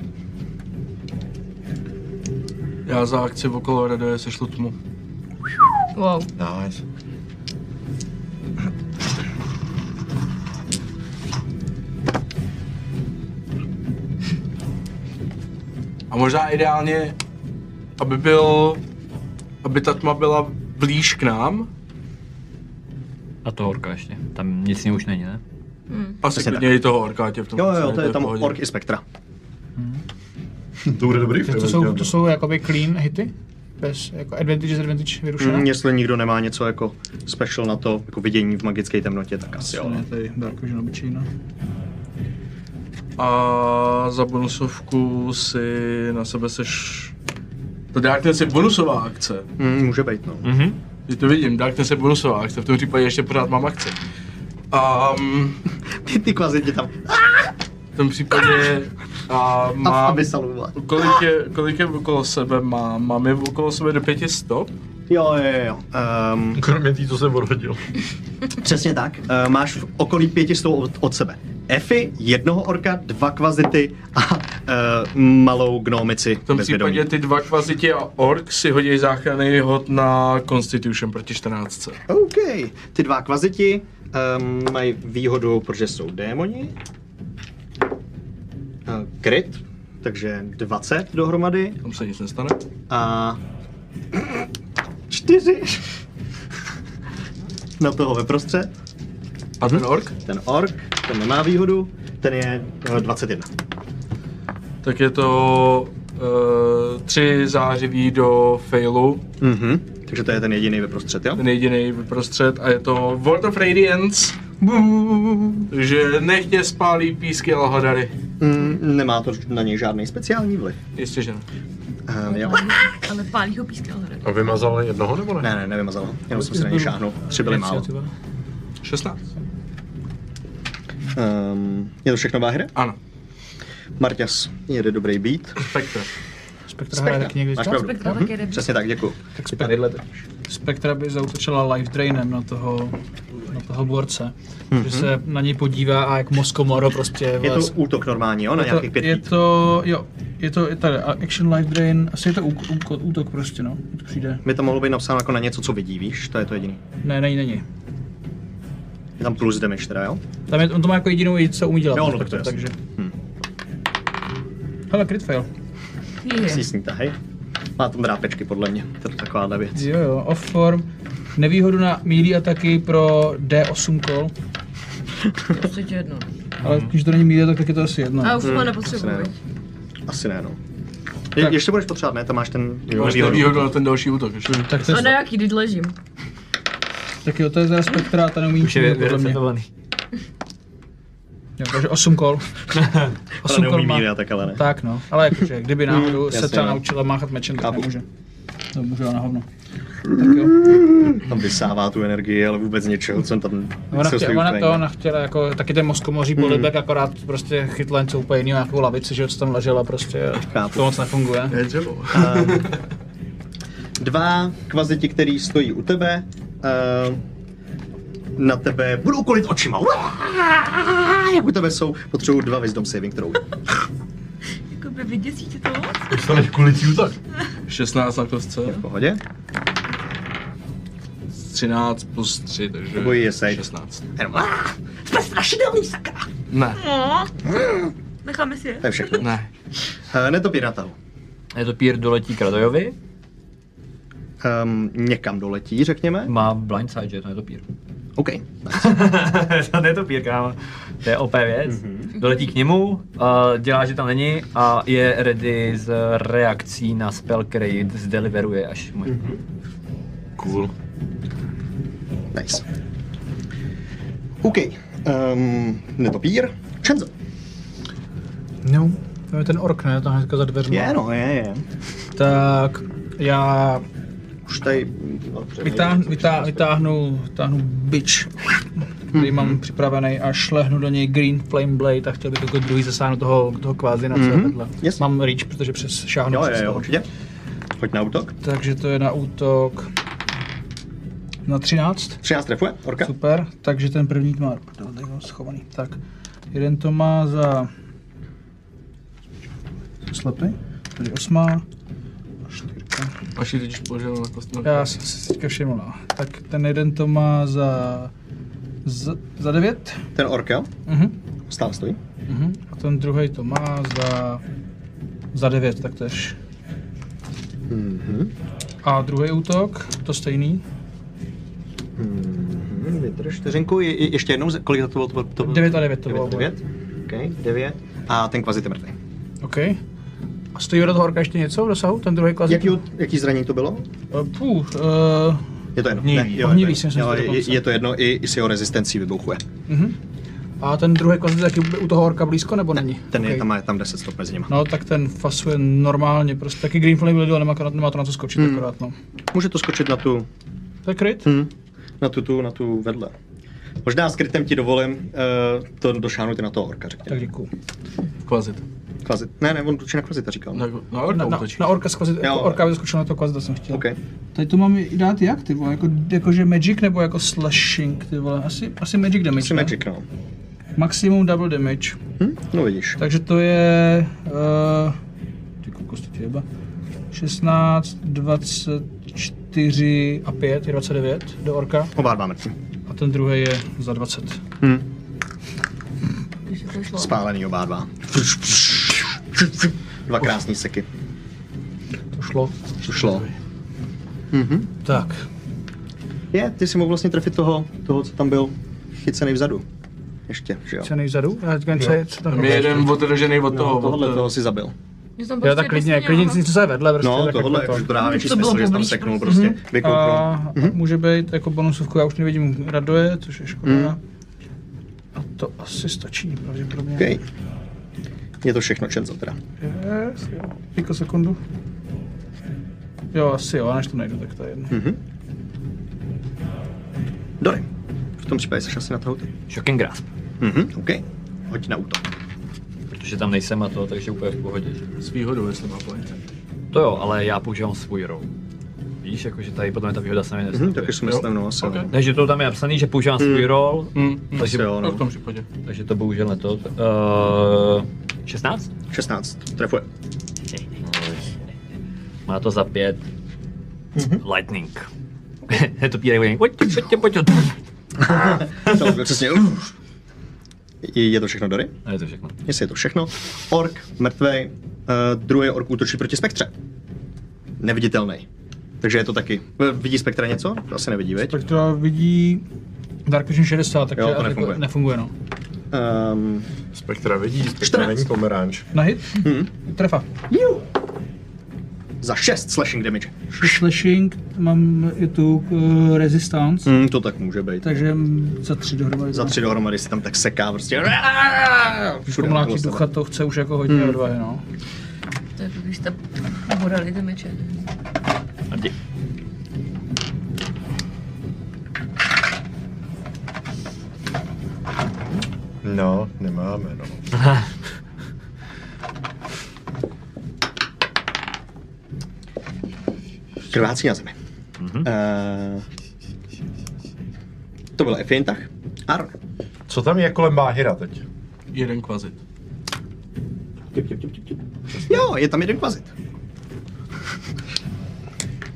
Speaker 6: Já za akci okolo Radoje sešlu tmu.
Speaker 7: Wow.
Speaker 2: Nice.
Speaker 6: A možná ideálně, aby byl, aby ta tma byla blíž k nám,
Speaker 3: A to horka ještě. Tam nic jiného už není, ne?
Speaker 6: asi
Speaker 1: Přesně
Speaker 6: klidně i toho orka tě v tom
Speaker 1: Jo, jo,
Speaker 6: celé,
Speaker 1: to je
Speaker 6: v
Speaker 1: tam
Speaker 6: pohodě.
Speaker 1: ork i spektra.
Speaker 9: To bude dobrý
Speaker 4: Takže
Speaker 9: film,
Speaker 4: to jsou,
Speaker 9: jo.
Speaker 4: to jsou jakoby clean hity? Bez jako advantage, disadvantage vyrušená?
Speaker 1: Mm, jestli nikdo nemá něco jako special na to, jako vidění v magické temnotě, tak asi jo. no.
Speaker 4: tady Dark Vision obyčejná.
Speaker 6: A za bonusovku si na sebe seš... To Darkness je bonusová akce.
Speaker 1: Mm, může být, no.
Speaker 3: Mhm.
Speaker 6: Ty to vidím, Darkness je bonusová akce, v tom případě ještě pořád mám akci. Um,
Speaker 1: Ty, ty kvazitě tam
Speaker 6: v tom případě
Speaker 1: <laughs>
Speaker 6: a
Speaker 1: a, a
Speaker 6: mám...
Speaker 1: vysaluvat.
Speaker 6: Kolik je, kolik je okolo sebe mám? Mám je okolo sebe do pěti stop?
Speaker 1: Jo, jo, jo, jo. Um,
Speaker 9: Kromě tý, co se odhodil.
Speaker 1: přesně tak. Uh, máš v okolí 500 od, od sebe. Efy, jednoho orka, dva kvazity a uh, malou gnomici.
Speaker 6: V tom
Speaker 1: bez vědomí.
Speaker 6: případě ty dva kvazitě a ork si hodí záchranný hod na Constitution proti 14.
Speaker 1: OK. Ty dva kvaziti um, mají výhodu, protože jsou démoni. Uh, crit, takže 20 dohromady.
Speaker 6: Tam se nic nestane.
Speaker 1: A... Čtyři! <laughs> Na toho ve prostřed.
Speaker 6: A ten ork?
Speaker 1: Ten ork, ten nemá výhodu, ten je eh, 21.
Speaker 6: Tak je to uh, tři zářiví do failu,
Speaker 1: Mhm. Takže to je ten jediný ve prostřed, jo?
Speaker 6: ten jediný prostřed a je to World of Radiance. Takže nechtě spálí písky Alhadary.
Speaker 1: Mm, nemá to na něj žádný speciální vliv.
Speaker 6: Jistě, že ne.
Speaker 1: Uh, jo.
Speaker 7: Ale pálí ho písky ale
Speaker 9: A vymazal jednoho nebo ne?
Speaker 1: Ne, ne, nevymazal. Jenom jsem si na něj šáhnul. Tři byly málo.
Speaker 6: 16.
Speaker 1: Um, je to všechno váhry?
Speaker 6: Ano.
Speaker 1: Marťas jede dobrý beat.
Speaker 6: Spektra.
Speaker 4: Spektra hraje taky někdy
Speaker 1: Máš
Speaker 4: čas?
Speaker 1: pravdu.
Speaker 7: Spektra taky jede
Speaker 1: Mhm.
Speaker 7: beat.
Speaker 1: Přesně tak, děkuji.
Speaker 4: Tak spek- Spektra by zautočila live drainem na toho, na toho borce. Že se na něj podívá a jak Moskomoro prostě
Speaker 1: Mhm. Je to
Speaker 4: vlez-
Speaker 1: útok normální, jo? Na
Speaker 4: je to,
Speaker 1: nějakých pět
Speaker 4: je
Speaker 1: feet.
Speaker 4: to, jo, je to, je tady a- action live drain, asi je to úk, úk, útok prostě, no, to přijde.
Speaker 1: By to mohlo být napsáno jako na něco, co vidí, víš? To je to jediný.
Speaker 4: Ne, není, není.
Speaker 1: Je tam plus damage teda, jo?
Speaker 4: Tam je, on to má jako jedinou věc, co umí dělat.
Speaker 1: Jo,
Speaker 4: ten
Speaker 1: no, tak to je
Speaker 4: Spektra,
Speaker 1: jasný.
Speaker 4: takže. Hele, crit fail.
Speaker 1: Si s ní tahej. Má tam drápečky, podle mě. To je takováhle věc.
Speaker 4: Jo, jo, off form. Nevýhodu na melee ataky pro D8 kol,
Speaker 7: Prostě tě jedno.
Speaker 4: ale
Speaker 1: Mhm.
Speaker 4: když to není melee attack, tak je to asi jedno.
Speaker 7: A už to
Speaker 1: Asi
Speaker 7: nepotřebuji.
Speaker 1: ne, no. Asi ne, no. Je,
Speaker 4: Tak.
Speaker 1: ještě budeš potřebovat, ne? Tam máš ten jo,
Speaker 6: Máš
Speaker 1: výhodu.
Speaker 6: výhodu na ten další útok. Ještě.
Speaker 4: Tak to je,
Speaker 7: A na jaký did ležím?
Speaker 4: tak jo, to je teda spektra, a ta neumí
Speaker 3: Už je
Speaker 4: nic
Speaker 3: vy-
Speaker 4: podle mě.
Speaker 3: vyrecetovaný.
Speaker 4: Jo, takže 8
Speaker 1: <laughs>
Speaker 4: kol. 8
Speaker 1: Ale neumí
Speaker 4: má.
Speaker 1: míry a tak, ale ne.
Speaker 4: Tak no, ale jakože, kdyby náhodou
Speaker 1: Mm,
Speaker 4: se
Speaker 1: jasně,
Speaker 4: ta
Speaker 1: no.
Speaker 4: naučila máchat mečem, tak
Speaker 1: Chápu.
Speaker 4: nemůže.
Speaker 8: To můžu já na hovno. Tak jo.
Speaker 1: Tam vysává tu energii, ale vůbec něčeho, co tam...
Speaker 4: Ona,
Speaker 1: co stojí Mm.
Speaker 4: chtěla, ona
Speaker 1: úplně
Speaker 4: to,
Speaker 1: jinak.
Speaker 4: ona chtěla jako taky ten mozkomoří polibek, akorát prostě chytla něco úplně jiného, nějakou lavici, že jo, co tam ležela prostě.
Speaker 1: Chápu.
Speaker 4: To moc nefunguje.
Speaker 6: Je dřevo.
Speaker 1: Dva kvaziti, který stojí u tebe, eh, na tebe budou kolit očima. Uááá, Jak u tebe jsou, potřebuju dva wisdom saving throw.
Speaker 5: Jakoby vyděsíte to moc?
Speaker 2: Dostaneš kulicí tak.
Speaker 6: 16 na kostce,
Speaker 1: V pohodě?
Speaker 6: 13 plus 3, takže
Speaker 1: Nebo je sejt.
Speaker 6: 16.
Speaker 1: Jenom, "Ah, Jsme strašidelný sakra.
Speaker 6: Ne,
Speaker 5: No. Necháme si je.
Speaker 1: To je všechno.
Speaker 6: ne.
Speaker 1: Eh, Netopír natahu.
Speaker 3: Je to pír doletí k Radojovi,
Speaker 1: Um, někam doletí, řekněme.
Speaker 3: má blindside, že je to netopír.
Speaker 1: OK.
Speaker 3: <laughs> to netopír, kámo. To je OP věc.
Speaker 1: Mhm.
Speaker 3: Doletí k němu, uh, dělá, že tam není a je ready s reakcí na spell, který zdeliveruje až mu.
Speaker 1: Mhm.
Speaker 6: Cool.
Speaker 1: Nice. OK. Um, netopír. Čenzo.
Speaker 4: No, to je ten ork, ne, to hnedka za dveřma.
Speaker 1: Je, no, je, je.
Speaker 4: Tak já
Speaker 1: Už tady... Dobře,
Speaker 4: vytáhnu, vytáhnu, vytáhnu, vytáhnu bič, který
Speaker 1: Mhm.
Speaker 4: mám připravený a šlehnu do něj Green Flame Blade a chtěl bych jako druhý zasáhnout toho, toho kvázina, co je
Speaker 1: Mhm,
Speaker 4: vedle.
Speaker 1: yes.
Speaker 4: Mám reach, protože přes šáhnu
Speaker 1: Jo,
Speaker 4: přes
Speaker 1: jo, jo,
Speaker 4: toho.
Speaker 1: určitě. Pojď na útok.
Speaker 4: Takže to je na útok na 13.
Speaker 1: 13 trefuje, orka.
Speaker 4: Super, takže ten první má tady ho schovaný. Tak, jeden to má za slepý, tady osmá, a čtyřka.
Speaker 6: Až ji teď položil na kostce.
Speaker 4: Já jsem si teďka všiml, no. Tak ten jeden to má za, za, za devět.
Speaker 1: Ten orka
Speaker 4: Mhm.
Speaker 1: stále stojí.
Speaker 4: Mhm. A ten druhý to má za, za devět taktéž.
Speaker 1: Mhm.
Speaker 4: A druhý útok, to stejný,
Speaker 1: Mhm. Vydrž vteřinku, je, je, ještě jednou, kolik to bylo? To, to, to,
Speaker 4: 9 a 9 to bylo.
Speaker 1: 9, 9. Okay, 9. A ten kvazit je mrtvý.
Speaker 4: OK. A stojí vedle toho horka ještě něco v dosahu, ten druhý klazit?
Speaker 1: Jaký, jaký zranění to bylo?
Speaker 4: Půh, uh,
Speaker 1: Je to jedno. Ne, jo, je to
Speaker 4: Ohnivý
Speaker 1: jedno.
Speaker 4: jsem si
Speaker 1: jo,
Speaker 4: myslel
Speaker 1: je,
Speaker 4: dokonce.
Speaker 1: je, to jedno, i, i s jeho rezistencí vybuchuje.
Speaker 4: Mhm. A ten druhý klazit taky u toho horka blízko nebo
Speaker 1: Ne,
Speaker 4: není?
Speaker 1: ten je,
Speaker 4: Okej.
Speaker 1: tam, má, tam 10 stop mezi nima.
Speaker 4: No, tak ten fasuje normálně, prostě taky Green Flame Blade, ale nemá, akorát- nemá to na co skočit
Speaker 1: Hmm.
Speaker 4: akorát, no.
Speaker 1: Může to skočit na tu,
Speaker 4: To je kryt?
Speaker 1: hm, na tu, tu, na tu vedle. Možná s krytem ti dovolím uh, to došáhnout i na toho orka,
Speaker 4: Tak
Speaker 1: řekněme.
Speaker 4: děkuju.
Speaker 6: Kvazit.
Speaker 1: Kvazit. Ne, ne, on určitě na kvazita říkal.
Speaker 6: Na,
Speaker 1: No.
Speaker 6: na
Speaker 4: Na,
Speaker 6: orka
Speaker 4: na,
Speaker 6: útočí.
Speaker 4: na orka skvazit,
Speaker 1: Jo.
Speaker 4: jako orka by skočil na to kvazda jsem chtěl.
Speaker 1: OK.
Speaker 4: Tady to mám i dát jak, ty vole, jako, jakože magic nebo jako slashing, ty vole, asi, asi magic damage,
Speaker 1: Asi
Speaker 4: ne?
Speaker 1: magic, no.
Speaker 4: Maximum double damage,
Speaker 1: Hm? No vidíš.
Speaker 4: takže to je, uh, ty kokos, ty jeba, 16, 24 a 5, je 29 do orka
Speaker 1: Oba dva mrtví.
Speaker 4: a ten druhý je za 20.
Speaker 1: Hm.
Speaker 5: Když to šlo.
Speaker 1: Spálený oba dva. Dva krásný seky.
Speaker 4: To šlo.
Speaker 1: To šlo. Mhm.
Speaker 4: Tak,
Speaker 1: Je, ty si mohl vlastně trefit toho, toho, co tam byl chycený vzadu. Ještě, že jo.
Speaker 4: co je nejvzadu? Já teďka něco, co tam
Speaker 6: Tam je jeden odražený od toho.
Speaker 1: No,
Speaker 6: od
Speaker 1: tohle
Speaker 6: toho-
Speaker 1: toho si zabil.
Speaker 5: Že jsem
Speaker 4: Jo,
Speaker 5: prostě
Speaker 4: tak klidně,
Speaker 5: doslova-
Speaker 4: klidně si něco se vedle, prostě.
Speaker 1: No,
Speaker 4: tak
Speaker 1: tohle
Speaker 4: jako
Speaker 1: je právě větší
Speaker 5: To bylo
Speaker 1: smysl, že jsi tam
Speaker 5: poblíž
Speaker 1: seknul
Speaker 5: prostě.
Speaker 1: prostě. Vykouknul.
Speaker 4: A může být jako bonusovku, já už nevidím radoje, což je škoda.
Speaker 1: Mhm.
Speaker 4: A to asi stačí, pravděpodobně.
Speaker 1: Okay. Je to všechno Čenzo teda.
Speaker 4: Yes, jo. Jako sekundu. Jo, asi jo, než to najdu, tak to je jedno.
Speaker 1: Mhm. Dory, v tom případě jsi asi na tahu ty.
Speaker 3: Shocking grasp,
Speaker 1: Mhm, OK. Hoď na útok.
Speaker 3: protože tam nejsem a to, takže úplně v pohodě. že?
Speaker 6: S výhodou, jestli má point.
Speaker 3: To jo, ale já používám svůj roll. Víš, jakože tady potom je ta výhoda sami
Speaker 1: Mhm,
Speaker 3: mm
Speaker 1: taky si myslím, Mhm. no asi.
Speaker 6: OK.
Speaker 1: no.
Speaker 3: Takže to tam je napsaný, že používám svůj roll,
Speaker 6: Hm, hm.
Speaker 3: takže,
Speaker 1: Asi jo,
Speaker 6: No, v
Speaker 1: no.
Speaker 6: tom případě.
Speaker 3: takže to bohužel ne to. Eh, Uh, 16?
Speaker 1: 16, trefuje.
Speaker 3: Má to za pět. Lightning. <laughs> je to pírej, pojď, pojď, pojď, pojď, pojď.
Speaker 1: To byl přesně. uf. Je je to všechno Dory?
Speaker 3: A je to všechno.
Speaker 1: Jestli je to všechno. Ork, mrtvej. Uh, druhý ork útočí proti spektře. Neviditelný. Takže je to taky. Eh, Vidí spektra něco? To Asi nevidí, veď?
Speaker 4: Tak to vidí Dark Vision 60, takže
Speaker 1: Jo, to
Speaker 4: jako
Speaker 1: nefunguje.
Speaker 4: nefunguje no.
Speaker 1: Um,
Speaker 9: Spektra vidí, spektra
Speaker 1: 14.
Speaker 9: není pomeranč.
Speaker 4: Na hit?
Speaker 1: Mhm.
Speaker 4: Trefa.
Speaker 1: za 6 slashing damage.
Speaker 4: Slashing, mám i tu uh, resistance,
Speaker 1: Mm, to tak může být.
Speaker 4: takže za tři dohromady.
Speaker 1: Za tři dohromady si tam tak seká prostě. Všude okolo
Speaker 4: Pomlátí
Speaker 1: sebe.
Speaker 4: ducha, to chce už
Speaker 1: Mhm.
Speaker 4: jako hodně odvahy, no.
Speaker 5: To je, když jste borali ty meče.
Speaker 3: Hrdě.
Speaker 2: No, nemáme, no.
Speaker 1: Krvácí na zemi.
Speaker 4: Mhm.
Speaker 1: Mm-hmm. Uh, to byl Efin tah. Ar.
Speaker 2: Co tam je kolem Báhyra teď?
Speaker 6: Jeden kvazit.
Speaker 1: Jo, je tam jeden kvazit.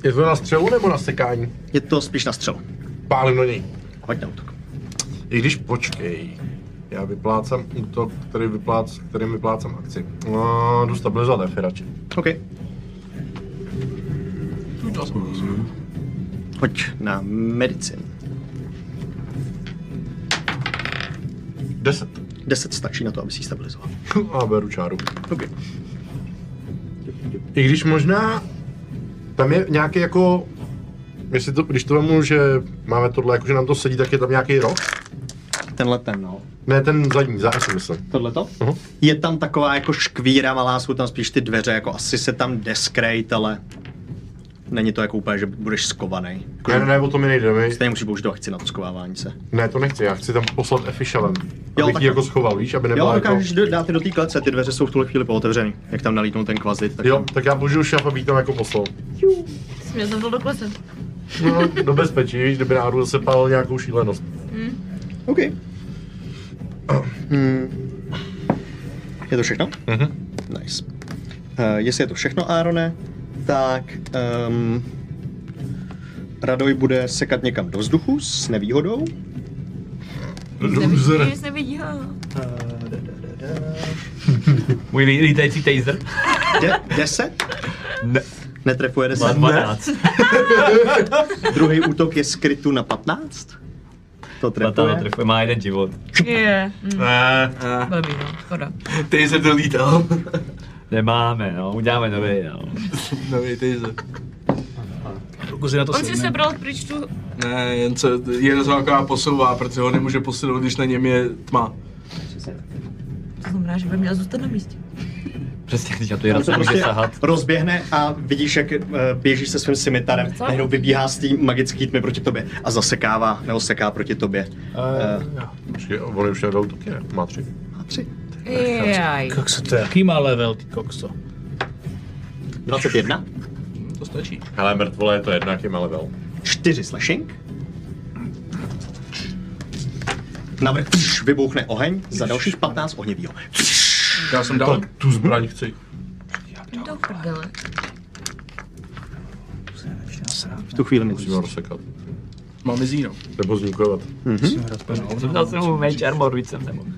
Speaker 2: Je to na střelu nebo na sekání?
Speaker 1: Je to spíš na střelu.
Speaker 2: Pálím do něj.
Speaker 1: Hoď na útok.
Speaker 2: I když počkej, já vyplácám útok, který vyplác, kterým vyplácám akci. No, jdu stabilizovat Efi radši.
Speaker 1: OK. Hoď na medicin.
Speaker 2: 10.
Speaker 1: 10 stačí na to, aby si ji stabilizoval.
Speaker 2: <laughs> A beru čáru.
Speaker 1: OK.
Speaker 2: I když možná tam je nějaký jako, jestli to, když to vemu, že máme tohle, jako že nám to sedí, tak je tam nějaký rok.
Speaker 1: Tenhle ten, no.
Speaker 2: Ne, ten zadní, za si myslím.
Speaker 1: Tohle to?
Speaker 2: Mhm.
Speaker 1: Je tam taková jako škvíra malá, jsou tam spíš ty dveře, jako asi se tam deskrejt, ale není to jako úplně, že budeš skovaný. Jako,
Speaker 2: Ne, ne, ne, o to mi nejde, my,
Speaker 1: Stejně musíš použít do akci na to skovávání se.
Speaker 2: ne, to nechci, já chci tam poslat Efi šelem, abych
Speaker 1: tak-
Speaker 2: ji jako schoval, víš, aby
Speaker 1: Jo,
Speaker 2: nebyla jako...
Speaker 1: dokážeš jako... dát i do té klece, ty dveře jsou v tuhle chvíli pootevřený. Jak tam nalítnul ten kvazit, tak
Speaker 2: Jo, tak já použiju šaf, aby ji tam jako poslal.
Speaker 5: Směl jsem to do klese.
Speaker 2: No, do bezpečí, víš, kdyby náhodou zase pálil nějakou šílenost.
Speaker 1: OK. Hmm. Je to všechno?
Speaker 2: Mhm.
Speaker 1: Nice. Uh, jestli je to všechno, Aarone, tak um, Radoj bude sekat někam do vzduchu s nevýhodou.
Speaker 2: Loser.
Speaker 5: Nic nevidí, ho.
Speaker 3: Můj lí- lítající taser.
Speaker 1: De- deset?
Speaker 3: Ne.
Speaker 1: Netrefuje
Speaker 3: Má
Speaker 1: deset.
Speaker 3: 12.
Speaker 1: Druhý útok je skrytu na 15. To
Speaker 3: Batala
Speaker 1: trefuje.
Speaker 3: trefuje, má jeden život.
Speaker 5: Je. Mm.
Speaker 2: Ne,
Speaker 5: Blbý, no. Škoda.
Speaker 6: Taser dolítal.
Speaker 3: Nemáme, no, uděláme nový, no.
Speaker 6: Nový taser.
Speaker 4: Pokud je na to
Speaker 5: On si
Speaker 4: sedne.
Speaker 5: sebral pryč tu...
Speaker 6: Ne, jen se, jen se taková posouvá, protože ho nemůže posilovat, když na něm je tma.
Speaker 5: To znamená, že by měl zůstat na místě.
Speaker 3: Přesně, když na tu jednu
Speaker 1: On se
Speaker 3: se může sahat.
Speaker 1: prostě rozběhne a vidíš, jak eh, běžíš se svým cimitarem,
Speaker 5: Co?
Speaker 1: najednou vybíhá s tím magický tmy proti tobě a zasekává, nebo seká proti tobě.
Speaker 4: Eh,
Speaker 2: Počkej, on už nedal útoky, ne? Má tři.
Speaker 1: Má tři.
Speaker 5: Jaj.
Speaker 4: Kokso, to je jaký má level, ty kokso?
Speaker 1: 21.
Speaker 6: To stačí.
Speaker 2: Hele, mrtvole, je to jedna, jaký má level.
Speaker 1: 4 slashing. Navrh pš, vybouchne oheň za dalších 15 ohnivýho.
Speaker 6: Já jsem dal.
Speaker 2: Tak tu zbraň chci.
Speaker 5: Do prdele.
Speaker 1: V tu chvíli
Speaker 2: Musíme ho
Speaker 1: musíme
Speaker 2: rozsekat.
Speaker 6: Mám mizíno.
Speaker 2: Nebo znikovat.
Speaker 3: Vzal jsem mu mage armor, víc jsem nemohl.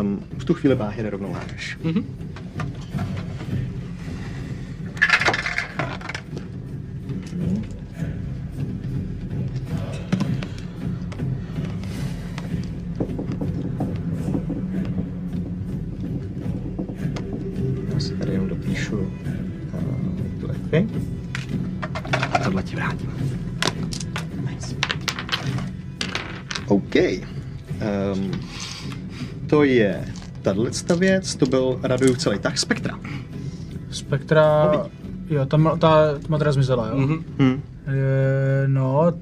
Speaker 1: um, V tu chvíli báhy rovnou hážeš. Já si tady jenom dopíšu eh, tu efy. A tohle ti vrátím. Nice. OK. Um, to je tahle věc, to byl radujův celý tah spektra.
Speaker 4: Spektra...
Speaker 1: No,
Speaker 4: Jo, ta, ma- ta, ta matera zmizela, jo?
Speaker 6: Mhm.
Speaker 1: Hm.
Speaker 4: Eh, no...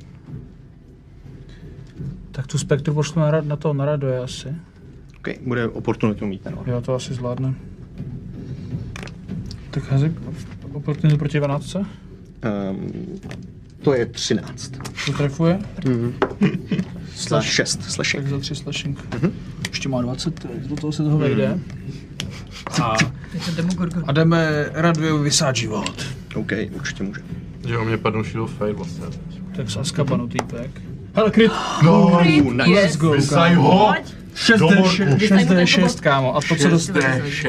Speaker 4: Tak tu spektru pošlu na, ra- na to, na radoje asi.
Speaker 1: OK, bude oportunitu mít ten
Speaker 4: Jo, to asi zvládne. Tak házek oportunitu proti 12, to
Speaker 1: um, To je 13.
Speaker 4: trefuje,
Speaker 1: Slash 6 slashing.
Speaker 4: tak za 3 slashing. Ještě má 20, tak do toho se toho vejde. A,
Speaker 5: Je to demogorgon.
Speaker 4: Mhm. a jdeme Radviju vysát život.
Speaker 1: OK, určitě může.
Speaker 2: Že o mě padnou shield of fire vlastně.
Speaker 4: Tak z Azkabanu týpek. Hele, kryt!
Speaker 2: No,
Speaker 1: Uh,
Speaker 4: Let's go,
Speaker 2: vysaj ho!
Speaker 4: 6D6,
Speaker 2: Domorku.
Speaker 4: 6D6, kámo. A to, co dost...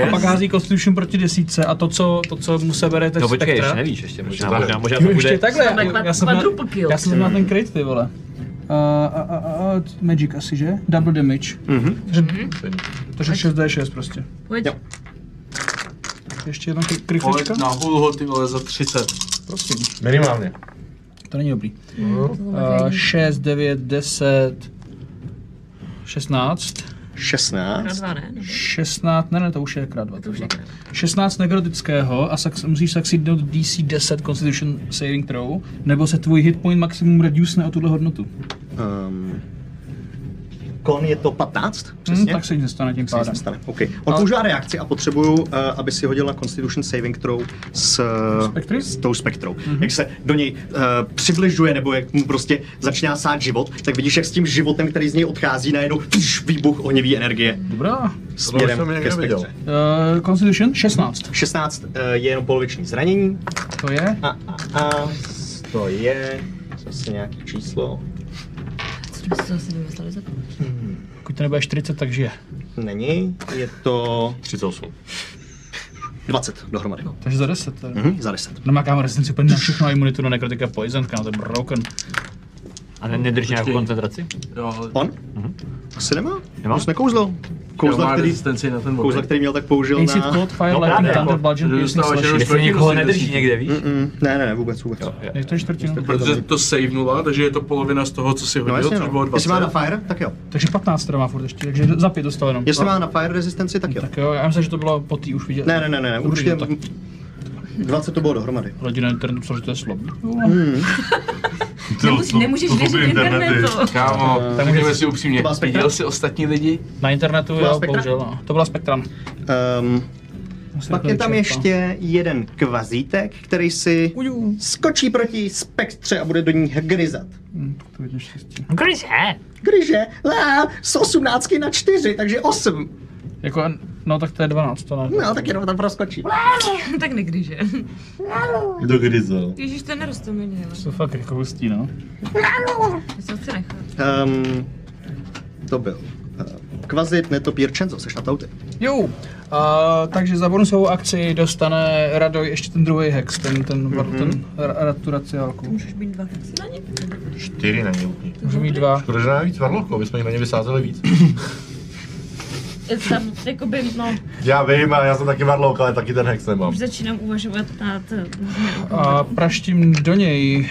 Speaker 4: A pak hází Constitution proti desítce a to, co, to, co mu sebere, to je
Speaker 3: No počkej,
Speaker 4: spektra.
Speaker 3: ještě nevíš, ještě možná,
Speaker 2: tak.
Speaker 3: možná, možná
Speaker 4: Jo,
Speaker 3: to
Speaker 4: ještě
Speaker 3: bude.
Speaker 4: takhle,
Speaker 5: Takhle
Speaker 4: já,
Speaker 5: kvad-
Speaker 4: já, jsem na,
Speaker 5: quadruple kill.
Speaker 4: já jsem na ten crit, ty vole. A, a, a, a, magic asi, že? Double damage.
Speaker 3: Mhm.
Speaker 4: Mm-hmm. Takže 6d6 prostě.
Speaker 5: Pojď.
Speaker 1: Jo.
Speaker 4: Ještě jedna kry-
Speaker 6: Pojď
Speaker 4: krychlička?
Speaker 3: no.
Speaker 6: na hůl ho, ty vole, za 30.
Speaker 4: Prosím,
Speaker 2: Minimálně.
Speaker 4: to není dobrý. Uh, 6, 9, 10, 16.
Speaker 5: Na
Speaker 1: 16.
Speaker 5: dva, ne? Nebo-
Speaker 4: 16, ne, ne, to už je krát 2.
Speaker 5: To už je krát.
Speaker 4: 16 nekrotického a sax, musíš succeednout DC 10 Constitution Saving Throw, nebo se tvůj hit point maximum reducene o tuhle hodnotu. Hm,
Speaker 1: Um, kon je to 15?
Speaker 4: Hm,
Speaker 1: Přesně?
Speaker 4: tak se nic nestane tím
Speaker 1: se nic
Speaker 4: pádem.
Speaker 1: nestane. Okay. On používá reakci a potřebuju, uh, aby si hodila Constitution Saving Throw s,
Speaker 4: Spektry?
Speaker 1: s tou spektrou. Mm-hmm. Jak se do něj uh, přibližuje, nebo jak mu prostě začíná sát život, tak vidíš, jak s tím životem, který z něj odchází, najednou pš, výbuch ohnivý energie
Speaker 4: Dobrá.
Speaker 1: směrem
Speaker 9: jsem někde
Speaker 1: ke
Speaker 9: viděl.
Speaker 1: spektře.
Speaker 4: Uh, Constitution 16.
Speaker 1: 16 uh, je jenom poloviční zranění
Speaker 4: To je?
Speaker 1: a, a, a to je zase nějaký číslo.
Speaker 5: Co jsme si zase vymysleli za to?
Speaker 4: Pokud to nebude 40, tak žije.
Speaker 1: Není, je to
Speaker 2: 38.
Speaker 1: 20 dohromady. No.
Speaker 4: Takže za 10. Tady.
Speaker 1: Mhm, za 10.
Speaker 4: No má kámo rezistenci úplně na všechno a imunitu na nekrotika poison, kámo, to je broken.
Speaker 3: A ne, nedrží nějakou koncentraci?
Speaker 6: Jo, ale
Speaker 1: On? Asi nemá?
Speaker 3: Nemá?
Speaker 1: Už nekouzlo.
Speaker 6: jo, má
Speaker 1: Kouzla, který,
Speaker 6: rezistenci na ten
Speaker 1: kouzla,
Speaker 6: moment.
Speaker 1: který měl, tak použil
Speaker 4: Acid
Speaker 1: na...
Speaker 4: Cold, Fire,
Speaker 3: No
Speaker 4: Lightning,
Speaker 3: právě,
Speaker 4: Thunder,
Speaker 3: jako,
Speaker 4: Bludgeon,
Speaker 6: že
Speaker 4: Piercing,
Speaker 6: dostáváš
Speaker 4: Slashing.
Speaker 6: jenom
Speaker 3: Jestli
Speaker 6: Proti
Speaker 3: někoho
Speaker 6: rozdělení.
Speaker 3: nedrží někde, víš?
Speaker 1: Mm, ne, ne, ne, vůbec, vůbec. Jo,
Speaker 3: Jo,
Speaker 4: Je no. to čtvrtina.
Speaker 6: Protože to savenula, takže je to polovina z toho, co si
Speaker 1: No
Speaker 6: hodil,
Speaker 1: jasně,
Speaker 6: což bylo
Speaker 1: no. Jestli má na
Speaker 6: 20.
Speaker 1: fire, tak jo.
Speaker 4: Takže 15 teda má furt ještě, takže za 5 dostal jenom. No.
Speaker 1: Jestli má na fire rezistenci, tak jo.
Speaker 4: Tak jo, já myslím, že to bylo po tý už vidět.
Speaker 1: Ne, ne, ne, ne, ne určitě...
Speaker 4: tak.
Speaker 1: 20 to bylo dohromady.
Speaker 4: Rodina internetu psal, že to je slobý.
Speaker 5: Nemůž, nemůžeš věřit internetu.
Speaker 6: Kámo, tak můžeme si upřímně,
Speaker 1: byla spektra?
Speaker 6: viděl jsi ostatní lidi?
Speaker 4: Na internetu,
Speaker 1: byla
Speaker 4: jo,
Speaker 1: Spektra?
Speaker 4: bohužel. no. To byla Spektran.
Speaker 1: Um,
Speaker 4: Asi
Speaker 1: pak
Speaker 4: to
Speaker 1: je tam
Speaker 4: vyčerpá.
Speaker 1: ještě jeden kvazítek, který si skočí proti spektře a bude do ní gryzat.
Speaker 4: Hm, To vidíš štěstí.
Speaker 1: Gryže, lá, z 18 na 4, takže 8.
Speaker 4: Jako, no tak to je 12, to ne.
Speaker 1: No, tak jenom tam proskočí.
Speaker 5: <laughs> tak nikdy, že?
Speaker 2: Kdo grizel?
Speaker 5: Ježíš, ten neroste mi, ne?
Speaker 4: To fakt jako hustý, no.
Speaker 5: Já se ho chci nechat.
Speaker 1: Um, to byl. eh, Kvazit, netopír, Čenzo, seš na tauty.
Speaker 4: Jo, a, takže za bonusovou akci dostane Radoj ještě ten druhý hex, ten, ten, mm-hmm. ten, ra, ra, tu raciálku.
Speaker 5: Můžeš být dva hexy na ně?
Speaker 2: Čtyři na něj úplně.
Speaker 4: Může mít dva.
Speaker 2: Škoda, že máme víc varloků, aby jsme jich na ně vysázeli víc.
Speaker 5: Je to tam, jakoby, no,
Speaker 2: Já vím, a já jsem taky varlok, ale taky ten hex nemám.
Speaker 5: už začínám uvažovat nad... eh, změnou.
Speaker 4: A praštím do něj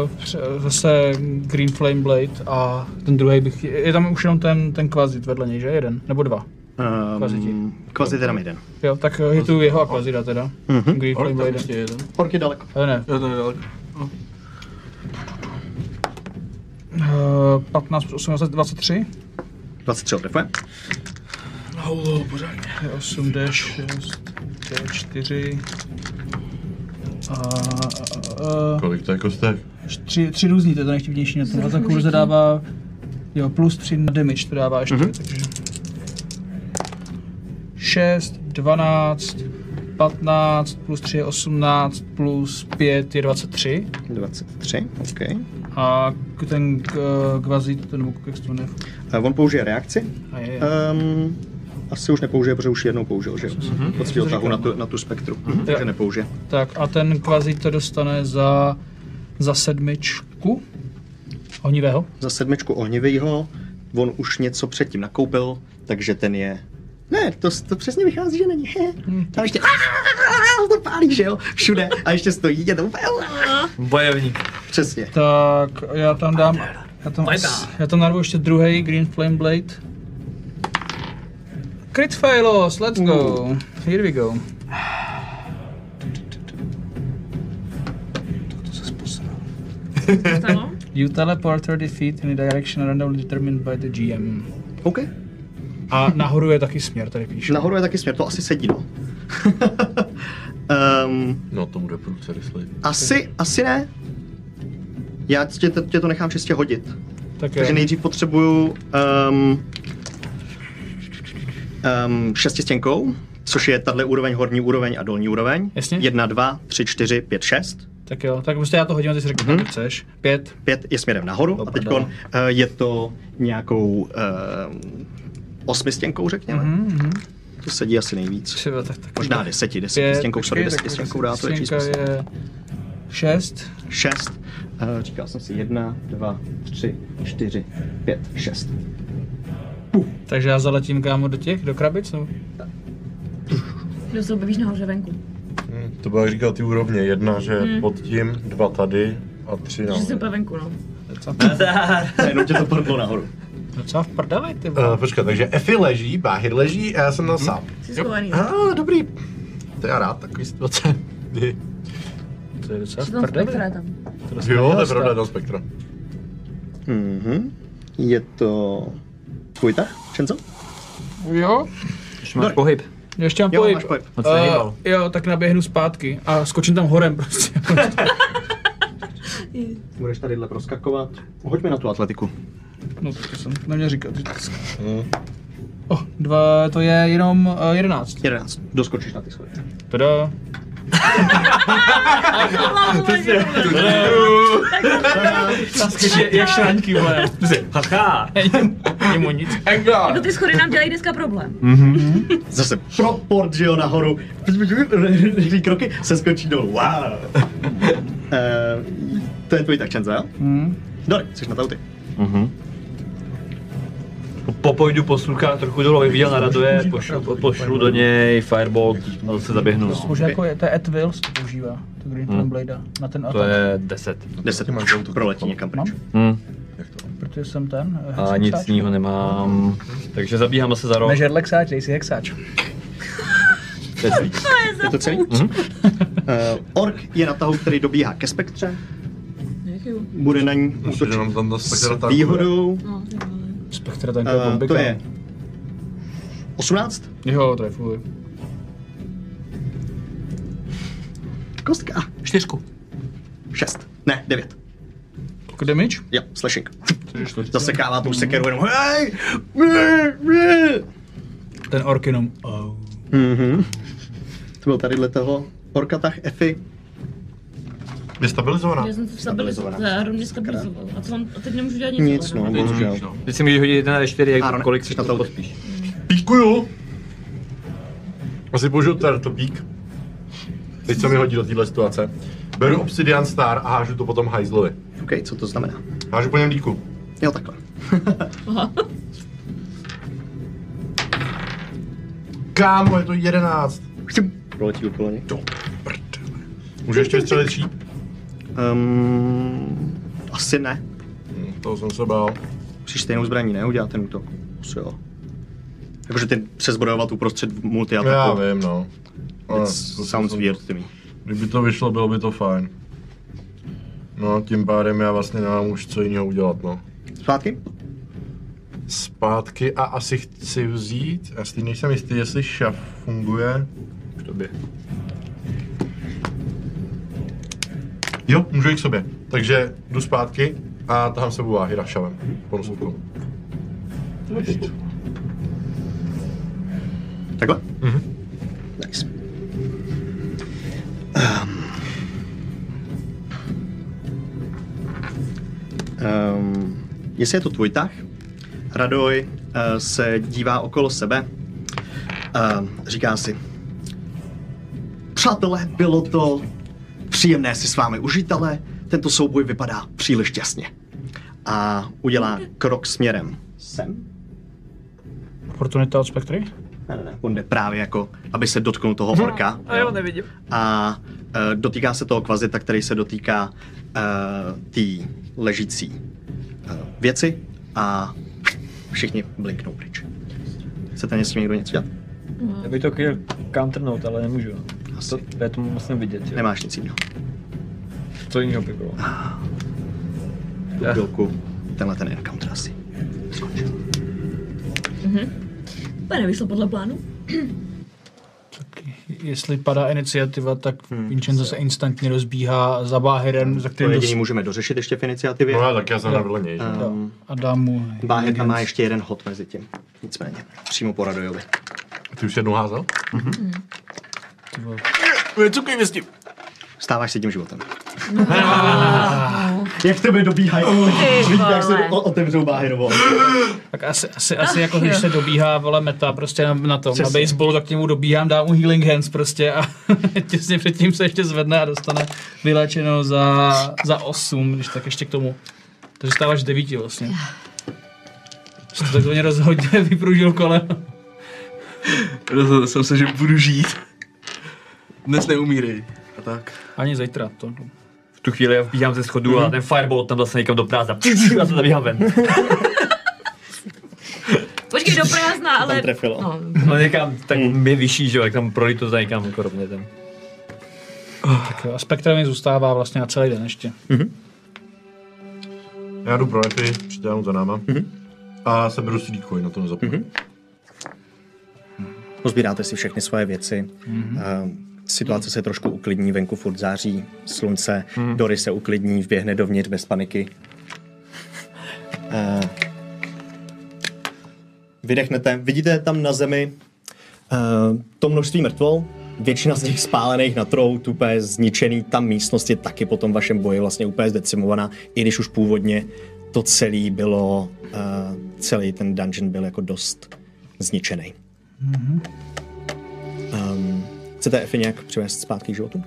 Speaker 4: uh, zase Green Flame Blade a ten druhý bych... Je tam už jenom ten, ten kvazit vedle něj, že? Jeden nebo dva. Kvaziti.
Speaker 1: Um, kvazit je tam jeden.
Speaker 4: Jo, tak eh, hitu jeho a kvazida teda.
Speaker 1: Mhm.
Speaker 4: Green Flame Blade.
Speaker 6: Ještě jeden.
Speaker 1: Ork je daleko.
Speaker 4: Eh, ne,
Speaker 6: Jo, to je daleko.
Speaker 4: eh, 15 plus 18, 23.
Speaker 1: 23 ho trefuje.
Speaker 6: Houlo, pořádně.
Speaker 4: 8, D6, D4. A, a, a,
Speaker 2: Kolik to je kostek?
Speaker 4: tři, tři různý, to je to nejštivnější na tom. A za kurze dává, jo, plus 3 na damage to dává ještě, mm-hmm. takže. 6, 12, 15, plus 3 je 18, plus 5 je 23.
Speaker 1: 23, OK.
Speaker 4: A k- ten k- kvazit, nebo jak se to jmenuje,
Speaker 1: A Eh, on použije reakci.
Speaker 4: a je,
Speaker 1: Um, asi už nepoužije, protože už jednou použil, že jo? Mm-hmm. Poctil tahu na tu, na tu spektru, mm-hmm. takže
Speaker 4: Jo.
Speaker 1: nepoužije.
Speaker 4: Tak a ten kvazit to dostane za, za sedmičku. Ohnivého.
Speaker 1: Za sedmičku ohnivýho, on už něco předtím nakoupil, takže ten je... Ne, to, to přesně vychází, že není. He. Tam ještě Aaaa, to pálí, že jo, všude. A ještě stojí, je to úplně...
Speaker 3: Bojovník.
Speaker 1: Přesně.
Speaker 4: Tak já tam dám... Já tam, já tam narvu ještě druhý Green Flame Blade. Crit failos, let's go. Here we go.
Speaker 5: Stalo?
Speaker 4: You teleport 30 feet in a direction randomly determined by the GM.
Speaker 1: OK.
Speaker 4: A nahoru je taky směr, tady píšu.
Speaker 1: Nahoru je taky směr, to asi sedí, no. <laughs> um,
Speaker 2: No to bude průce rychlej.
Speaker 1: asi, asi ne. Já tě, tě to nechám čistě hodit.
Speaker 4: Tak
Speaker 1: No, Takže
Speaker 4: jo.
Speaker 1: nejdřív potřebuju um, um, šestistěnkou, což je tahle úroveň, horní úroveň a dolní úroveň.
Speaker 4: Jasně.
Speaker 1: Jedna, dva, tři, čtyři, pět, šest.
Speaker 4: Tak jo, tak prostě já to hodím a ty si
Speaker 1: Mhm.
Speaker 4: řekni, mm chceš. Pět.
Speaker 1: Pět je směrem nahoru a teď uh, je to nějakou uh, osmistěnkou, řekněme.
Speaker 4: Mm-hmm.
Speaker 1: To sedí asi nejvíc.
Speaker 4: Třeba, tak, tak,
Speaker 1: Možná deseti, desítistěnkou, sorry,
Speaker 4: počkej, tak
Speaker 1: desítistěnkou dá to je číslo.
Speaker 4: desítistěnka je šest.
Speaker 1: Šest. Uh, říkal jsem si jedna, dva, tři, čtyři, pět, šest.
Speaker 4: Takže já zaletím kámo do těch, do krabic? No?
Speaker 5: Kdo se objevíš nahoře venku?
Speaker 2: Hm, To bylo, jak říkal, ty úrovně. Jedna, že pod tím, dva tady a tři
Speaker 5: Hmm. Že
Speaker 2: na.
Speaker 5: no. jsem úplně venku, no.
Speaker 1: Jenom tě to prdlo nahoru.
Speaker 4: Docela v prdeli, ty vole.
Speaker 2: Uh, počkat, takže Effie leží, Báhyr leží a já jsem tam sám.
Speaker 5: Jsi schovaný.
Speaker 2: A ah, dobrý. To já rád, takový situace.
Speaker 4: To je docela v
Speaker 5: Přitom
Speaker 4: prdeli.
Speaker 5: spektra
Speaker 7: <laughs>
Speaker 5: no. tam.
Speaker 4: To dostane
Speaker 2: jo, to je
Speaker 4: dost,
Speaker 2: pravda,
Speaker 4: tak.
Speaker 2: do spektra.
Speaker 1: Mhm. Je to... Tvůj tah, Čenco?
Speaker 15: Jo,
Speaker 3: Ještě máš pohyb.
Speaker 15: ještě mám
Speaker 1: Eh. No. Jo,
Speaker 15: pohyb.
Speaker 1: máš pohyb.
Speaker 3: Moc se nehýbal.
Speaker 15: Uh,
Speaker 4: Eh,
Speaker 15: jo, tak naběhnu zpátky a skočím tam horem
Speaker 1: <laughs>
Speaker 15: prostě.
Speaker 1: Budeš tadyhle proskakovat. Hoď mi na tu atletiku.
Speaker 15: no to jsem neměl říkat. vždycky.
Speaker 3: Hmm.
Speaker 15: Oh, dva, to je jenom
Speaker 4: eh,
Speaker 15: uh, 11.
Speaker 1: 11. Doskočíš na ty schody.
Speaker 15: Tada.
Speaker 4: <laughs>
Speaker 15: Naskočí jak
Speaker 3: <laughs>
Speaker 15: šraňky, vole.
Speaker 3: Haha!
Speaker 15: Nemu nic.
Speaker 5: Jako ty schody nám dělají dneska problém.
Speaker 1: Zase proport, že jo, nahoru. Rychlý kroky se skočí dolů. Wow. <laughs> Eh, to je tvůj tak, Čenco, jo? Dory, jsi na tauty.
Speaker 3: Popojdu po slukách trochu dolů, abych viděl na radoje, pošlu, po- pošlu do něj fireball a zase zaběhnu.
Speaker 4: Už jako je, to je Ed Wills, to používá, to Green Flame Blade na ten
Speaker 3: Hmm. To
Speaker 4: atak,
Speaker 3: je 10.
Speaker 1: 10 proletí někam pryč.
Speaker 3: Hm.
Speaker 4: protože jsem ten eh,
Speaker 3: A
Speaker 4: hexáč.
Speaker 3: nic jiného nemám. Takže zabíhám se za rok.
Speaker 4: Než Hexáč, dej si Hexáč.
Speaker 3: To je celý.
Speaker 1: Je to celý? Eh, ork je na tahu, který dobíhá ke spektře. Bude na ní
Speaker 16: Myslím, že
Speaker 1: útočit
Speaker 16: nám tam ta spektra
Speaker 1: s
Speaker 16: tak
Speaker 1: výhodou.
Speaker 4: Spektra tankuje
Speaker 1: Eh,
Speaker 4: bombika.
Speaker 1: to
Speaker 3: no.
Speaker 1: je 18.
Speaker 15: Jo, trefuji.
Speaker 1: Kostka.
Speaker 15: Čtyřku.
Speaker 1: 6. Ne, 9.
Speaker 15: Jako damage?
Speaker 1: Jo, slashing.
Speaker 15: Což je čtyřka.
Speaker 1: Zasekává tou sekeru jenom hej! Meh, meh.
Speaker 15: Ten ork jenom. Oh.
Speaker 1: Mhm. To byl tadyhle toho orka tah Efi.
Speaker 2: Je stabilizovaná.
Speaker 5: Já jsem to
Speaker 1: Stabilizovaná.
Speaker 5: stabilizovala, Aaron mě stabilizoval. A, co mám, a teď nemůžu dělat nic.
Speaker 1: Nic,
Speaker 5: ale
Speaker 1: no,
Speaker 5: ne?
Speaker 1: bohužel.
Speaker 3: Teď si můžeš hodit 1 na 4,
Speaker 1: Aaron,
Speaker 3: jak kolik
Speaker 1: jsi
Speaker 3: si
Speaker 1: na
Speaker 3: to
Speaker 1: to
Speaker 3: pospíš.
Speaker 2: Píkuju. Asi použiju tento pík. Teď se mi hodí do téhle situace. Beru Obsidian Star a hážu to potom hajzlovi.
Speaker 1: OK, co to znamená?
Speaker 2: Hážu po něm díku.
Speaker 1: Jo, takhle.
Speaker 2: Kámo, je to jedenáct.
Speaker 1: Proletí okolo něj.
Speaker 2: Můžu ještě vystřelit šíp?
Speaker 1: Um, asi ne.
Speaker 2: Hm, toho jsem se bál.
Speaker 1: Musíš stejnou zbraní, ne? Udělat ten útok. Asi jo. Jakože ty přezbrojovat uprostřed multiataku.
Speaker 2: Já vím, no. Ale
Speaker 1: It's-
Speaker 2: to
Speaker 1: Sounds
Speaker 2: jsem-
Speaker 1: weird to me.
Speaker 16: Kdyby to vyšlo, bylo by to fajn.
Speaker 2: No, tím pádem já vlastně nemám už co jiného udělat, no.
Speaker 1: Zpátky?
Speaker 2: Zpátky a asi chci vzít, já si nejsem jistý, jestli šaf funguje. K tobě. Jo, můžu i k sobě. Takže jdu zpátky a tahám sebou Váhyra šavem. Bonus úkol.
Speaker 1: Takhle? Mhm. Nice. Ehm, Um, um, jestli je to tvůj tah, Radoj uh, se dívá okolo sebe a říká si Přátelé, bylo to příjemné si s vámi užitele, tento souboj vypadá příliš těsně. A udělá krok směrem sem,
Speaker 4: Oportunita od Spektry?
Speaker 1: ne, ne, ne, on jde právě jako, aby se dotknul toho orka. Mhm. A jo, nevidím. A e, dotýká se toho kvazita, který se dotýká e, té ležící e, věci a všichni blinknou pryč. Chcete s tím někdo něco dělat?
Speaker 17: Já bych to chtěl counternout, ale nemůžu.
Speaker 1: Asi.
Speaker 17: To, to je to
Speaker 3: vlastně
Speaker 17: musím vidět, že?
Speaker 1: Nemáš nic jiného.
Speaker 17: Co jiného by bylo.
Speaker 1: Tu chvilku tenhle ten encounter asi skončil.
Speaker 5: Úplně nevyšlo podle plánu.
Speaker 4: Jestli padá iniciativa, tak hmm, Vincenzo se instantně rozbíhá za Báherem, za
Speaker 1: To
Speaker 4: kterým
Speaker 1: jediný
Speaker 4: dos...
Speaker 1: můžeme dořešit ještě v iniciativě.
Speaker 2: No já taky, já jsem na vedle něj. že?
Speaker 1: Um,
Speaker 4: a dá mu...
Speaker 1: Báhek tam má ještě jeden hod mezi tím. Nicméně, přímo po Radojovi.
Speaker 2: Ty už jednou házel?
Speaker 1: Stáváš si tím životem. Jak tebe dobíhají? Vidíš, jak se o- otevřou Báherovo.
Speaker 4: Tak asi, asi, asi jako když se dobíhá, vole, meta prostě na, na tom, na baseballu, tak k němu dobíhám, dám mu healing hands prostě a <laughs> těsně předtím se ještě zvedne a dostane vylečeno za, za 8, když tak ještě k tomu. Takže stáváš 9 vlastně. Jsi to takzvaně rozhodně <laughs> vypružil kolem.
Speaker 6: Rozhodl jsem se, že budu žít. Dnes neumírej. A tak.
Speaker 4: Ani zítra to.
Speaker 3: V tu chvíli já
Speaker 1: Mhm.
Speaker 3: vbíhám ze schodu a ten fireball tam zase někam do prázdna. A se zabíhám ven.
Speaker 7: do prázdna, ale...
Speaker 1: Tam trefilo.
Speaker 7: No,
Speaker 18: No někam, tak
Speaker 1: Mhm.
Speaker 18: mi vyšší, že jo, jak tam prolí to za někam jako rovně tam.
Speaker 4: Tak jo, a spektrum mi zůstává vlastně na celý den ještě.
Speaker 2: Já jdu pro Epi, přitáhnu za náma. A seberu si decoy, na to nezapomenu.
Speaker 1: Pozbíráte si všechny svoje věci. Mm-hmm. Situace se trošku uklidní, venku furt září slunce, mm. Dory se uklidní, vběhne dovnitř bez paniky. Eh, Vydechnete, vidíte tam na zemi eh, to množství mrtvol, většina z těch spálených na trout, úplně zničený, ta místnost je taky po tom vašem boji vlastně úplně zdecimovaná, i když už původně to celé bylo, eh, celý ten dungeon byl jako dost zničený. Um, chcete Efi nějak přivést zpátky k životu?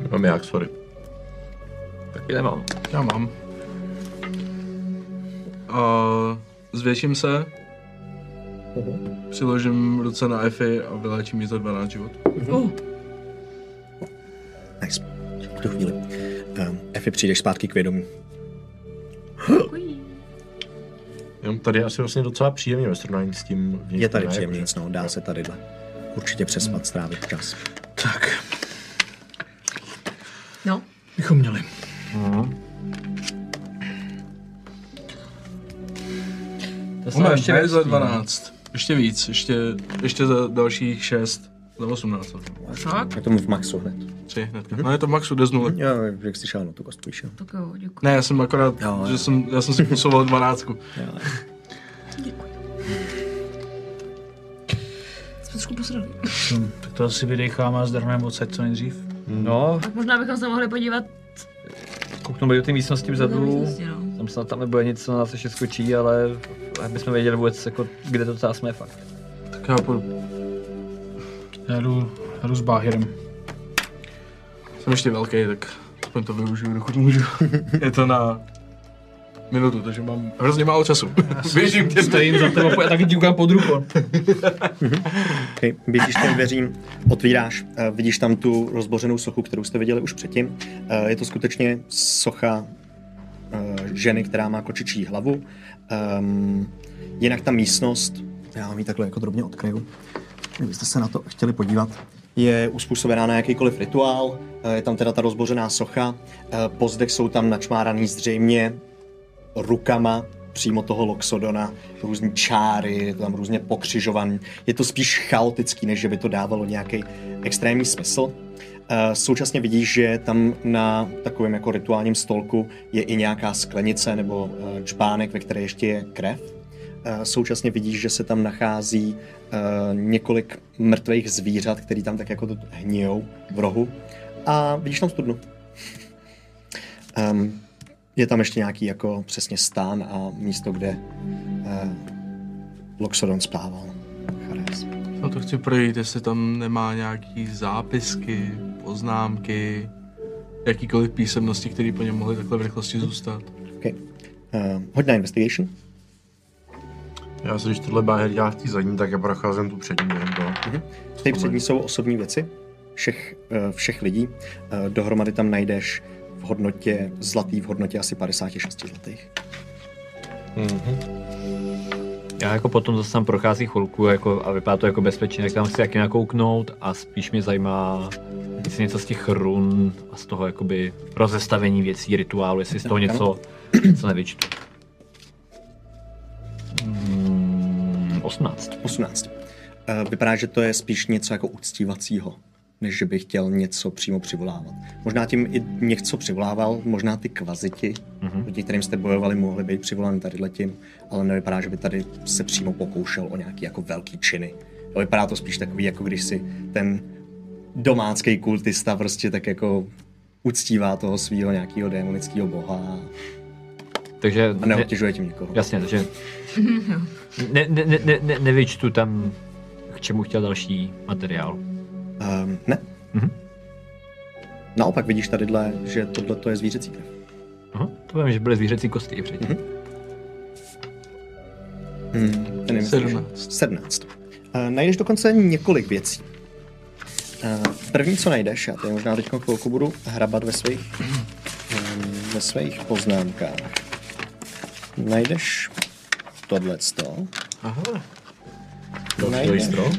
Speaker 2: Nemám Mhm. jak, sorry.
Speaker 18: Taky nemám.
Speaker 6: Já mám. A zvětším se, přiložím ruce na Efi a vyléčím jí za 12 život.
Speaker 1: Nice. V tu chvíli. Um, Efi, přijdeš zpátky k vědomí.
Speaker 2: Jenom tady je asi vlastně docela příjemně ve srovnání s tím vnitřním
Speaker 1: Je tady
Speaker 2: rájem,
Speaker 1: příjemně
Speaker 2: že?
Speaker 1: nic, no, dá se tadyhle. Určitě přespat, strávit čas.
Speaker 6: Tak,
Speaker 7: no.
Speaker 4: Bychom měli.
Speaker 18: To
Speaker 6: ona
Speaker 18: ještě
Speaker 6: ještě za
Speaker 18: vrstí, no.
Speaker 6: 12. Ještě víc, ještě, ještě za dalších 6. Za 18. no.
Speaker 1: Je tomu v maxu hned.
Speaker 6: Tři hnedka. No je to v maxu, jde z nuly.
Speaker 1: Jo, jak jsi šel na tu kostku, víš, jo.
Speaker 7: Tak jo, děkuji.
Speaker 6: Ne, já jsem akorát,
Speaker 1: Jo, jo.
Speaker 6: že jsem, já jsem si kusoval dvanáctku.
Speaker 7: Jsme trošku posrali.
Speaker 4: Hm, tak to asi vydecháme a zdrhneme odsaď co nejdřív.
Speaker 18: No,
Speaker 7: Tak možná bychom se mohli podívat
Speaker 18: kouknu do té místnosti
Speaker 7: do
Speaker 18: vzadu.
Speaker 7: místnosti, no.
Speaker 18: Tam snad tam nebude nic, co na nás ještě skočí, ale aby jsme věděli vůbec, jako, kde to celá jsme fakt.
Speaker 6: Tak já půjdu.
Speaker 4: Já jdu, já jdu s Báhirem.
Speaker 6: Jsem ještě velký, tak aspoň to využiju, dokud můžu. je to na minutu, takže mám hrozně málo času. Běžím tě.
Speaker 4: Stojím za tebou, já taky díkám pod rukou.
Speaker 1: Okay, běžíš těm dveřím, otvíráš, eh, vidíš tam tu rozbořenou sochu, kterou jste viděli už předtím. Eh, Je to skutečně socha eh, ženy, která má kočičí hlavu. Ehm, jinak ta místnost, já vám ji takhle jako drobně odkryju, kdybyste se na to chtěli podívat, je uspůsobená na jakýkoliv rituál, Eh, je tam teda ta rozbořená socha, Eh, po zdech jsou tam načmáraný zřejmě rukama přímo toho Loxodona, různý čáry, je to tam různě pokřižovaný. Je to spíš chaotický, než že by to dávalo nějaký extrémní smysl. Eh, Současně vidíš, že tam na takovém jako rituálním stolku je i nějaká sklenice nebo eh, džbánek, ve které ještě je krev. Eh, Současně vidíš, že se tam nachází eh, několik mrtvých zvířat, který tam tak jako hnijou v rohu. A vidíš tam studnu. Ehm, je tam ještě nějaký jako přesně stán a místo, kde eh, Loxodon spával. Chares.
Speaker 6: No to chci projít, jestli tam nemá nějaký zápisky, poznámky, jakýkoliv písemnosti, které po něm mohly takhle v rychlosti zůstat.
Speaker 1: Okay. Eh, hoď na investigation.
Speaker 2: Já se, když tohle báher dělá v té zadní, tak já procházím tu přední během toho.
Speaker 1: Mhm. Ty přední jsou osobní věci všech, eh, všech lidí. Eh, dohromady tam najdeš v hodnotě zlatý, v hodnotě asi 56 zlatých.
Speaker 3: Já jako potom zase tam prochází chvilku jako, a vypadá to jako bezpečně, tak tam si taky nakouknout a spíš mě zajímá jestli něco z těch run a z toho jakoby rozestavení věcí, rituálu, jestli z toho něco, něco nevyčtu. Mm, 18.
Speaker 1: 18. Eh, Vypadá, že to je spíš něco jako uctívacího, než že bych chtěl něco přímo přivolávat. Možná tím i něco přivolával, možná ty kvaziti, mm-hmm. proti kterým jste bojovali, mohli být přivolány tady tím, ale nevypadá, že by tady se přímo pokoušel o nějaký jako velký činy. Jo, Vypadá to spíš takový, jako když si ten domácký kultista prostě tak jako uctívá toho svého nějakého démonického boha
Speaker 3: Takže
Speaker 1: a
Speaker 3: ne,
Speaker 1: neobtěžuje tím nikoho.
Speaker 3: jasně, takže ne, ne, ne, ne, ne, nevyčtu tam k čemu chtěl další materiál.
Speaker 1: Um, ne.
Speaker 3: Mhm.
Speaker 1: Naopak vidíš tadyhle, že tohle je zvířecí krev.
Speaker 3: Aha, to vím, že byly zvířecí kosti i předtím.
Speaker 1: Ten je myslím, že- 17. Uh, najdeš dokonce několik věcí. Uh, první, co najdeš, já tady možná teď chvilku budu hrabat ve svých, ehm, um, ve svých poznámkách. Najdeš tohleto.
Speaker 6: Aha.
Speaker 2: Další
Speaker 1: Najde.
Speaker 2: lejstro.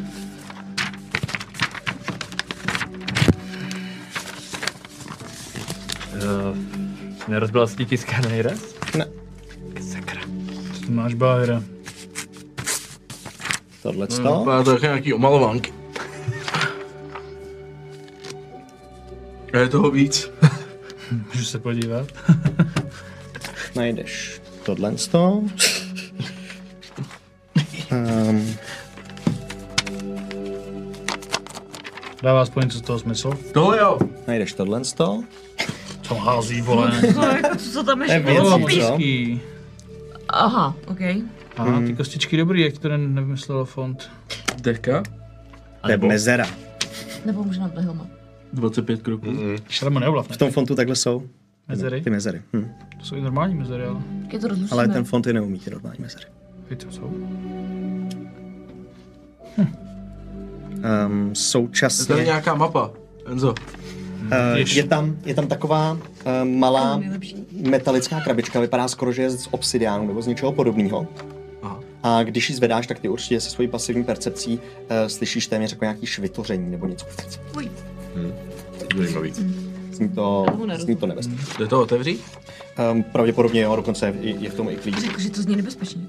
Speaker 3: Uh, nerozbil jsi tiskárny raz?
Speaker 1: Ne,
Speaker 3: Sakra.
Speaker 4: To máš bájera.
Speaker 1: tohleto.
Speaker 6: Vypadá to jako nějaký omalovánky. A je toho víc.
Speaker 4: Můžu se podívat?
Speaker 1: Najdeš tohle. Um,
Speaker 4: Dává aspoň něco z toho smysl?
Speaker 6: Tohle jo.
Speaker 1: najdeš tohle.
Speaker 4: Co hází, <laughs> vole?
Speaker 5: Co, jako, co, co tam
Speaker 1: To je
Speaker 5: ještě
Speaker 1: věc,
Speaker 5: bylo?
Speaker 1: jo?
Speaker 4: Kostky.
Speaker 5: Aha, OK.
Speaker 4: A ty kostičky dobrý, jak ti to ne- nevymyslel fond.
Speaker 6: Deka.
Speaker 1: To je
Speaker 3: Nebo-
Speaker 1: mezera.
Speaker 5: Nebo možná Blehoma.
Speaker 6: 25 kroků.
Speaker 4: Šarmo neovlav, ne?
Speaker 1: V tom fontu takhle jsou
Speaker 4: Mezery?
Speaker 1: ty mezery. Hm.
Speaker 4: To jsou i normální mezery, ale...
Speaker 5: Jak je to
Speaker 1: Ale
Speaker 5: rozlušíme?
Speaker 1: ten font je neumí, ty normální mezery.
Speaker 4: Víte, co jsou?
Speaker 1: Um,
Speaker 6: Je tady
Speaker 1: současně
Speaker 6: nějaká mapa. Enzo.
Speaker 1: uh, je, tam, je tam taková uh, malá metalická krabička, vypadá skoro, že je z obsidiánu nebo z něčeho podobného.
Speaker 6: Aha.
Speaker 1: A když ji zvedáš, tak ty určitě se svojí pasivní percepcí uh, slyšíš téměř jako nějaký švitoření nebo něco.
Speaker 2: Zajímavý.
Speaker 1: Zní to, zní to nebezpečně.
Speaker 6: Jde to otevřít?
Speaker 1: Um, pravděpodobně jo, dokonce je, je v tom i klíč.
Speaker 5: Řekl, že to zní nebezpečně.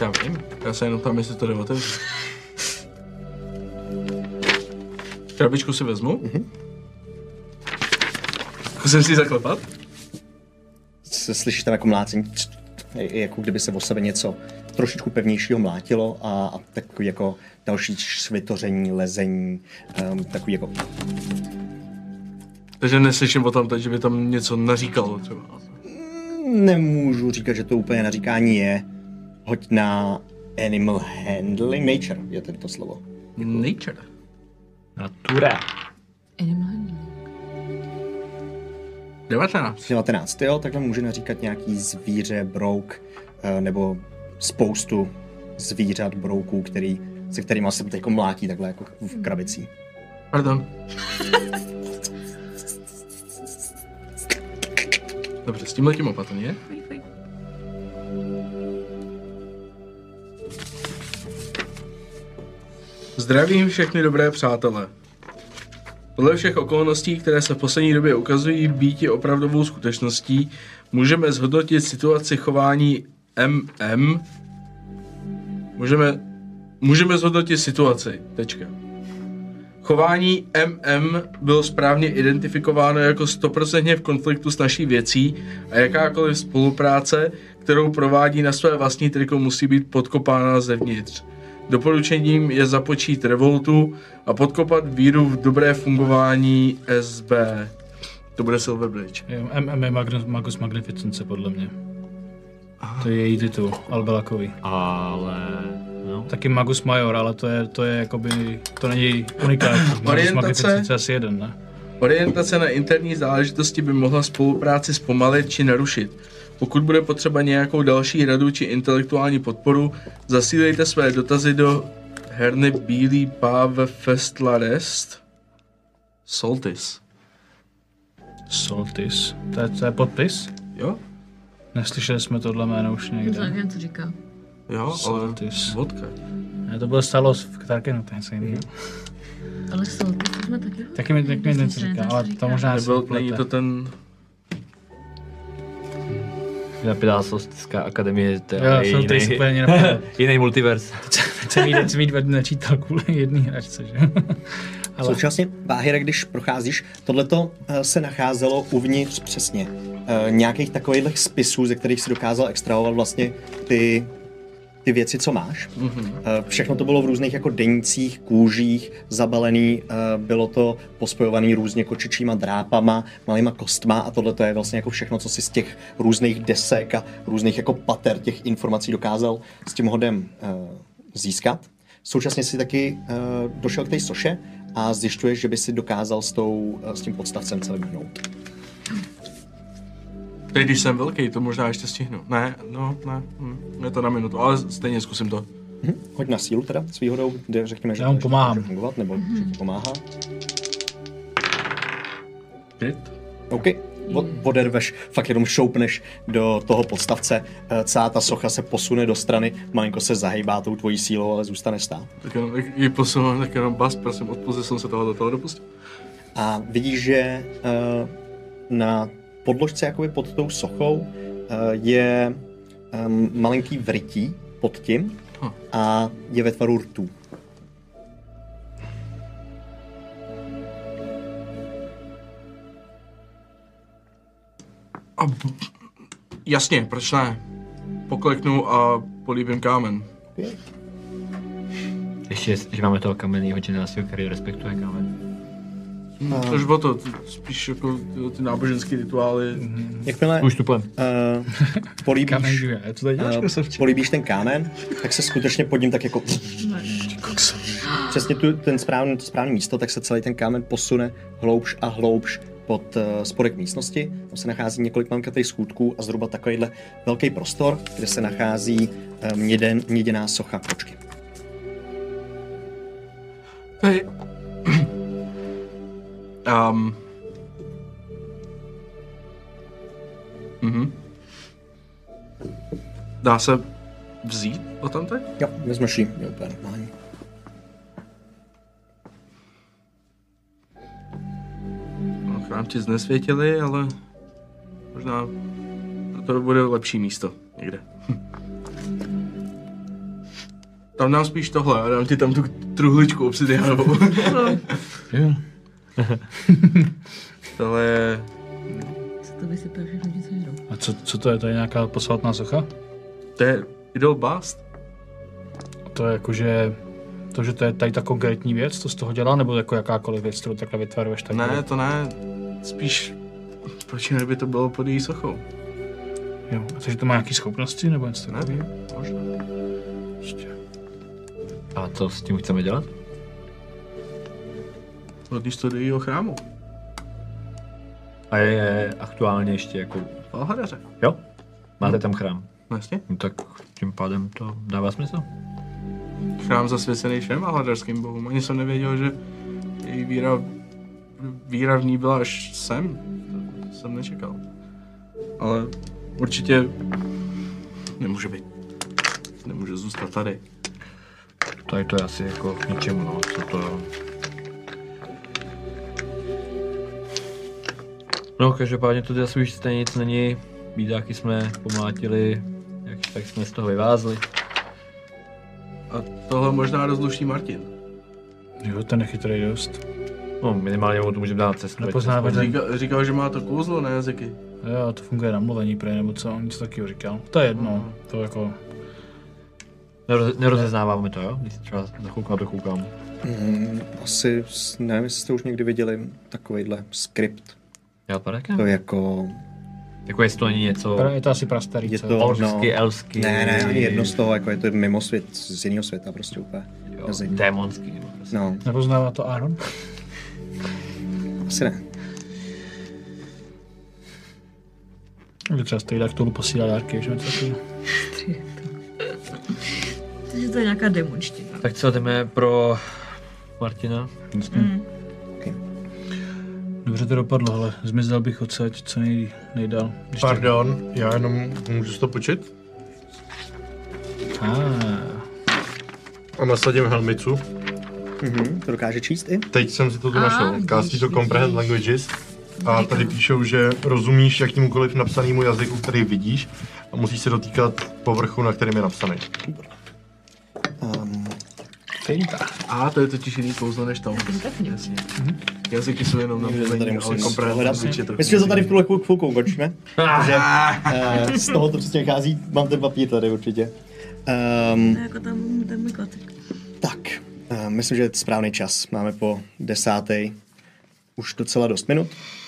Speaker 6: Já vím. Já se jenom tam, jestli to jde otevřít. Krabičku si vezmu. Zkusím si ji zaklepat.
Speaker 1: S- Slyšíš tam jako mlácení, č- i- i jako kdyby se o sebe něco trošičku pevnějšího mlátilo a, a takový jako další švitoření, lezení, um, takový jako
Speaker 6: Takže neslyším o tom, že by tam něco naříkalo třeba.
Speaker 1: Nemůžu říkat, že to úplně naříkání je. Hoď na animal handling. Nature je tady to slovo.
Speaker 6: Nature.
Speaker 3: Natura.
Speaker 5: Animal handling.
Speaker 6: 19.
Speaker 1: 19, jo, takhle může naříkat nějaký zvíře, brouk, eh, nebo spoustu zvířat, brouků, který, se kterými se teď mlátí takhle jako v krabicí.
Speaker 6: Pardon. Dobře, s tím letím opatrně.
Speaker 5: Fuj, fuj.
Speaker 6: Zdravím všechny dobré přátelé. Podle všech okolností, které se v poslední době ukazují být je opravdovou skutečností, můžeme zhodnotit situaci chování MM. Můžeme, můžeme zhodnotit situaci. Tečka. Chování MM bylo správně identifikováno jako stoprocentně v konfliktu s naší věcí a jakákoliv spolupráce, kterou provádí na své vlastní triko, musí být podkopána zevnitř. Doporučením je započít revoltu a podkopat víru v dobré fungování SB. To bude Silver Bridge.
Speaker 4: Jo, MMA Magnus, Magus Magnificence, podle mě. To je její titul, Albelakový.
Speaker 3: Ale... No.
Speaker 4: Taky Magus Major, ale to je, to je jakoby, to není unikátní. Magus
Speaker 6: Orientace?
Speaker 4: Magnificence je asi jeden, ne?
Speaker 6: Orientace na interní záležitosti by mohla spolupráci zpomalit či narušit. Pokud bude potřeba nějakou další radu či intelektuální podporu, zasílejte své dotazy do herny Bílý páv Festlarest Soltis.
Speaker 4: Soltis. To je, to je podpis?
Speaker 6: Jo?
Speaker 4: Neslyšeli jsme tohle jméno už
Speaker 5: To tak
Speaker 4: někde.
Speaker 5: nevím, co říká.
Speaker 6: Jo, ale
Speaker 4: Soltis.
Speaker 6: vodka.
Speaker 4: Ne, to byl Salos v Tarkenu, to je něco jiného.
Speaker 6: Mhm.
Speaker 5: Ale jsou, to jsme taky...
Speaker 4: Taky mi, taky mi něco říká, ale to možná se
Speaker 6: Nebyl, není to
Speaker 4: plete.
Speaker 6: ten...
Speaker 3: Napidácovská akademie, to
Speaker 4: Jo,
Speaker 3: je
Speaker 4: jsou
Speaker 3: jiný,
Speaker 4: tady úplně
Speaker 6: <laughs>
Speaker 4: nepadlo.
Speaker 3: jiný multivers.
Speaker 4: Jsem jí, jsem jí dva dny načítal kvůli jedný hračce, že?
Speaker 1: Ale... Současně, Báhira, když procházíš, tohleto eh, se nacházelo uvnitř přesně eh, nějakých takových spisů, ze kterých si dokázal extrahovat vlastně ty, ty věci, co máš.
Speaker 4: Mhm.
Speaker 1: Mm-hmm. Všechno to bylo v různých jako denících, kůžích, zabalený, eh, bylo to pospojovaný různě kočičíma drápama, malýma kostma a tohle je vlastně jako všechno, co si z těch různých desek a různých jako pater těch informací dokázal s tím hodem eh, získat. Současně si taky uh, došel k té soše a zjišťuješ, že by si dokázal s, tou, uh, s tím podstavcem celým hnout.
Speaker 6: Teď, když jsem velký, to možná ještě stihnu. Ne, no, ne, hm, je to na minutu, ale stejně zkusím to.
Speaker 1: Mhm. Hoď na sílu teda, s výhodou, kde řekněme, že
Speaker 4: Já mu
Speaker 1: to ještě
Speaker 4: pomáhám.
Speaker 1: může fungovat, nebo že ti pomáhá.
Speaker 6: Pět?
Speaker 1: OK. Uh, od- poderveš, fakt jenom šoupneš do toho podstavce, eh, celá ta socha se posune do strany, malinko se zahejbá tou tvojí sílou, ale zůstane stát.
Speaker 6: Tak jenom, jak ji posouvám, tak jenom bas, prosím, odpozděl jsem se tohoto toho dopustil.
Speaker 1: A vidíš, že eh, na podložce jakoby pod tou sochou eh, je em, malinký vrytí pod tím
Speaker 6: Hm.
Speaker 1: a je ve tvaru rtů.
Speaker 6: A b- jasně, proč ne? Pokleknu a políbím kámen.
Speaker 3: Ještě, že máme toho kamenného ženářství, který respektuje kámen.
Speaker 6: Hmm. Což o to, t- spíš jako ty, ty náboženské rituály.
Speaker 1: Jakmile
Speaker 3: Už tu půjdem.
Speaker 1: eh, políbíš,
Speaker 4: Žuje, co tady
Speaker 1: eh,
Speaker 4: děláš, krasavče?
Speaker 1: políbíš ten kámen, tak se skutečně pod ním tak jako... Přesně tu, ten správný, to správné místo, tak se celý ten kámen posune hloubš a hloubš pod eh, spodek místnosti. Tam se nachází několik malinkatých schůdků a zhruba takovýhle velký prostor, kde se nachází eh, měden, měděná socha kočky.
Speaker 6: Hej. um. Mhm. Dá se vzít o tam teď?
Speaker 1: Jo, vezmeš ji, je úplně normální.
Speaker 6: No, chrám ti znesvětili, ale možná to bude lepší místo někde. Tam dám spíš tohle, a dám ti tam tu truhličku obsidianovou. <laughs> tohle je...
Speaker 7: To by si to všechno něco jenom.
Speaker 4: A co, co to je, to je nějaká posvatná socha?
Speaker 6: To je idol bast?
Speaker 4: To je jakože, to, že to je tady ta konkrétní věc, to z toho dělá, nebo jako jakákoliv věc, kterou takhle vytvaruješ? Tak
Speaker 6: Ne, to ne. Spíš... Proč jinak by to bylo pod její sochou?
Speaker 4: Jo. A takže to má nějaké schopnosti, nebo něco takového?
Speaker 6: Nevím, možná.
Speaker 4: Prostě.
Speaker 3: A co s tím chceme dělat?
Speaker 6: Hodíš to do jejího chrámu.
Speaker 3: A je, je aktuálně ještě jako,
Speaker 6: Valhadaře.
Speaker 3: jo? Máte tam chrám.
Speaker 6: No jasně.
Speaker 3: Mhm. No tak tím pádem to dává smysl.
Speaker 6: Chrám zasvěcený všem valhadarským bohům. Ani jsem nevěděl, že její víra, víra v ní byla až sem. To jsem nečekal. Ale určitě nemůže být. Nemůže zůstat tady.
Speaker 3: Tady to je asi jako k ničemu, no. Co to... No, každopádně to asi už stejně nic není. Bídáky jsme pomlátili, jak, tak jsme z toho vyvázli.
Speaker 6: A tohle možná rozluší Martin.
Speaker 4: Jo, ten je chytrý dost.
Speaker 3: No, minimálně mu to můžeme dát cestu.
Speaker 4: Nepoznávat
Speaker 3: ať se
Speaker 4: lidí.
Speaker 6: Říkal, říkal, že má to kouzlo na jazyky.
Speaker 4: Jo, to funguje na mluvení prej, nebo co, něco takového říkal. To je jedno,
Speaker 1: Mm.
Speaker 4: to jako,
Speaker 3: aspoň neroz- Nerozeznáváme to, jo? Když se třeba za chvilku na to koukám.
Speaker 1: Mm, asi, s- nevím, jestli jste už někdy viděli takovýhle skript.
Speaker 3: Já to také.
Speaker 1: To je jako...
Speaker 3: Jako jestli to není něco
Speaker 4: pra- je to asi prastarý,
Speaker 1: Je
Speaker 4: co?
Speaker 1: to-
Speaker 3: polsky,
Speaker 1: no.
Speaker 3: elsky.
Speaker 1: Ne, ne, ani jedno z toho, jako je to mimo svět, z jiného světa prostě úplně.
Speaker 3: jo,
Speaker 1: mezi.
Speaker 3: Démonský. nebo prostě.
Speaker 1: No,
Speaker 4: Nepoznává to Aaron?
Speaker 1: asi ne.
Speaker 4: Že třeba stojí tak posílá dárky, že něco takového.
Speaker 7: <laughs> Takže to je nějaká demonština.
Speaker 3: Tak co, jdeme pro Martina?
Speaker 4: Dobře to dopadlo, ale zmizel bych odsaď co nej, nejdál. Když
Speaker 9: Pardon, já jenom můžu si to počít?
Speaker 4: Tak... Ah,
Speaker 9: A nasadím helmicu.
Speaker 1: Mhm, to dokáže číst i?
Speaker 9: Teď jsem si to tu našel. Kástí to Comprehend Languages. A tady píšou, že rozumíš jakémukoliv napsanému jazyku, který vidíš a musíš se dotýkat povrchu, na kterém je napsaný.
Speaker 1: Um,
Speaker 6: A to je totiž jiný kouzlo než tam. Jasně. Jazyky jsou jenom na
Speaker 1: Někde to tady
Speaker 6: mluvení, ale
Speaker 1: musím
Speaker 6: komprehend
Speaker 1: hledat.
Speaker 6: language je trochu
Speaker 1: myslím, že to tady v
Speaker 6: jiný.
Speaker 1: tuhle chvil- chvilku ukončíme. Že, eh, z toho to přesně vychází, mám ten papír tady určitě. Um,
Speaker 7: To je jako tam, tam můj kotek.
Speaker 1: tak, eh, myslím, že je to správný čas. Máme po desáté už docela dost minut.